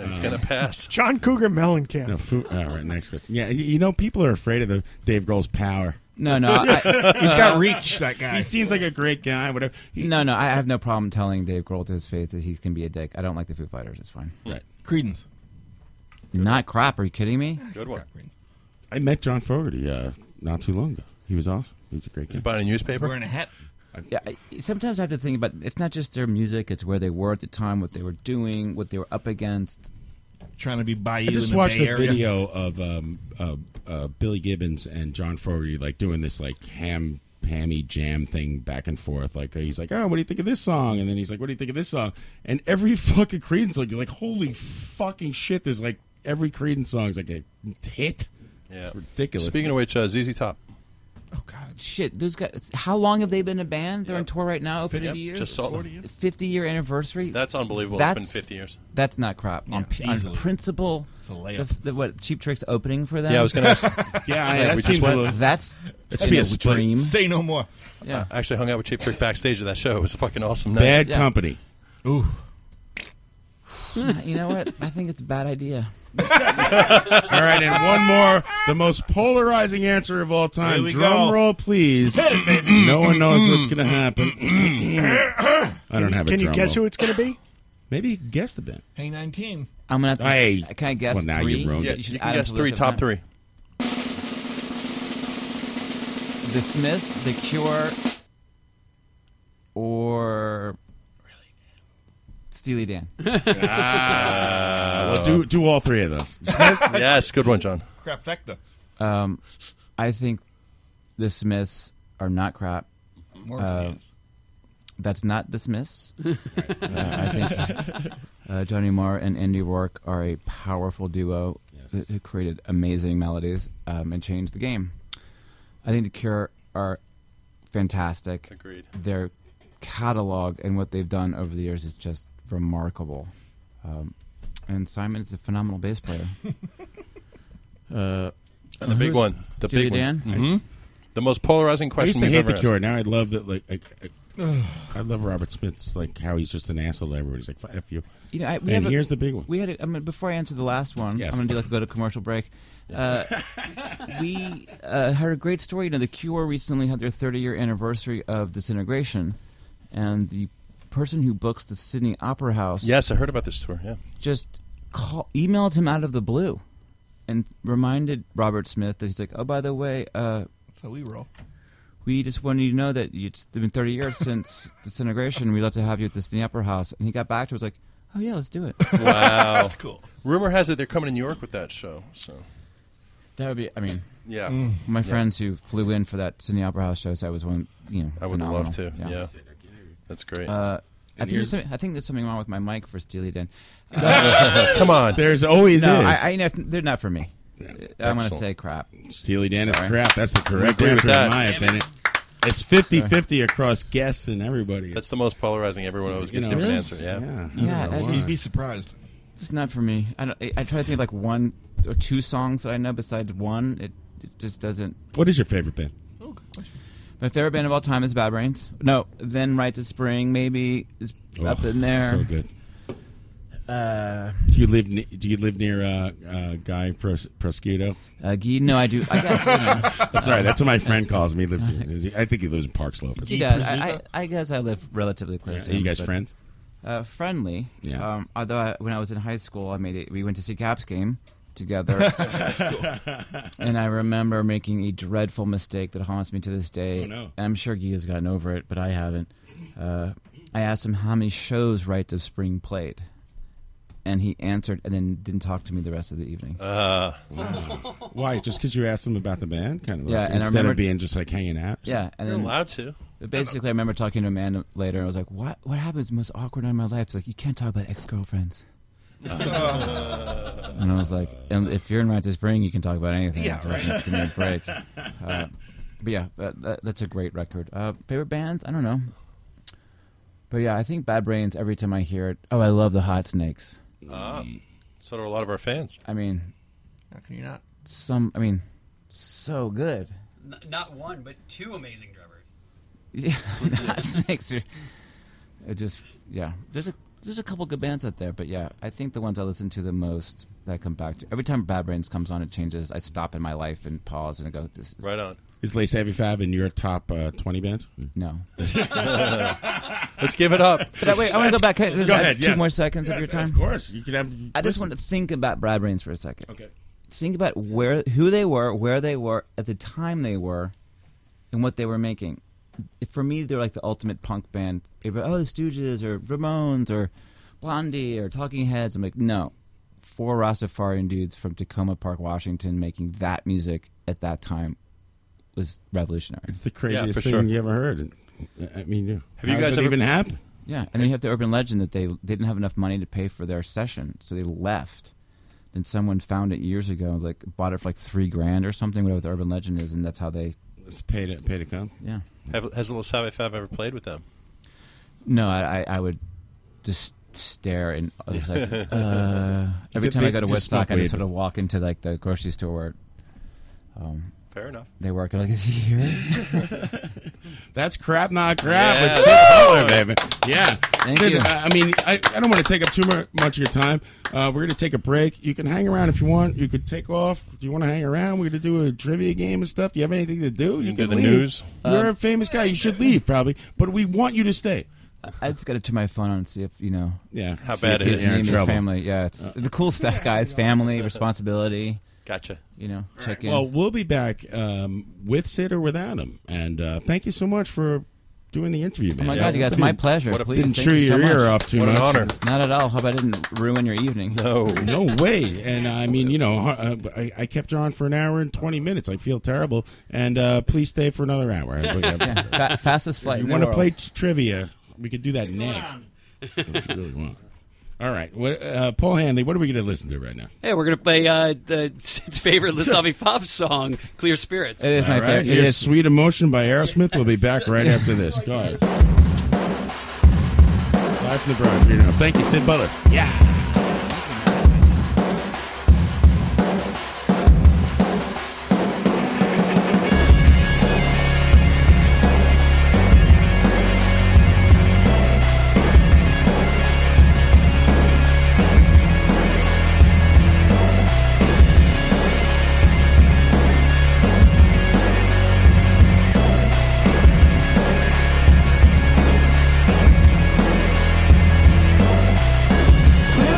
Speaker 17: He's going to pass.
Speaker 15: John Cougar Mellencamp.
Speaker 3: No, Foo, all right, next question. Yeah, y- you know, people are afraid of the Dave Grohl's power.
Speaker 20: No, no, I-
Speaker 3: he's got reach.
Speaker 16: That guy.
Speaker 3: He seems like a great guy. Whatever. He-
Speaker 20: No, no, I have no problem telling Dave Grohl to his face that he can be a dick. I don't like the Foo Fighters. It's fine.
Speaker 3: Right.
Speaker 16: Credence.
Speaker 20: Not crap. Are you kidding me?
Speaker 17: Good one.
Speaker 3: I met John Fogerty uh, not too long ago. He was awesome. He was a great guy.
Speaker 17: Buying a newspaper.
Speaker 16: Wearing a hat.
Speaker 20: Yeah, I, sometimes I have to think about it's not just their music; it's where they were at the time, what they were doing, what they were up against.
Speaker 16: Trying to be by
Speaker 3: I just watched a video of um, uh, uh, Billy Gibbons and John Fogerty like doing this like ham hammy jam thing back and forth. Like he's like, "Oh, what do you think of this song?" And then he's like, "What do you think of this song?" And every fucking Creedence song, you're like, "Holy fucking shit!" There's like every Creedence song is like a hit.
Speaker 17: Yeah.
Speaker 3: It's ridiculous.
Speaker 17: Speaking of which, uh, ZZ Top.
Speaker 20: Shit, those guys. How long have they been a band? They're on tour right now. Opening
Speaker 17: 50 years, Just saw them. 40 years.
Speaker 20: Fifty year anniversary.
Speaker 17: That's unbelievable. It's been 50 years.
Speaker 20: That's not crap. on, p- on
Speaker 17: easily.
Speaker 20: principle,
Speaker 17: It's a
Speaker 20: the,
Speaker 17: layup.
Speaker 20: the- what Cheap Trick's opening for them?
Speaker 17: Yeah, I was going to ask.
Speaker 20: Like,
Speaker 17: we just went-
Speaker 20: That's
Speaker 17: That should be a split.
Speaker 20: dream.
Speaker 16: Say no more.
Speaker 20: Yeah.
Speaker 17: I actually hung out with Cheap Trick backstage at that show. It was a fucking awesome night.
Speaker 3: Bad company.
Speaker 16: Ooh.
Speaker 20: you know what? I think it's a bad idea.
Speaker 3: All right, and one more, the most polarizing answer of all time.
Speaker 20: Here we
Speaker 3: Drum
Speaker 20: go.
Speaker 3: roll, please. no one knows what's going to happen. I don't have a
Speaker 15: Can you
Speaker 3: drum
Speaker 15: guess
Speaker 3: roll.
Speaker 15: who it's going to be?
Speaker 3: Maybe you can guess the band.
Speaker 16: Hang 19.
Speaker 20: I'm gonna have to.
Speaker 3: Hey.
Speaker 20: can I guess
Speaker 3: Well, now
Speaker 20: three?
Speaker 3: you ruined
Speaker 17: Yeah,
Speaker 3: it.
Speaker 20: should
Speaker 17: you
Speaker 20: add
Speaker 17: can
Speaker 20: them
Speaker 17: guess
Speaker 20: to the
Speaker 17: three
Speaker 20: list,
Speaker 17: top
Speaker 20: not-
Speaker 17: three.
Speaker 20: The Smiths, The Cure, or Steely Dan.
Speaker 3: Uh, well, do do all three of those.
Speaker 17: yes, good one, John.
Speaker 16: Crapfecta.
Speaker 20: Um, I think the Smiths are not crap. Uh,
Speaker 16: Morrissey is.
Speaker 20: That's not the Smiths. uh, I think uh, Johnny Marr and Andy Rourke are a powerful duo that- who created amazing melodies um, and changed the game. I think the Cure are fantastic.
Speaker 17: Agreed.
Speaker 20: Their catalog and what they've done over the years is just remarkable. Um, and Simon is a phenomenal bass player. uh,
Speaker 17: And the big
Speaker 20: who's-
Speaker 17: one. The
Speaker 20: Steely
Speaker 17: big
Speaker 20: Dan?
Speaker 17: one. hmm The most polarizing
Speaker 3: I
Speaker 17: question
Speaker 3: used to
Speaker 17: we've
Speaker 3: hate
Speaker 17: ever
Speaker 3: the
Speaker 17: asked.
Speaker 3: Cure. Now I love that. Like, I, I, I love Robert Smith's like how he's just an asshole to everybody. He's like, "F you."
Speaker 20: You know, I, we
Speaker 3: and
Speaker 20: have a-
Speaker 3: here's the big one.
Speaker 20: We had. A, I mean, before I answer the last one,
Speaker 3: Yes.
Speaker 20: I'm going to do like go to commercial break. Uh, we uh, had a great story. You know, the Cure recently had their 30 year anniversary of disintegration, and the person who books the Sydney Opera House
Speaker 17: Yes, I heard about this tour. Yeah.
Speaker 20: just call, emailed him out of the blue, and reminded Robert Smith that he's like, oh by the way, uh,
Speaker 16: That's how we roll.
Speaker 20: we just wanted you to know that it's been 30 years since disintegration. We'd love to have you at the Sydney Opera House, and he got back to us like, oh yeah, let's do it.
Speaker 17: Wow.
Speaker 16: That's cool.
Speaker 17: Rumor has it they're coming to New York with that show. So
Speaker 20: That would be. I mean,
Speaker 17: Yeah.
Speaker 16: Mm.
Speaker 20: My
Speaker 17: Yeah.
Speaker 20: friends who flew in for that Sydney Opera House show, so I was one. You know,
Speaker 17: I would
Speaker 20: phenomenal.
Speaker 17: love to. Yeah. That's great.
Speaker 20: Uh, I
Speaker 17: And
Speaker 20: think, there's
Speaker 17: here's-
Speaker 20: something, I think there's something wrong with my mic for Steely Dan. Uh,
Speaker 17: Come on.
Speaker 3: There's always
Speaker 20: no,
Speaker 3: is.
Speaker 20: I, I know they're not for me. I'm gonna
Speaker 3: Excellent.
Speaker 20: say crap.
Speaker 3: Steely Dan is
Speaker 20: Sorry.
Speaker 3: crap. That's the
Speaker 20: We
Speaker 3: correct
Speaker 20: agree with
Speaker 3: answer
Speaker 20: that.
Speaker 3: in my
Speaker 20: Damn it.
Speaker 3: opinion. It's 50 50 across guests and everybody.
Speaker 17: That's the most polarizing. Everyone always
Speaker 3: You
Speaker 17: gets
Speaker 3: know,
Speaker 17: different
Speaker 3: really?
Speaker 17: answer. Yeah.
Speaker 3: Yeah.
Speaker 20: Yeah,
Speaker 3: I
Speaker 20: that just-
Speaker 3: don't know why. You'd be
Speaker 16: surprised.
Speaker 20: Just not for me. I, don't, I, I try to think of like one or two songs that I know besides one. It, it just doesn't.
Speaker 3: What is your favorite band?
Speaker 16: Oh, good question.
Speaker 20: My favorite band of all time is Bad Brains. No, then Right to Spring maybe is up
Speaker 3: Oh,
Speaker 20: in there.
Speaker 3: So good.
Speaker 20: Uh,
Speaker 3: Do you live? Ne- do you live near uh, uh, Guy Pros- Prosciutto?
Speaker 20: Uh, Guy, no, I do. I guess, you know.
Speaker 3: Sorry, that's what my friend calls me. He lives. in- I think he lives in Park Slope.
Speaker 20: he does. I, I, I guess I live relatively close.
Speaker 3: Yeah,
Speaker 20: to
Speaker 3: are you
Speaker 20: him,
Speaker 3: guys
Speaker 20: but-
Speaker 3: friends?
Speaker 20: Uh, friendly.
Speaker 3: Yeah.
Speaker 20: Um, although I, when I was in high school, I made it. We went to see Caps game together. and I remember making a dreadful mistake that haunts me to this day.
Speaker 3: Oh, no.
Speaker 20: And I'm sure Guy has gotten over it, but I haven't. Uh, I asked him how many shows Rite of Spring played, and he answered, and then didn't talk to me the rest of the evening.
Speaker 17: Uh,
Speaker 3: Why? Just because you asked him about the band, kind of.
Speaker 20: Yeah,
Speaker 3: like,
Speaker 20: and I
Speaker 3: instead
Speaker 20: remember-
Speaker 3: of being just like hanging out.
Speaker 20: Yeah, and
Speaker 17: You're
Speaker 20: then
Speaker 17: allowed to.
Speaker 20: Basically, I remember talking to a man later, and I was like, "What? What happened? It's the most awkward night of my life." It's like you can't talk about ex-girlfriends.
Speaker 22: Oh,
Speaker 20: and I was like, and "If you're in Right to Spring, you can talk about anything.
Speaker 6: Yeah,
Speaker 20: So
Speaker 6: right.
Speaker 20: Give me a break." Uh, but yeah, that, that, that's a great record. Uh, favorite bands? I don't know. But yeah, I think Bad Brains. Every time I hear it, oh, I love the Hot Snakes.
Speaker 17: Ah, so do a lot of our fans.
Speaker 20: I mean,
Speaker 16: How can you not?
Speaker 20: some. I mean, so good.
Speaker 21: N- not one, but two amazing drummers.
Speaker 20: Yeah, not snakes. Are, it just yeah. There's a there's a couple good bands out there, but yeah, I think the ones I listen to the most that I come back to every time Bad Brains comes on, it changes. I stop in my life and pause and I go, "This is
Speaker 17: Right on.
Speaker 3: Is Lace Savvy Fab in your top uh, twenty bands?
Speaker 20: No.
Speaker 17: Let's give it up.
Speaker 20: But I- wait, I want to go back. Can I-
Speaker 3: Go
Speaker 20: does I have
Speaker 3: ahead,
Speaker 20: Two
Speaker 3: yes.
Speaker 20: more seconds of
Speaker 3: Yeah,
Speaker 20: your time.
Speaker 3: Of course, you can have.
Speaker 20: I just
Speaker 3: listen.
Speaker 20: want to think about Brad Brains for a second.
Speaker 3: Okay.
Speaker 20: Think about where who they were, where they were at the time they were, and what they were making. For me, they're like the ultimate punk band. Everybody, oh, the Stooges or Ramones or Blondie or Talking Heads. I'm like, no, four Rastafarian dudes from Tacoma Park, Washington, making that music at that time was revolutionary.
Speaker 3: It's the craziest
Speaker 20: for
Speaker 3: thing
Speaker 20: sure.
Speaker 3: you ever heard. I mean, you-
Speaker 20: Have you
Speaker 3: how does
Speaker 20: guys
Speaker 3: that
Speaker 20: ever-
Speaker 3: even happen?
Speaker 20: Yeah, and then you have the urban legend that they they didn't have enough money to pay for their session, so they left. Then someone found it years ago, and was like bought it for like three grand or something, whatever the urban legend is, and that's how they.
Speaker 3: It's pay to pay to come.
Speaker 20: Yeah.
Speaker 17: Have, has Little Savvy Five ever played with them?
Speaker 20: No, I I, I would just stare and I was like, uh,
Speaker 17: You
Speaker 20: every
Speaker 17: did
Speaker 20: time I
Speaker 17: big-
Speaker 20: go to
Speaker 17: just
Speaker 20: Woodstock,
Speaker 17: smoke
Speaker 20: I
Speaker 17: weed.
Speaker 20: just sort of walk into like the grocery store. Where, um,
Speaker 17: Fair enough.
Speaker 20: They work. I'm like, is he here?
Speaker 3: That's crap, not crap.
Speaker 20: Yeah.
Speaker 3: It's Sid Butler, baby. Yeah.
Speaker 20: Thank
Speaker 3: Sid,
Speaker 20: you.
Speaker 3: I I mean, I, I don't want to take up too mu- much of your time. Uh, we're going to take a break. You can hang around if you want. You could take off. If you want to hang around, we're going to do a trivia game and stuff. Do you have anything to do? You,
Speaker 17: do the
Speaker 3: leave.
Speaker 17: news.
Speaker 3: You're
Speaker 20: Um,
Speaker 3: a famous guy. You should leave, probably. But we want you to stay.
Speaker 20: I- I just got to turn my phone on and see if you know.
Speaker 3: Yeah. Uh,
Speaker 17: How
Speaker 20: see
Speaker 17: bad
Speaker 20: if
Speaker 17: it
Speaker 20: his
Speaker 17: is. You're in
Speaker 20: name, his
Speaker 17: trouble.
Speaker 20: Family. Yeah, it's the cool stuff, guys. Family, responsibility.
Speaker 17: Gotcha.
Speaker 20: You know, check in.
Speaker 3: Well, we'll be back um, with Sid or without him. And uh, thank you so much for doing the interview,
Speaker 20: Oh
Speaker 3: man.
Speaker 20: my God, you guys, my pleasure. Please,
Speaker 3: Didn't
Speaker 20: thank
Speaker 3: chew
Speaker 20: you so
Speaker 3: your ear
Speaker 20: much.
Speaker 3: off too much.
Speaker 20: Not at all. Hope I didn't ruin your e- evening.
Speaker 17: No,
Speaker 3: no way. And I mean, you know, uh, I, I kept her on for an hour and 20
Speaker 20: Oh.
Speaker 3: minutes. I feel terrible. And uh, please stay for another hour.
Speaker 20: Yeah, fa- fastest flight in
Speaker 3: If you
Speaker 20: the
Speaker 3: want to
Speaker 20: world.
Speaker 3: play t- trivia, we could do that next. if you really want. All right. What, uh, Paul Hanley, what are we going to listen to right now?
Speaker 21: Hey, we're gonna play uh, the Sid's favorite Lasavi Pop song, "Clear Spirits."
Speaker 3: All right, here's Sweet Emotion by Aerosmith. We'll be back right after this. Go ahead. Live from the Broad. You know. Thank you, Sid Butler. Yeah.
Speaker 6: Clear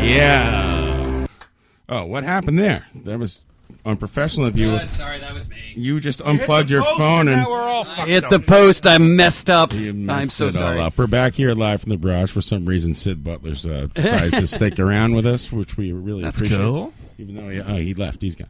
Speaker 3: Yeah. Oh, what happened there? That was unprofessional of you.
Speaker 19: Uh, sorry, that was me.
Speaker 3: You just unplugged your phone and
Speaker 19: I hit the post. I messed up. I'm
Speaker 3: messed
Speaker 19: so
Speaker 3: it all
Speaker 19: sorry.
Speaker 3: up. We're back here live from the barrage. For some reason, Sid Butler's uh, decided to stick around with us, which we really
Speaker 16: That's
Speaker 3: appreciate.
Speaker 16: cool.
Speaker 3: Even though he, oh, he left, he's gone.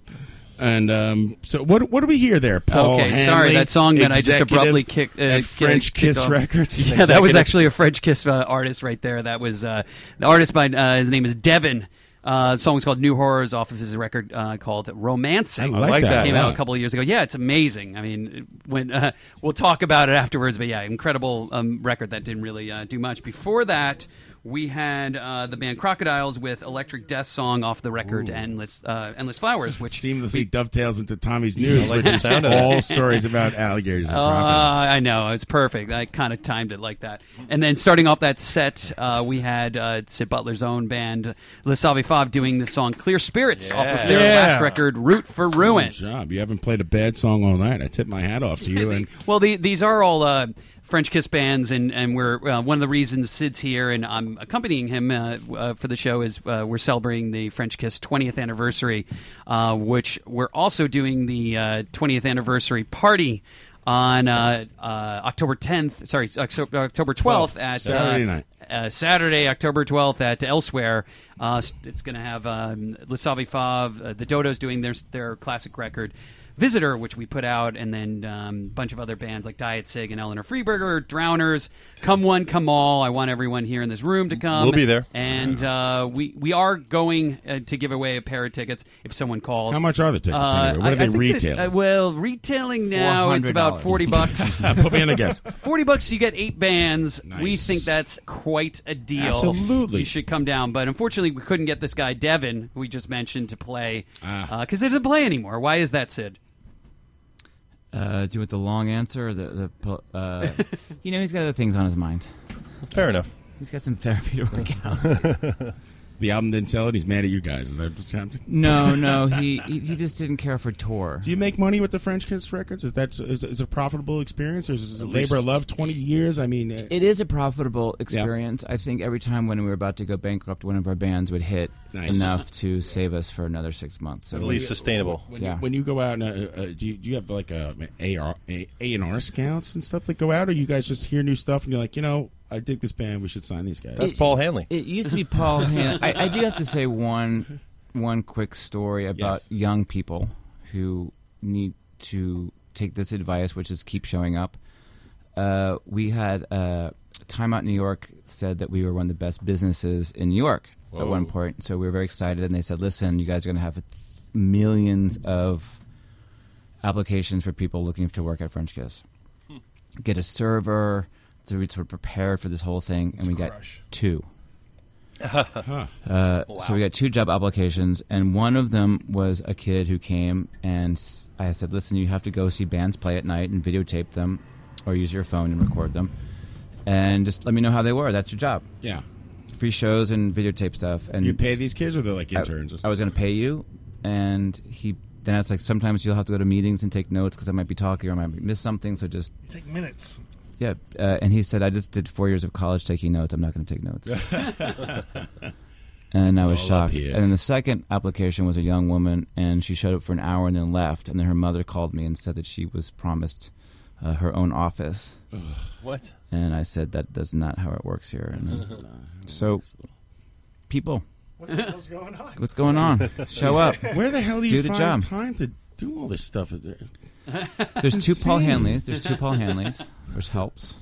Speaker 3: And um, so, what what do we hear there, Paul?
Speaker 19: okay, sorry.
Speaker 3: Oh, Hanley,
Speaker 19: That song that I just
Speaker 3: executive
Speaker 19: abruptly kicked. Uh,
Speaker 3: at
Speaker 19: kick-
Speaker 3: French
Speaker 19: kicked
Speaker 3: Kiss
Speaker 19: off.
Speaker 3: Records.
Speaker 19: Yeah, that was
Speaker 3: Executive-
Speaker 19: actually a French Kiss uh, artist right there. That was uh, the artist by uh, his name is Devin. Uh, the song is called "New Horrors" off of his record uh, called "Romancing."
Speaker 3: I like I like that that a
Speaker 19: Came
Speaker 3: lot.
Speaker 19: out a couple of years ago. Yeah, it's amazing. I mean, when uh, we'll talk about it afterwards, but yeah, incredible um, record that didn't really uh, do much. Before that, we had uh, the band Crocodiles with "Electric Death" song off the record
Speaker 3: Ooh.
Speaker 19: "Endless uh, Endless Flowers," which
Speaker 3: seamlessly dovetails into Tommy's news,
Speaker 19: I like
Speaker 3: which
Speaker 19: the
Speaker 3: is
Speaker 19: sound of
Speaker 3: all
Speaker 19: that.
Speaker 3: stories about alligators. And
Speaker 19: Uh,
Speaker 3: crocodiles.
Speaker 19: I know it's perfect. I kind of timed it like that. And then starting off that set, uh, we had uh, Sid Butler's own band Le Savi Fav doing the song "Clear Spirits" off of their
Speaker 3: Yeah.
Speaker 19: last record, "Root for Ruin."
Speaker 3: Good job. You haven't played a bad song all night. I tip my hat off to you. And
Speaker 19: Well, the, these are all uh, French Kiss bands, and and we're uh, one of the reasons Sid's here, and I'm accompanying him uh, w- uh, for the show is uh, we're celebrating the French Kiss 20th anniversary, uh, which we're also doing the uh, 20th anniversary party. On uh, uh, October 10th, sorry, Octo- October 12th at
Speaker 3: Saturday
Speaker 19: uh,
Speaker 3: night.
Speaker 19: uh, Saturday, October 12th at Elsewhere. Uh, s- it's going to have um, Le Savi Fav, uh, the Dodos doing their, their classic record, Visitor, which we put out, and then um, a bunch of other bands like Diet Sig and Eleanor Freeburger, Drowners, Come One, Come All. I want everyone here in this room to come.
Speaker 17: We'll be there.
Speaker 19: And uh, we, we are going uh, to give away a pair of tickets if someone calls. Uh,
Speaker 3: How much are the tickets
Speaker 19: I-
Speaker 3: anyway? What are they
Speaker 19: I think that-
Speaker 3: retailing?
Speaker 19: uh, well, retailing now, it's about
Speaker 3: $400.
Speaker 19: 40 bucks.
Speaker 3: Put me in a guess.
Speaker 19: 40 bucks, you get eight bands. We think that's quite a deal.
Speaker 3: Absolutely.
Speaker 19: You should come down. But unfortunately, we couldn't get this guy, Devin, who we just mentioned, to play because he doesn't play anymore. Why is that, Sid?
Speaker 20: Uh, do you want the long answer? Or the, the po- uh, you know, he's got other things on his mind.
Speaker 17: Fair enough.
Speaker 20: He's got some therapy to work out.
Speaker 3: the album didn't sell it. He's mad at you guys. Is that what's happening?
Speaker 20: no, no, he, he he just didn't care for tour.
Speaker 3: Do you make money with the French Kiss Records? Is that is, is it a profitable experience, or is it a
Speaker 20: At
Speaker 3: labor of
Speaker 20: least-
Speaker 3: love? Twenty years. I mean, uh,
Speaker 20: It is a profitable experience. I think every time when we were about to go bankrupt, one of our bands would hit
Speaker 3: Nice.
Speaker 20: enough to save us for another six months. So
Speaker 17: At least sustainable.
Speaker 3: When,
Speaker 20: yeah.
Speaker 3: you, when you go out, and, uh, uh, do, you, do you have like a AR A and R scouts and stuff that go out, or you guys just hear new stuff and you're like, you know, I dig this band. We should sign these guys.
Speaker 20: That's It-
Speaker 17: Paul Hanley.
Speaker 20: It used to be Paul Hanley. I, I do have to say one one quick story about young people who need to take this advice, which is keep showing up. Uh, we had uh, Time Out New York said that we were one of the best businesses in New York at one point, so we were very excited, and they said, "Listen, you guys are going to have millions of applications for people looking to work at French Kiss." Get a server, so we sort of prepared for this whole thing, and we got two. Uh,
Speaker 3: Oh,
Speaker 20: So we got two job applications, and one of them was a kid who came and s- I said, "Listen, you have to go see bands play at night and videotape them, or use your phone and record them, and just let me know how they were. That's your job.
Speaker 3: Yeah.
Speaker 20: free shows and videotape stuff. And
Speaker 3: You pay these kids, or they're like
Speaker 20: I-
Speaker 3: interns or
Speaker 20: I, was going to pay you, and he then I was like, sometimes you'll have to go to meetings and take notes because I might be talking or I might miss something. So just
Speaker 16: Take minutes.
Speaker 20: yeah, uh, and he said, "I just did four years of college taking notes. I'm not going to take notes." and I was
Speaker 3: It's all up
Speaker 20: shocked.
Speaker 3: here.
Speaker 20: And then the second application was a young woman, and she showed up for an hour and then left. And then her mother called me and said that she was promised uh, her own office.
Speaker 17: What?
Speaker 20: And I said, "That that's not how it works here." And
Speaker 17: That's
Speaker 20: then-
Speaker 17: not how
Speaker 20: so, people,
Speaker 15: What the hell's going on?
Speaker 20: what's going on? Show up.
Speaker 3: Where the hell do you
Speaker 20: do the
Speaker 3: find
Speaker 20: job?
Speaker 3: time to do all this stuff? There's
Speaker 20: There's two Paul Hanleys. There's two Paul Hanleys. There's helps.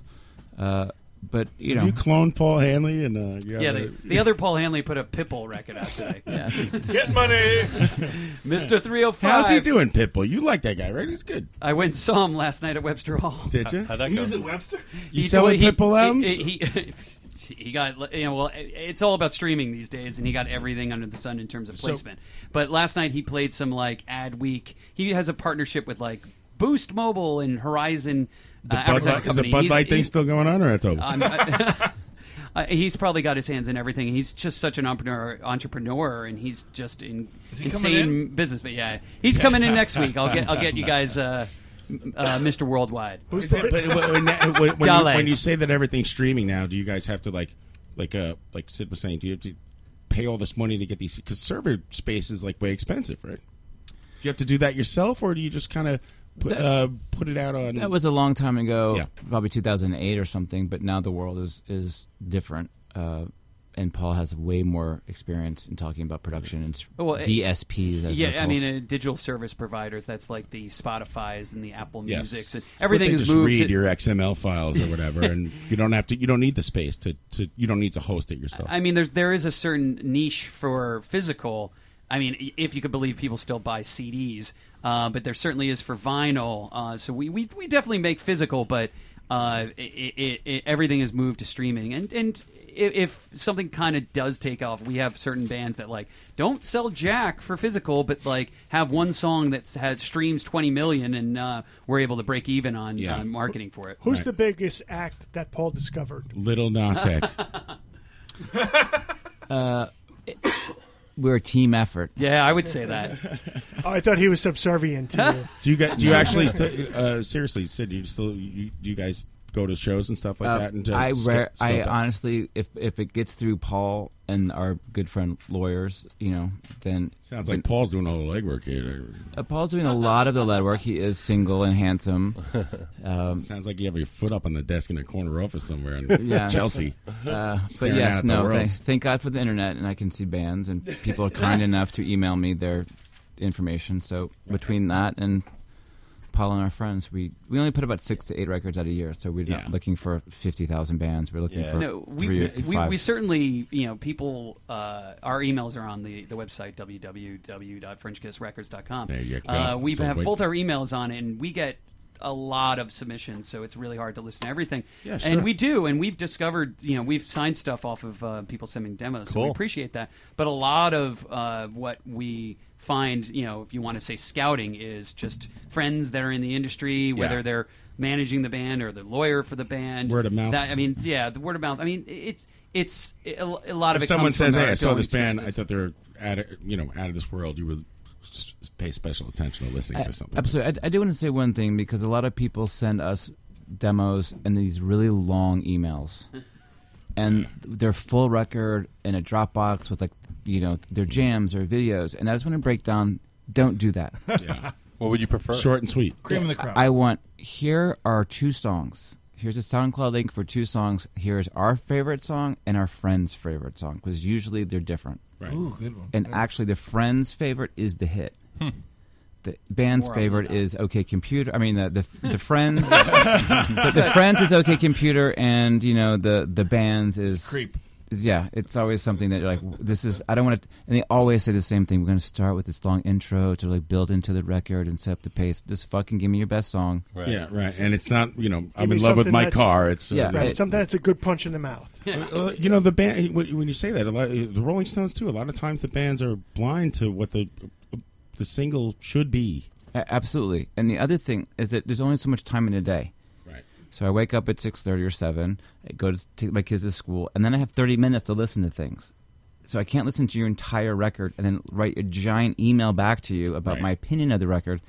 Speaker 20: Uh, but you know,
Speaker 3: you clone Paul Hanley and uh, you
Speaker 19: Yeah,
Speaker 3: have
Speaker 19: the,
Speaker 3: a-
Speaker 19: the other Paul Hanley put a Pitbull record out today. oh
Speaker 3: Get money!
Speaker 19: Mr. 305.
Speaker 3: How's he doing, Pitbull? You like that guy, right? He's good.
Speaker 19: I went and saw him last night at Webster Hall.
Speaker 3: Did you? How'd that
Speaker 19: He
Speaker 3: go?
Speaker 19: was at
Speaker 16: Webster?
Speaker 3: You
Speaker 19: He-
Speaker 3: selling
Speaker 19: he-
Speaker 3: Pitbull albums?
Speaker 19: He, he, he got you know well. it- It's all about streaming these days, and he got everything under the sun in terms of
Speaker 3: So-
Speaker 19: placement. but last night he played some like Ad Week. He has a partnership with like Boost Mobile and Horizon.
Speaker 3: The
Speaker 19: uh,
Speaker 3: Bud
Speaker 19: advertising
Speaker 3: Light, is
Speaker 19: company.
Speaker 3: the Bud
Speaker 19: He's-
Speaker 3: Light thing
Speaker 19: he-
Speaker 3: still going on, or it's over?
Speaker 19: I'm- I- I- he's probably got his hands in everything. He's just such an entrepreneur, entrepreneur, and he's just in
Speaker 11: he coming
Speaker 19: insane business. But yeah, he's coming in next week. I'll get I'll get you guys, uh, m- uh, Mr. Worldwide.
Speaker 3: Who's the- but when, when- when- when you,
Speaker 19: Dale.
Speaker 3: when you say that everything's streaming now, do you guys have to like, like, uh, like Sid was saying, do you have to pay all this money to get these because server space is like way expensive, right? Do you have to do that yourself, or do you just kind of put uh, put it out on?
Speaker 20: That was a long time ago, probably 2008 or something. But now the world is is different, uh, and Paul has way more experience in talking about production and s-
Speaker 19: Well, it-
Speaker 20: DSPs. As they're
Speaker 19: yeah, I
Speaker 20: called.
Speaker 19: mean, uh, digital service providers. That's like the Spotify's and the Apple
Speaker 3: Yes.
Speaker 19: Music's and
Speaker 3: But
Speaker 19: everything
Speaker 3: they
Speaker 19: is
Speaker 3: just
Speaker 19: moved.
Speaker 3: read
Speaker 19: to-
Speaker 3: your XML files or whatever, and you don't have to. You don't need the space to. to you don't need to host it yourself.
Speaker 19: I mean, there's there is a certain niche for physical. I mean, i- if you could believe people still buy CDs, uh, but there certainly is for vinyl. Uh, so we, we we definitely make physical, but uh, it, it, it, everything is moved to streaming. And and i- if something kind of does take off, we have certain bands that like don't sell Jack for physical, but like have one song that has streams 20 million, and uh, we're able to break even on
Speaker 3: Yeah.
Speaker 19: on marketing for it.
Speaker 15: Who's the biggest act that Paul discovered?
Speaker 3: Little Nas X.
Speaker 20: uh, it- we're a team effort.
Speaker 19: Yeah, I would say that.
Speaker 15: Oh, I thought he was subservient to you.
Speaker 3: Do you guys? Do you actually? St- uh, seriously, Sid, do you still? You, do you guys go to shows and stuff like
Speaker 20: Uh,
Speaker 3: that? And to
Speaker 20: I
Speaker 3: sc-
Speaker 20: rare,
Speaker 3: scope
Speaker 20: I
Speaker 3: it?
Speaker 20: honestly, if if it gets through Paul and our good friend lawyers, you know, then
Speaker 3: Sounds like Paul's doing all the legwork here.
Speaker 20: Uh, Paul's doing a lot of the lead work. He is single and handsome. Um,
Speaker 3: Sounds like you have your foot up on the desk in a corner office somewhere in
Speaker 20: yes.
Speaker 3: Chelsea.
Speaker 20: Uh, but
Speaker 3: Staring out
Speaker 20: yes,
Speaker 3: at the
Speaker 20: no.
Speaker 3: world.
Speaker 20: Thanks, thank God for the internet, and I can see bands, and people are kind enough to email me their information. So between that and Paul and our friends, we, we only put about six to eight records out a year. So we're not looking for fifty thousand bands. We're looking for
Speaker 19: no, we,
Speaker 20: three or
Speaker 19: we, we,
Speaker 20: five.
Speaker 19: we certainly, you know, people, uh, our emails are on the, the website, www.frenchkissrecords.com.
Speaker 3: There you go.
Speaker 19: Uh, we
Speaker 3: So
Speaker 19: have
Speaker 3: wait-
Speaker 19: both our emails on, and we get a lot of submissions, so it's really hard to listen to everything.
Speaker 3: Yeah, sure.
Speaker 19: And we do, and we've discovered, you know, we've signed stuff off of uh, people sending demos, so we
Speaker 17: Cool.
Speaker 19: appreciate that. But a lot of uh, what we find, you know, if you want to say scouting, is just friends that are in the industry, whether
Speaker 3: Yeah.
Speaker 19: they're managing the band or the lawyer for the band.
Speaker 3: Word of mouth.
Speaker 19: That, I mean, yeah, the word of mouth. I mean, it's it's a, a lot of
Speaker 3: If
Speaker 19: it.
Speaker 3: someone
Speaker 19: comes from
Speaker 3: says,
Speaker 19: our
Speaker 3: "Hey, I saw
Speaker 19: own
Speaker 3: this band. I
Speaker 19: experiences.
Speaker 3: thought they were out of, you know out of this world," you would s- s- pay special attention to listening
Speaker 20: Uh,
Speaker 3: to something.
Speaker 20: Absolutely. I, I do want to say one thing because a lot of people send us demos and these really long emails, and their full record in a Dropbox with like you know their jams or videos, and I just want to break down. Don't do that.
Speaker 3: Yeah.
Speaker 17: What would you prefer?
Speaker 3: Short and sweet.
Speaker 17: Cream in the crop.
Speaker 20: I I want. Here are two songs. Here's a SoundCloud link for two songs. Here's our favorite song and our friend's favorite song because usually they're different.
Speaker 3: Right. Ooh, good one.
Speaker 20: And actually, the friend's favorite is the hit. The band's
Speaker 3: More often
Speaker 20: favorite is OK Computer. I mean, the the, the friends, the, the friends is OK Computer, and you know the the band's is
Speaker 3: Creep.
Speaker 20: Yeah, it's always something that you're like, this is. I don't want to. And they always say the same thing. We're going to start with this long intro to like build into the record and set up the pace. Just fucking give me your best song.
Speaker 3: Right. Yeah, right. And it's not you know I'm
Speaker 15: Give me
Speaker 3: in love with
Speaker 15: something
Speaker 3: my
Speaker 15: that-
Speaker 3: car. It's uh,
Speaker 20: Yeah,
Speaker 15: Right, something that's a good punch in the mouth.
Speaker 3: Uh, you know the band when when you say that a lot uh, the rolling stones too a lot of times the bands are blind to what the the single should be
Speaker 20: A- absolutely. And the other thing is that there's only so much time in a day.
Speaker 3: Right.
Speaker 20: So I wake up at six thirty or seven. I go to take my kids to school, and then I have thirty minutes to listen to things. So I can't listen to your entire record and then write a giant email back to you about
Speaker 3: Right.
Speaker 20: my opinion of the record.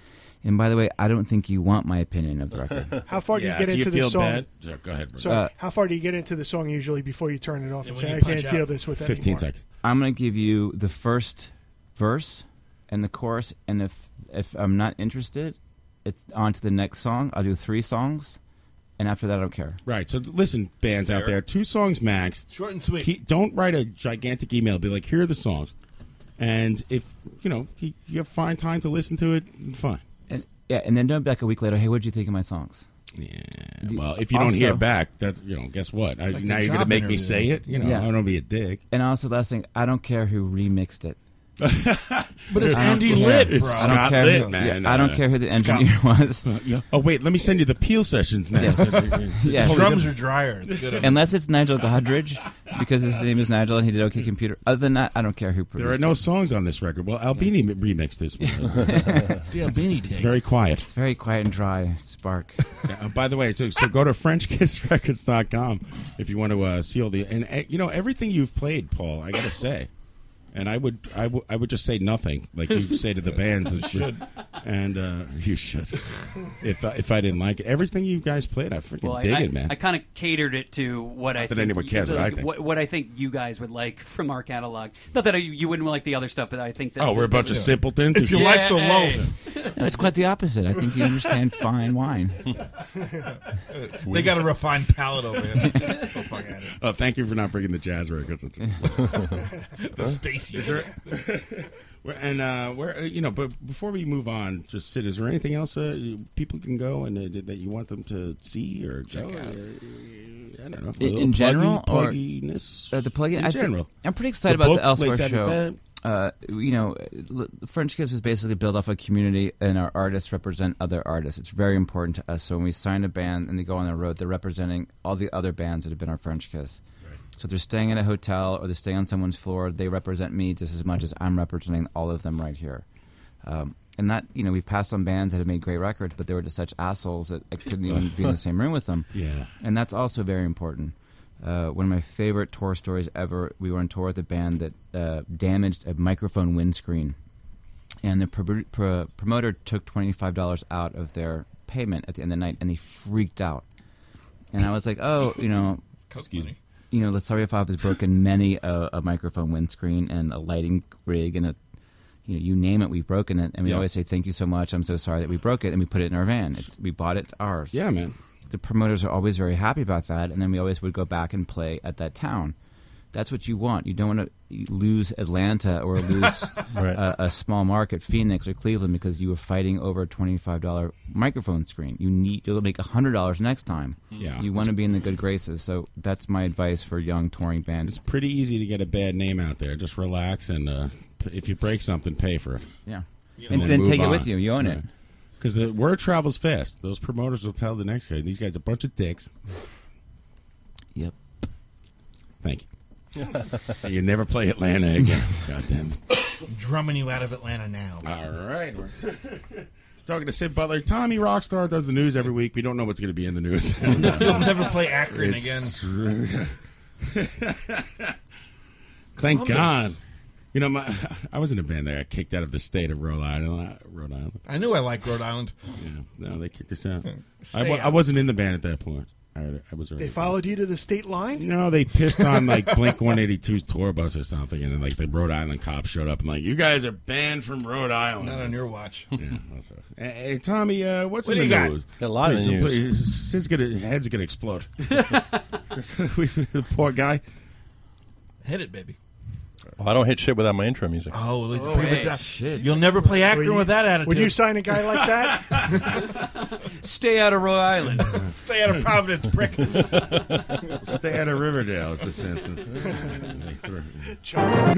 Speaker 20: And by the way, I don't think you want my opinion of the record.
Speaker 15: How far
Speaker 3: Yeah,
Speaker 15: do you get
Speaker 3: do you
Speaker 15: into the
Speaker 3: feel
Speaker 15: song?
Speaker 3: bad? Yeah, go ahead, Bruce.
Speaker 15: So,
Speaker 20: Uh,
Speaker 15: how far do you get into the song usually before you turn it off and
Speaker 6: when
Speaker 15: say,
Speaker 6: you
Speaker 15: "I can't
Speaker 6: punch out.
Speaker 15: deal this with"? anymore?
Speaker 20: I'm going to give you the first verse and the chorus, and if if I'm not interested, it's on to the next song. I'll do three songs, and after that, I don't care.
Speaker 3: right so listen bands out there two songs max
Speaker 16: Short and sweet.
Speaker 3: Keep- don't write a gigantic email be like here are the songs and if you know you, you have fine time to listen to it fine
Speaker 20: And yeah, and then don't be like a week later. Hey, what'd you think of my songs?
Speaker 3: Yeah. well if you don't hear back that you know guess what I,
Speaker 20: like
Speaker 3: now
Speaker 20: a
Speaker 3: you're gonna
Speaker 20: job
Speaker 3: make me
Speaker 20: interview.
Speaker 3: say it you know
Speaker 20: Yeah.
Speaker 3: I don't be a dick
Speaker 20: And also, last thing, I don't care who remixed it. but
Speaker 3: it's Andy Litt, bro.
Speaker 20: I don't
Speaker 3: Scott
Speaker 20: care.
Speaker 3: Litt,
Speaker 20: who,
Speaker 3: man.
Speaker 20: yeah, I don't
Speaker 3: Uh,
Speaker 20: care who the
Speaker 3: Scott-
Speaker 20: engineer was.
Speaker 3: oh wait let me send you the peel sessions next
Speaker 20: Yes.
Speaker 16: Drums are drier. It's good.
Speaker 20: Unless it's Nigel Godridge, because his name is Nigel and he did OK Computer. Other than that, I don't care who produced
Speaker 3: There are no songs on this record. Well, Albini remixed
Speaker 16: Oh,
Speaker 3: this one.
Speaker 20: It's the Albini
Speaker 3: It's
Speaker 20: take.
Speaker 3: very quiet.
Speaker 20: It's very quiet and dry. Spark.
Speaker 3: Uh, by the way, so, so go to FrenchKissRecords.com if you want to uh, see all the and uh, you know everything you've played, Paul. I gotta say, and I would I would I would just say nothing like you say to the bands. that
Speaker 16: You should.
Speaker 3: and uh, you should. If I- if I didn't like it, everything you guys played, I freaking
Speaker 19: Well, I,
Speaker 3: dig
Speaker 19: I,
Speaker 3: it, man.
Speaker 19: I kind of catered it to what I
Speaker 3: that
Speaker 19: think,
Speaker 3: anyone cares what I
Speaker 19: like,
Speaker 3: think.
Speaker 19: What, what I think you guys would like from our catalog. Not that I, you wouldn't like the other stuff, but I think that
Speaker 3: Oh, we're a bunch of simpletons. If you
Speaker 19: Yeah,
Speaker 3: like the
Speaker 19: hey.
Speaker 20: No, it's quite the opposite. I think you understand fine wine.
Speaker 16: they got a refined palate over here. Oh, fuck outta here.
Speaker 3: Oh, thank you for not bringing the jazz records. the
Speaker 16: spacey
Speaker 3: Is there, Where- and uh, where uh, you know, but before we move on, just sit. Is there anything else uh, you- people can go and uh, that you want them to see or go?
Speaker 20: out.
Speaker 3: Uh, I don't know.
Speaker 20: in,
Speaker 3: A little
Speaker 20: in general,
Speaker 3: pluggy-
Speaker 20: or
Speaker 3: plugginess?
Speaker 20: uh, the plugin.
Speaker 3: In
Speaker 20: I think-
Speaker 3: general.
Speaker 20: I'm pretty excited
Speaker 3: The
Speaker 20: about
Speaker 3: book,
Speaker 20: the Elsewhere
Speaker 3: Les
Speaker 20: show.
Speaker 3: Habitants.
Speaker 20: Uh, you know, l- French Kiss was basically built off a community, and our artists represent other artists. It's very important to us. So when we sign a band and they go on the road, they're representing all the other bands that have been our French Kiss. So if they're staying in a hotel or they're staying on someone's floor, they represent me just as much as I'm representing all of them right here. Um, and that, you know, we've passed on bands that have made great records, but they were just such assholes that I couldn't even be in the same room with them.
Speaker 3: Yeah.
Speaker 20: And that's also very important. Uh, one of my favorite tour stories ever. We were on tour with a band that uh, damaged a microphone windscreen, and the pro- pro- promoter took twenty five dollars out of their payment at the end of the night, and they freaked out. And I was like, "Oh, you know,
Speaker 16: Excuse me.
Speaker 20: you know, Lasariafov has broken many a, a microphone windscreen and a lighting rig and a, you know, you name it, we've broken it. And we
Speaker 3: Yeah.
Speaker 20: always say, thank you so much. I'm so sorry that we broke it. And we put it in our van. It's, we bought it. It's ours.
Speaker 3: Yeah, man.
Speaker 20: The promoters are always very happy about that. And then we always would go back and play at that town. That's what you want. You don't want to lose Atlanta or lose uh, a, a small market, Phoenix or Cleveland, because you were fighting over a twenty-five dollar microphone screen. You need you'll make hundred dollars next time.
Speaker 3: Yeah.
Speaker 20: you want to be in the good graces. So that's my advice for young touring bands.
Speaker 3: It's pretty easy to get a bad name out there. Just relax and uh, p- if you break something, pay for it.
Speaker 20: Yeah. And then take it with you. You own it.
Speaker 3: Because the word travels fast. Those promoters will tell the next guy, these guys are a bunch of dicks.
Speaker 20: Yep.
Speaker 3: Thank you. And you never play Atlanta again. God damn it.
Speaker 16: Drumming you out of Atlanta now.
Speaker 3: All right. We're talking to Sid Butler. Tommy Rockstar does the news every week. We don't know what's going to be in the news.
Speaker 16: You'll never play Akron
Speaker 3: again. Thank
Speaker 16: Columbus.
Speaker 3: God. You know, my, I was in a band that got kicked out of the state of Rhode Island. uh, Rhode Island.
Speaker 16: I knew I liked Rhode Island.
Speaker 3: Yeah. No, they kicked us out. I,
Speaker 16: Stay
Speaker 3: wa- I
Speaker 16: out.
Speaker 3: wasn't in the band at that point. I, I was already.
Speaker 15: They followed you to the state line.
Speaker 3: No, they pissed on like Blink 182's tour bus or something, and then like the Rhode Island cops showed up and like, you guys are banned from Rhode Island.
Speaker 16: Not on your watch.
Speaker 3: Yeah, Hey, hey, Tommy, uh, what's
Speaker 16: What
Speaker 3: in
Speaker 16: do
Speaker 3: the
Speaker 16: you got?
Speaker 3: news?
Speaker 16: Got a lot of
Speaker 3: please,
Speaker 16: news.
Speaker 3: Please, his gonna, head's gonna explode. 'Cause we- the poor guy.
Speaker 16: Hit it, baby.
Speaker 17: Oh, I don't hit shit without my intro music.
Speaker 16: Oh, at least
Speaker 15: Oh,
Speaker 16: pre-
Speaker 15: hey,
Speaker 16: that-
Speaker 15: shit.
Speaker 16: You'll never play Akron
Speaker 15: Would you-
Speaker 16: with that attitude.
Speaker 15: Would you sign a guy like that?
Speaker 19: Stay out of Rhode Island.
Speaker 16: Stay out of Providence, prick.
Speaker 3: Stay out of Riverdale, is The Simpsons.
Speaker 16: Chuck.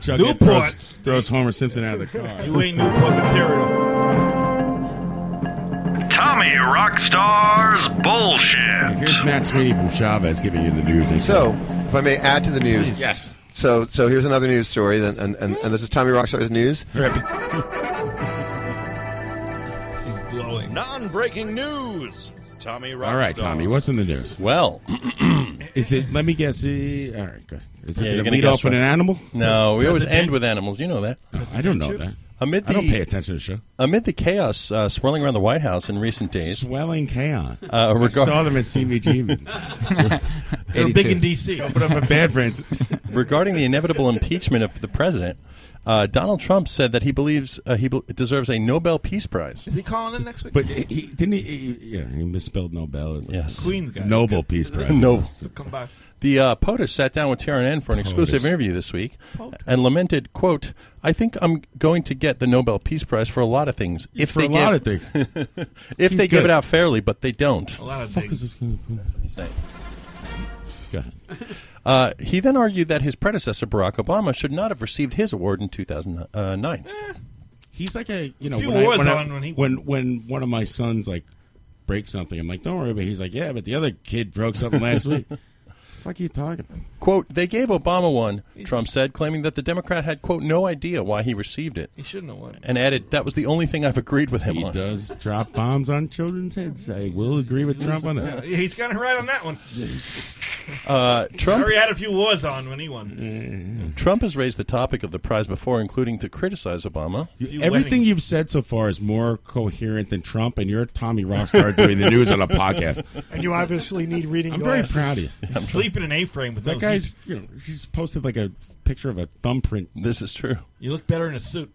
Speaker 3: Chuck
Speaker 16: Newport.
Speaker 3: Throws, throws Homer Simpson out of the car.
Speaker 16: You ain't Newport material.
Speaker 6: Tommy Rockstar's bullshit.
Speaker 3: Here's Matt Sweeney from Chavez giving you the news.
Speaker 8: So, if I may add to the news,
Speaker 3: Yes.
Speaker 8: So, so here's another news story, then, and, and, and this is Tommy Rockstar's news.
Speaker 16: He's glowing.
Speaker 6: Non-breaking news. Tommy Rockstar.
Speaker 3: All right, Tommy, what's in the news?
Speaker 17: Well,
Speaker 3: is it? Let me guess. uh, all right, good. Is
Speaker 17: Yeah, you're
Speaker 3: it going to
Speaker 17: gonna
Speaker 3: lead
Speaker 17: guess
Speaker 3: off with
Speaker 17: right.
Speaker 3: an animal?
Speaker 17: No, we always
Speaker 3: President?
Speaker 17: end with animals. You know that.
Speaker 3: I don't know that.
Speaker 17: Amid the,
Speaker 3: I don't pay attention to the show.
Speaker 17: Amid the chaos uh, swirling around the White House in recent days,
Speaker 3: swelling chaos.
Speaker 17: Uh,
Speaker 3: I
Speaker 17: regard-
Speaker 3: saw them at CBG.
Speaker 17: They were big in 82.
Speaker 16: D.C.
Speaker 3: Open up a bad print.
Speaker 17: regarding the inevitable impeachment of the president, uh, Donald Trump said that he believes uh, he be- deserves a Nobel Peace Prize.
Speaker 16: Is he calling in next week?
Speaker 3: But he he- didn't. He, he, yeah, he misspelled Nobel. Is
Speaker 17: Yes.
Speaker 16: Queens guy.
Speaker 3: Nobel Peace Prize.
Speaker 17: Noble.
Speaker 16: Come by.
Speaker 17: The uh, POTUS sat down with TRN for an exclusive interview this week and lamented, quote, I think I'm going to get the Nobel Peace Prize for a lot of things. If
Speaker 3: For
Speaker 17: they
Speaker 3: a lot of
Speaker 17: give-
Speaker 3: things.
Speaker 17: if
Speaker 3: He's
Speaker 17: they give
Speaker 3: good.
Speaker 17: it out fairly, but they don't.
Speaker 16: A lot of things.
Speaker 3: Go ahead.
Speaker 17: Uh, he then argued that his predecessor, Barack Obama, should not have received his award in uh, 2009.
Speaker 3: Eh. He's like a you know
Speaker 16: Few
Speaker 3: when, I,
Speaker 16: wars
Speaker 3: when, I-
Speaker 16: on when he-
Speaker 3: when when one of my sons like breaks something, I'm like, don't worry about. it. He's like, yeah, but the other kid broke something last week. fuck are you talking about?
Speaker 17: Quote, they gave Obama one, Trump said, claiming that the Democrat had, quote, no idea why he received it.
Speaker 16: He shouldn't have won.
Speaker 17: And added, that was the only thing I've agreed with him
Speaker 3: He
Speaker 17: on.
Speaker 3: does drop bombs on children's heads. I will agree with Trump on
Speaker 16: Yeah,
Speaker 3: that.
Speaker 16: he's kind of right on that one.
Speaker 17: Uh, Trump,
Speaker 16: Sorry, had a few wars on when he won.
Speaker 17: Trump has raised the topic of the prize before, including to criticize Obama.
Speaker 3: Everything you've said so far is more coherent than Trump, and you're Tommy Rockstar doing the news on a podcast.
Speaker 15: And you obviously need reading
Speaker 3: I'm very
Speaker 15: glasses.
Speaker 3: proud of you.
Speaker 16: He's sleeping in A-frame with
Speaker 3: that
Speaker 16: those.
Speaker 3: guy's. You know, he's posted like a picture of a thumbprint.
Speaker 17: This is true.
Speaker 16: You look better in a suit.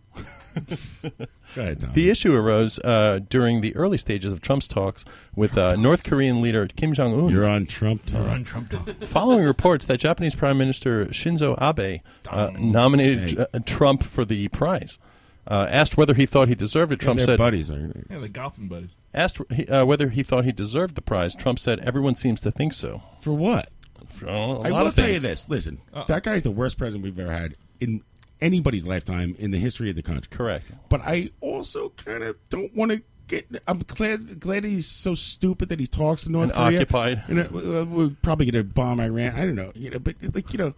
Speaker 17: The issue arose uh, during the early stages of Trump's talks with uh, North Korean leader Kim Jong Un.
Speaker 3: You're on Trump talk.
Speaker 16: You're on Trump talk.
Speaker 17: Following reports that Japanese Prime Minister Shinzo Abe uh, nominated uh, Trump for the prize, uh, asked whether he thought he deserved it.
Speaker 3: Yeah,
Speaker 17: Trump
Speaker 3: they're
Speaker 17: said,
Speaker 3: buddies, aren't they?
Speaker 16: Yeah, the golfing buddies.
Speaker 17: Asked uh, whether he thought he deserved the prize, Trump said, "Everyone seems to think so."
Speaker 3: For what?
Speaker 17: For a lot
Speaker 3: I will
Speaker 17: of
Speaker 3: tell you
Speaker 17: things.
Speaker 3: this. Listen,
Speaker 17: Uh-oh.
Speaker 3: that guy's the worst president we've ever had in anybody's lifetime in the history of the country.
Speaker 17: Correct.
Speaker 3: But I also kind of don't want to get. I'm glad glad he's so stupid that he talks to North
Speaker 17: And
Speaker 3: Korea.
Speaker 17: occupied.
Speaker 3: And uh, uh, we're probably going to bomb Iran. I don't know. You know, but like you know,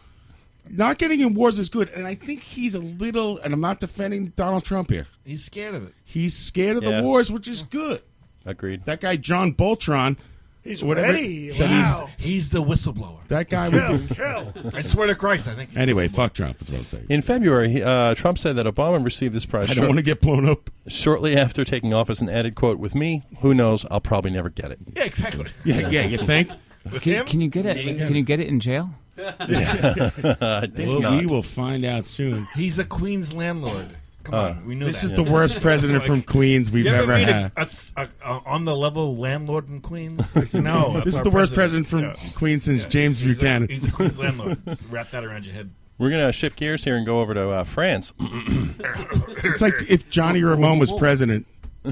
Speaker 3: not getting in wars is good. And I think he's a little. And I'm not defending Donald Trump here.
Speaker 16: He's scared of it.
Speaker 3: He's scared of
Speaker 17: Yeah.
Speaker 3: the wars, which is good.
Speaker 17: Agreed.
Speaker 3: That guy John Boltron.
Speaker 15: He's
Speaker 3: whatever-
Speaker 15: ready.
Speaker 3: that-
Speaker 15: Wow.
Speaker 16: He's, he's the whistleblower.
Speaker 3: That guy would be.
Speaker 15: Kill.
Speaker 16: I swear to Christ, I think.
Speaker 3: Anyway, fuck Trump. That's what I'm saying.
Speaker 17: In February, he- uh, Trump said that Obama received this prize.
Speaker 3: I don't wanna get blown up.
Speaker 17: Shortly after taking office, and added, "Quote with me, who knows? I'll probably never get it."
Speaker 16: Yeah, exactly.
Speaker 3: Yeah, yeah, you think?
Speaker 16: With
Speaker 20: Can,
Speaker 16: him?
Speaker 20: can you get it?
Speaker 16: Yeah.
Speaker 20: Can you get it in jail?
Speaker 17: I think
Speaker 3: well,
Speaker 17: not.
Speaker 3: we will find out soon.
Speaker 16: He's a Queens landlord. Come
Speaker 3: Uh,
Speaker 16: on, we know
Speaker 3: this
Speaker 16: is
Speaker 3: is the worst president from Queens we've
Speaker 16: you ever
Speaker 3: ever
Speaker 16: meet a-
Speaker 3: had.
Speaker 16: a s- a- a- on the level landlord in Queens. No, that's
Speaker 3: this is
Speaker 16: our
Speaker 3: the worst president from
Speaker 16: Yeah.
Speaker 3: Queens since
Speaker 16: Yeah,
Speaker 3: James
Speaker 16: he's a-
Speaker 3: Buchanan.
Speaker 16: he's a Queens landlord. Just wrap that around your head.
Speaker 17: We're gonna shift gears here and go over to uh, France.
Speaker 3: it's like if Johnny Ramone was president,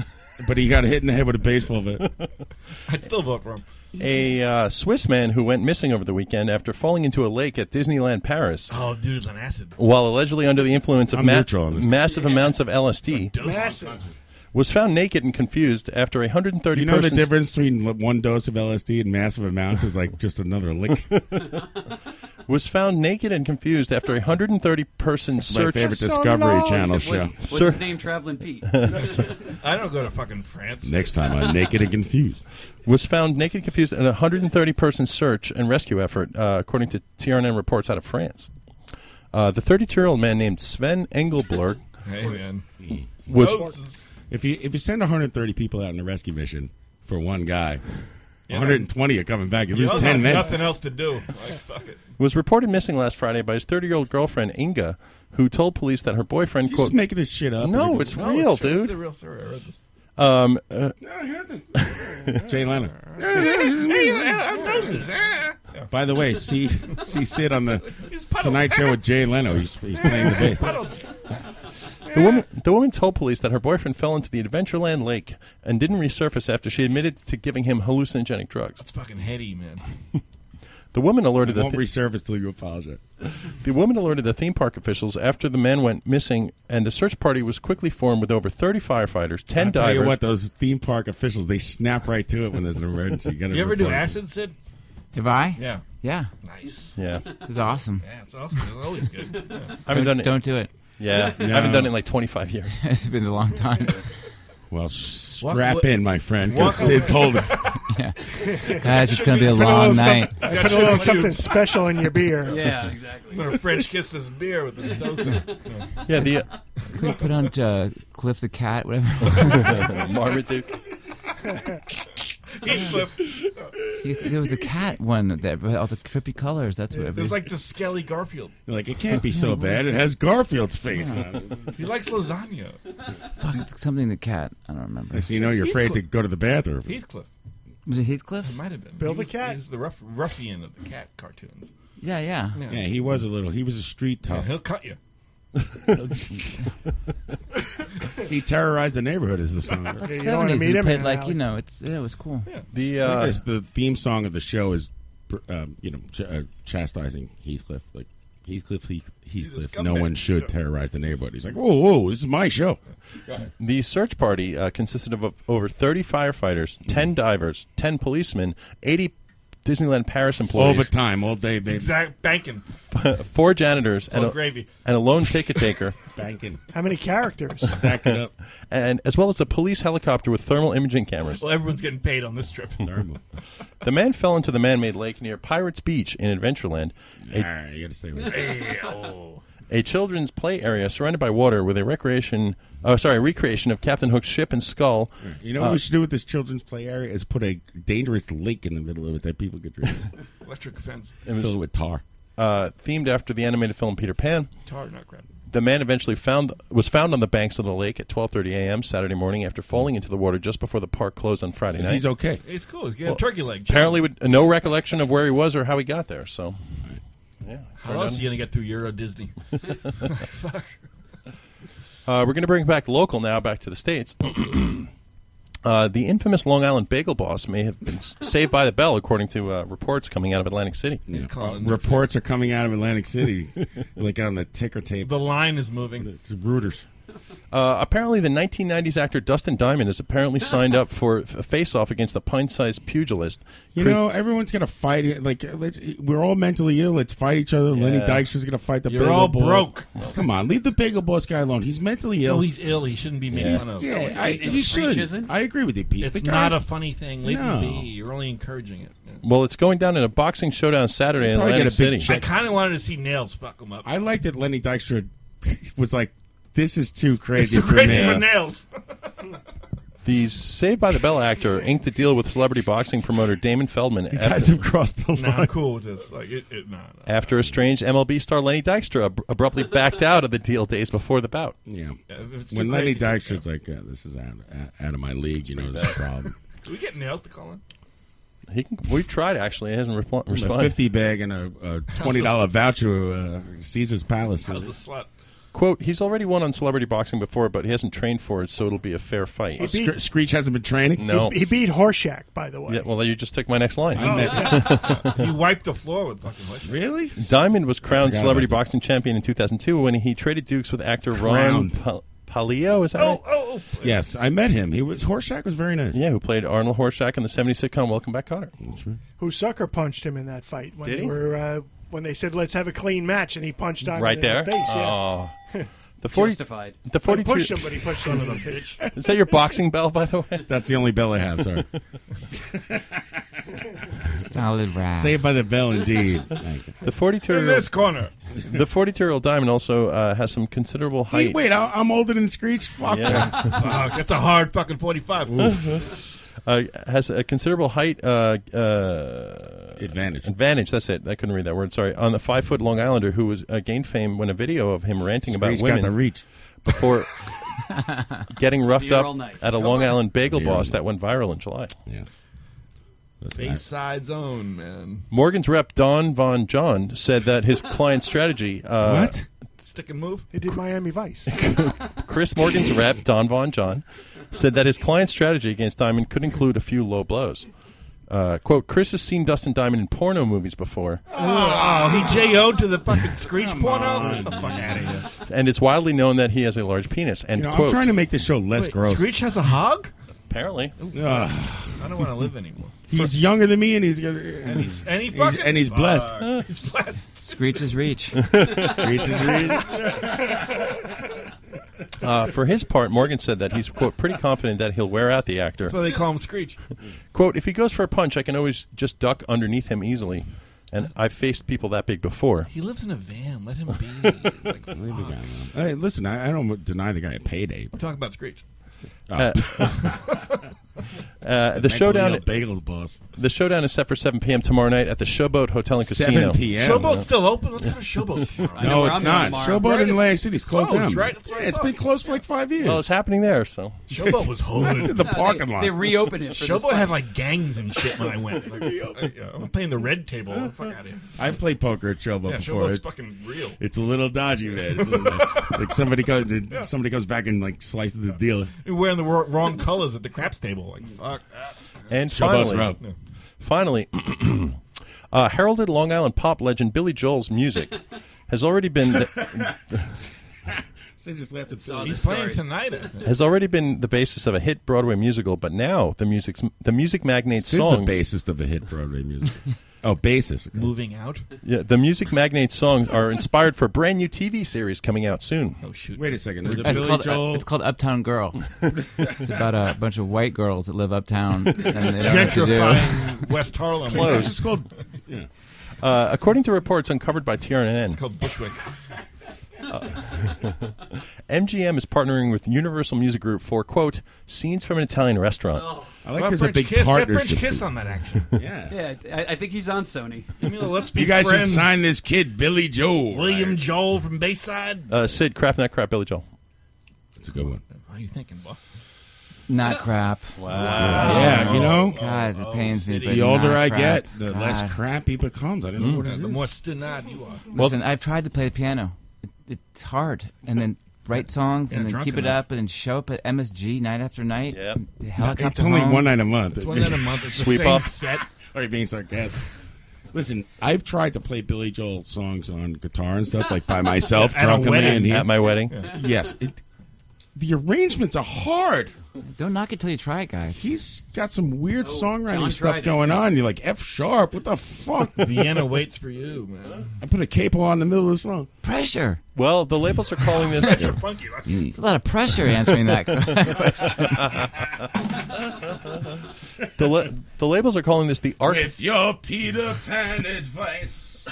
Speaker 3: but he got hit in the head with a baseball bat.
Speaker 16: I'd still vote for him.
Speaker 17: A uh, Swiss man who went missing over the weekend after falling into a lake at Disneyland Paris
Speaker 16: Oh, dude, it's on acid.
Speaker 17: while allegedly under the influence of
Speaker 16: I'm
Speaker 17: ma-
Speaker 16: neutral on this.
Speaker 17: massive amounts of LSD
Speaker 16: Massive.
Speaker 17: was found naked and confused after a 130
Speaker 3: You know the
Speaker 17: persons-
Speaker 3: difference between li- one dose of LSD and massive amounts is like just another lick.
Speaker 17: was found naked and confused after a 130 person
Speaker 3: my
Speaker 17: search
Speaker 3: favorite Discovery Channel show.
Speaker 19: What's
Speaker 17: Sir-
Speaker 19: his name? Traveling Pete.
Speaker 16: I don't go to fucking France.
Speaker 3: Next time on Naked and Confused.
Speaker 17: was found naked, confused, in a 130 person search and rescue effort, uh, according to TRN reports out of France. Uh, the 32 year old man named Sven Engelblurg
Speaker 16: Hey, man.
Speaker 17: was.
Speaker 3: If you if you send 130 people out on a rescue mission for one guy,
Speaker 16: Yeah.
Speaker 3: 120 are coming back. You lose
Speaker 16: Y'all
Speaker 3: 10
Speaker 16: got
Speaker 3: men.
Speaker 16: Nothing else to do. Like, fuck it.
Speaker 17: was reported missing last Friday by his 30 year old girlfriend, Inga, who told police that her boyfriend, quote,
Speaker 3: Just making this shit up.
Speaker 17: No, it's
Speaker 16: No,
Speaker 17: real,
Speaker 16: it's true. This is
Speaker 17: dude.
Speaker 16: the real story. I read this.
Speaker 17: Um, uh,
Speaker 3: Jay Leno. By the way, see see Sid on the Tonight Show with Jay Leno. He's, he's playing the bass.
Speaker 17: the, woman, the woman told police that her boyfriend fell into the Adventureland Lake and didn't resurface after she admitted to giving him hallucinogenic drugs.
Speaker 16: It's fucking heady, man.
Speaker 17: The woman alerted the
Speaker 3: Won't
Speaker 17: thi-
Speaker 3: resurface till you apologize.
Speaker 17: The woman alerted the theme park officials after the man went missing, and a search party was quickly formed with over 30 firefighters, 10
Speaker 3: I'll tell
Speaker 17: divers.
Speaker 3: you what, those theme park officials they snap right to it when there's an emergency. You, gotta
Speaker 16: You ever do
Speaker 3: report it.
Speaker 16: acid, Sid?
Speaker 20: Have I?
Speaker 16: Yeah.
Speaker 20: Yeah.
Speaker 16: Nice.
Speaker 17: Yeah.
Speaker 20: It's awesome.
Speaker 16: Yeah, it's awesome. It's always good. Yeah.
Speaker 17: I
Speaker 20: Don't-
Speaker 17: haven't done it.
Speaker 20: don't do it.
Speaker 17: Yeah.
Speaker 3: No.
Speaker 17: I haven't done it in like 25 years.
Speaker 20: it's been a long time.
Speaker 3: Well, strap
Speaker 20: Walk-
Speaker 3: in, my friend,
Speaker 20: walk-
Speaker 3: because Sid's holding.
Speaker 20: yeah. Guys, it's going to be a long night.
Speaker 15: I put a little something special in your beer.
Speaker 19: Yeah, exactly.
Speaker 16: I'm gonna French kiss this beer with this dosa.
Speaker 17: Yeah, the uh,
Speaker 20: Could you put on uh, Cliff the Cat, whatever?
Speaker 17: Marmaduke.
Speaker 3: uh,
Speaker 16: Eat clip.
Speaker 20: See, there was a cat one that with all the trippy colors. That's what
Speaker 16: It was like the Skelly Garfield.
Speaker 3: You're like, it can't be so bad. It has Garfield's face
Speaker 20: Yeah.
Speaker 3: on it.
Speaker 16: He likes lasagna.
Speaker 20: Fuck, something the cat. I don't remember.
Speaker 3: So you know you're afraid to go to the bathroom.
Speaker 16: Heathcliff.
Speaker 20: Was it Heathcliff?
Speaker 16: It might have been.
Speaker 15: Bill
Speaker 16: He
Speaker 15: the
Speaker 16: was-
Speaker 15: Cat.
Speaker 16: He was the rough, ruffian of the cat cartoons.
Speaker 20: Yeah, yeah.
Speaker 16: Yeah.
Speaker 3: Yeah, he was a little. He was a street
Speaker 16: Yeah,
Speaker 3: tough.
Speaker 16: he'll cut you.
Speaker 3: he terrorized the neighborhood. Is the song?
Speaker 20: Like
Speaker 15: Yeah, you don't wanna
Speaker 20: 70s,
Speaker 15: meet
Speaker 20: he
Speaker 15: him in
Speaker 20: played
Speaker 15: an
Speaker 20: like,
Speaker 15: alley.
Speaker 20: you know, it's yeah, it was cool.
Speaker 17: The
Speaker 3: I
Speaker 17: uh,
Speaker 3: guess the theme song of the show is, um, you know, ch- uh, chastising Heathcliff. Like Heathcliff, Heath- Heathcliff. No
Speaker 17: scumbag.
Speaker 3: one should terrorize the neighborhood. He's like, whoa, whoa, this is my show.
Speaker 17: The search party
Speaker 3: Mm-hmm.
Speaker 17: uh, consisted of o- over 30 firefighters, 10 divers, 10 policemen, 80 Disneyland Paris employees.
Speaker 3: Overtime, all day, baby.
Speaker 16: Exact banking.
Speaker 17: Four janitors
Speaker 16: It's
Speaker 17: and
Speaker 16: all
Speaker 17: a,
Speaker 16: gravy.
Speaker 17: and a lone ticket taker.
Speaker 3: Banking.
Speaker 15: How many characters?
Speaker 17: and as well as a police helicopter with thermal imaging cameras.
Speaker 16: Well, everyone's getting paid on this trip.
Speaker 17: the man fell into the man-made lake near Pirates Beach in Adventureland. A,
Speaker 3: Nah, you gotta stay with
Speaker 16: Hey,
Speaker 17: a children's play area surrounded by water with a recreation. Oh, sorry, recreation of Captain Hook's ship and skull. Uh,
Speaker 3: You know what we should do with this children's play area is put a dangerous lake in the middle of it that people could drink.
Speaker 16: Electric fence.
Speaker 17: It was-
Speaker 3: Fill it with tar.
Speaker 17: Uh, themed after the animated film Peter Pan.
Speaker 16: Tar, not crap.
Speaker 17: The man eventually found was found on the banks of the lake at 12:30 a.m. Saturday morning after falling into the water just before the park closed on Friday
Speaker 3: So
Speaker 17: night.
Speaker 3: he's okay.
Speaker 16: He's cool. He's getting a turkey leg.
Speaker 17: Apparently, with no recollection of where he was or how he got there. So, yeah.
Speaker 16: How else are you gonna get through Euro Disney? Fuck.
Speaker 17: Uh, we're going to bring it back local now, back to the states. uh, the infamous Long Island bagel boss may have been s- saved by the bell, according to uh, reports coming out of Atlantic City.
Speaker 3: Reports are coming out of Atlantic City, like on the ticker tape.
Speaker 16: The line is moving.
Speaker 3: It's Reuters.
Speaker 17: Uh, apparently, the 1990s actor Dustin Diamond is apparently signed up for f- a face-off against the pint-sized pugilist.
Speaker 3: You
Speaker 17: Chris-
Speaker 3: know, everyone's gonna fight. Like, let's, we're all mentally ill. Let's fight each other. Lenny
Speaker 17: Yeah.
Speaker 3: Dykstra's gonna fight the.
Speaker 17: You're
Speaker 3: bagel
Speaker 17: all
Speaker 3: boy.
Speaker 17: broke.
Speaker 3: Come on, leave the bagel boss guy alone. He's mentally ill.
Speaker 16: No, he's ill. He shouldn't be made
Speaker 3: Yeah.
Speaker 16: fun of.
Speaker 3: Yeah,
Speaker 16: No,
Speaker 3: I,
Speaker 16: he's not.
Speaker 3: he should.
Speaker 16: Preaches.
Speaker 3: I agree with you, Pete.
Speaker 16: It's
Speaker 3: The
Speaker 16: not a
Speaker 3: guy's-
Speaker 16: funny thing. Leave
Speaker 3: no.
Speaker 16: him be. You're only encouraging it.
Speaker 17: well, it's going down in a boxing showdown Saturday in
Speaker 3: Probably get
Speaker 17: Atlantic
Speaker 3: a
Speaker 17: City.
Speaker 3: big
Speaker 16: I kind of wanted to see Nails fuck him up.
Speaker 3: I like that Lenny Dykstra was like, "This is too crazy
Speaker 16: It's
Speaker 3: for
Speaker 16: crazy
Speaker 3: me."
Speaker 16: for Nails.
Speaker 17: The Saved by the Bell actor inked a deal with celebrity boxing promoter Damon Feldman.
Speaker 3: You
Speaker 17: after-
Speaker 3: guys have crossed the line.
Speaker 16: Nah, I'm cool with this. Like it, it nah.
Speaker 17: after estranged MLB star Lenny Dykstra ab- abruptly backed out of the deal days before the bout.
Speaker 3: Yeah.
Speaker 16: Yeah, if it's
Speaker 3: when
Speaker 16: too
Speaker 3: Lenny
Speaker 16: crazy,
Speaker 3: Dykstra's like, uh, "This is out, out of my league," you know, there's a problem.
Speaker 16: Do we get Nails to call in?
Speaker 17: He can, we tried actually. He hasn't repl-
Speaker 3: a
Speaker 17: responded.
Speaker 3: fifty bag and a, a twenty dollar voucher, uh, Caesar's Palace.
Speaker 16: How's the slut?
Speaker 17: Quote: He's already won on celebrity boxing before, but he hasn't trained for it, so it'll be a fair fight.
Speaker 15: He beat- Scr-
Speaker 3: Oh, Screech hasn't been training.
Speaker 17: No.
Speaker 15: He, he beat Horshack, by the way.
Speaker 17: yeah, well, you just took my next line.
Speaker 16: he wiped the floor with fucking Bush.
Speaker 3: Really?
Speaker 17: Diamond was crowned
Speaker 16: forgot
Speaker 17: celebrity
Speaker 16: about that.
Speaker 17: boxing champion in 2002 when he traded dukes with actor
Speaker 3: Crowned.
Speaker 17: Ron Pa- Palio. Is that right?
Speaker 16: Oh,
Speaker 3: Yes, I met him. He was Horshack was very nice.
Speaker 17: Yeah, who played Arnold Horshack in the 70s sitcom Welcome Back, Cotter. That's right.
Speaker 15: Who sucker punched him in that fight? When
Speaker 17: Did
Speaker 15: they
Speaker 17: he?
Speaker 15: Were, uh, when they said let's have a clean match, and he punched Diamond
Speaker 17: Right
Speaker 15: in
Speaker 17: there.
Speaker 15: the face.
Speaker 17: Oh.
Speaker 15: Yeah.
Speaker 17: The 40
Speaker 15: Justified.
Speaker 17: The
Speaker 15: He
Speaker 17: 42
Speaker 15: pushed him, but he pushed him in the pitch.
Speaker 17: Is that your boxing bell, by the way?
Speaker 3: That's the only bell I have. Sorry.
Speaker 1: Solid rap.
Speaker 3: Saved by the Bell, indeed. Thank you.
Speaker 17: The 42
Speaker 3: In this corner.
Speaker 17: The 42 year old Diamond also uh, has some considerable height.
Speaker 3: He, wait, I, I'm older than Screech. Fuck
Speaker 17: Yeah.
Speaker 3: that.
Speaker 16: Fuck, that's a hard fucking forty-five.
Speaker 17: uh, has a considerable height uh, uh,
Speaker 3: advantage.
Speaker 17: Advantage. That's it. I couldn't read that word. Sorry. On the five foot Long Islander who was uh, gained fame when a video of him ranting about
Speaker 3: Screech got
Speaker 17: women
Speaker 3: the reach.
Speaker 17: before getting roughed
Speaker 16: Be here
Speaker 17: up
Speaker 16: all night.
Speaker 17: at a
Speaker 16: Come
Speaker 17: Long
Speaker 16: on.
Speaker 17: Island bagel
Speaker 16: Be here all
Speaker 17: boss that went viral in July.
Speaker 3: Yes. Uh-huh.
Speaker 16: Bayside Zone, man.
Speaker 17: Morgan's rep Don Von John said that his client's strategy. Uh,
Speaker 16: What? Stick and move. Oh,
Speaker 15: He did Miami Vice.
Speaker 17: Chris Morgan's rep, Don Von John, said that his client's strategy against Diamond could include a few low blows. Uh, quote, Chris has seen Dustin Diamond in porno movies before,
Speaker 16: Oh, he JO'd to the fucking Screech porno. Get the fuck out of here.
Speaker 17: and it's widely known that he has a large penis. And
Speaker 16: You know, I'm
Speaker 17: quote,
Speaker 16: trying
Speaker 3: to make this show less
Speaker 16: Wait, Screech has a hog.
Speaker 17: Apparently,
Speaker 3: Ugh.
Speaker 16: I don't want to live anymore.
Speaker 3: He's younger than me, and he's gonna,
Speaker 16: And he's and he fucking
Speaker 3: and he's blessed.
Speaker 16: Fuck. He's blessed.
Speaker 1: Screech's reach.
Speaker 3: Screech's reach.
Speaker 17: uh, for his part, Morgan said that he's, quote, pretty confident that he'll wear out the actor.
Speaker 16: That's why they call him Screech.
Speaker 17: Quote, if he goes for a punch, I can always just duck underneath him easily. And I've faced people that big before.
Speaker 16: He lives in a van. Let him be. Like, fuck.
Speaker 3: Hey, listen, I, I don't deny the guy a payday.
Speaker 16: I'm talking about Screech.
Speaker 3: Oh.
Speaker 17: Uh, Uh, the
Speaker 3: Mentally
Speaker 17: showdown
Speaker 3: ill bagel boss.
Speaker 17: The showdown is set for 7 p.m. tomorrow night at the Showboat Hotel and
Speaker 3: 7
Speaker 17: Casino.
Speaker 3: p.m.?
Speaker 16: Showboat's still open. Let's go to Showboat.
Speaker 3: no, it's not. Showboat in Atlantic City is closed,
Speaker 16: closed,
Speaker 3: down.
Speaker 16: right? Oh. That's what I
Speaker 3: Yeah, it's
Speaker 16: thought.
Speaker 3: been closed for like five years.
Speaker 17: Well, it's happening there, so.
Speaker 16: Showboat was hood.
Speaker 3: It's in the No, they- parking lot. they reopened it for this
Speaker 16: Showboat
Speaker 3: fight.
Speaker 16: had like gangs and shit when I went. Like, I, am playing the red table. Fuck out of here.
Speaker 3: I played poker at Showboat
Speaker 16: Yeah,
Speaker 3: before.
Speaker 16: Showboat's
Speaker 3: it's
Speaker 16: fucking real.
Speaker 3: It's a little dodgy, man. It's a little- like somebody comes, somebody comes back and like slices the deal.
Speaker 16: You're wearing the wrong, wrong colors at the craps table. Like fuck. ah.
Speaker 17: And
Speaker 3: Showboat's
Speaker 17: finally,
Speaker 3: route.
Speaker 17: finally uh, heralded Long Island pop legend Billy Joel's music has already been.
Speaker 5: They just laughed at
Speaker 6: It's
Speaker 16: uh,
Speaker 6: on
Speaker 5: Billy.
Speaker 6: the
Speaker 5: He's playing
Speaker 6: story.
Speaker 5: tonight. I think.
Speaker 17: has already been the basis of a hit Broadway musical, but now the music's the music magnate's
Speaker 3: Who's
Speaker 17: songs.
Speaker 3: the bassist of a hit Broadway music? oh, bassist. okay.
Speaker 5: Moving out.
Speaker 17: Yeah, the music magnate's songs are inspired for a brand new TV series coming out soon.
Speaker 5: Oh shoot!
Speaker 3: Wait a second. Is it
Speaker 20: It's
Speaker 3: Billy
Speaker 20: called, uh,
Speaker 3: Joel?
Speaker 20: it's called Uptown Girl. it's about a bunch of white girls that live uptown and they don't know what to do.
Speaker 5: Gentrifying West Harlem.
Speaker 17: Close.
Speaker 5: It's called- yeah.
Speaker 17: Uh, according to reports uncovered by TRNN,
Speaker 5: It's called Bushwick.
Speaker 17: uh, MGM is partnering with Universal Music Group for quote scenes from an Italian restaurant.
Speaker 3: Oh. I
Speaker 5: Well, Oh. French kiss. Get French kiss on that action.
Speaker 3: Yeah.
Speaker 19: Yeah, I, I think he's on Sony.
Speaker 5: let's
Speaker 3: You guys should sign this kid, Billy Joel.
Speaker 5: William Joel from Bayside.
Speaker 17: Uh, Sid, crap, not crap, Billy Joel.
Speaker 3: It's a good one.
Speaker 5: What are you thinking, Buck?
Speaker 20: Not crap.
Speaker 3: Wow. Yeah, you know? Oh,
Speaker 20: God, it pains me. But
Speaker 3: the older
Speaker 20: not
Speaker 3: I
Speaker 20: crap.
Speaker 3: get, the
Speaker 20: God. Mm-hmm.
Speaker 3: less crap he becomes. I don't know what it is.
Speaker 5: The more stinad you are.
Speaker 20: Listen, I've tried to play the piano. It, it's hard, and then write songs,
Speaker 5: Yeah,
Speaker 20: and then
Speaker 5: drunk
Speaker 20: keep it
Speaker 5: enough.
Speaker 20: up, and then show up at MSG night after night. Yeah,
Speaker 3: It's only one night a month.
Speaker 20: It's one night a month. It's the Sweep same
Speaker 3: up
Speaker 20: up.
Speaker 5: set.
Speaker 3: Are you being sarcastic? Listen, I've tried to play Billy Joel songs on guitar and stuff like by myself,
Speaker 17: At a
Speaker 3: drunkenly,
Speaker 17: wedding.
Speaker 3: and he-
Speaker 17: At my wedding.
Speaker 3: Yes, it, the arrangements are hard.
Speaker 20: Don't knock it till you try it, guys.
Speaker 3: He's got some weird songwriting
Speaker 5: John tried
Speaker 3: stuff
Speaker 5: it.
Speaker 3: going on. You're like F sharp. What the fuck?
Speaker 5: Vienna waits for you, man.
Speaker 3: I put a capo on in the middle of the song.
Speaker 20: Pressure.
Speaker 17: Well, the labels are calling this.
Speaker 5: Pressure funky.
Speaker 20: It's a lot of pressure answering that question.
Speaker 17: the, la- the labels are calling this the arc.
Speaker 3: With your Peter Pan advice.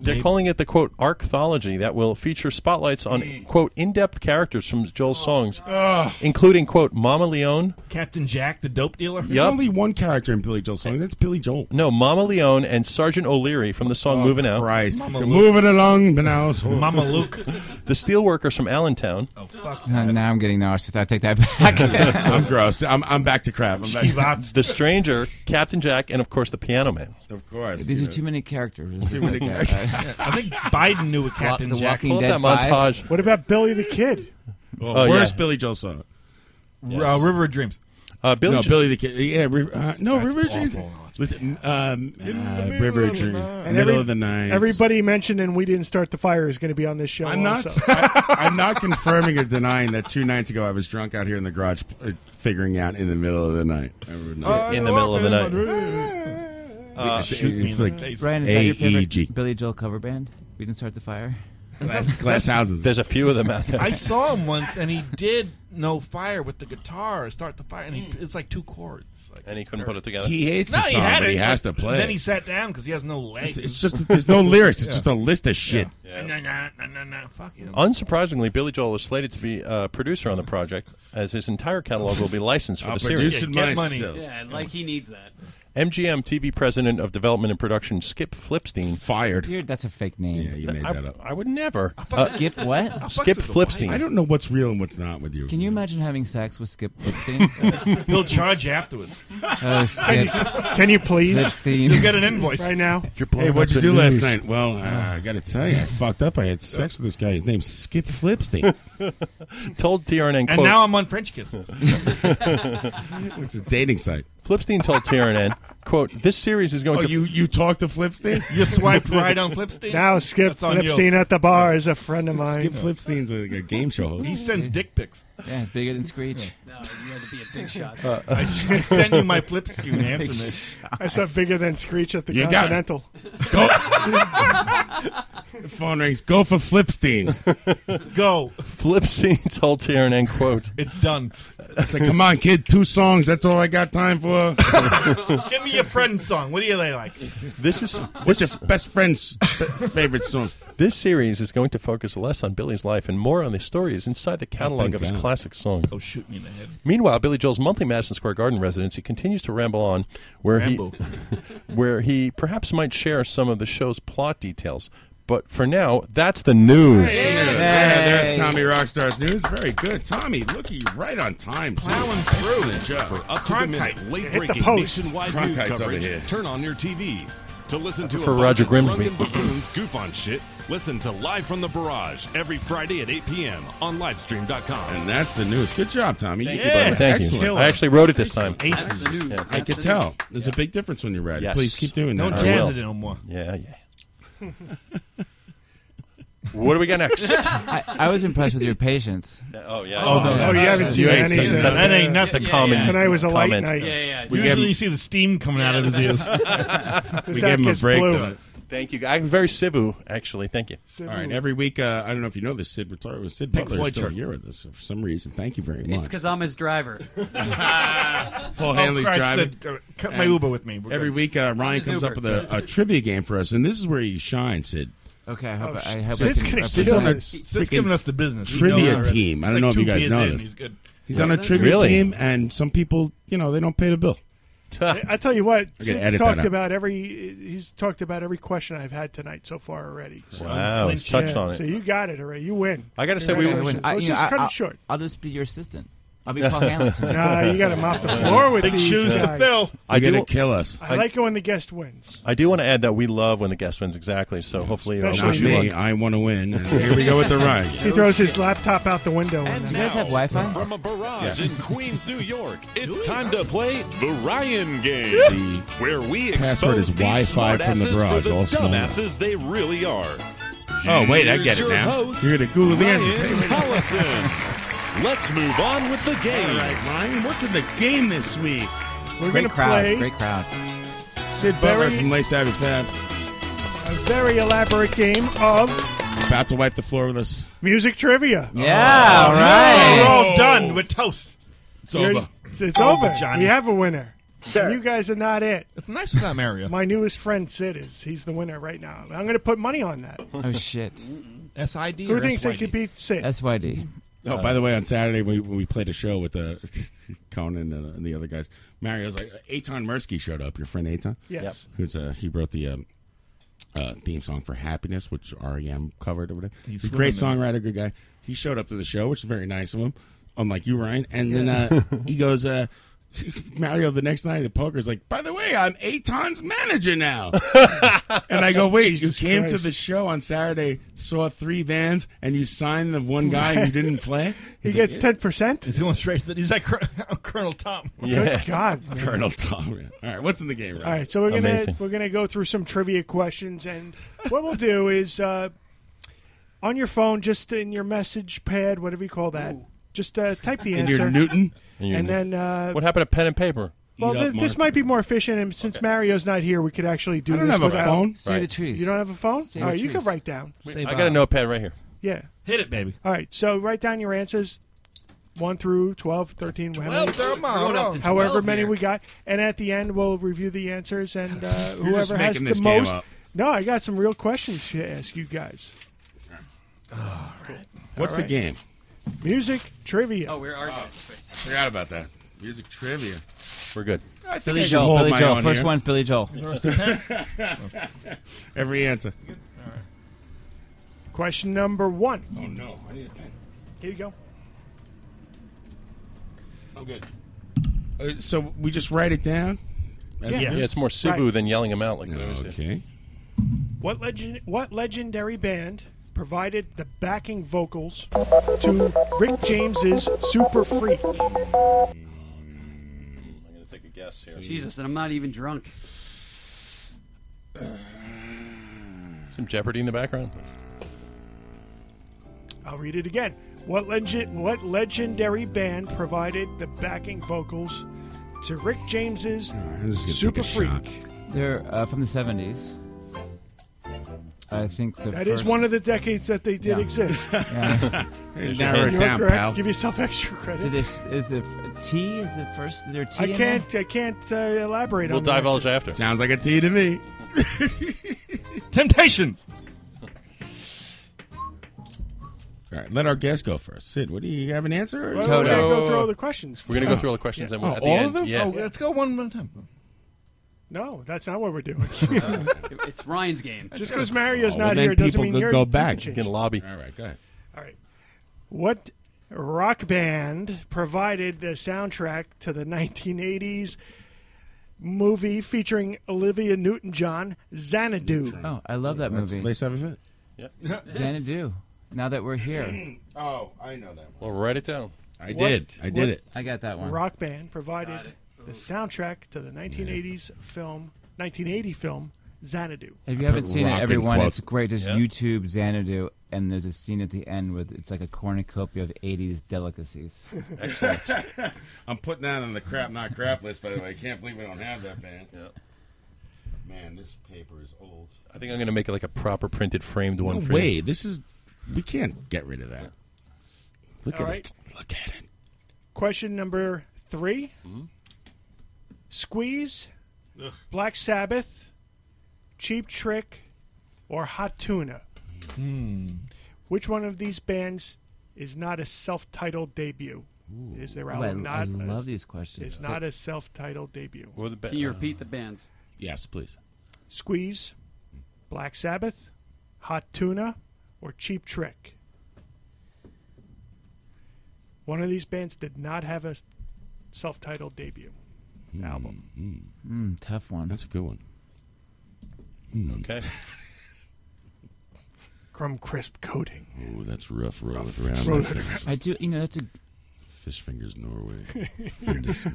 Speaker 17: They're calling it the quote arcthology that will feature spotlights on quote in-depth characters from Joel's songs,
Speaker 5: Ugh.
Speaker 17: including quote Mama Leone.
Speaker 5: Captain Jack, the dope dealer.
Speaker 3: There's only one character in Billy Joel's song. That's Billy Joel. Oh,
Speaker 17: No, Mama Leone and Sergeant O'Leary from the song "Moving Out."
Speaker 3: Christ. Mama You're Luke. moving along, but now
Speaker 5: Mama Luke.
Speaker 17: the steelworkers from Allentown.
Speaker 5: Oh fuck!
Speaker 20: now I'm getting nauseous. I take that back.
Speaker 3: I'm gross. I'm, I'm back to crap. I'm back to
Speaker 17: the Stranger, Captain Jack, and of course the Piano Man.
Speaker 3: Of course.
Speaker 20: These are too many characters. It's
Speaker 17: Too
Speaker 20: just
Speaker 17: many
Speaker 20: like that.
Speaker 17: characters.
Speaker 5: I think Biden knew a Captain
Speaker 20: the
Speaker 5: Jack.
Speaker 20: Walking Pull up Dead that five.
Speaker 17: montage.
Speaker 15: What about Billy the Kid?
Speaker 3: Well,
Speaker 17: Oh,
Speaker 3: worst
Speaker 17: yeah.
Speaker 3: Billy Joel song.
Speaker 5: Uh, River of Dreams.
Speaker 17: Uh, Billy
Speaker 3: no,
Speaker 17: Jo-
Speaker 3: Billy the Kid. Yeah, Riv- uh, no,
Speaker 5: That's
Speaker 3: River of Dreams.
Speaker 5: awful.
Speaker 3: Listen, um, uh, River of Dreams.
Speaker 15: And
Speaker 3: Middle
Speaker 15: every-
Speaker 3: of the night.
Speaker 15: Everybody mentioned and we didn't start the fire is going to be on this show.
Speaker 3: I'm not.
Speaker 15: also.
Speaker 3: I, I'm not confirming or denying that two nights ago I was drunk out here in the garage uh, figuring out in the middle of the night. I would not-
Speaker 17: in the middle of the night.
Speaker 3: Uh, shoot me in the face.
Speaker 20: Brian, is that your
Speaker 3: AEG.
Speaker 20: favorite Billy Joel cover band? We didn't start the fire.
Speaker 3: glass houses.
Speaker 17: There's a few of them out there.
Speaker 5: I saw him once, and he did no fire with the guitar. Start the fire, and he, it's like two chords. Like,
Speaker 17: And he couldn't put it together.
Speaker 3: He hates
Speaker 5: no,
Speaker 3: the
Speaker 5: he
Speaker 3: song,
Speaker 5: had
Speaker 3: but
Speaker 5: it.
Speaker 3: he has to
Speaker 5: but
Speaker 3: play.
Speaker 5: Then
Speaker 3: it.
Speaker 5: he sat down because he has no legs.
Speaker 3: It's- it's just there's no lyrics. It's
Speaker 5: Yeah.
Speaker 3: just a list of shit.
Speaker 5: Yeah. Nah, nah, nah, nah, nah, fuck him.
Speaker 17: Unsurprisingly, Billy Joel is slated to be a producer on the project, as his entire catalog will be licensed for
Speaker 3: I'll
Speaker 17: the
Speaker 3: produce
Speaker 17: series.
Speaker 3: it Yeah, get money. myself.
Speaker 19: Yeah, like he needs that.
Speaker 17: MGM TV president of development and production Skip Flipstein
Speaker 3: fired.
Speaker 20: Dude, that's a fake name.
Speaker 3: Yeah, you made
Speaker 17: I-
Speaker 3: that up.
Speaker 17: I would never. Uh,
Speaker 20: Skip what?
Speaker 17: Skip Flipstein.
Speaker 3: I don't know what's real and what's not with you.
Speaker 20: Can you imagine having sex with Skip Lipstein?
Speaker 5: He'll charge you afterwards.
Speaker 20: oh, Skip.
Speaker 15: Can you please?
Speaker 20: Lipstein.
Speaker 5: You'll get an invoice
Speaker 15: right now.
Speaker 3: Hey, what'd you do last night? Well, uh,
Speaker 20: Ah.
Speaker 3: I got to tell you, I fucked up. I had sex with this guy. His name's Skip Flipstein,
Speaker 17: told TRNN.
Speaker 5: And
Speaker 17: quote,
Speaker 5: now I'm on French Kiss.
Speaker 3: which is a dating site.
Speaker 17: Flipstein told TRNN, "quote This series is going
Speaker 3: Oh,
Speaker 17: to
Speaker 3: you you talked to Flipstein?
Speaker 5: you swiped right on Flipstein.
Speaker 15: Now Skip
Speaker 5: That's on you.
Speaker 15: Lipstein at the bar is a friend of mine.
Speaker 3: Skip Flipstein's like a game show host.
Speaker 5: He sends dick pics.
Speaker 20: Yeah, bigger than Screech.
Speaker 19: No, you had to be a big shot.
Speaker 3: Uh,
Speaker 5: I, I send you my Flipskew and answer me.
Speaker 15: I saw bigger than Screech at the
Speaker 3: You got it.
Speaker 15: Continental.
Speaker 3: Go. The phone rings. Go for Flipstein.
Speaker 5: Go.
Speaker 17: Flipstein told TRNN, "quote
Speaker 5: It's done.
Speaker 3: It's like, come on, kid. Two songs. That's all I got time for.
Speaker 5: Give me your friend song. What do you like?
Speaker 17: This is
Speaker 3: What's
Speaker 17: this,
Speaker 3: your best friend's favorite song?
Speaker 17: this series is going to focus less on Billy's life and more on the stories inside the catalog
Speaker 3: thank
Speaker 17: of his
Speaker 3: God.
Speaker 17: classic songs."
Speaker 5: Oh, shoot me in the head.
Speaker 17: Meanwhile, Billy Joel's monthly Madison Square Garden residency continues to ramble on, where
Speaker 5: Rambo.
Speaker 17: he, where he perhaps might share some of the show's plot details. But for now, that's the news.
Speaker 3: Yeah, there's Tommy Rockstar's news. Very good, Tommy. Look at you, right on time. too.
Speaker 5: Plowing through.
Speaker 3: Good job.
Speaker 12: Up to the minute, late breaking
Speaker 15: post.
Speaker 12: nationwide
Speaker 3: Cronkite's
Speaker 12: news
Speaker 3: over here.
Speaker 12: coverage. Turn on your TV. To listen to
Speaker 17: For
Speaker 12: a bunch
Speaker 17: Roger
Speaker 12: of drunken
Speaker 17: Grimsby.
Speaker 12: buffoons goof on shit, listen to Live from the Barrage every Friday at 8 p.m. on livestream.com.
Speaker 3: And that's the news. Good job, Tommy.
Speaker 17: Thank
Speaker 3: did
Speaker 17: you, buddy.
Speaker 3: that.
Speaker 17: Thank
Speaker 3: Excellent.
Speaker 17: you. I actually wrote it this time.
Speaker 19: That's the news.
Speaker 3: I could tell. There's a big difference when you're ready.
Speaker 17: Yes.
Speaker 3: Please keep doing
Speaker 5: Don't
Speaker 3: that.
Speaker 17: I
Speaker 5: jazz
Speaker 17: will.
Speaker 5: it no more.
Speaker 17: Yeah, yeah. What do we got next?
Speaker 20: I, I was impressed with your patience.
Speaker 17: Oh yeah.
Speaker 15: Oh, no, no, you haven't seen
Speaker 17: ain't
Speaker 15: any
Speaker 17: seen
Speaker 15: of that.
Speaker 17: nothing.
Speaker 15: That ain't nothing common Tonight was a light
Speaker 17: comment.
Speaker 15: night. Yeah,
Speaker 5: yeah. Usually you see the steam coming out of his ears.
Speaker 3: We gave him a break. though.
Speaker 17: Thank you. I'm very civu, actually. Thank you.
Speaker 3: All right. Every week, uh, I don't know if you know this, Sid Butler was Sid
Speaker 17: Pink
Speaker 3: Butler is
Speaker 17: Floyd
Speaker 3: still
Speaker 17: shirt.
Speaker 3: here with us for some reason. Thank you very much.
Speaker 21: It's because I'm his driver.
Speaker 3: Paul
Speaker 19: Oh,
Speaker 5: Oh,
Speaker 21: Paul
Speaker 3: Hanley's driving.
Speaker 19: uh,
Speaker 5: uh, cut my
Speaker 3: And
Speaker 5: Uber with me. We're
Speaker 3: every
Speaker 5: good.
Speaker 3: week, uh, Ryan
Speaker 5: His
Speaker 3: comes up with
Speaker 5: Uber.
Speaker 3: a, a trivia game for us, and this is where you shine, Sid.
Speaker 20: Okay, I hope
Speaker 5: Oh,
Speaker 20: I hope
Speaker 5: Sid's
Speaker 20: I can
Speaker 5: gonna
Speaker 20: represent-
Speaker 5: kill us. Sid's giving us the business. We know that
Speaker 3: Trivia
Speaker 5: already.
Speaker 3: team. I
Speaker 5: He's
Speaker 3: don't know
Speaker 5: like
Speaker 3: if you
Speaker 5: two
Speaker 3: guys
Speaker 5: beers
Speaker 3: know
Speaker 5: in,
Speaker 3: this.
Speaker 5: he's good.
Speaker 3: He's
Speaker 5: Yeah.
Speaker 3: on a
Speaker 5: Really?
Speaker 3: trivia
Speaker 5: Really?
Speaker 3: team, and some people, you know, they don't pay the bill.
Speaker 15: I I tell you what,
Speaker 3: I gotta
Speaker 15: Sid's
Speaker 3: edit that
Speaker 15: talked
Speaker 3: out.
Speaker 15: about every. He's talked about every question I've had tonight so far already. So
Speaker 17: Wow, he's touched on it.
Speaker 15: So you got it already. You win.
Speaker 17: I gotta say we-
Speaker 15: Congratulations.
Speaker 17: I win. I-
Speaker 15: Let's
Speaker 17: you know,
Speaker 15: just
Speaker 17: I-
Speaker 15: cut
Speaker 17: I-
Speaker 15: it short.
Speaker 20: I'll just be your assistant. I'll be Paul Hanley. tonight.
Speaker 15: Nah, you got to mop the floor with
Speaker 20: Big
Speaker 15: these
Speaker 20: shoes to
Speaker 15: guys.
Speaker 20: fill.
Speaker 17: I
Speaker 3: You're
Speaker 17: do-
Speaker 3: gonna kill us.
Speaker 15: I, like it when the guest wins.
Speaker 17: I do want to add that we love when the guest wins exactly. So hopefully, I
Speaker 15: Especially
Speaker 17: wish you
Speaker 15: me.
Speaker 17: luck.
Speaker 3: I want to win. Here we go with the ride.
Speaker 15: He throws his laptop out the window. Do
Speaker 20: you guys have Wi-Fi?
Speaker 12: From a barrage
Speaker 17: Yeah.
Speaker 12: in Queens, New York, it's time to play the Ryan
Speaker 3: The
Speaker 12: game, where we
Speaker 3: password is
Speaker 12: expose these
Speaker 3: Wi-Fi from the
Speaker 12: smartasses for
Speaker 3: barrage,
Speaker 12: the
Speaker 3: all small.
Speaker 12: dumbasses they really are.
Speaker 3: Oh, wait, I
Speaker 12: Here's
Speaker 3: get it
Speaker 12: your
Speaker 3: now.
Speaker 12: Host,
Speaker 3: You're gonna Google the
Speaker 12: Ryan
Speaker 3: answers. Hey, wait a minute.
Speaker 12: Collison. Let's move on with the game.
Speaker 3: All right, Ryan, what's in the game this week?
Speaker 15: We're
Speaker 3: Great
Speaker 15: gonna
Speaker 3: crowd,
Speaker 15: play
Speaker 3: great crowd. Sid Butler
Speaker 15: Very-
Speaker 3: from Lace Savage Fab
Speaker 15: a very elaborate game of
Speaker 3: about to wipe the floor with us.
Speaker 15: music trivia.
Speaker 3: Yeah,
Speaker 15: all
Speaker 3: all right.
Speaker 5: We're all done. We're toast.
Speaker 3: It's over.
Speaker 15: It's, it's over.
Speaker 5: Johnny.
Speaker 15: We have a winner. And you guys are not it. It's nice
Speaker 5: without Mario.
Speaker 15: My newest friend Sid is. He's the winner right now. I'm going to put money on that.
Speaker 20: Oh shit.
Speaker 5: SID.
Speaker 15: Who
Speaker 5: or
Speaker 15: thinks they
Speaker 5: SYD?
Speaker 15: could beat Sid?
Speaker 20: SYD.
Speaker 3: Oh, by the way, on Saturday we, when we played a show with uh, Conan and, uh, and the other guys, Mario's like Aton Mirsky showed up. Your friend Aton,
Speaker 15: Yes.
Speaker 3: who's uh, he wrote the um, uh, theme song for Happiness, which REM covered or whatever.
Speaker 5: He's
Speaker 3: He's a great
Speaker 5: swimming
Speaker 3: songwriter, good guy. He showed up to the show, which is very nice of him. Unlike you, Ryan, and then uh, he goes. Uh, Mario, the next night at poker, is like, by the way, I'm Aton's manager now. and I go, wait,
Speaker 5: Jesus
Speaker 3: you came to
Speaker 5: Christ.
Speaker 3: the show on Saturday, saw three bands, and you signed the one guy you didn't play?
Speaker 15: He gets ten percent.
Speaker 5: He's going straight. to the- He's like Col-
Speaker 3: Oh,
Speaker 5: Colonel Tom.
Speaker 15: Good God, man.
Speaker 3: Colonel Tom. man. All right, what's in the game? Ryan?
Speaker 15: All right, so we're gonna we're gonna go through some trivia questions, and what we'll do is uh, on your phone, just in your message pad, whatever you call that, just uh, type the
Speaker 17: In
Speaker 15: answer.
Speaker 17: your Newton? In your
Speaker 15: and then uh,
Speaker 17: What happened to pen and paper?
Speaker 15: Well, th- this might be more efficient, and since Mario's not here, we could actually do.
Speaker 17: I don't
Speaker 15: this
Speaker 17: have a
Speaker 15: without-
Speaker 17: phone. Save the Right.
Speaker 20: trees.
Speaker 15: You don't have a phone?
Speaker 20: Save
Speaker 15: All
Speaker 20: the
Speaker 15: right, you can
Speaker 20: trees.
Speaker 15: wait. write down.
Speaker 17: I got a notepad right here.
Speaker 15: Yeah.
Speaker 5: Hit it, baby.
Speaker 15: All right, so write down your answers 1 through 12, 13, how many-
Speaker 5: 12, they're mine. We're going up to
Speaker 15: however
Speaker 5: 12
Speaker 15: many
Speaker 5: here.
Speaker 15: we got. And at the end, we'll review the answers, and uh,
Speaker 5: You're just
Speaker 15: whoever has
Speaker 5: making
Speaker 15: the
Speaker 5: this game
Speaker 15: most.
Speaker 5: up.
Speaker 15: No, I got some real questions to ask you guys. All right.
Speaker 3: What's the game?
Speaker 15: Music trivia.
Speaker 19: Oh, we're arguing.
Speaker 3: I forgot about that. Music trivia.
Speaker 17: We're good.
Speaker 3: I think
Speaker 20: Billy
Speaker 3: I can
Speaker 20: Joel,
Speaker 3: hold
Speaker 20: Billy
Speaker 3: my
Speaker 20: Joel.
Speaker 3: own
Speaker 20: First
Speaker 3: here.
Speaker 20: one's Billy Joel.
Speaker 3: Every answer.
Speaker 15: Question number one. Oh,
Speaker 3: no. I need a pen.
Speaker 15: Here you go.
Speaker 3: I'm good. Uh, so we just write it down? As we
Speaker 15: Yes.
Speaker 3: go?
Speaker 17: Yeah, it's more civu
Speaker 15: Right.
Speaker 17: than yelling them out like we always do.
Speaker 3: Okay.
Speaker 15: What legend? What legendary band provided the backing vocals to Rick James's "Super Freak"?
Speaker 17: I'm gonna take a guess here.
Speaker 19: Jesus, and I'm not even drunk.
Speaker 17: Some Jeopardy in the background.
Speaker 15: I'll read it again. What legend? What legendary band provided the backing vocals to Rick James's
Speaker 20: I'm just gonna
Speaker 15: "Super
Speaker 20: take a
Speaker 15: Freak"?
Speaker 20: shot. They're uh, from the seventies. I think the
Speaker 15: That is
Speaker 20: first-
Speaker 15: one of the decades that they did
Speaker 20: Yeah.
Speaker 15: exist.
Speaker 20: Yeah. Hey,
Speaker 15: There's
Speaker 20: narrow
Speaker 15: your
Speaker 20: it
Speaker 15: hint.
Speaker 20: down,
Speaker 15: You're correct.
Speaker 20: pal.
Speaker 15: Give yourself extra credit.
Speaker 20: Did this is the f- T? Is the first? Is there a T?
Speaker 15: I can't. I can't uh, elaborate on. the answer.
Speaker 17: after.
Speaker 3: Sounds like a T to me.
Speaker 5: Temptations.
Speaker 3: All right, let our guest go first. Sid, what do you, you have an answer?
Speaker 15: Well, Toto. we're gonna go through all the questions. We're gonna go through all the
Speaker 17: questions and
Speaker 3: and
Speaker 17: we'll- at the
Speaker 3: all
Speaker 17: end-
Speaker 3: of them?
Speaker 17: yeah.
Speaker 5: Oh, let's go one at a time.
Speaker 15: No, that's not what we're doing.
Speaker 19: Uh, It's Ryan's game.
Speaker 15: Just 'cause Mario's
Speaker 3: Oh, well,
Speaker 15: not
Speaker 3: then
Speaker 15: here doesn't
Speaker 3: people
Speaker 15: mean
Speaker 3: could
Speaker 15: you're
Speaker 3: go back.
Speaker 15: you
Speaker 17: Get a lobby.
Speaker 3: All right, go ahead.
Speaker 15: What rock band provided the soundtrack to the 1980s movie featuring Olivia Newton-John, Xanadu?
Speaker 20: Oh, I love that
Speaker 3: That's
Speaker 20: movie.
Speaker 3: Lace Savage Fab.
Speaker 20: Xanadu. Now that we're here,
Speaker 3: Oh, I know that
Speaker 17: Well, write it down.
Speaker 3: I
Speaker 15: What-
Speaker 3: did. I did
Speaker 15: what
Speaker 3: it.
Speaker 20: I got that one.
Speaker 15: Rock band provided the soundtrack to the 1980s film, 1980 film Xanadu.
Speaker 20: If you
Speaker 3: I
Speaker 20: haven't
Speaker 3: put
Speaker 20: seen
Speaker 3: rock
Speaker 20: it,
Speaker 3: in
Speaker 20: everyone,
Speaker 3: quote.
Speaker 20: it's great. Just
Speaker 3: Yeah.
Speaker 20: YouTube Xanadu, and there's a scene at the end with it's like a cornucopia of 80s delicacies.
Speaker 3: I'm putting that on the crap not crap list. By the way, I can't believe we don't have that band. Man, this paper is old.
Speaker 17: I think I'm going to make it like a proper printed framed one.
Speaker 3: No
Speaker 17: for
Speaker 3: way.
Speaker 17: You.
Speaker 3: This is we can't get rid of that. Look
Speaker 15: All
Speaker 3: at
Speaker 15: right.
Speaker 3: it.
Speaker 15: Question number 3
Speaker 17: Hmm?
Speaker 15: Squeeze, Black Sabbath, Cheap Trick, or Hot Tuna.
Speaker 17: Hmm.
Speaker 15: Which one of these bands is not a self-titled debut? Is their
Speaker 20: Ooh,
Speaker 15: album
Speaker 20: I- I
Speaker 15: not? a-
Speaker 20: love these questions.
Speaker 15: It's
Speaker 20: So-
Speaker 15: not a self-titled debut.
Speaker 17: Or the ba-
Speaker 15: uh,
Speaker 19: Can you repeat the bands?
Speaker 3: Yes, please.
Speaker 15: Squeeze, Black Sabbath, Hot Tuna, or Cheap Trick. One of these bands did not have a s- self-titled debut.
Speaker 3: album.
Speaker 20: Mm, tough one.
Speaker 3: Mm-hmm. That's a good one. Mm.
Speaker 17: Okay.
Speaker 15: Crumb crisp coating.
Speaker 3: Ooh, that's rough. Roll it
Speaker 15: Rough.
Speaker 3: around.
Speaker 15: Roll
Speaker 3: my
Speaker 15: it
Speaker 3: fingers.
Speaker 20: I do, you know, that's a.
Speaker 3: Fish fingers, Norway.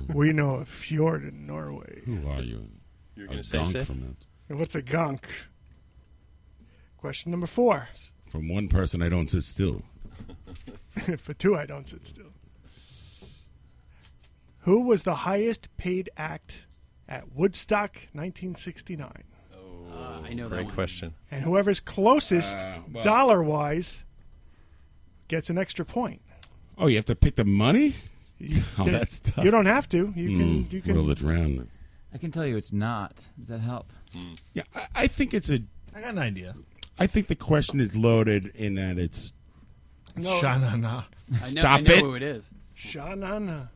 Speaker 15: we know a fjord in Norway.
Speaker 3: Who are you?
Speaker 17: You're
Speaker 3: a
Speaker 17: gonna say
Speaker 3: gunk
Speaker 17: so?
Speaker 3: from it.
Speaker 15: And what's a gunk? Question number four.
Speaker 3: From one person, I don't sit still.
Speaker 15: For two, I don't sit still. Who was the highest paid act at Woodstock 1969?
Speaker 19: Uh, I know that
Speaker 17: Great
Speaker 19: one.
Speaker 17: question.
Speaker 15: And whoever's closest,
Speaker 19: Uh, well-
Speaker 15: dollar wise, gets an extra point.
Speaker 3: Oh, you have to pick the money. oh,
Speaker 15: Th-
Speaker 3: that's tough.
Speaker 15: You don't have to. You can.
Speaker 3: Mm,
Speaker 15: You can.
Speaker 3: roll it around.
Speaker 20: I can tell you it's not. Does that help?
Speaker 17: Hmm.
Speaker 3: Yeah, I, I think it's a.
Speaker 5: I got an idea.
Speaker 3: I think the question is loaded in that it's.
Speaker 15: No.
Speaker 5: Sha na na.
Speaker 3: Stop it.
Speaker 19: is.
Speaker 15: Shanana.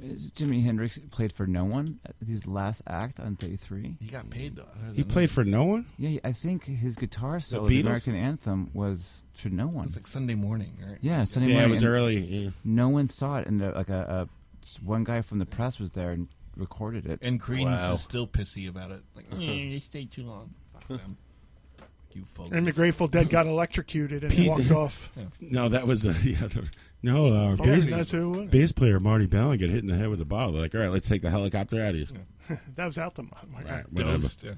Speaker 20: Is Jimi Hendrix played for no one at his last act on day three?
Speaker 5: He got paid though.
Speaker 3: He played for no one.
Speaker 20: Yeah, I think his guitar solo,
Speaker 3: Beatles?
Speaker 20: the American Anthem, was to no one.
Speaker 5: It's like Sunday morning, right?
Speaker 20: Yeah, Sunday
Speaker 3: Yeah, it
Speaker 20: morning.
Speaker 3: was
Speaker 20: and
Speaker 3: early, yeah.
Speaker 20: No one saw it, and uh, like a, a s- one guy from the press was there and recorded it.
Speaker 5: And Creedence is still pissy about it. Like, "Yeah, you stayed too long. Fuck them. You folks.
Speaker 15: And the Grateful Dead got electrocuted and
Speaker 5: Pete-
Speaker 15: walked off.
Speaker 3: No, that was uh, yeah. the- no, uh,
Speaker 15: Oh,
Speaker 3: bass,
Speaker 15: that's who it was.
Speaker 3: bass player Marty Ballin got hit in the head with a bottle. They're like, all right, let's take the helicopter out of you.
Speaker 15: that was Altamont. Oh my
Speaker 3: Right,
Speaker 15: God.
Speaker 3: whatever.
Speaker 15: Dosed, yeah.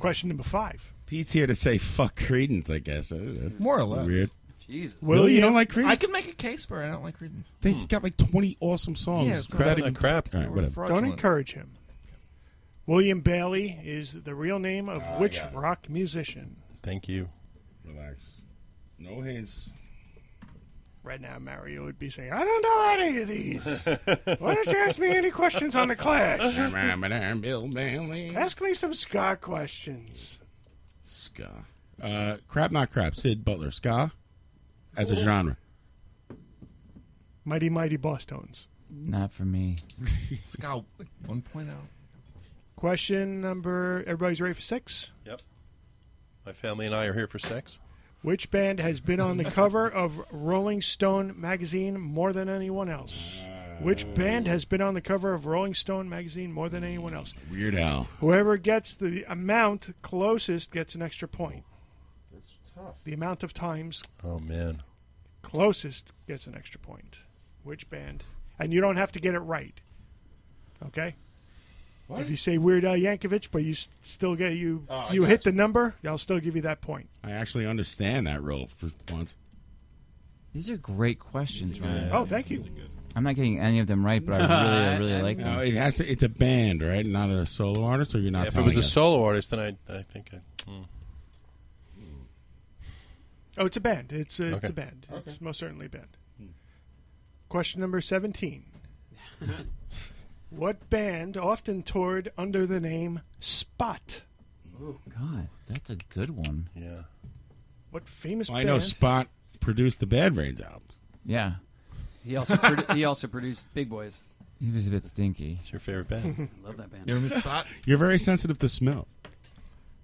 Speaker 15: Question number five.
Speaker 3: Pete's here to say fuck Credence, I guess.
Speaker 5: More or less.
Speaker 3: Weird.
Speaker 19: Jesus.
Speaker 3: Will you don't like
Speaker 5: I
Speaker 3: Credence?
Speaker 5: can make a case for it. I don't like Credence.
Speaker 3: They got like twenty awesome songs.
Speaker 5: Yeah, it's
Speaker 3: Without
Speaker 5: crap.
Speaker 3: even-
Speaker 5: Crap.
Speaker 3: All right, whatever.
Speaker 15: Don't encourage him. William Bailey is the real name of
Speaker 3: Ah, I
Speaker 15: which
Speaker 3: got it.
Speaker 15: rock musician?
Speaker 17: Thank you.
Speaker 3: Relax. No hands.
Speaker 15: Right now, Mario would be saying, I don't know any of these. Why don't you ask me any questions on the Clash?
Speaker 3: Bill Bailey.
Speaker 15: ask me some ska questions.
Speaker 3: Ska. Uh, crap, not crap. Sid Butler. Ska as a genre.
Speaker 15: Mighty Mighty Boston's.
Speaker 20: Not for me.
Speaker 5: Scout 1.0.
Speaker 15: Question number, everybody's ready for six?
Speaker 17: Yep. My family and I are here for sex.
Speaker 15: Which band has been on the cover of Rolling Stone magazine more than anyone else? Which band has been on the cover of Rolling Stone magazine more than anyone else?
Speaker 3: Weird Al.
Speaker 15: Whoever gets the amount closest gets an extra point. That's tough. The amount of times
Speaker 17: Oh man.
Speaker 15: closest gets an extra point. Which band? And you don't have to get it right. Okay? If you say Weird Al Yankovic, but you s- still get you
Speaker 3: Oh, I
Speaker 15: you
Speaker 3: got
Speaker 15: hit the number, I'll still give you that point.
Speaker 3: I actually understand that role for once.
Speaker 20: These are great questions, Ryan.
Speaker 15: Oh, thank you.
Speaker 20: I'm not getting any of them right, but I really, I really like
Speaker 3: No,
Speaker 20: them.
Speaker 3: it has to. It's a band, right? Not a solo artist, or you're not.
Speaker 17: if it
Speaker 3: telling
Speaker 17: was a
Speaker 3: us?
Speaker 17: solo artist, then I, I think I. mm.
Speaker 15: Oh, it's a band. It's a, it's
Speaker 17: Okay.
Speaker 15: a band. It's most certainly a band.
Speaker 3: Hmm.
Speaker 15: Question number 17. what band often toured under the name Spot?
Speaker 20: God, that's a good one.
Speaker 17: Yeah.
Speaker 15: What famous
Speaker 3: I
Speaker 15: band?
Speaker 3: know Spot produced the Bad Brains album.
Speaker 20: Yeah,
Speaker 19: He also produ- he also produced Big Boys.
Speaker 20: he was a bit stinky.
Speaker 17: It's your favorite
Speaker 19: I
Speaker 17: band.
Speaker 19: love that band.
Speaker 3: You're very sensitive to smell.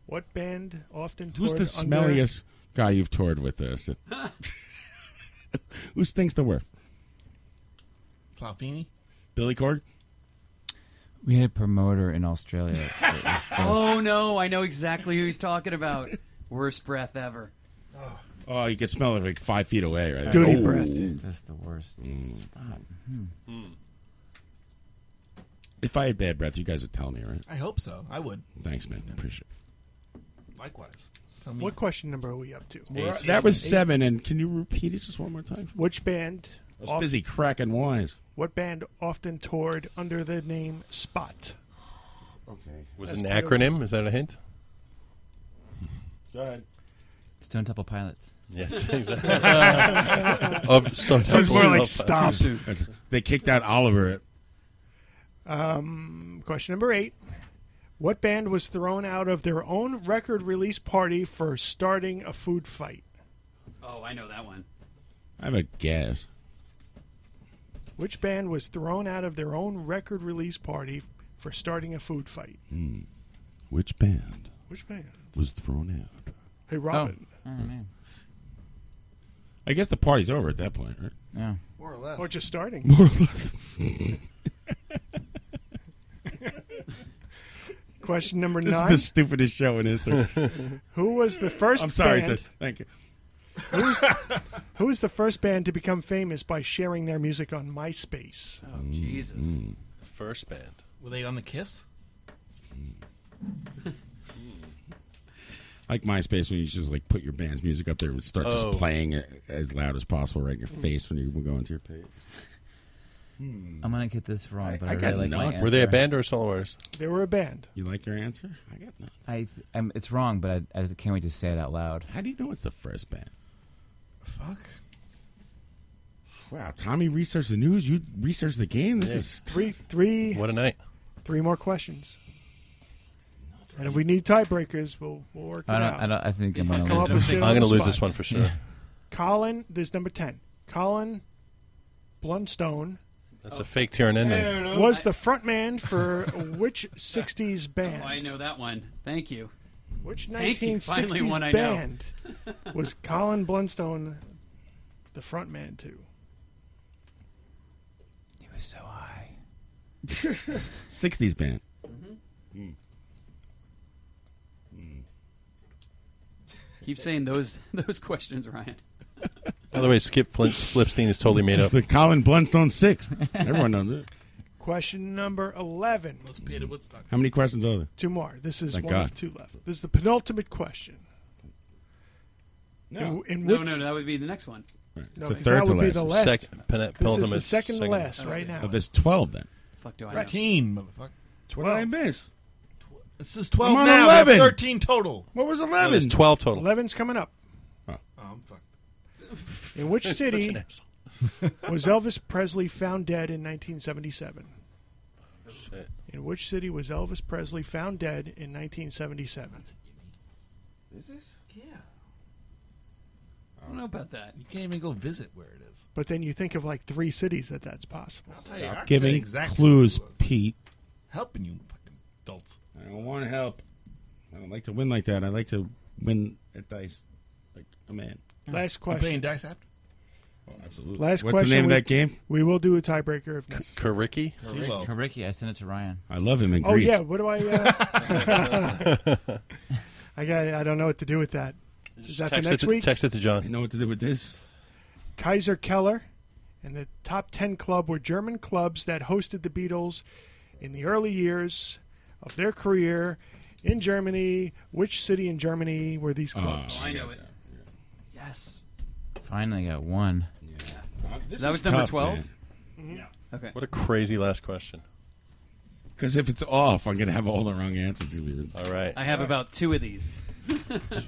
Speaker 15: What band often
Speaker 3: Who's
Speaker 15: toured
Speaker 3: the
Speaker 15: under...
Speaker 3: smelliest guy you've toured with? This. Who stinks the worst?
Speaker 5: Flavini?
Speaker 3: Billy Corg.
Speaker 20: We had a promoter in Australia. that was just-
Speaker 19: Oh no, I know exactly who he's talking about. Worst breath ever.
Speaker 3: Oh, you could smell it like five feet away, right?
Speaker 20: Duty
Speaker 3: Oh. Mm.
Speaker 20: breath. Just the worst. Spot. Hmm.
Speaker 3: If I had bad breath, you guys would tell me, right?
Speaker 5: I hope so. I would.
Speaker 3: Thanks, man. Appreciate it.
Speaker 5: Likewise.
Speaker 15: I mean, what question number are we up to?
Speaker 3: We're- that was seven, and can you repeat it just one more time?
Speaker 15: Which band?
Speaker 3: I was busy cracking wise.
Speaker 15: What band often toured under the name Spot?
Speaker 3: Okay.
Speaker 17: Was it an acronym? Is that a hint?
Speaker 3: Go ahead.
Speaker 20: Stone Temple Pilots.
Speaker 17: Yes, exactly. Of Stone Temple It's more like Pilots. stop.
Speaker 3: They kicked out Oliver. At,
Speaker 15: Um, question number eight. What band was thrown out of their own record release party for starting a food fight?
Speaker 19: Oh, I know that one.
Speaker 3: I have a guess.
Speaker 15: Which band was thrown out of their own record release party for starting a food fight?
Speaker 3: Hmm. Which band
Speaker 15: Which band?
Speaker 3: was thrown out?
Speaker 15: Hey, Robin.
Speaker 20: Oh, man.
Speaker 3: I guess the party's over at that point, right?
Speaker 20: Yeah.
Speaker 15: More or less. Or just starting.
Speaker 3: More or less.
Speaker 15: Question number
Speaker 3: this
Speaker 15: nine.
Speaker 3: is the stupidest show in history.
Speaker 15: Who was the first
Speaker 3: I'm sorry,
Speaker 15: band?
Speaker 3: sir. Thank you.
Speaker 15: Who's, who was the first band to become famous by sharing their music on MySpace?
Speaker 19: Oh, Jesus.
Speaker 3: hmm.
Speaker 17: First band.
Speaker 5: Were they on the Kiss?
Speaker 3: Like MySpace, when you just like put your band's music up there and start just
Speaker 17: Oh.
Speaker 3: playing it as loud as possible right in
Speaker 15: Hmm.
Speaker 3: your face when you go into your page.
Speaker 20: I'm gonna get this wrong, but I,
Speaker 3: I got
Speaker 20: really like my
Speaker 3: knocked.
Speaker 20: answer.
Speaker 3: Were they a
Speaker 17: band or a solo artist?
Speaker 15: They were a band.
Speaker 3: You like your answer? I got nothing.
Speaker 20: I, I'm, it's wrong, but I, I can't wait to say it out loud.
Speaker 3: How do you know it's the first band? Wow, Tommy researched the news. You researched the game. This
Speaker 15: Yeah.
Speaker 3: is
Speaker 15: three, three.
Speaker 17: What a night!
Speaker 15: Three more questions. And if we need tiebreakers, we'll we'll work it
Speaker 20: I don't.
Speaker 15: out.
Speaker 20: I don't. I think I'm
Speaker 15: Come
Speaker 20: gonna
Speaker 15: up
Speaker 20: lose.
Speaker 15: with shit on the spot.
Speaker 20: Yeah.
Speaker 15: Colin, there's number ten. Colin Blunstone
Speaker 17: That's a fake Tyrannin.
Speaker 15: was the frontman for which '60s band?
Speaker 19: Oh, I know that one. Thank you.
Speaker 15: Which
Speaker 19: Thank you.
Speaker 15: 1960s
Speaker 19: Finally one I know.
Speaker 15: band was Colin Blunstone the frontman to?
Speaker 20: He was so high.
Speaker 3: 60s band.
Speaker 19: Keep saying those those questions, Ryan.
Speaker 17: By the way, Skip Flint, Flipstein is totally made up.
Speaker 3: The Colin Blunstone six. Everyone knows it.
Speaker 15: Question number eleven. Let's pay to Woodstock.
Speaker 3: How many questions are there?
Speaker 15: Two more. This is
Speaker 3: Thank
Speaker 15: one
Speaker 3: God.
Speaker 15: of two left. This is the penultimate question.
Speaker 19: No,
Speaker 15: In, in
Speaker 19: no,
Speaker 15: which,
Speaker 19: no, that would be the next one.
Speaker 15: No,
Speaker 3: It's a
Speaker 15: because
Speaker 3: third
Speaker 15: that
Speaker 3: to
Speaker 15: would be
Speaker 3: last.
Speaker 15: the last.
Speaker 17: Second- pen-
Speaker 15: this is the
Speaker 17: penultimate,
Speaker 15: second,
Speaker 17: second
Speaker 15: last
Speaker 17: last.
Speaker 15: right now.
Speaker 3: Oh, there's 12 then.
Speaker 19: Fuck do I know?
Speaker 5: Thirteen, motherfucker.
Speaker 3: What did I miss?
Speaker 5: This is twelve
Speaker 3: I'm on
Speaker 5: now. We have
Speaker 3: 11.
Speaker 5: Thirteen total.
Speaker 3: What was
Speaker 17: No, there's 12 total.
Speaker 15: 11's coming up.
Speaker 5: Oh, I'm fucked.
Speaker 15: In which
Speaker 5: Such
Speaker 15: city
Speaker 5: an
Speaker 15: was Elvis Presley found dead in 1977? In which city was Elvis Presley found dead in 1977?
Speaker 5: Is it? Yeah.
Speaker 19: I don't know about that.
Speaker 5: You can't even go visit where it is.
Speaker 15: But then you think of like three cities that that's possible.
Speaker 5: I'll tell you, I'll tell you
Speaker 3: Giving
Speaker 5: exactly
Speaker 3: clues, Pete.
Speaker 5: Helping you, fucking adults.
Speaker 3: I don't want to help. I don't like to win like that. I like to win at dice like a man.
Speaker 15: Last
Speaker 5: I'm playing
Speaker 15: question.
Speaker 5: dice after.
Speaker 3: Oh, absolutely.
Speaker 15: Last
Speaker 3: What's
Speaker 15: question.
Speaker 3: the name
Speaker 15: we-
Speaker 3: of that game?
Speaker 15: We will do a tiebreaker if necessary.
Speaker 17: Kariki?
Speaker 3: Kariki.
Speaker 20: Kariki, I sent it to Ryan.
Speaker 3: I love him in
Speaker 15: Oh
Speaker 3: Greece.
Speaker 15: yeah, what do I? Uh, I got. I don't know what to do with that. Is that for
Speaker 17: Text it,
Speaker 15: next
Speaker 17: to,
Speaker 15: week?
Speaker 17: text it to John.
Speaker 3: know what to do with this.
Speaker 15: Kaiser Keller and the Top Ten Club were German clubs that hosted the Beatles in the early years of their career in Germany. Which city in Germany were
Speaker 3: Ah.
Speaker 15: these clubs?
Speaker 17: Oh,
Speaker 19: I know it. Yes.
Speaker 20: Finally got one.
Speaker 3: This
Speaker 19: that
Speaker 3: is
Speaker 19: was number
Speaker 3: tough,
Speaker 19: twelve.
Speaker 3: man.
Speaker 17: Mm-hmm.
Speaker 19: Okay.
Speaker 17: What a crazy last question.
Speaker 3: Because if it's off, I'm going to have all the wrong answers.
Speaker 17: All right.
Speaker 19: I have about two of these.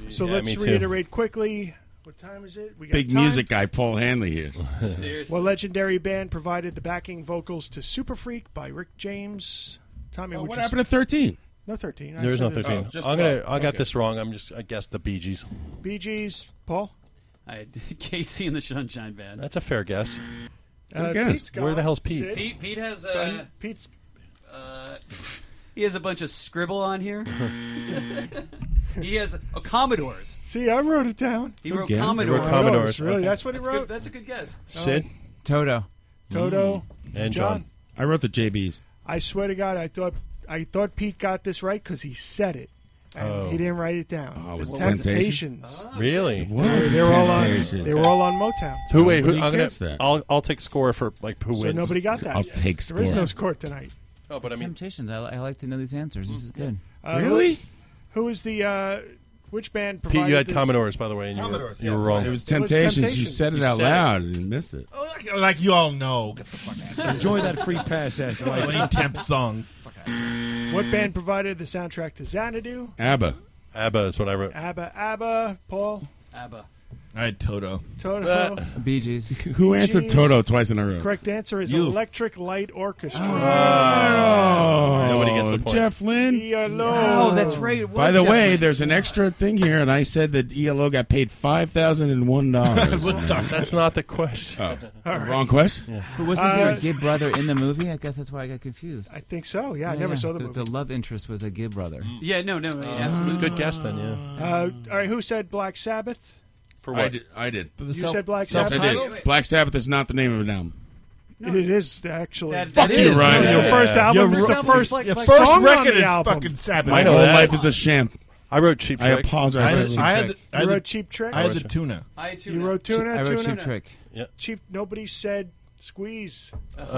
Speaker 15: So
Speaker 17: Yeah,
Speaker 15: let's
Speaker 17: me too.
Speaker 15: reiterate quickly. What time is it? We got
Speaker 3: Big
Speaker 15: time.
Speaker 3: music guy Paul Hanley here.
Speaker 17: Uh-huh.
Speaker 19: Seriously.
Speaker 15: What legendary band provided the backing vocals to Super Freak by Rick James? Tommy,
Speaker 3: Oh,
Speaker 15: would
Speaker 3: what
Speaker 15: you-
Speaker 3: happened to 13?
Speaker 15: No, 13. I
Speaker 17: There is
Speaker 15: said
Speaker 17: no
Speaker 15: it.
Speaker 17: 13. I'm
Speaker 15: just
Speaker 17: gonna, I got
Speaker 15: Okay.
Speaker 17: this wrong. I'm just, I guessed the Bee Gees.
Speaker 15: Bee Gees, Paul?
Speaker 19: I Casey and the Sunshine Band.
Speaker 17: That's a fair guess.
Speaker 15: Uh, Good Pete's guess.
Speaker 17: Where the
Speaker 15: gone.
Speaker 17: hell's Pete?
Speaker 15: Sid?
Speaker 19: Pete, Pete has
Speaker 15: Go
Speaker 19: a.
Speaker 15: ahead. Pete's.
Speaker 19: Uh, he has a bunch of scribble on here. he has a Commodores.
Speaker 15: See, I wrote it down.
Speaker 19: He wrote Commodores.
Speaker 15: Really? That's what he
Speaker 19: That's good-
Speaker 15: wrote?
Speaker 19: that's a good guess.
Speaker 3: Sid?
Speaker 20: Toto.
Speaker 15: Toto.
Speaker 17: Mm. And
Speaker 15: John.
Speaker 3: I wrote the JBs.
Speaker 15: I swear to God, I thought I thought Pete got this right because he said it. And
Speaker 3: Oh.
Speaker 15: He didn't write it down.
Speaker 3: Oh, was
Speaker 15: The
Speaker 3: it Temptations?
Speaker 15: Temptations.
Speaker 19: Ah,
Speaker 17: Really?
Speaker 3: Ah, What? It was
Speaker 15: They were all on.
Speaker 3: Temptations.
Speaker 15: They were all on Motown.
Speaker 17: Who? Wait. Who,
Speaker 3: Nobody
Speaker 17: I'm gonna.
Speaker 3: gets that.
Speaker 17: I'll, I'll take score for like who
Speaker 15: So
Speaker 17: wins.
Speaker 15: nobody got that.
Speaker 3: I'll take
Speaker 15: There is
Speaker 3: score.
Speaker 15: no score tonight.
Speaker 17: Oh, but I mean,
Speaker 3: Mm.
Speaker 20: Temptations. I, I like to know these answers. This is good.
Speaker 15: Uh, Who, who is the uh, Which band
Speaker 17: Pete, you
Speaker 15: provided
Speaker 17: had
Speaker 15: this-
Speaker 17: Commodores, by the way. And you were-
Speaker 15: Commodores,
Speaker 17: you
Speaker 15: yeah,
Speaker 17: were
Speaker 15: that's
Speaker 17: wrong.
Speaker 15: right.
Speaker 3: It was Temptations. You said it
Speaker 17: You
Speaker 3: out
Speaker 17: said it.
Speaker 3: loud and you missed it.
Speaker 5: Oh, like, like you all know. Get the fuck out. of here.
Speaker 15: Enjoy that free pass, ass wife.
Speaker 5: Playing temp songs. Fuck out.
Speaker 15: What band provided the soundtrack to Xanadu?
Speaker 3: ABBA.
Speaker 17: ABBA is what I wrote.
Speaker 15: ABBA, ABBA, Paul,
Speaker 19: ABBA.
Speaker 5: I had Toto.
Speaker 15: Toto.
Speaker 20: Bee Gees.
Speaker 3: Who answered
Speaker 15: Gees.
Speaker 3: Toto twice in a row?
Speaker 15: Correct answer is
Speaker 3: You.
Speaker 15: Electric Light Orchestra.
Speaker 3: Oh,
Speaker 17: Nobody gets the point.
Speaker 3: Jeff Lynn.
Speaker 15: Oh,
Speaker 19: that's right.
Speaker 3: By the way, there's an extra thing here, and I said that ELO got paid five thousand and one dollars.
Speaker 17: That's not the question.
Speaker 3: Oh. Wrong question.
Speaker 20: Who was
Speaker 15: Uh,
Speaker 20: not there a Gib brother in the movie? I guess that's why I got confused.
Speaker 15: I think so. Yeah, I never saw the movie.
Speaker 20: The love interest was a Gib brother.
Speaker 19: Yeah, no, no,
Speaker 17: Uh,
Speaker 3: Ah.
Speaker 19: absolutely.
Speaker 17: Good guess then, yeah.
Speaker 15: Uh, all right, who said Black Sabbath?
Speaker 17: For
Speaker 3: I did. I did.
Speaker 15: You said Black
Speaker 3: Yes, I
Speaker 15: Sabbath.
Speaker 3: did. Black Sabbath is not the name of an album.
Speaker 15: It is actually.
Speaker 19: That,
Speaker 3: Fuck you, Ryan.
Speaker 15: Your first
Speaker 3: Yeah.
Speaker 15: album.
Speaker 3: Your
Speaker 15: is the
Speaker 3: r-
Speaker 15: first,
Speaker 3: your
Speaker 15: your
Speaker 3: first
Speaker 15: first
Speaker 3: record
Speaker 15: on the
Speaker 3: is
Speaker 15: album.
Speaker 3: fucking Sabbath. My whole life is a sham.
Speaker 17: I wrote Cheap
Speaker 3: I
Speaker 17: Trick.
Speaker 3: apologize.
Speaker 5: I
Speaker 3: for
Speaker 5: had-
Speaker 3: that.
Speaker 5: I had- I
Speaker 15: You
Speaker 5: had
Speaker 15: wrote
Speaker 5: the-
Speaker 15: Cheap Trick.
Speaker 5: I had the tuna.
Speaker 19: I
Speaker 15: You wrote tuna.
Speaker 20: I wrote
Speaker 15: tuna.
Speaker 20: Cheap Trick.
Speaker 17: Yeah.
Speaker 15: Cheap. Nobody said squeeze.
Speaker 17: Oh, is it the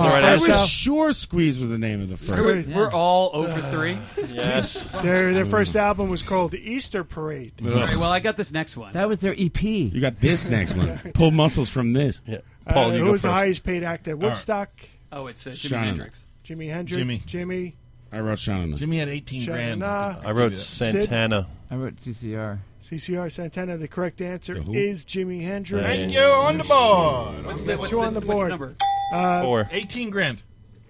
Speaker 3: Oh,
Speaker 17: right
Speaker 3: I
Speaker 17: answer?
Speaker 3: was sure Squeeze was the name of the
Speaker 19: We're,
Speaker 3: first.
Speaker 19: we're all over three.
Speaker 17: Yes.
Speaker 15: Their their first album was called The Easter Parade.
Speaker 19: All right, well, I got this next one.
Speaker 20: That was their E EP.
Speaker 3: You got this next one. Pull muscles from this.
Speaker 17: Yeah.
Speaker 15: uh, who was the highest paid actor at Woodstock?
Speaker 19: Oh, it's uh, Jimi
Speaker 3: Shannon.
Speaker 19: Hendrix.
Speaker 15: Jimi Hendrix.
Speaker 5: Jimmy.
Speaker 15: Jimmy.
Speaker 3: I wrote Shauna.
Speaker 5: Jimmy had 18 grand.
Speaker 15: Shannon,
Speaker 5: think
Speaker 17: I wrote
Speaker 5: could do
Speaker 17: Santana.
Speaker 20: I wrote CCR.
Speaker 15: CCR Santana. The correct answer
Speaker 17: The who?
Speaker 15: is Jimi Hendrix.
Speaker 17: Thank
Speaker 5: you, on the board.
Speaker 19: What's the, what's
Speaker 15: Two
Speaker 19: the,
Speaker 15: on the
Speaker 19: what's the
Speaker 15: board.
Speaker 19: number?
Speaker 15: Uh,
Speaker 17: Four.
Speaker 5: 18 grand.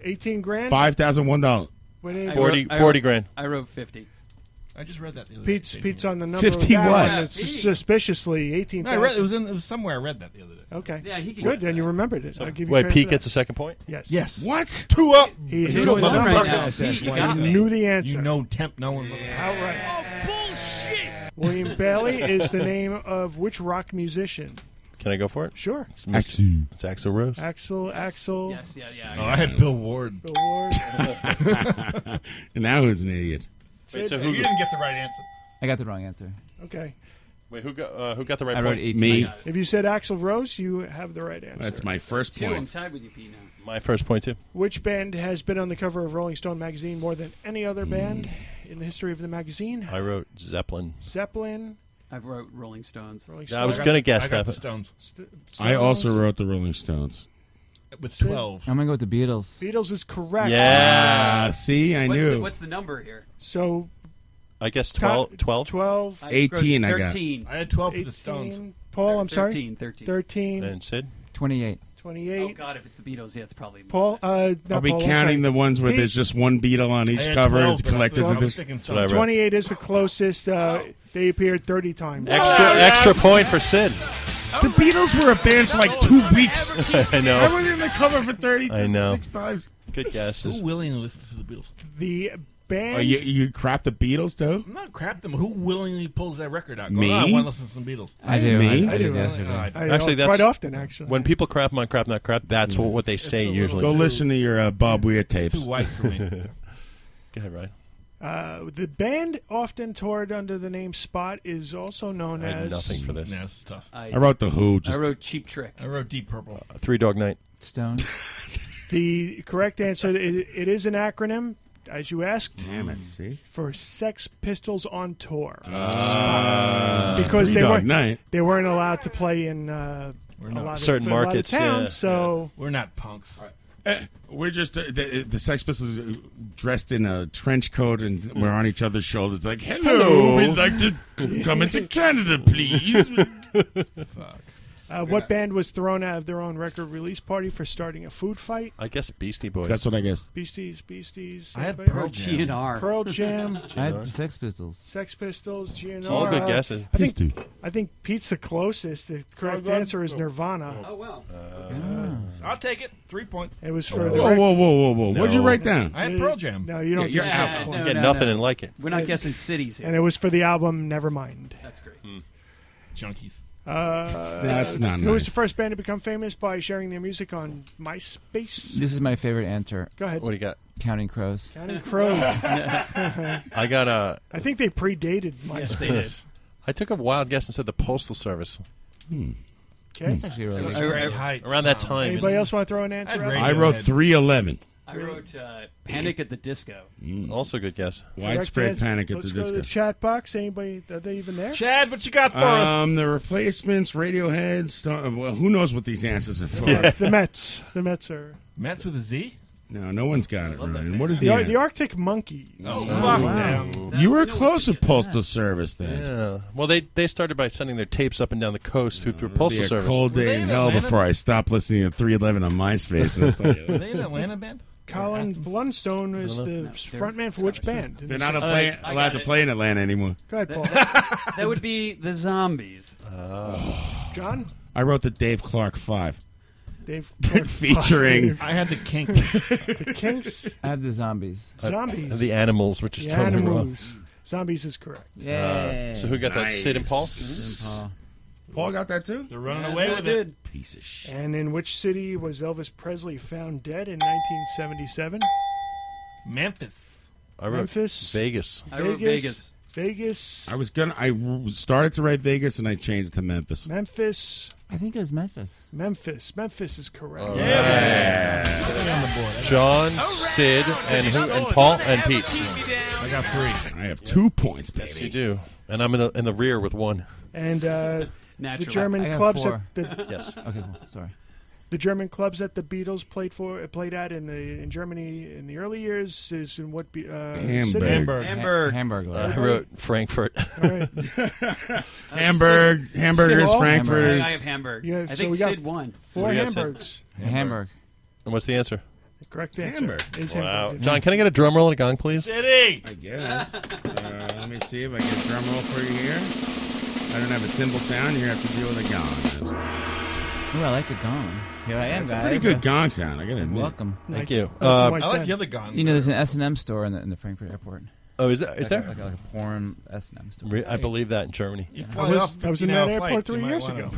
Speaker 15: 18 grand.
Speaker 3: Five thousand one dollar.
Speaker 15: What is-
Speaker 19: I
Speaker 17: 40
Speaker 19: wrote- I
Speaker 17: 40
Speaker 19: wrote-
Speaker 17: grand.
Speaker 19: I wrote 50.
Speaker 5: I just read that the other
Speaker 15: Pete's,
Speaker 5: day.
Speaker 15: Pete's on the number.
Speaker 3: 50
Speaker 15: of that
Speaker 3: what?
Speaker 15: one. It's suspiciously eighteen.
Speaker 5: No, I read, it was in it was somewhere. I read that the other day.
Speaker 15: Okay.
Speaker 19: Yeah, he can
Speaker 15: Good.
Speaker 19: guess
Speaker 15: Then
Speaker 19: that.
Speaker 15: you remembered it. I'll give you
Speaker 17: Wait,
Speaker 15: credit
Speaker 17: Pete
Speaker 15: for
Speaker 17: gets
Speaker 15: that.
Speaker 17: a second point?
Speaker 15: Yes.
Speaker 3: What?
Speaker 5: Two up.
Speaker 15: He
Speaker 5: Two
Speaker 15: knew,
Speaker 5: up,
Speaker 15: it
Speaker 5: motherfucker.
Speaker 15: right now.
Speaker 19: Pete, you
Speaker 15: He
Speaker 19: got me.
Speaker 15: knew the answer.
Speaker 5: You know, temp. No one.
Speaker 15: Outright. Oh, William Bailey is the name of which rock musician?
Speaker 17: Can I go for it?
Speaker 15: Sure.
Speaker 17: It's, Axel. it's Axel Rose.
Speaker 15: Axel. Axel.
Speaker 19: Yes, yeah, yeah.
Speaker 3: Oh,
Speaker 5: No, I had Bill Ward.
Speaker 15: Bill Ward.
Speaker 3: and now who's an idiot?
Speaker 17: Wait, so
Speaker 5: You
Speaker 17: who,
Speaker 5: didn't get the right answer.
Speaker 20: I got the wrong answer.
Speaker 15: Okay.
Speaker 17: wait, who, got, uh, who got the right
Speaker 20: I wrote
Speaker 17: point?
Speaker 20: 18.
Speaker 3: Me.
Speaker 15: If you said Axel Rose, you have the right answer.
Speaker 3: That's my first
Speaker 19: Two, I'm
Speaker 3: point.
Speaker 19: tied with you, Pete, now.
Speaker 17: My first point, too.
Speaker 15: Which band has been on the cover of Rolling Stone magazine more than any other band
Speaker 5: Mm.
Speaker 15: in the history of the magazine?
Speaker 17: I wrote Zeppelin.
Speaker 5: Uh,
Speaker 15: Zeppelin.
Speaker 19: I wrote Rolling Stones.
Speaker 15: Rolling
Speaker 17: I was
Speaker 15: Stones,
Speaker 17: going to guess
Speaker 5: I got
Speaker 17: that.
Speaker 5: the
Speaker 17: but-
Speaker 5: Stones
Speaker 15: St-
Speaker 3: I also
Speaker 15: Stones.
Speaker 3: wrote the Rolling Stones.
Speaker 5: with 12.
Speaker 20: I'm gonna go with the Beatles.
Speaker 15: Beatles is correct.
Speaker 17: Yeah.
Speaker 3: Ah, see, I
Speaker 19: What's
Speaker 3: knew.
Speaker 19: the, what's the number here?
Speaker 15: So
Speaker 17: I guess 12. 12?
Speaker 15: 12,
Speaker 19: I-
Speaker 3: 18 I got.
Speaker 19: 13.
Speaker 5: I had 12 for the Stones.
Speaker 15: 18. Paul, I'm sorry.
Speaker 19: 13, 13.
Speaker 15: 13,
Speaker 17: And Sid?
Speaker 20: 28.
Speaker 15: 28.
Speaker 19: Oh, God, if it's the Beatles, yeah, it's probably.
Speaker 15: Paul, uh, not
Speaker 3: I'll be
Speaker 15: Paul, I'm
Speaker 3: counting the
Speaker 15: sorry.
Speaker 3: ones where there's
Speaker 15: Pete,
Speaker 3: just one beetle on
Speaker 5: I
Speaker 3: each
Speaker 5: had
Speaker 3: cover.
Speaker 5: 12,
Speaker 3: and It's
Speaker 5: but I
Speaker 3: collected
Speaker 5: thought I was
Speaker 3: edition.
Speaker 5: thinking
Speaker 17: I
Speaker 5: Stones.
Speaker 17: wrote.
Speaker 15: 28 is the closest. Uh, they appeared 30 times.
Speaker 17: Extra, extra point for Sid.
Speaker 3: The Beatles were a band for like two weeks.
Speaker 17: I
Speaker 3: I
Speaker 17: know.
Speaker 3: was in the cover for thirty
Speaker 17: I know.
Speaker 3: six times.
Speaker 17: Good
Speaker 5: Who
Speaker 17: guesses.
Speaker 5: willingly listens to the Beatles?
Speaker 15: The band.
Speaker 3: Oh, you you crap the Beatles too?
Speaker 5: I'm not crap them. Who willingly pulls that record out?
Speaker 3: Me?
Speaker 5: Going, "Oh, I want to listen to some Beatles.
Speaker 20: I do.
Speaker 3: Me?
Speaker 20: I, I did yesterday.
Speaker 15: I,
Speaker 17: Actually, that's-
Speaker 15: quite often, actually.
Speaker 17: When people crap my crap not crap, that's what, what they say
Speaker 5: a little-
Speaker 17: usually.
Speaker 3: Go
Speaker 5: Too-
Speaker 3: listen to your uh, Bob Weir
Speaker 5: It's
Speaker 3: tapes.
Speaker 5: too white for me.
Speaker 17: Go ahead, Ryan.
Speaker 15: uh, the band often toured under the name Spot is also known
Speaker 17: I had
Speaker 15: as. Uh,
Speaker 17: nothing for this.
Speaker 5: nah, this is tough.
Speaker 3: I wrote the Who. Just
Speaker 19: I wrote Cheap Trick.
Speaker 5: I wrote Deep Purple.
Speaker 17: Three Dog Night.
Speaker 20: Stone.
Speaker 15: The correct answer, it, it is an acronym, as you asked,
Speaker 3: damn it. See,
Speaker 15: for Sex Pistols on Tour.
Speaker 3: uh,
Speaker 15: because
Speaker 3: Three
Speaker 15: they
Speaker 3: Dog
Speaker 15: were
Speaker 3: Night.
Speaker 15: they weren't allowed to play in uh, a
Speaker 5: not.
Speaker 15: lot of
Speaker 17: Certain
Speaker 15: a lot of
Speaker 17: markets,
Speaker 15: towns,
Speaker 17: yeah,
Speaker 15: so
Speaker 5: We're not punks.
Speaker 3: Eh, We're just uh, the, the Sex Pistols uh, dressed in a trench coat and we're on each other's shoulders, like, "Hello,
Speaker 17: Hello.
Speaker 3: we'd like to come into Canada, please."
Speaker 15: uh, what band was thrown out of their own record release party for starting a food fight?
Speaker 17: I guess Beastie Boys.
Speaker 3: That's what I guess.
Speaker 15: Beasties, Beasties,
Speaker 5: I had
Speaker 15: anybody?
Speaker 5: Pearl Jam.
Speaker 19: GNR.
Speaker 15: Pearl Jam,
Speaker 20: I had the Sex Pistols.
Speaker 15: Sex Pistols, GNR.
Speaker 17: all good guesses.
Speaker 15: I think
Speaker 3: Pistol.
Speaker 15: I think Pete's the closest. The correct
Speaker 5: good.
Speaker 15: answer is Nirvana.
Speaker 19: Oh, wow.
Speaker 5: I'll take it. Three points.
Speaker 15: It was for the
Speaker 3: Oh, Whoa, whoa, whoa, whoa, whoa! What'd you
Speaker 17: No.
Speaker 3: write down?
Speaker 5: I had Pearl Jam.
Speaker 15: no, you don't.
Speaker 3: Yeah, you're
Speaker 15: get
Speaker 3: out.
Speaker 15: that point.
Speaker 19: No,
Speaker 17: Get
Speaker 19: no,
Speaker 17: nothing
Speaker 19: no.
Speaker 17: and like it.
Speaker 19: We're not guessing cities
Speaker 15: And
Speaker 19: here.
Speaker 15: it was for the album Nevermind.
Speaker 19: That's great.
Speaker 17: Hmm.
Speaker 5: Junkies.
Speaker 15: Uh,
Speaker 3: That's not
Speaker 15: who was
Speaker 3: nice.
Speaker 15: the first band to become famous by sharing their music on MySpace?
Speaker 20: This is my favorite answer.
Speaker 15: Go ahead.
Speaker 17: What do you got?
Speaker 20: Counting Crows.
Speaker 15: Counting Crows.
Speaker 17: I got a.
Speaker 15: I think they predated MySpace.
Speaker 19: They did.
Speaker 17: I took a wild guess and said the Postal Service
Speaker 15: Okay.
Speaker 3: Hmm.
Speaker 20: That's actually really
Speaker 5: Those
Speaker 20: good.
Speaker 5: great heights,
Speaker 17: around that
Speaker 5: Tom.
Speaker 17: time.
Speaker 15: Anybody else want to throw an answer?
Speaker 5: I'd
Speaker 15: out?
Speaker 5: rate-
Speaker 3: I wrote three eleven.
Speaker 21: I wrote uh, Panic at the Disco.
Speaker 3: Hmm.
Speaker 17: Also, good guess.
Speaker 3: Widespread panic at
Speaker 15: Let's
Speaker 3: the
Speaker 15: go to the
Speaker 3: disco.
Speaker 15: chat box. Anybody? Are they even there?
Speaker 5: Chad, what you got
Speaker 3: Um, the replacements, Radiohead, Star- well, who knows what these answers are for?
Speaker 15: the Mets. The Mets are.
Speaker 5: Mets with a Z?
Speaker 3: No, no one's got it right. What is
Speaker 15: The,
Speaker 3: the
Speaker 15: Ar-
Speaker 3: answer?
Speaker 15: the Arctic Monkey.
Speaker 5: Oh,
Speaker 15: fuck
Speaker 3: You were close with Postal Service then.
Speaker 17: Yeah. Well, they they started by sending their tapes up and down the coast through through
Speaker 3: It'll
Speaker 17: postal
Speaker 3: be a
Speaker 17: service.
Speaker 3: cold day in hell before I stop listening to 311 on MySpace. I'll tell you that.
Speaker 5: they an Atlanta band?
Speaker 15: Colin Blunstone is
Speaker 3: I
Speaker 15: the frontman for which band?
Speaker 3: They're not a
Speaker 15: Uh,
Speaker 3: play, allowed to play in Atlanta anymore.
Speaker 15: Go ahead, Paul.
Speaker 21: That would be the Zombies.
Speaker 17: Oh.
Speaker 15: John?
Speaker 3: I wrote the Dave Clark Five.
Speaker 15: Dave
Speaker 3: Featuring-
Speaker 5: I had the kinks.
Speaker 15: the kinks.
Speaker 20: I have the zombies.
Speaker 15: Zombies.
Speaker 17: the animals, which is
Speaker 15: Uh, The
Speaker 17: totally wrong.
Speaker 15: animals. Zombies is correct.
Speaker 17: Uh, so who got that? Sid and Paul.
Speaker 3: Paul got that too. They're
Speaker 5: running Yes, away I with it. did. Piece of
Speaker 15: shit. And in which city was Elvis Presley found dead in 1977?
Speaker 5: Memphis.
Speaker 17: I wrote
Speaker 15: Memphis.
Speaker 17: Vegas.
Speaker 15: Vegas. Vegas.
Speaker 3: I was gonna. I started to write Vegas and I changed it to Memphis.
Speaker 15: Memphis.
Speaker 20: I think it was Memphis.
Speaker 15: Memphis. Memphis is correct.
Speaker 17: John, Sid, and who, and Paul and Pete.
Speaker 5: I got three.
Speaker 3: I have two points, baby.
Speaker 17: you do, and I'm in the in the rear with one.
Speaker 15: And uh, the
Speaker 21: Naturally.
Speaker 15: German
Speaker 20: I have
Speaker 15: clubs
Speaker 20: four.
Speaker 15: at the
Speaker 17: Yes.
Speaker 20: Okay, cool. Sorry.
Speaker 15: the German clubs that the Beatles played for played at in the in Germany in the early years is in what be, uh, city?
Speaker 20: Hamburg. Ha- Hamburg.
Speaker 17: Uh, I wrote Frankfurt.
Speaker 15: All right.
Speaker 17: Uh,
Speaker 3: Hamburg, hamburgers,
Speaker 15: Sid-
Speaker 3: Frankfurters.
Speaker 21: I have Hamburg.
Speaker 15: Yeah,
Speaker 21: I
Speaker 15: so
Speaker 21: think
Speaker 15: we got
Speaker 21: Sid won.
Speaker 15: Four
Speaker 17: What do you guys say?
Speaker 15: Hamburgs.
Speaker 20: Hamburg.
Speaker 17: And what's the answer?
Speaker 15: The correct answer is
Speaker 17: Wow.
Speaker 15: Hamburg.
Speaker 17: John, can I get a drum roll and a gong, please?
Speaker 5: City.
Speaker 3: I guess. Uh, let me see if I can drum roll for you here. I don't have a cymbal sound. You have to deal with a gong. That's-
Speaker 20: Ooh, I like the gong. Here I am,
Speaker 3: That's
Speaker 20: guys.
Speaker 3: a pretty good gong sound. I gotta admit.
Speaker 20: Welcome.
Speaker 17: Thank you.
Speaker 20: Uh,
Speaker 17: I like the other
Speaker 5: gong.
Speaker 20: You know, there's an S and M store in the, in the Frankfurt airport.
Speaker 17: Oh, is there- is
Speaker 20: Like a-
Speaker 17: there?
Speaker 20: like, a- like a porn S and M store?
Speaker 17: Re- I believe that in Germany.
Speaker 15: I was, I was in that airport three years ago.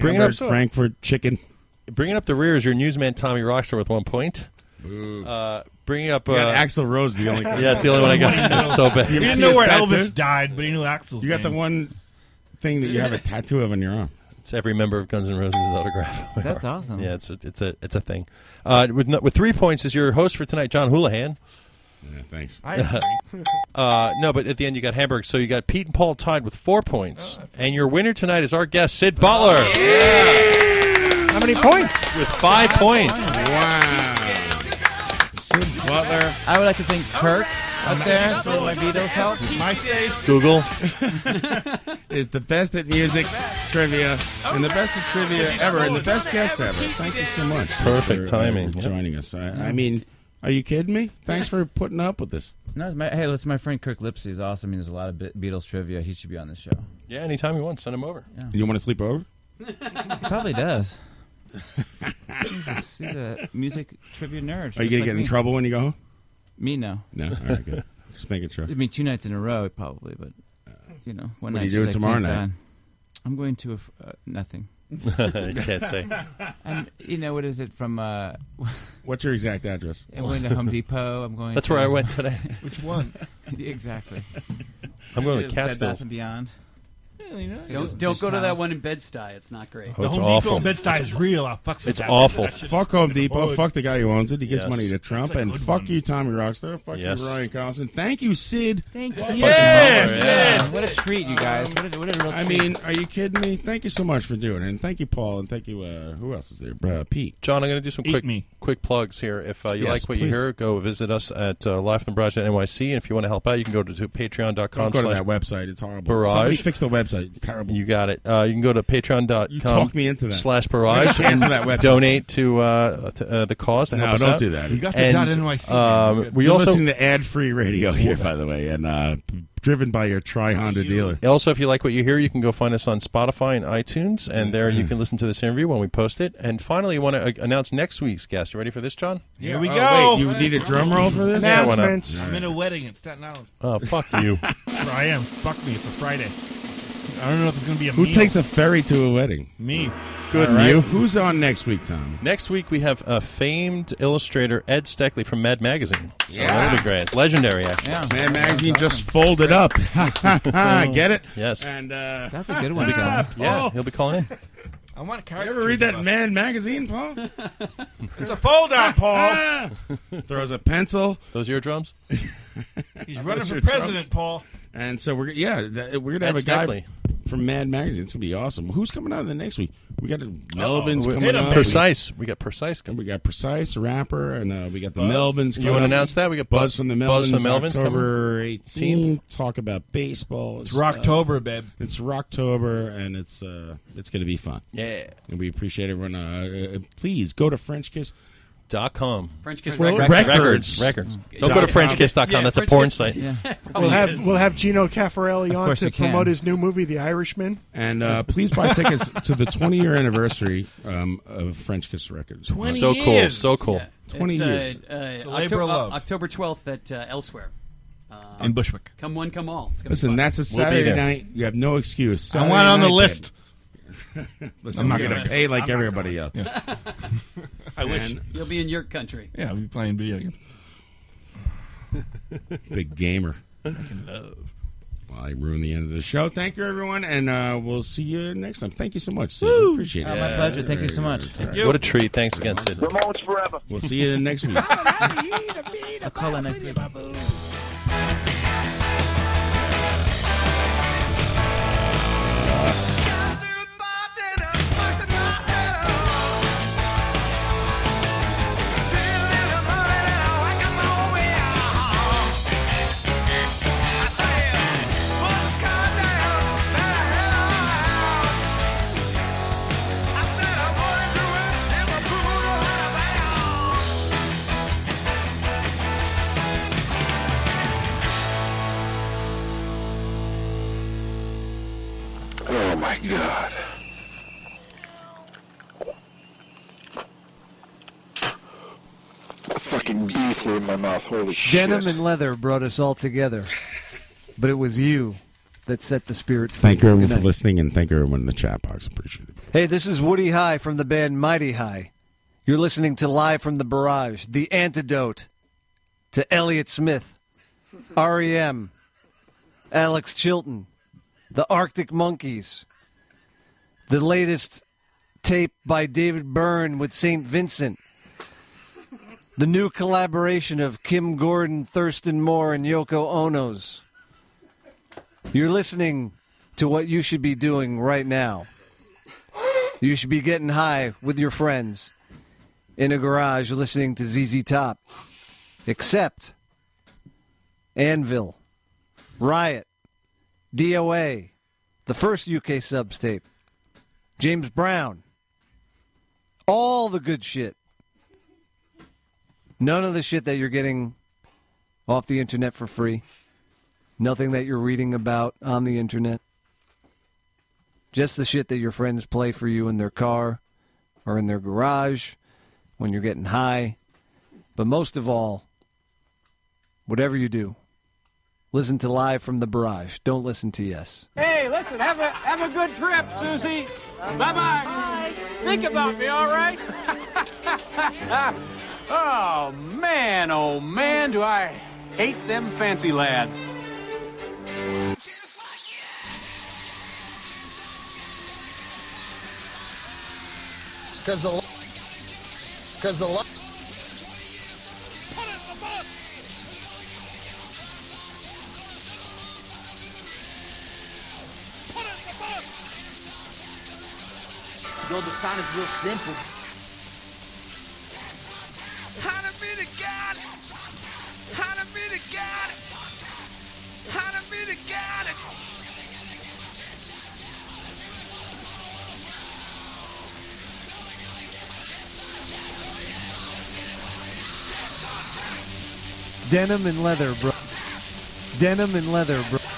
Speaker 17: Bring it up,
Speaker 3: Frankfurt chicken.
Speaker 17: Bringing up the rear is your newsman Tommy Rockstar with one point. Uh, bringing up uh,
Speaker 3: You got Axl Rose, the only.
Speaker 17: yeah, it's the only one I got. It's so bad.
Speaker 5: He didn't know where Elvis died, but he knew Axel's
Speaker 3: You got the
Speaker 5: name.
Speaker 3: one thing that you have a tattoo of on your arm.
Speaker 17: It's every member of Guns N' Roses autograph. on my
Speaker 20: That's
Speaker 17: arm.
Speaker 20: awesome.
Speaker 17: Yeah, it's a it's a it's a thing. Uh, with no- with three points is your host for tonight, John Houlihan.
Speaker 3: Yeah, thanks.
Speaker 17: uh, no, but at the end you got Hamburg, so you got Pete and Paul tied with four
Speaker 3: Oh,
Speaker 17: points, and your winner tonight is our guest Sid Butler.
Speaker 15: How many points?
Speaker 17: With five points.
Speaker 3: Wow. Sid Butler.
Speaker 20: I would like to thank Kirk up there for my Beatles help.
Speaker 5: MySpace.
Speaker 17: Google
Speaker 3: is the best at music trivia and the best at trivia ever and the best guest ever. Thank you so much.
Speaker 17: Perfect
Speaker 3: for, uh,
Speaker 17: timing.
Speaker 3: for joining us. I, I mean, are you kidding me? Thanks for putting up with this.
Speaker 20: No, it's my, hey, that's my friend Kirk Lipsey. He's awesome. He does a lot of Be- Beatles trivia. He should be on this show.
Speaker 17: Yeah, anytime you want, send him over.
Speaker 3: You want to sleep over?
Speaker 20: He probably does. he's, a, he's a music trivia nerd.
Speaker 3: Are
Speaker 20: just
Speaker 3: you gonna
Speaker 20: like
Speaker 3: get in
Speaker 20: me.
Speaker 3: trouble when you go home?
Speaker 20: Me, no.
Speaker 3: No. All right, good. Just making sure.
Speaker 20: I mean, two nights in a row, probably, but you know,
Speaker 3: What
Speaker 20: one
Speaker 3: are
Speaker 20: night.
Speaker 3: you
Speaker 20: she's
Speaker 3: doing
Speaker 20: like,
Speaker 3: tomorrow
Speaker 20: "Thank
Speaker 3: night?"
Speaker 20: God." I'm going to a f- uh, nothing.
Speaker 17: You can't say.
Speaker 20: I'm, you know what is it from? Uh,
Speaker 3: What's your exact address?
Speaker 20: I'm going to Home Depot. I'm going.
Speaker 17: That's
Speaker 20: to-
Speaker 17: where I went today.
Speaker 20: Which one? exactly.
Speaker 17: I'm going to
Speaker 20: Bed
Speaker 17: Catskill.
Speaker 20: Bath and Beyond.
Speaker 21: Don't, don't go to that one in Bed Stuy. It's not great.
Speaker 17: Oh, it's awful.
Speaker 5: Bed Stuy is real. I fucks with
Speaker 17: It's
Speaker 5: that.
Speaker 17: awful.
Speaker 5: That shit
Speaker 3: Fuck
Speaker 5: is
Speaker 3: Home
Speaker 5: good.
Speaker 3: Depot.
Speaker 5: Oh,
Speaker 3: Fuck the guy who owns it. He gives
Speaker 17: Yes.
Speaker 3: money to
Speaker 17: That's
Speaker 3: Trump.
Speaker 17: a
Speaker 3: And
Speaker 17: good
Speaker 3: fuck you, Tommy Rockstar. Fuck
Speaker 17: Yes.
Speaker 3: you, Ryan Collison. Thank you, Sid.
Speaker 20: Thank
Speaker 3: Fucking
Speaker 20: you.
Speaker 3: Yes,
Speaker 20: Butler,
Speaker 3: yes.
Speaker 20: yeah. What a treat, you guys. What a, what a real
Speaker 3: I
Speaker 20: treat.
Speaker 3: mean, are you kidding me? Thank you so much for doing it. And thank you, Paul. And thank you, uh, who else is there? Uh, Pete.
Speaker 17: John, I'm going to do some
Speaker 3: Eat
Speaker 17: quick
Speaker 3: me.
Speaker 17: quick plugs here. If uh, you
Speaker 3: Yes,
Speaker 17: like what
Speaker 3: please.
Speaker 17: you hear, go visit us at uh, NYC. And if you want to help out, you can go to, to patreon.com.
Speaker 3: Don't go to
Speaker 17: slash
Speaker 3: that website. It's horrible. Somebody
Speaker 17: Barrage.
Speaker 3: fix the website. It's terrible.
Speaker 17: You got it. Uh, you can go to patreon.com
Speaker 3: talked me into that.
Speaker 17: slash
Speaker 3: I
Speaker 17: barrage
Speaker 3: can't
Speaker 17: and
Speaker 3: do that website.
Speaker 17: donate to, uh, to uh, the cause to
Speaker 3: No,
Speaker 17: help us
Speaker 3: don't
Speaker 17: out.
Speaker 3: do that. You got the
Speaker 17: and,
Speaker 3: .nyc,
Speaker 17: Um, we
Speaker 3: You're
Speaker 17: also
Speaker 3: listening to ad-free radio here, by the way, and uh, driven by your Tri Honda dealer.
Speaker 17: Also, if you like what you hear, you can go find us on Spotify and iTunes,
Speaker 3: Mm.
Speaker 17: and there you can listen to this interview when we post it. And finally, you want to uh, announce next week's guest. You ready for this, John?
Speaker 5: Here we go.
Speaker 3: Oh, Wait, you need a drum roll for this?
Speaker 17: Yeah, why not?
Speaker 15: Announcements.
Speaker 5: I'm in a wedding in Staten Island.
Speaker 17: Oh, fuck you.
Speaker 5: Where I am. Fuck me. It's a Friday. I don't know if there's going to be a
Speaker 3: Who
Speaker 5: meal.
Speaker 3: takes a ferry to a wedding?
Speaker 5: Me.
Speaker 3: Good,
Speaker 17: All
Speaker 3: and
Speaker 17: right.
Speaker 3: you. Who's on next week, Tom?
Speaker 17: Next week, we have a famed illustrator, Ed Steckley from Mad Magazine. So
Speaker 3: Yeah.
Speaker 17: that'll be great. It's legendary, actually.
Speaker 20: Yeah.
Speaker 3: Man Magazine just folded up. Get it?
Speaker 17: Yes.
Speaker 3: And uh,
Speaker 20: That's a good one,
Speaker 3: ah,
Speaker 20: John.
Speaker 3: Paul.
Speaker 17: Yeah, he'll be calling in.
Speaker 5: I want to
Speaker 3: You ever read that Mad magazine, Paul? Ah.
Speaker 5: it's a fold out, Paul.
Speaker 3: Throws a pencil.
Speaker 17: Those eardrums.
Speaker 5: He's running for president, Paul.
Speaker 3: And so we're yeah th- we're gonna have
Speaker 5: That's
Speaker 3: a guy
Speaker 5: deadly.
Speaker 3: from Mad Magazine. It's gonna be awesome. Who's coming out in the next week? We got Melvin's
Speaker 17: Hit
Speaker 3: coming
Speaker 17: 'em,
Speaker 3: out.
Speaker 17: baby. Precise. We got precise.
Speaker 3: We got precise a rapper, and uh, we got the
Speaker 17: Buzz.
Speaker 3: Melvins.
Speaker 17: You
Speaker 3: coming
Speaker 17: wanna
Speaker 3: up.
Speaker 17: announce that? We got
Speaker 3: Buzz
Speaker 17: Buzz-
Speaker 3: from the
Speaker 17: Buzz
Speaker 3: Melvins.
Speaker 17: from the Melvins coming.
Speaker 3: October eighteenth. Talk about baseball.
Speaker 5: It's Rocktober, babe.
Speaker 3: uh, It's Rocktober, and it's uh, it's gonna be fun.
Speaker 17: Yeah.
Speaker 3: and we appreciate everyone. Uh, uh, please go to FrenchKiss.
Speaker 17: Dot com.
Speaker 3: FrenchKiss
Speaker 17: Well,
Speaker 3: records.
Speaker 17: records. Records. Don't go to FrenchKiss.com. Yeah, That's a porn FrenchKiss. site. Yeah.
Speaker 15: We'll have we'll have Gino Caffarelli
Speaker 3: Of
Speaker 15: on
Speaker 3: course
Speaker 15: to
Speaker 3: you can.
Speaker 15: promote his new movie, The Irishman.
Speaker 3: And uh, please buy tickets to the 20 year anniversary um, of French Kiss Records.
Speaker 17: 20 So cool, years.
Speaker 3: Oh,
Speaker 17: so cool.
Speaker 19: Yeah.
Speaker 3: 20
Speaker 19: It's, uh,
Speaker 3: years.
Speaker 5: a labor
Speaker 19: uh, Octo-
Speaker 5: of love.
Speaker 19: uh, October 12th at uh, Elsewhere. Uh,
Speaker 3: In Bushwick.
Speaker 19: Come one, come all. It's gonna be
Speaker 3: Listen,
Speaker 19: fun.
Speaker 3: that's a
Speaker 5: We'll be
Speaker 3: Saturday
Speaker 5: there.
Speaker 3: night. You have no excuse.
Speaker 5: I
Speaker 3: Saturday
Speaker 5: want on the
Speaker 3: night,
Speaker 5: list.
Speaker 3: baby. Listen, I'm not going to pay like
Speaker 19: I'm not
Speaker 3: everybody else.
Speaker 19: going.
Speaker 5: I wish.
Speaker 3: And
Speaker 19: You'll be in your country.
Speaker 16: Yeah, we playing video games.
Speaker 3: Big gamer. love. Well, I ruined the end of the show. Thank you, everyone, and uh, we'll see you next time. Thank you so much, Sid. Appreciate
Speaker 20: Oh,
Speaker 3: it.
Speaker 20: my pleasure. Thank you so much. Thank you.
Speaker 17: What a treat. Thanks again, Sid.
Speaker 20: Ramones forever.
Speaker 3: We'll see you next week.
Speaker 20: I'll call in next week.
Speaker 1: Oh my god.
Speaker 13: A fucking bee flew in my mouth. Holy
Speaker 14: Denim and leather brought us all together, but it was you that set the spirit. free.
Speaker 3: Thank you,
Speaker 14: Good
Speaker 3: everyone,
Speaker 14: night.
Speaker 3: for listening, and thank you, everyone in the chat box. Appreciate it.
Speaker 14: Hey, this is Woody High from the band Mighty High. You're listening to Live from the Barrage, the antidote to Elliott Smith, REM, Alex Chilton, the Arctic Monkeys, the latest tape by David Byrne with St. Vincent, the new collaboration of Kim Gordon, Thurston Moore, and Yoko Ono's. You're listening to what you should be doing right now. You should be getting high with your friends in a garage listening to ZZ Top. Except Anvil, Riot, DOA, the first UK subs tape, James Brown, all the good shit. None of the shit that you're getting off the internet for free. Nothing that you're reading about on the internet just the shit that your friends play for you in their car or in their garage when you're getting high. But most of all, whatever you do, listen to Live from the Barrage. Don't listen to Yes.
Speaker 23: Hey, listen, have a have a good trip, Susie. Bye bye. Think about me, all right? oh man, oh man, do I hate them fancy lads.
Speaker 13: Because the because the lo-
Speaker 24: Yo, the sign is real simple.
Speaker 1: How to be the god. How to be the god. How to be the god.
Speaker 14: Denim and leather, bro. Denim and leather, bro.